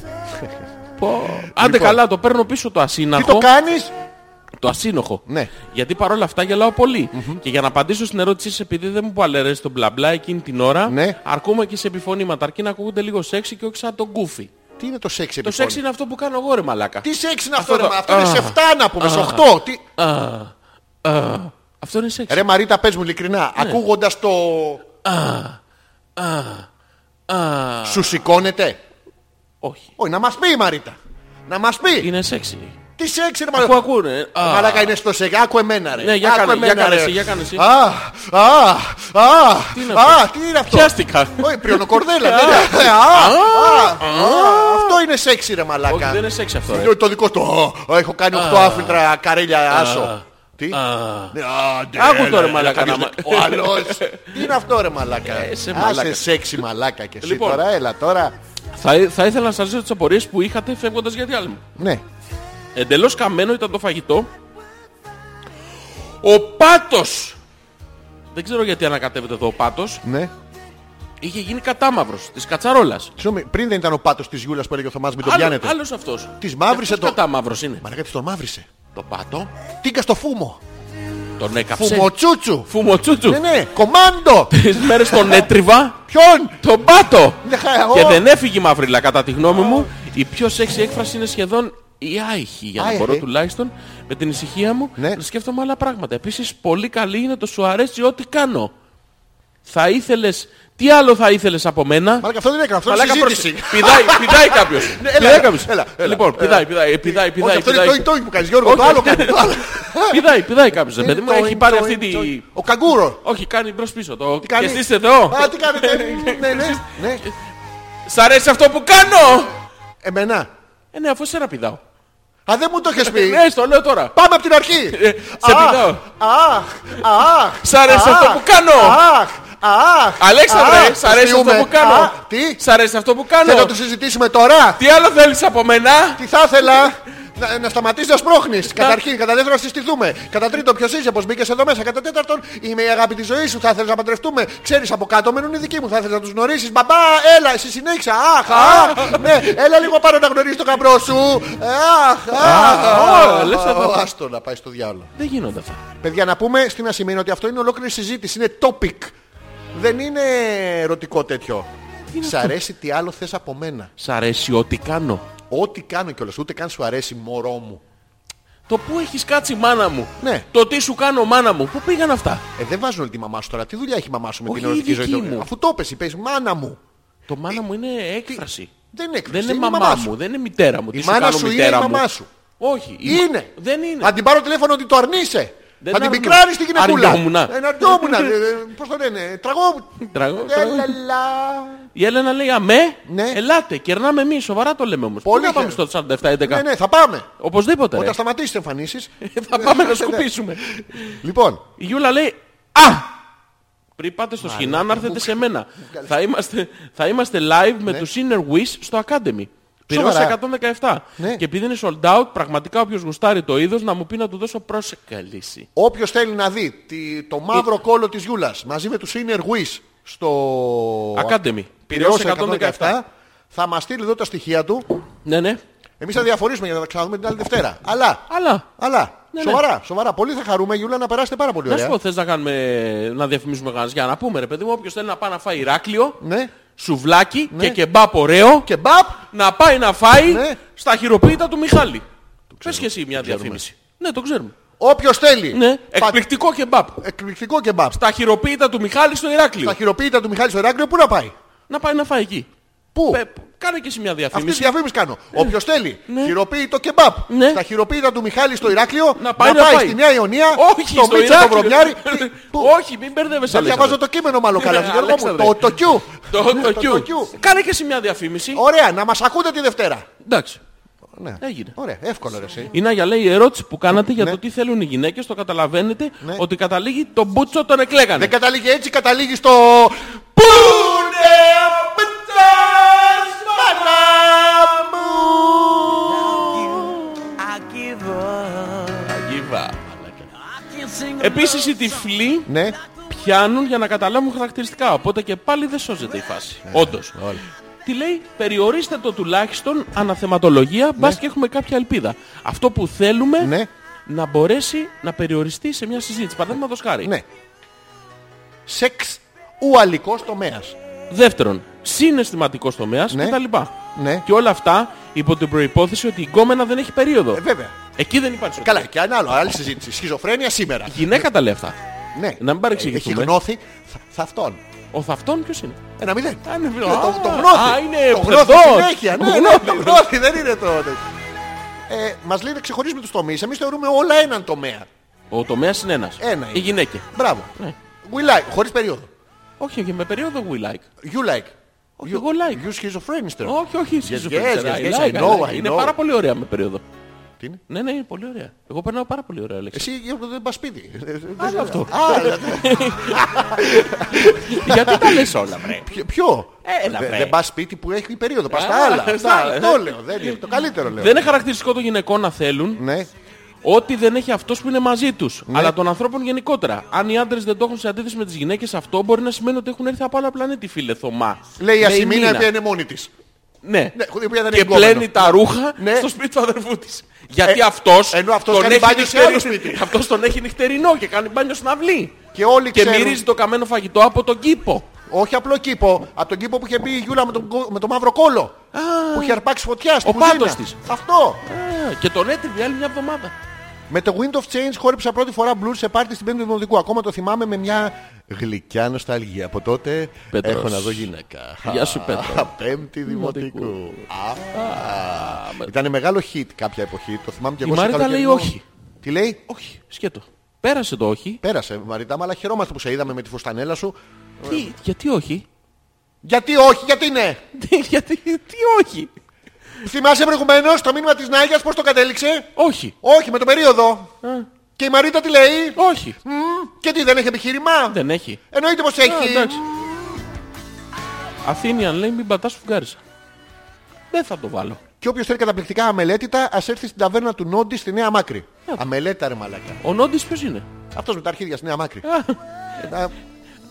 Speaker 1: Πω. Άντε καλά, το παίρνω πίσω το
Speaker 2: Τι
Speaker 1: ασύναχο.
Speaker 2: το κάνεις.
Speaker 1: Το ασύνοχο.
Speaker 2: Ναι.
Speaker 1: Γιατί παρόλα αυτά γελάω πολύ. Και για να απαντήσω στην ερώτησή σας, επειδή δεν μου παλαιρέσει το μπλα μπλα εκείνη την ώρα,
Speaker 2: Ναι.
Speaker 1: αρκούμε και σε επιφωνήματα. Αρκεί να ακούγονται λίγο σεξι και όχι σαν τον κούφι.
Speaker 2: Τι είναι το σεξ
Speaker 1: Το σεξ είναι αυτό που κάνω εγώ, ρε Μαλάκα.
Speaker 2: Λοιπόν. Τι σεξ είναι αυτό,
Speaker 1: Αυτό
Speaker 2: ρε,
Speaker 1: το-
Speaker 2: μα, αυτό είναι σε 7 να πούμε, σε 8. Τι...
Speaker 1: Α, αυτό είναι σεξ.
Speaker 2: Ρε Μαρίτα πες μου ειλικρινά, ακούγοντας το... Σου σηκώνεται.
Speaker 1: Όχι.
Speaker 2: Όχι, να μας πει η Μαρίτα. Να μας πει.
Speaker 1: Είναι sexy.
Speaker 2: Τι σεξ είναι
Speaker 1: Που
Speaker 2: μαλάκα.
Speaker 1: ακούνε. Α,
Speaker 2: Μαλάκα είναι στο σεξ. Άκου εμένα ρε.
Speaker 1: Ναι, για
Speaker 2: Άκου
Speaker 1: κάνε- για
Speaker 2: εμένα,
Speaker 1: κάνε
Speaker 2: ρε.
Speaker 1: εσύ, για κάνε εσύ.
Speaker 2: Α, α, α,
Speaker 1: Τι είναι
Speaker 2: α, τι είναι αυτό.
Speaker 1: Πιάστηκα.
Speaker 2: Όχι, πριονοκορδέλα. ναι, ναι. Α, α, α, Αυτό είναι σεξ ρε μαλάκα.
Speaker 1: Όχι, δεν είναι σεξ αυτό. ρε.
Speaker 2: Ε, Το δικό του. «Α, Έχω κάνει 8 άφητρα καρέλια άσο. Τι. Ναι, άντε,
Speaker 1: Άκου
Speaker 2: έλα,
Speaker 1: το, ρε,
Speaker 2: έλα,
Speaker 1: μαλάκα,
Speaker 2: κάποιος-
Speaker 1: να μα- Ε,
Speaker 2: Ο άλλος. Τι είναι αυτό ρε μαλάκα.
Speaker 1: σε
Speaker 2: Άσε
Speaker 1: μαλάκα.
Speaker 2: σεξι μαλάκα και εσύ
Speaker 1: Λοιπόν.
Speaker 2: τώρα. Έλα τώρα.
Speaker 1: Θα, ή- θα ήθελα να σας ρίξω τις απορίες που είχατε φεύγοντας για διάλειμμα.
Speaker 2: Ναι.
Speaker 1: Εντελώς καμένο ήταν το φαγητό. Ο πάτος. Δεν ξέρω γιατί ανακατεύεται εδώ ο πάτος.
Speaker 2: Ναι.
Speaker 1: Είχε γίνει κατάμαυρος της κατσαρόλας.
Speaker 2: Συγγνώμη, πριν δεν ήταν ο πάτος της Γιούλας που έλεγε ο Θωμάς μην το
Speaker 1: Άλλο-
Speaker 2: πιάνετε.
Speaker 1: Άλλος αυτός.
Speaker 2: Της μαύρισε
Speaker 1: Αυτός
Speaker 2: το-
Speaker 1: Κατάμαυρος είναι.
Speaker 2: Μαλάκα της το μαύρισε.
Speaker 1: Το πάτο
Speaker 2: Τίγκα στο φούμο.
Speaker 1: τον έκαψε.
Speaker 2: Φουμοτσούτσου.
Speaker 1: Φουμοτσούτσου.
Speaker 2: Ναι, ναι. Κομάντο.
Speaker 1: Τρεις μέρες τον έτριβα.
Speaker 2: Ποιον.
Speaker 1: Τον πάτο.
Speaker 2: Ναι, χα-
Speaker 1: Και
Speaker 2: ο.
Speaker 1: δεν έφυγε η μαυρίλα κατά τη γνώμη μου. Η πιο σεξι έκφραση είναι σχεδόν η άϊχη για να
Speaker 2: Άϊχη.
Speaker 1: μπορώ τουλάχιστον με την ησυχία μου
Speaker 2: Ναι.
Speaker 1: να σκέφτομαι άλλα πράγματα. Επίσης πολύ καλή είναι το σου αρέσει ό,τι κάνω. Θα ήθελες, τι άλλο θα ήθελες από μένα.
Speaker 2: Μαλάκα αυτό δεν έκανε. Αυτό είναι
Speaker 1: Μαλάκα,
Speaker 2: συζήτηση. Ναι,
Speaker 1: πρόσεξε. Πηδάει, πηδάει κάποιος.
Speaker 2: έλα,
Speaker 1: Πηδάει
Speaker 2: έλα,
Speaker 1: κάποιος.
Speaker 2: έλα, έλα.
Speaker 1: Λοιπόν, πηδάει, πηδάει, πηδάει,
Speaker 2: Όχι,
Speaker 1: πηδάει.
Speaker 2: αυτό είναι το
Speaker 1: πηδάει.
Speaker 2: ιτόι που κάνεις Γιώργο. Το
Speaker 1: Όχι,
Speaker 2: άλλο
Speaker 1: ναι.
Speaker 2: κάνεις. το άλλο.
Speaker 1: Πηδάει, πηδάει κάποιος. ρε παιδί μου.
Speaker 2: Toing,
Speaker 1: Έχει πάρει
Speaker 2: toing,
Speaker 1: αυτή τη...
Speaker 2: toing. Ο καγκούρος.
Speaker 1: Όχι, κάνει μπρος πίσω. Το...
Speaker 2: Τι κάνει?
Speaker 1: Και στήστε Θεό.
Speaker 2: Α, τι κάνετε. Ναι, ναι. ναι.
Speaker 1: Σ' αρέσει αυτό που κάνω.
Speaker 2: Εμένα.
Speaker 1: Ε, ναι, αφού σε να πηδάω.
Speaker 2: Α, δεν μου το έχεις πει.
Speaker 1: Ναι, στο λέω τώρα.
Speaker 2: Πάμε από την αρχή.
Speaker 1: σε
Speaker 2: Αχ,
Speaker 1: πηδάω.
Speaker 2: Αχ, αχ.
Speaker 1: Σ' αρέσει
Speaker 2: αχ,
Speaker 1: αυτό που κάνω.
Speaker 2: Αχ, αχ.
Speaker 1: Αλέξανδρε,
Speaker 2: αχ,
Speaker 1: σ' αρέσει αυτό
Speaker 2: αστείουμε.
Speaker 1: που κάνω.
Speaker 2: Α, Τι,
Speaker 1: Σ' αρέσει αυτό που κάνω.
Speaker 2: θέλω να το συζητήσουμε τώρα.
Speaker 1: Τι άλλο θέλεις από μένα.
Speaker 2: Τι θα ήθελα να, να σταματήσεις να σπρώχνεις. Καταρχήν, κατά δεύτερον, να συστηθούμε. Κατά τρίτον, ποιος είσαι, πώς μπήκες εδώ μέσα. Κατά τέταρτον, είμαι η αγάπη της ζωής σου. Θα ήθελα να παντρευτούμε. Ξέρεις, από κάτω μένουν οι δικοί μου. Θα ήθελα να τους γνωρίσεις. Μπαμπά, έλα, εσύ συνέχισα. Αχ, αχ. ναι, έλα λίγο πάνω να γνωρίσεις τον καμπρό σου. Αχ,
Speaker 1: α, λες θα
Speaker 2: αχ.
Speaker 1: τα-
Speaker 2: Άστο να πάει στο διάλογο.
Speaker 1: Δεν γίνονται αυτά.
Speaker 2: Παιδιά, να πούμε στην σημαίνει ότι αυτό είναι ολόκληρη συζήτηση. Είναι topic. Δεν είναι ερωτικό τέτοιο. Σ' αρέσει τι άλλο θες από μένα.
Speaker 1: Σ' αρέσει ό,τι κάνω.
Speaker 2: Ό,τι κάνω κιόλας, ούτε καν σου αρέσει μωρό μου.
Speaker 1: Το που έχεις κάτσει μάνα μου.
Speaker 2: Ναι.
Speaker 1: Το τι σου κάνω μάνα μου. Πού πήγαν αυτά.
Speaker 2: Ε, δεν βάζουν όλη τη μαμά σου τώρα. Τι δουλειά έχει η μαμά σου με
Speaker 1: Όχι,
Speaker 2: την ερωτική
Speaker 1: η
Speaker 2: ζωή
Speaker 1: δική
Speaker 2: του.
Speaker 1: μου.
Speaker 2: Αφού το πες, είπες μάνα μου.
Speaker 1: Το μάνα μου είναι έκφραση.
Speaker 2: Δεν είναι έκφραση,
Speaker 1: Δεν
Speaker 2: είναι
Speaker 1: είναι
Speaker 2: η
Speaker 1: μαμά
Speaker 2: Ε, μαμά
Speaker 1: μου.
Speaker 2: σου.
Speaker 1: Δεν είναι μητέρα μου.
Speaker 2: Η
Speaker 1: Τι
Speaker 2: μάνα
Speaker 1: κάνω,
Speaker 2: σου είναι η
Speaker 1: μητέρα
Speaker 2: μαμά
Speaker 1: μου.
Speaker 2: σου.
Speaker 1: Όχι. η-
Speaker 2: Είναι.
Speaker 1: Δεν είναι.
Speaker 2: Αν την πάρω τηλέφωνο ότι το αρνείσαι.
Speaker 1: Δεν
Speaker 2: Θα την
Speaker 1: αρνώ.
Speaker 2: πικράρεις τη γυναικούλα.
Speaker 1: Αρνιόμουνα.
Speaker 2: Ε, αρνιόμουνα. Ε, Πώς το λένε. Τραγό.
Speaker 1: Τραγό-
Speaker 2: Ε,
Speaker 1: τραγό-
Speaker 2: λα, λα.
Speaker 1: Η Έλενα λέει αμέ.
Speaker 2: Ναι.
Speaker 1: Ελάτε. Κερνάμε εμείς. Σοβαρά το λέμε όμως. Πού
Speaker 2: Πολύ
Speaker 1: να πάμε
Speaker 2: χαίρομαι.
Speaker 1: στο 47-11.
Speaker 2: Ναι, ναι, θα πάμε.
Speaker 1: Οπωσδήποτε. ρε.
Speaker 2: Όταν Ναι, σταματήσεις τις εμφανίσεις.
Speaker 1: Ε.
Speaker 2: Ε,
Speaker 1: Θα πάμε να σκουπίσουμε.
Speaker 2: Λοιπόν,
Speaker 1: Η Γιούλα λέει Α! Πριν πάτε στο σκηνά να έρθετε σε μένα. Θα είμαστε, θα είμαστε live με τους Inner Wish στο Academy.
Speaker 2: Ναι. Σοβαρά.
Speaker 1: Ψώμασα 117.
Speaker 2: Ναι.
Speaker 1: Και επειδή είναι sold out, πραγματικά όποιος γουστάρει το είδος να μου πει να του δώσω πρόσεκα λύση.
Speaker 2: όποιος θέλει να δει τη- το
Speaker 1: Ε.
Speaker 2: μαύρο κόλλο της Γιούλας μαζί με τους Inner Wish στο
Speaker 1: Academy.
Speaker 2: Πυραιός
Speaker 1: Πυραιός 117.
Speaker 2: θα μας στείλει εδώ τα στοιχεία του
Speaker 1: Ναι, ναι.
Speaker 2: Εμείς θα διαφορήσουμε για να τα ξαναδούμε την άλλη Δευτέρα. Αλλά.
Speaker 1: Αλλά.
Speaker 2: αλλά
Speaker 1: Ναι, ναι.
Speaker 2: σοβαρά, σοβαρά. Πολύ θα χαρούμε, Γιούλα, να περάσετε πάρα πολύ
Speaker 1: Να σου
Speaker 2: ωραία.
Speaker 1: πω, θες να, κάνουμε, να διαφημίσουμε γαζιά. Να πούμε ρε παιδί μου, όποιος θέλει να πάει να φάει Ηράκλειο,
Speaker 2: Ναι.
Speaker 1: σουβλάκι και κεμπάπ ωραίο,
Speaker 2: Και μπαπ!
Speaker 1: να πάει να φάει
Speaker 2: Ναι.
Speaker 1: στα χειροποίητα του Μιχάλη. Πες και εσύ μια διαφήμιση. Ναι, το ξέρουμε.
Speaker 2: Όποιος θέλει.
Speaker 1: Ναι,
Speaker 2: Πα-
Speaker 1: εκπληκτικό κεμπάπ.
Speaker 2: Εκπληκτικό και μπαπ.
Speaker 1: Τα χειροποίητα του Μιχάλη στο
Speaker 2: Τα
Speaker 1: Ηράκλειο.
Speaker 2: χειροποίητα του Μιχάλη στο Ηράκλειο, πού να πάει.
Speaker 1: Να πάει να φάει εκεί.
Speaker 2: Πού.
Speaker 1: Πε, κάνε και εσύ μια
Speaker 2: Αυτή τη
Speaker 1: διαφήμιση.
Speaker 2: διαφήμιση κάνω. Όποιος θέλει,
Speaker 1: Ναι.
Speaker 2: χειροποίητο κεμπάπ.
Speaker 1: Ναι.
Speaker 2: Στα χειροποίητα του Μιχάλη στο Ηράκλειο,
Speaker 1: Να πάει, να πάει.
Speaker 2: στη Νέα Ιωνία,
Speaker 1: Όχι,
Speaker 2: στο,
Speaker 1: στο
Speaker 2: Μίτσα
Speaker 1: Ηράκλειο.
Speaker 2: το Βρωμιάρι. Τι- Πού.
Speaker 1: Όχι, μην μπερδεύεσαι.
Speaker 2: Δεν διαβάζω
Speaker 1: Αλέξανδρε.
Speaker 2: το κείμενο, μάλλον καλά.
Speaker 1: Ναι,
Speaker 2: Γιώργο μου.
Speaker 1: Αλέξανδρε.
Speaker 2: Το- Το Q.
Speaker 1: Το, το,
Speaker 2: το
Speaker 1: Q. Κάνε και εσύ μια διαφήμιση.
Speaker 2: Ωραία, να μας ακούτε τη Δευτέρα.
Speaker 1: Εντάξει.
Speaker 2: Ναι.
Speaker 1: Έγινε.
Speaker 2: Ωραία, εύκολο ρε. εσύ.
Speaker 1: Η Νάγια λέει η ερώτηση που κάνατε για
Speaker 2: Ναι.
Speaker 1: το τι θέλουν οι γυναίκες, το καταλαβαίνετε ότι καταλήγει τον Μπούτσο τον εκλέγανε.
Speaker 2: Δεν καταλήγει έτσι, καταλήγει στο.
Speaker 1: Πού είναι ο Μπούτσος, μάνα μου.
Speaker 7: I give up.
Speaker 1: Αγίβα.
Speaker 7: I can't sing
Speaker 1: Επίσης οι τυφλοί
Speaker 2: Ναι.
Speaker 1: πιάνουν για να καταλάβουν χαρακτηριστικά. Οπότε και πάλι δεν σώζεται η φάση.
Speaker 2: Ναι.
Speaker 1: Όντως. Τι λέει, περιορίστε το τουλάχιστον αναθεματολογία, μπας και έχουμε κάποια ελπίδα. Αυτό που θέλουμε
Speaker 2: Ναι.
Speaker 1: να μπορέσει να περιοριστεί σε μια συζήτηση. Παραδείγματος χάρη.
Speaker 2: Ναι. Σεξ ουαλικός τομέας.
Speaker 1: Δεύτερον, συναισθηματικός τομέας
Speaker 2: Ναι.
Speaker 1: κτλ.
Speaker 2: Ναι.
Speaker 1: Και όλα αυτά υπό την προπόθεση ότι η γκόμενα δεν έχει περίοδο.
Speaker 2: Ε, βέβαια.
Speaker 1: Εκεί δεν υπάρχει. σωτηρία.
Speaker 2: Καλά, και ένα άλλο, άλλη συζήτηση. Σχιζοφρένεια σήμερα.
Speaker 1: Η γυναίκα τα λέει αυτά.
Speaker 2: Ναι.
Speaker 1: Να μην
Speaker 2: Έχει
Speaker 1: παρεξηγηθούμε.
Speaker 2: γνώθει θα, θα αυτόν.
Speaker 1: Ο θαυτόν ποιος είναι.
Speaker 2: Ένα μηδέν. Ε,
Speaker 1: Α, είναι-
Speaker 2: Το, το
Speaker 1: Α,
Speaker 2: γνώθη.
Speaker 1: α, είναι
Speaker 2: το γνώθη
Speaker 1: ψευδός.
Speaker 2: συνέχεια. Ναι, ναι, το γνώθη δεν είναι το. ε, μας λέει να ξεχωρίζουμε τους τομείς. Εμείς θεωρούμε όλα έναν τομέα.
Speaker 1: Ο τομέας είναι ένας.
Speaker 2: Ένα
Speaker 1: Οι
Speaker 2: είναι.
Speaker 1: γυναίκες.
Speaker 2: Μπράβο.
Speaker 1: Ναι.
Speaker 2: We like, χωρίς περίοδο.
Speaker 1: Όχι, όχι, με περίοδο we like.
Speaker 2: You like.
Speaker 1: Όχι, εγώ like.
Speaker 2: You schizophrenister.
Speaker 1: Όχι, όχι,
Speaker 2: Ε. Yes,
Speaker 1: yes,
Speaker 2: yes, yes, yes, I know, I
Speaker 1: Είναι
Speaker 2: know.
Speaker 1: πάρα πολύ ωραία με περίοδο.
Speaker 2: Τι είναι?
Speaker 1: Ναι, ναι, είναι πολύ ωραία. Εγώ περνάω πάρα πολύ ωραία, Αλέξη.
Speaker 2: Εσύ ε, δεν πας σπίτι.
Speaker 1: Άλλο αυτό.
Speaker 2: Α,
Speaker 1: Γιατί τα λες όλα, βρε.
Speaker 2: ποιο- ποιο.
Speaker 1: Ε, Έλα,
Speaker 2: Δε-
Speaker 1: βρε.
Speaker 2: Δεν πας σπίτι που έχει περίοδο. Πας
Speaker 1: Α,
Speaker 2: στα άλλα.
Speaker 1: στα
Speaker 2: Αυτά,
Speaker 1: άλλα.
Speaker 2: Αυτό λέω. Δεν είναι το καλύτερο λέω.
Speaker 1: ε, Δεν είναι χαρακτηριστικό των γυναικών να θέλουν
Speaker 2: Ναι.
Speaker 1: Ό,τι δεν έχει αυτός που είναι μαζί τους. Αλλά των ανθρώπων γενικότερα. Αν οι άντρες δεν το έχουν σε αντίθεση με τις γυναίκες, αυτό μπορεί να σημαίνει ότι έχουν έρθει από άλλο πλανήτη, φίλε Θωμά.
Speaker 2: Λέει η
Speaker 1: Ναι,
Speaker 2: Ασημίνα η
Speaker 1: Μίνα.
Speaker 2: οποία είναι μόνη της.
Speaker 1: Ναι.
Speaker 2: Ναι, η οποία δεν
Speaker 1: και
Speaker 2: έχει κόμενο.
Speaker 1: πλένει τα ρούχα
Speaker 2: Ναι. Ε,
Speaker 1: στο σπίτι του αδερφού της. Γιατί αυτός
Speaker 2: ενώ αυτός
Speaker 1: τον
Speaker 2: κάνει
Speaker 1: έχει
Speaker 2: μπάνιο σε άλλο
Speaker 1: νυχτερι-
Speaker 2: σπίτι.
Speaker 1: αυτός τον έχει νυχτερινό και κάνει μπάνιο στην αυλή.
Speaker 2: Και όλοι
Speaker 1: Και
Speaker 2: ξέρουν.
Speaker 1: μυρίζει το καμένο φαγητό από τον κήπο.
Speaker 2: Όχι απλό κήπο. Από τον κήπο που είχε μπει η Γιούλα με τον, κο- με τον μαύρο κόλο. που είχε αρπάξει φωτιά στην
Speaker 1: Ο
Speaker 2: κουζίνα.
Speaker 1: πάτος της.
Speaker 2: Αυτό.
Speaker 1: Α, και τον έτριβε άλλη μια εβδομάδα.
Speaker 2: Με το Wind of Change χόρεψα πρώτη φορά blues σε πάρτι στην πέμπτη του Δημοτικού. Ακόμα το θυμάμαι με μια γλυκιά νοσταλγία. Από τότε
Speaker 1: Πέτρος.
Speaker 2: έχω να δω γυναίκα.
Speaker 1: Γεια σου, Πέτρο.
Speaker 2: Α, Πέμπτη Δημοτικού. Ήταν μεγάλο hit κάποια εποχή. Το θυμάμαι και
Speaker 1: Η
Speaker 2: εγώ. σε
Speaker 1: Μαρίτα λέει
Speaker 2: καλοκαιρινό.
Speaker 1: όχι.
Speaker 2: Τι λέει?
Speaker 1: Όχι, σκέτο. Πέρασε το όχι.
Speaker 2: Πέρασε Μαρίτα, μου, αλλά χαιρόμαστε που σε είδαμε με τη φουστανέλα σου.
Speaker 1: Τι, γιατί όχι.
Speaker 2: Γιατί όχι, γιατί ναι.
Speaker 1: Τι, γιατί, τι όχι.
Speaker 2: Θυμάσαι προηγουμένως το μήνυμα της Νάγιας πώς το κατέληξε.
Speaker 1: Όχι.
Speaker 2: Όχι, με τον περίοδο. Και η Μαρίτα τι λέει.
Speaker 1: Όχι.
Speaker 2: Μμμ, Και τι, δεν έχει επιχείρημα.
Speaker 1: Δεν έχει.
Speaker 2: Εννοείται πως
Speaker 1: Α,
Speaker 2: έχει.
Speaker 1: εντάξει. Αθήνη, αν λέει μην πατάς φουγγάρισα. Δεν θα το βάλω.
Speaker 2: Και όποιος θέλει καταπληκτικά αμελέτητα, ας έρθει στην ταβέρνα του Νόντις στη Νέα Μάκρη.
Speaker 1: Ε.
Speaker 2: Αμελέτα ρε μαλακά.
Speaker 1: Ο Νόντις ποιος είναι.
Speaker 2: Αυτός με τα αρχίδια στη Νέα Μάκρη.
Speaker 1: Α,
Speaker 2: Ε,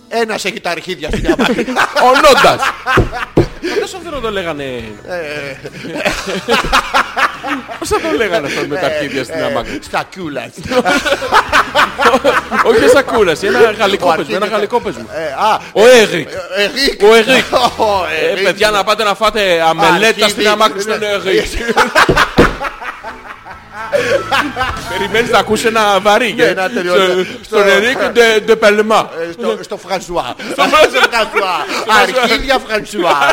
Speaker 2: Ένας έχει τα αρχίδια στη Νέα Μάκρη.
Speaker 1: Ο Νόντας. Πώς αυτό να το λέγανε.
Speaker 2: Ε.
Speaker 1: Πώς θα το λέγανε αυτό με τα
Speaker 2: Ε.
Speaker 1: αρχίδια στην αμάκρη.
Speaker 2: Στα κιούλας.
Speaker 1: Όχι σαν κούραση, ένα γαλλικό
Speaker 2: Ο
Speaker 1: παίζουμε. Ένα
Speaker 2: αρχίδια-
Speaker 1: γαλλικό παίζουμε.
Speaker 2: Ε, Α,
Speaker 1: Ο Έγρικ.
Speaker 2: Ερικ.
Speaker 1: Ο Ερικ.
Speaker 2: Ο
Speaker 1: Ε,
Speaker 2: Ερικ.
Speaker 1: παιδιά να πάτε να φάτε αμελέτα
Speaker 2: Αρχίδι. Ναι. Ε,
Speaker 1: στην αμάκρη στον Ερικ. Περιμένεις να ακούσει ένα βαρύ. ε.
Speaker 2: ένα τέτοιο-
Speaker 1: Στο-
Speaker 2: Ναι, στο-
Speaker 1: Στον Ερικ ντε- ντε Πελμά.
Speaker 2: Ε, στο- Στο Φρανσουά.
Speaker 1: Φρανσουά.
Speaker 2: Φρανσουά. Αρχίδια Φρανσουά.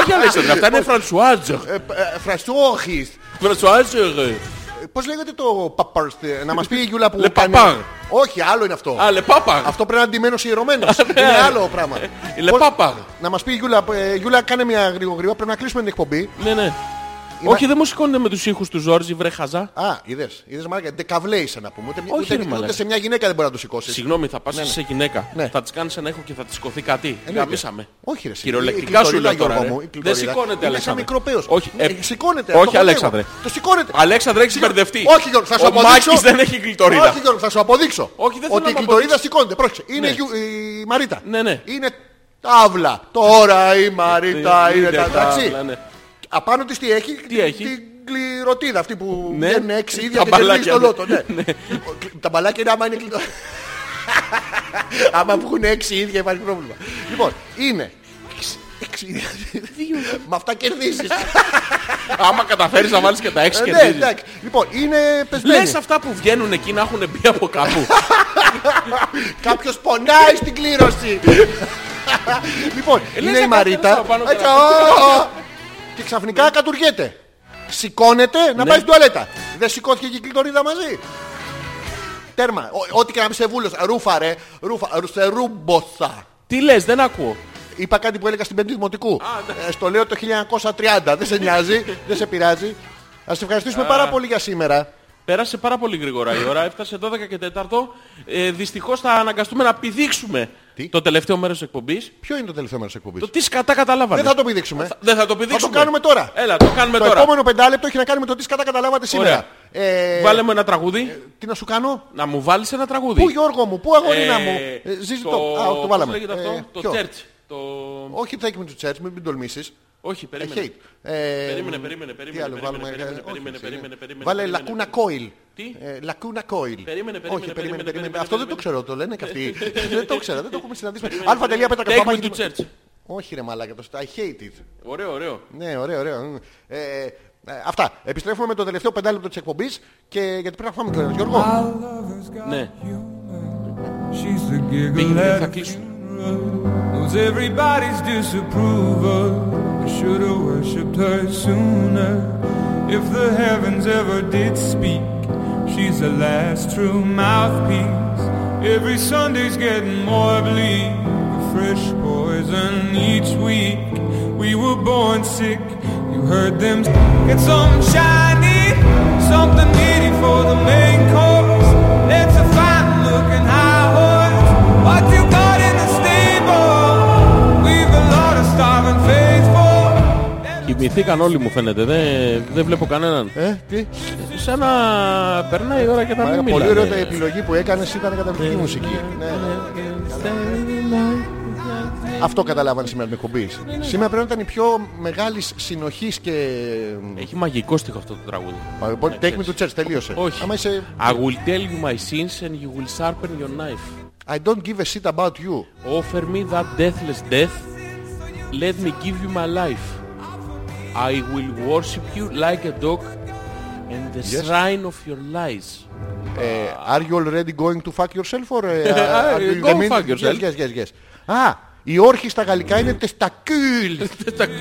Speaker 1: Όχι Αλέξανδρα, αυτά είναι Φρανσουάζο.
Speaker 2: Ε, ε, Φρανσουόχης.
Speaker 1: Φρανσουάζο.
Speaker 2: Ε, Πώς λέγεται το παπαρ, στε- να μας πει η Γιούλα που
Speaker 1: Le
Speaker 2: κάνει-
Speaker 1: papar.
Speaker 2: Όχι, άλλο είναι αυτό.
Speaker 1: Α, λε πάπα.
Speaker 2: Αυτό πρέπει να είναι ντυμένος ιερωμένος. Είναι άλλο πράγμα.
Speaker 1: Ναι. Λε
Speaker 2: Πώς-
Speaker 1: πάπα.
Speaker 2: Να μας πει η Γιούλα, ε, Γιούλα κάνε μια γρηγοριό, πρέπει να κλείσουμε την εκπομπή.
Speaker 1: Ναι, ναι. Όχι, δεν μου σηκώνεται με τους ήχους του Ζόρζι, βρε χαζά.
Speaker 2: Α, είδες, είδες μάρκα, ντεκαβλέισε να πούμε. Ούτε,
Speaker 1: Όχι,
Speaker 2: ούτε,
Speaker 1: ρε
Speaker 2: ούτε
Speaker 1: μαλάκα.
Speaker 2: σε μια γυναίκα δεν μπορεί να το σηκώσεις.
Speaker 1: Συγγνώμη, θα πας σε γυναίκα.
Speaker 2: Ναι.
Speaker 1: Θα της κάνεις ένα ήχο και θα της σηκωθεί κάτι. Γαμίσαμε.
Speaker 2: Όχι, Ε, ναι, ρε. εσύ. Η
Speaker 1: Κυριολεκτικά
Speaker 2: κλειτορίδα,
Speaker 1: σου λέω τώρα.
Speaker 2: Γιώργο
Speaker 1: ρε.
Speaker 2: μου, η
Speaker 1: Δεν
Speaker 2: κλειτορίδα.
Speaker 1: σηκώνεται,
Speaker 2: Είναι σαν
Speaker 1: Αλέξανδρε.
Speaker 2: μικροπαίος.
Speaker 1: Όχι, ε,
Speaker 2: Ε, σηκώνεται.
Speaker 1: όχι,
Speaker 2: το χωνεύω.
Speaker 1: Αλέξανδρε.
Speaker 2: Το σηκώνεται.
Speaker 1: Αλέξανδρε, έχεις
Speaker 2: Σηκώ-
Speaker 1: μπερδευτεί.
Speaker 2: Όχι, Γιώργο, θα σου
Speaker 1: Ο
Speaker 2: αποδείξω.
Speaker 1: Μάκης δεν έχει κλειτορίδα.
Speaker 2: Όχι, Γιώργο, θα σου αποδείξω.
Speaker 1: Όχι, δεν θέλω
Speaker 2: Ότι
Speaker 1: να
Speaker 2: η
Speaker 1: το
Speaker 2: κλειτορίδα
Speaker 1: αποδείξω.
Speaker 2: σηκώνεται. Πρόσεξε. Είναι
Speaker 1: Ναι.
Speaker 2: γιου- η Μαρίτα.
Speaker 1: Ναι, ναι.
Speaker 2: Είναι τάβλα. Τώρα η Μαρίτα είναι
Speaker 1: Είναι
Speaker 2: τα
Speaker 1: τα-
Speaker 2: ταξί.
Speaker 1: Ε, ναι, ναι.
Speaker 2: Απάνω της τι έχει. Τι
Speaker 1: έχει?
Speaker 2: Την κληροτίδα αυτή που
Speaker 1: Ναι.
Speaker 2: βγαίνουν έξι ίδια
Speaker 1: Τα
Speaker 2: και κερδίζει
Speaker 1: μπαλάκια,
Speaker 2: το
Speaker 1: ναι.
Speaker 2: λότο. ναι. Ο- Τα μπαλάκια είναι άμα είναι κλειτο- Άμα βγουν έξι ίδια υπάρχει πρόβλημα. Λοιπόν, είναι. Έξι ίδια. Με αυτά κερδίζεις.
Speaker 1: Άμα καταφέρεις να βάλεις και τα έξι
Speaker 2: Ε,
Speaker 1: και
Speaker 2: Ναι, εντάξει. Λοιπόν, είναι πεσμένη.
Speaker 1: Λες αυτά που βγαίνουν εκεί να έχουν μπει από κάπου.
Speaker 2: Κάποιος πονάει στην κλήρωση. λοιπόν, είναι
Speaker 1: να
Speaker 2: η Μαρίτα.
Speaker 1: καθαρίσω πάνω
Speaker 2: Έτσι,
Speaker 1: τώρα.
Speaker 2: α, α. Και ξαφνικά κατουργέται. Σηκώνεται
Speaker 1: Ναι.
Speaker 2: να πάει στην τουαλέτα. Δεν σηκώθηκε και η κλειτορίδα μαζί. Τέρμα. Ο- Ό,τι και να μην σε βούλος. Ρούφα ρε. Ρούφα. Ρου- Σε ρούμποθα.
Speaker 1: Τι λες, δεν ακούω.
Speaker 2: Είπα κάτι που έλεγα στην Πέμπτη Δημοτικού.
Speaker 1: ναι.
Speaker 2: Ε, στο λέω το 1930. Δεν σε νοιάζει. δεν σε πειράζει. Ας σε ευχαριστήσουμε πάρα πολύ για σήμερα.
Speaker 1: Πέρασε πάρα πολύ γρήγορα η ώρα, έφτασε 12 και 4. Ε, Δυστυχώς θα αναγκαστούμε να πηδήξουμε
Speaker 2: Τι?
Speaker 1: το τελευταίο μέρος της εκπομπής.
Speaker 2: Ποιο είναι το τελευταίο μέρος της
Speaker 1: Το
Speaker 2: εκπομπής.
Speaker 1: τι σκατά καταλάβατε.
Speaker 2: Δεν θα το πηδήξουμε.
Speaker 1: Δεν θα το πηδήξουμε.
Speaker 2: Θα το κάνουμε τώρα.
Speaker 1: Έλα, το κάνουμε
Speaker 2: Το
Speaker 1: τώρα.
Speaker 2: επόμενο πεντάλεπτο έχει να κάνει με το τι κατά καταλάβατε σήμερα. Ε,
Speaker 1: Βάλε μου ένα τραγούδι.
Speaker 2: Τι να σου κάνω.
Speaker 1: να μου βάλεις ένα τραγούδι.
Speaker 2: Πού Γιώργο μου, πού αγορίνα μου. Ε, Ζήζει το. Α, το
Speaker 1: πώς
Speaker 2: βάλαμε.
Speaker 1: λέγεται αυτό,
Speaker 2: Ε,
Speaker 1: το
Speaker 2: ποιο?
Speaker 1: church. Το...
Speaker 2: Όχι, θα έχει με το τσέρτ, μην τολμήσεις.
Speaker 1: Όχι,
Speaker 2: Ε,
Speaker 1: περίμενε.
Speaker 2: Περίμενε, περίμενε,
Speaker 1: Περίμενε, περίμενε, περίμενε, περίμενε, περίμενε, περίμενε, περίμενε, περίμενε,
Speaker 2: Ε, Βάλε
Speaker 1: περίμενε.
Speaker 2: λακούνα κόιλ.
Speaker 1: Τι?
Speaker 2: Λακούνα κόιλ.
Speaker 1: Περίμενε, περίμενε,
Speaker 2: Όχι, περίμενε,
Speaker 1: περίμενε,
Speaker 2: περίμενε.
Speaker 1: περίμενε,
Speaker 2: Αυτό δεν το
Speaker 1: περίμενε.
Speaker 2: ξέρω, το λένε και αυτοί. Δεν το ξέρω, δεν το έχουμε συναντήσει.
Speaker 1: Περίμενε,
Speaker 2: Αλφα.πέτρακα.
Speaker 1: Take me to church.
Speaker 2: Όχι ρε μαλάκα, το I hate it.
Speaker 1: Ωραίο, ωραίο.
Speaker 2: Ναι, ωραίο, ωραίο. Ε, ε, ε, αυτά. Επιστρέφουμε με το τελευταίο πεντάλεπτο της εκπομπής και γιατί πρέπει να φάμε και Γιώργο.
Speaker 1: Ναι.
Speaker 10: She's the
Speaker 1: Πήγαινε,
Speaker 10: giggle
Speaker 1: θα
Speaker 10: at
Speaker 1: κλείσουμε.
Speaker 10: knows everybody's disapproval. I should have worshipped her sooner. If the heavens ever did speak, she's the last true mouthpiece. Every Sunday's getting more bleak, a fresh poison each week. We were born sick, you heard them. Get something shiny, something needy for the main course. That's a fine looking high horse. What you got in the stable? We've a lot of starving faithful.
Speaker 1: Κοιμηθήκαν όλοι μου φαίνεται. Δεν, δεν βλέπω κανέναν.
Speaker 2: Ε, τι.
Speaker 1: Σαν να περνάει η ώρα και να
Speaker 2: Μα,
Speaker 1: μην μιλάνε.
Speaker 2: πολύ ωραία η επιλογή που έκανες ήταν καταπληκτική μουσική. Ναι. Αυτό καταλάβανε σήμερα την εκπομπή. Σήμερα πρέπει να ήταν η πιο μεγάλη συνοχή και. ε,
Speaker 1: Έχει μαγικό στίχο αυτό το τραγούδι.
Speaker 2: Μα, λοιπόν, Take me to church, τελείωσε.
Speaker 1: Όχι.
Speaker 2: Άμα είσαι.
Speaker 1: I will tell you my sins and you will sharpen your knife.
Speaker 2: I don't give a shit about you.
Speaker 1: Offer me that deathless death. Let me give you my life. I will worship you like a dog and the
Speaker 2: Yes.
Speaker 1: shrine of your lies.
Speaker 2: Ε, Are you already going to fuck yourself or ε,
Speaker 1: Ah,
Speaker 2: are you-
Speaker 1: go
Speaker 2: I mean-
Speaker 1: fuck yourself.
Speaker 2: Yes, yes, yes, yes. Α, η όρχη στα γαλλικά είναι τεστακούλ.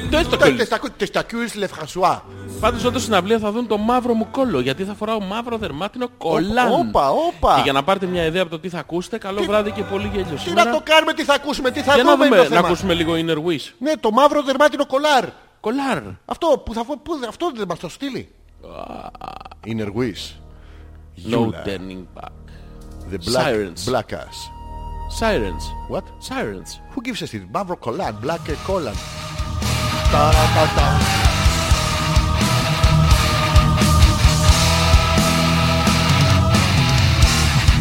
Speaker 1: Δεν το κόλλεις.
Speaker 2: Τεστακούλ Λεφρανσουά.
Speaker 1: Πάντως όταν στην αυλία θα δουν το μαύρο μου κόλλο γιατί θα φοράω μαύρο δερμάτινο κολάν.
Speaker 2: Όπα, όπα.
Speaker 1: Και για να πάρετε μια ιδέα από το τι θα ακούσετε, καλό βράδυ και πολύ γέλιο
Speaker 2: Τι
Speaker 1: σήμερα.
Speaker 2: να το κάνουμε, τι θα ακούσουμε, τι θα
Speaker 1: Για να
Speaker 2: δούμε είναι το
Speaker 1: δούμε, να
Speaker 2: θέμα.
Speaker 1: ακούσουμε λίγο Inner Wish.
Speaker 2: Ναι, το μαύρο δερμάτινο κολάρ.
Speaker 1: Κολάρ.
Speaker 2: Αυτό που θα φο- που- αυτό δεν μας το στείλει. Innerguis.
Speaker 1: No
Speaker 2: Γιούλα.
Speaker 1: turning back.
Speaker 2: The black,
Speaker 1: Sirens.
Speaker 2: black ass.
Speaker 1: Sirens.
Speaker 2: What?
Speaker 1: Sirens.
Speaker 2: Who gives a shit? Μαύρο κολάν, black κολάν.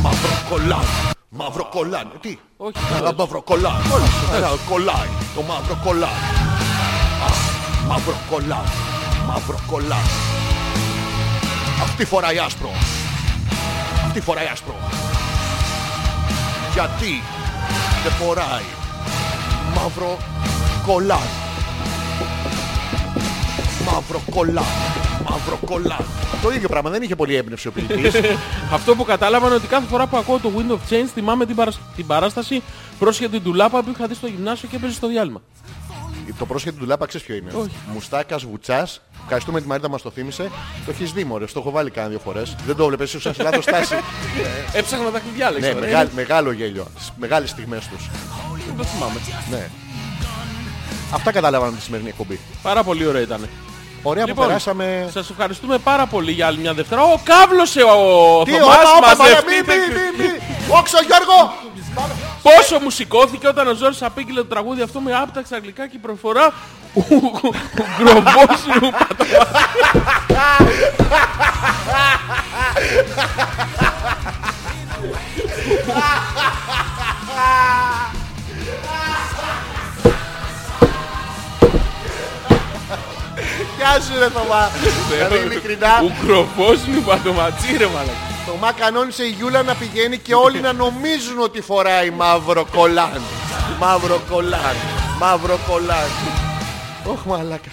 Speaker 2: Μαύρο κολάν. Μαύρο κολάν. Τι?
Speaker 1: Όχι,
Speaker 2: Ένα μαύρο κολάν. Όλα σου. Ένα κολλάει. Το μαύρο κολάν. Α, Μαύρο κολάν. Μαύρο κολάν. Αυτή φοράει άσπρο. Αυτή φοράει άσπρο. Γιατί δεν φοράει μαύρο κολάν. Μαύρο κολάν. Μαύρο κολάν. Το ίδιο πράγμα δεν είχε πολύ έμπνευση ο ποιητής.
Speaker 1: Αυτό που κατάλαβα είναι ότι κάθε φορά που ακούω το Wind of Change θυμάμαι την, παρασ- την παράσταση πρόσχετη την τουλάπα που είχα δει στο γυμνάσιο και έπαιζε στο διάλειμμα.
Speaker 2: Το πρόσχετο του Λάπα ξέρεις ποιο είναι.
Speaker 1: Όχι.
Speaker 2: Μουστάκας, βουτσάς. Ευχαριστούμε τη Μαρίτα μας το θύμισε. Το έχεις δει μωρέ, στο έχω βάλει κάνα δύο φορές. Δεν το βλέπεις, ίσως σε λάθος στάση.
Speaker 1: Έψαχνα τα κλειδιά, λέξε.
Speaker 2: ναι,
Speaker 1: ρε.
Speaker 2: μεγάλο, μεγάλο γέλιο. Στις Μεγάλες στιγμές τους.
Speaker 1: Δεν το θυμάμαι.
Speaker 2: Ναι. Αυτά καταλάβαμε από τη σημερινή εκπομπή.
Speaker 1: Πάρα πολύ ωραία ήταν.
Speaker 2: Ωραία που
Speaker 1: Λοιπόν,
Speaker 2: περάσαμε.
Speaker 1: σας ευχαριστούμε πάρα πολύ για άλλη μια Δευτέρα. Ο κάβλωσε ο
Speaker 2: Τι
Speaker 1: Θωμάς
Speaker 2: όπα, όπα,
Speaker 1: μαζεύτηκε.
Speaker 2: μωρέ, μη, μη, μη, μη. Όξο Γιώργο!
Speaker 1: Πόσο μου σηκώθηκε όταν ο Ζόρις απήγγειλε το τραγούδι αυτό με άπταξα αγγλικά και η προφορά ο γκροβός μου
Speaker 2: Γεια σου ρε Θωμά. Δηλαδή ειλικρινά,
Speaker 1: Ο γκροβός μου πατωματσί ρε μαλακά.
Speaker 2: Θωμά κανόνισε η Γιούλα να πηγαίνει και όλοι να νομίζουν ότι φοράει μαύρο κολάν. Μαύρο κολάν. Μαύρο κολάν. Ωχ μαλάκα.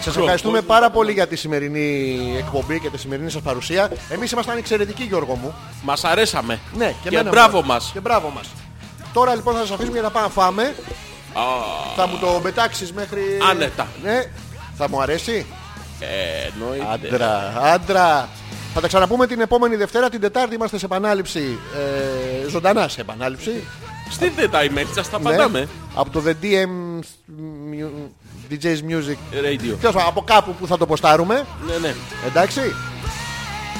Speaker 2: Σας ευχαριστούμε πάρα πολύ για τη σημερινή εκπομπή και τη σημερινή σας παρουσία. Εμείς ήμασταν εξαιρετικοί Γιώργο μου.
Speaker 1: Μας αρέσαμε.
Speaker 2: Ναι, και,
Speaker 1: και
Speaker 2: εμένα
Speaker 1: μπράβο
Speaker 2: μου.
Speaker 1: μας.
Speaker 2: Και μπράβο μας. Τώρα λοιπόν θα σας αφήσουμε για να πάμε να φάμε. Θα μου το πετάξεις μέχρι...
Speaker 1: Άνετα.
Speaker 2: Ναι. Θα μου αρέσει.
Speaker 1: Ε, εννοείται.
Speaker 2: Άντρα, άντρα. Θα τα ξαναπούμε την επόμενη Δευτέρα, την Τετάρτη είμαστε σε επανάληψη. Ε, ζωντανά σε επανάληψη.
Speaker 1: Στείλτε τα email σας, τα
Speaker 2: Ναι.
Speaker 1: πατάμε.
Speaker 2: Από το The DM Mu- DJ's Music.
Speaker 1: Ε, Radio.
Speaker 2: Τέλος πάντων, από κάπου που θα το ποστάρουμε.
Speaker 1: Ναι, ναι.
Speaker 2: Εντάξει.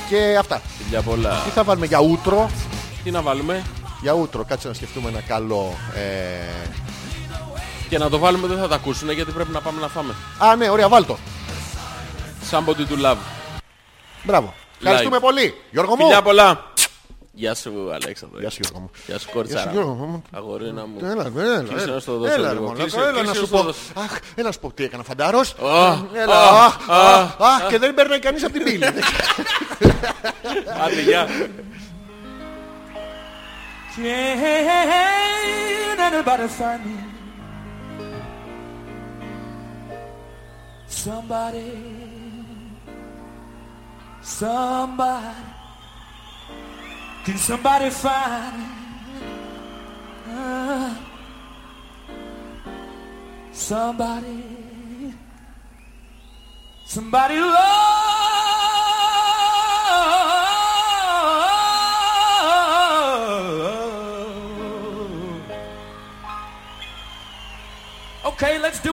Speaker 2: Και αυτά.
Speaker 1: Για πολλά.
Speaker 2: Τι θα βάλουμε για ούτρο.
Speaker 1: Τι να βάλουμε.
Speaker 2: Για ούτρο, κάτσε να σκεφτούμε ένα καλό. Ε...
Speaker 1: Και να το βάλουμε δεν θα τα ακούσουν γιατί πρέπει να πάμε να φάμε.
Speaker 2: Α, ναι, ωραία, βάλτο.
Speaker 1: Somebody to love.
Speaker 2: Μπράβο. Ευχαριστούμε πολύ. Γιώργο μου.
Speaker 1: Φιλιά πολλά. Γεια σου Αλέξανδρο.
Speaker 2: Γεια σου, Γιώργο μου.
Speaker 1: Γεια σου
Speaker 2: Γεια σου,
Speaker 1: Κορτσάρα.
Speaker 2: Γιώργο μου.
Speaker 1: Αγορίνα μου.
Speaker 2: Έλα, έλα, έλα.
Speaker 1: Κλείσε να σου το δώσω
Speaker 2: έλα, ρε,
Speaker 1: λίγο.
Speaker 2: μαλάκα,
Speaker 1: Κλείσε,
Speaker 2: έλα
Speaker 1: κλείσε
Speaker 2: να
Speaker 1: να
Speaker 2: σου
Speaker 1: σου
Speaker 2: πω.
Speaker 1: το δώσω.
Speaker 2: Αχ, έλα να σου πω τι έκανα, φαντάρος.
Speaker 1: Α,
Speaker 2: Έλα,
Speaker 1: α,
Speaker 2: αχ, αχ, αχ, και δεν παίρνει κανείς από την πύλη.
Speaker 1: Άντε, γεια.
Speaker 10: Can anybody find me? Somebody, somebody, can somebody find me? Ah. somebody,
Speaker 6: Somebody love. Okay, let's do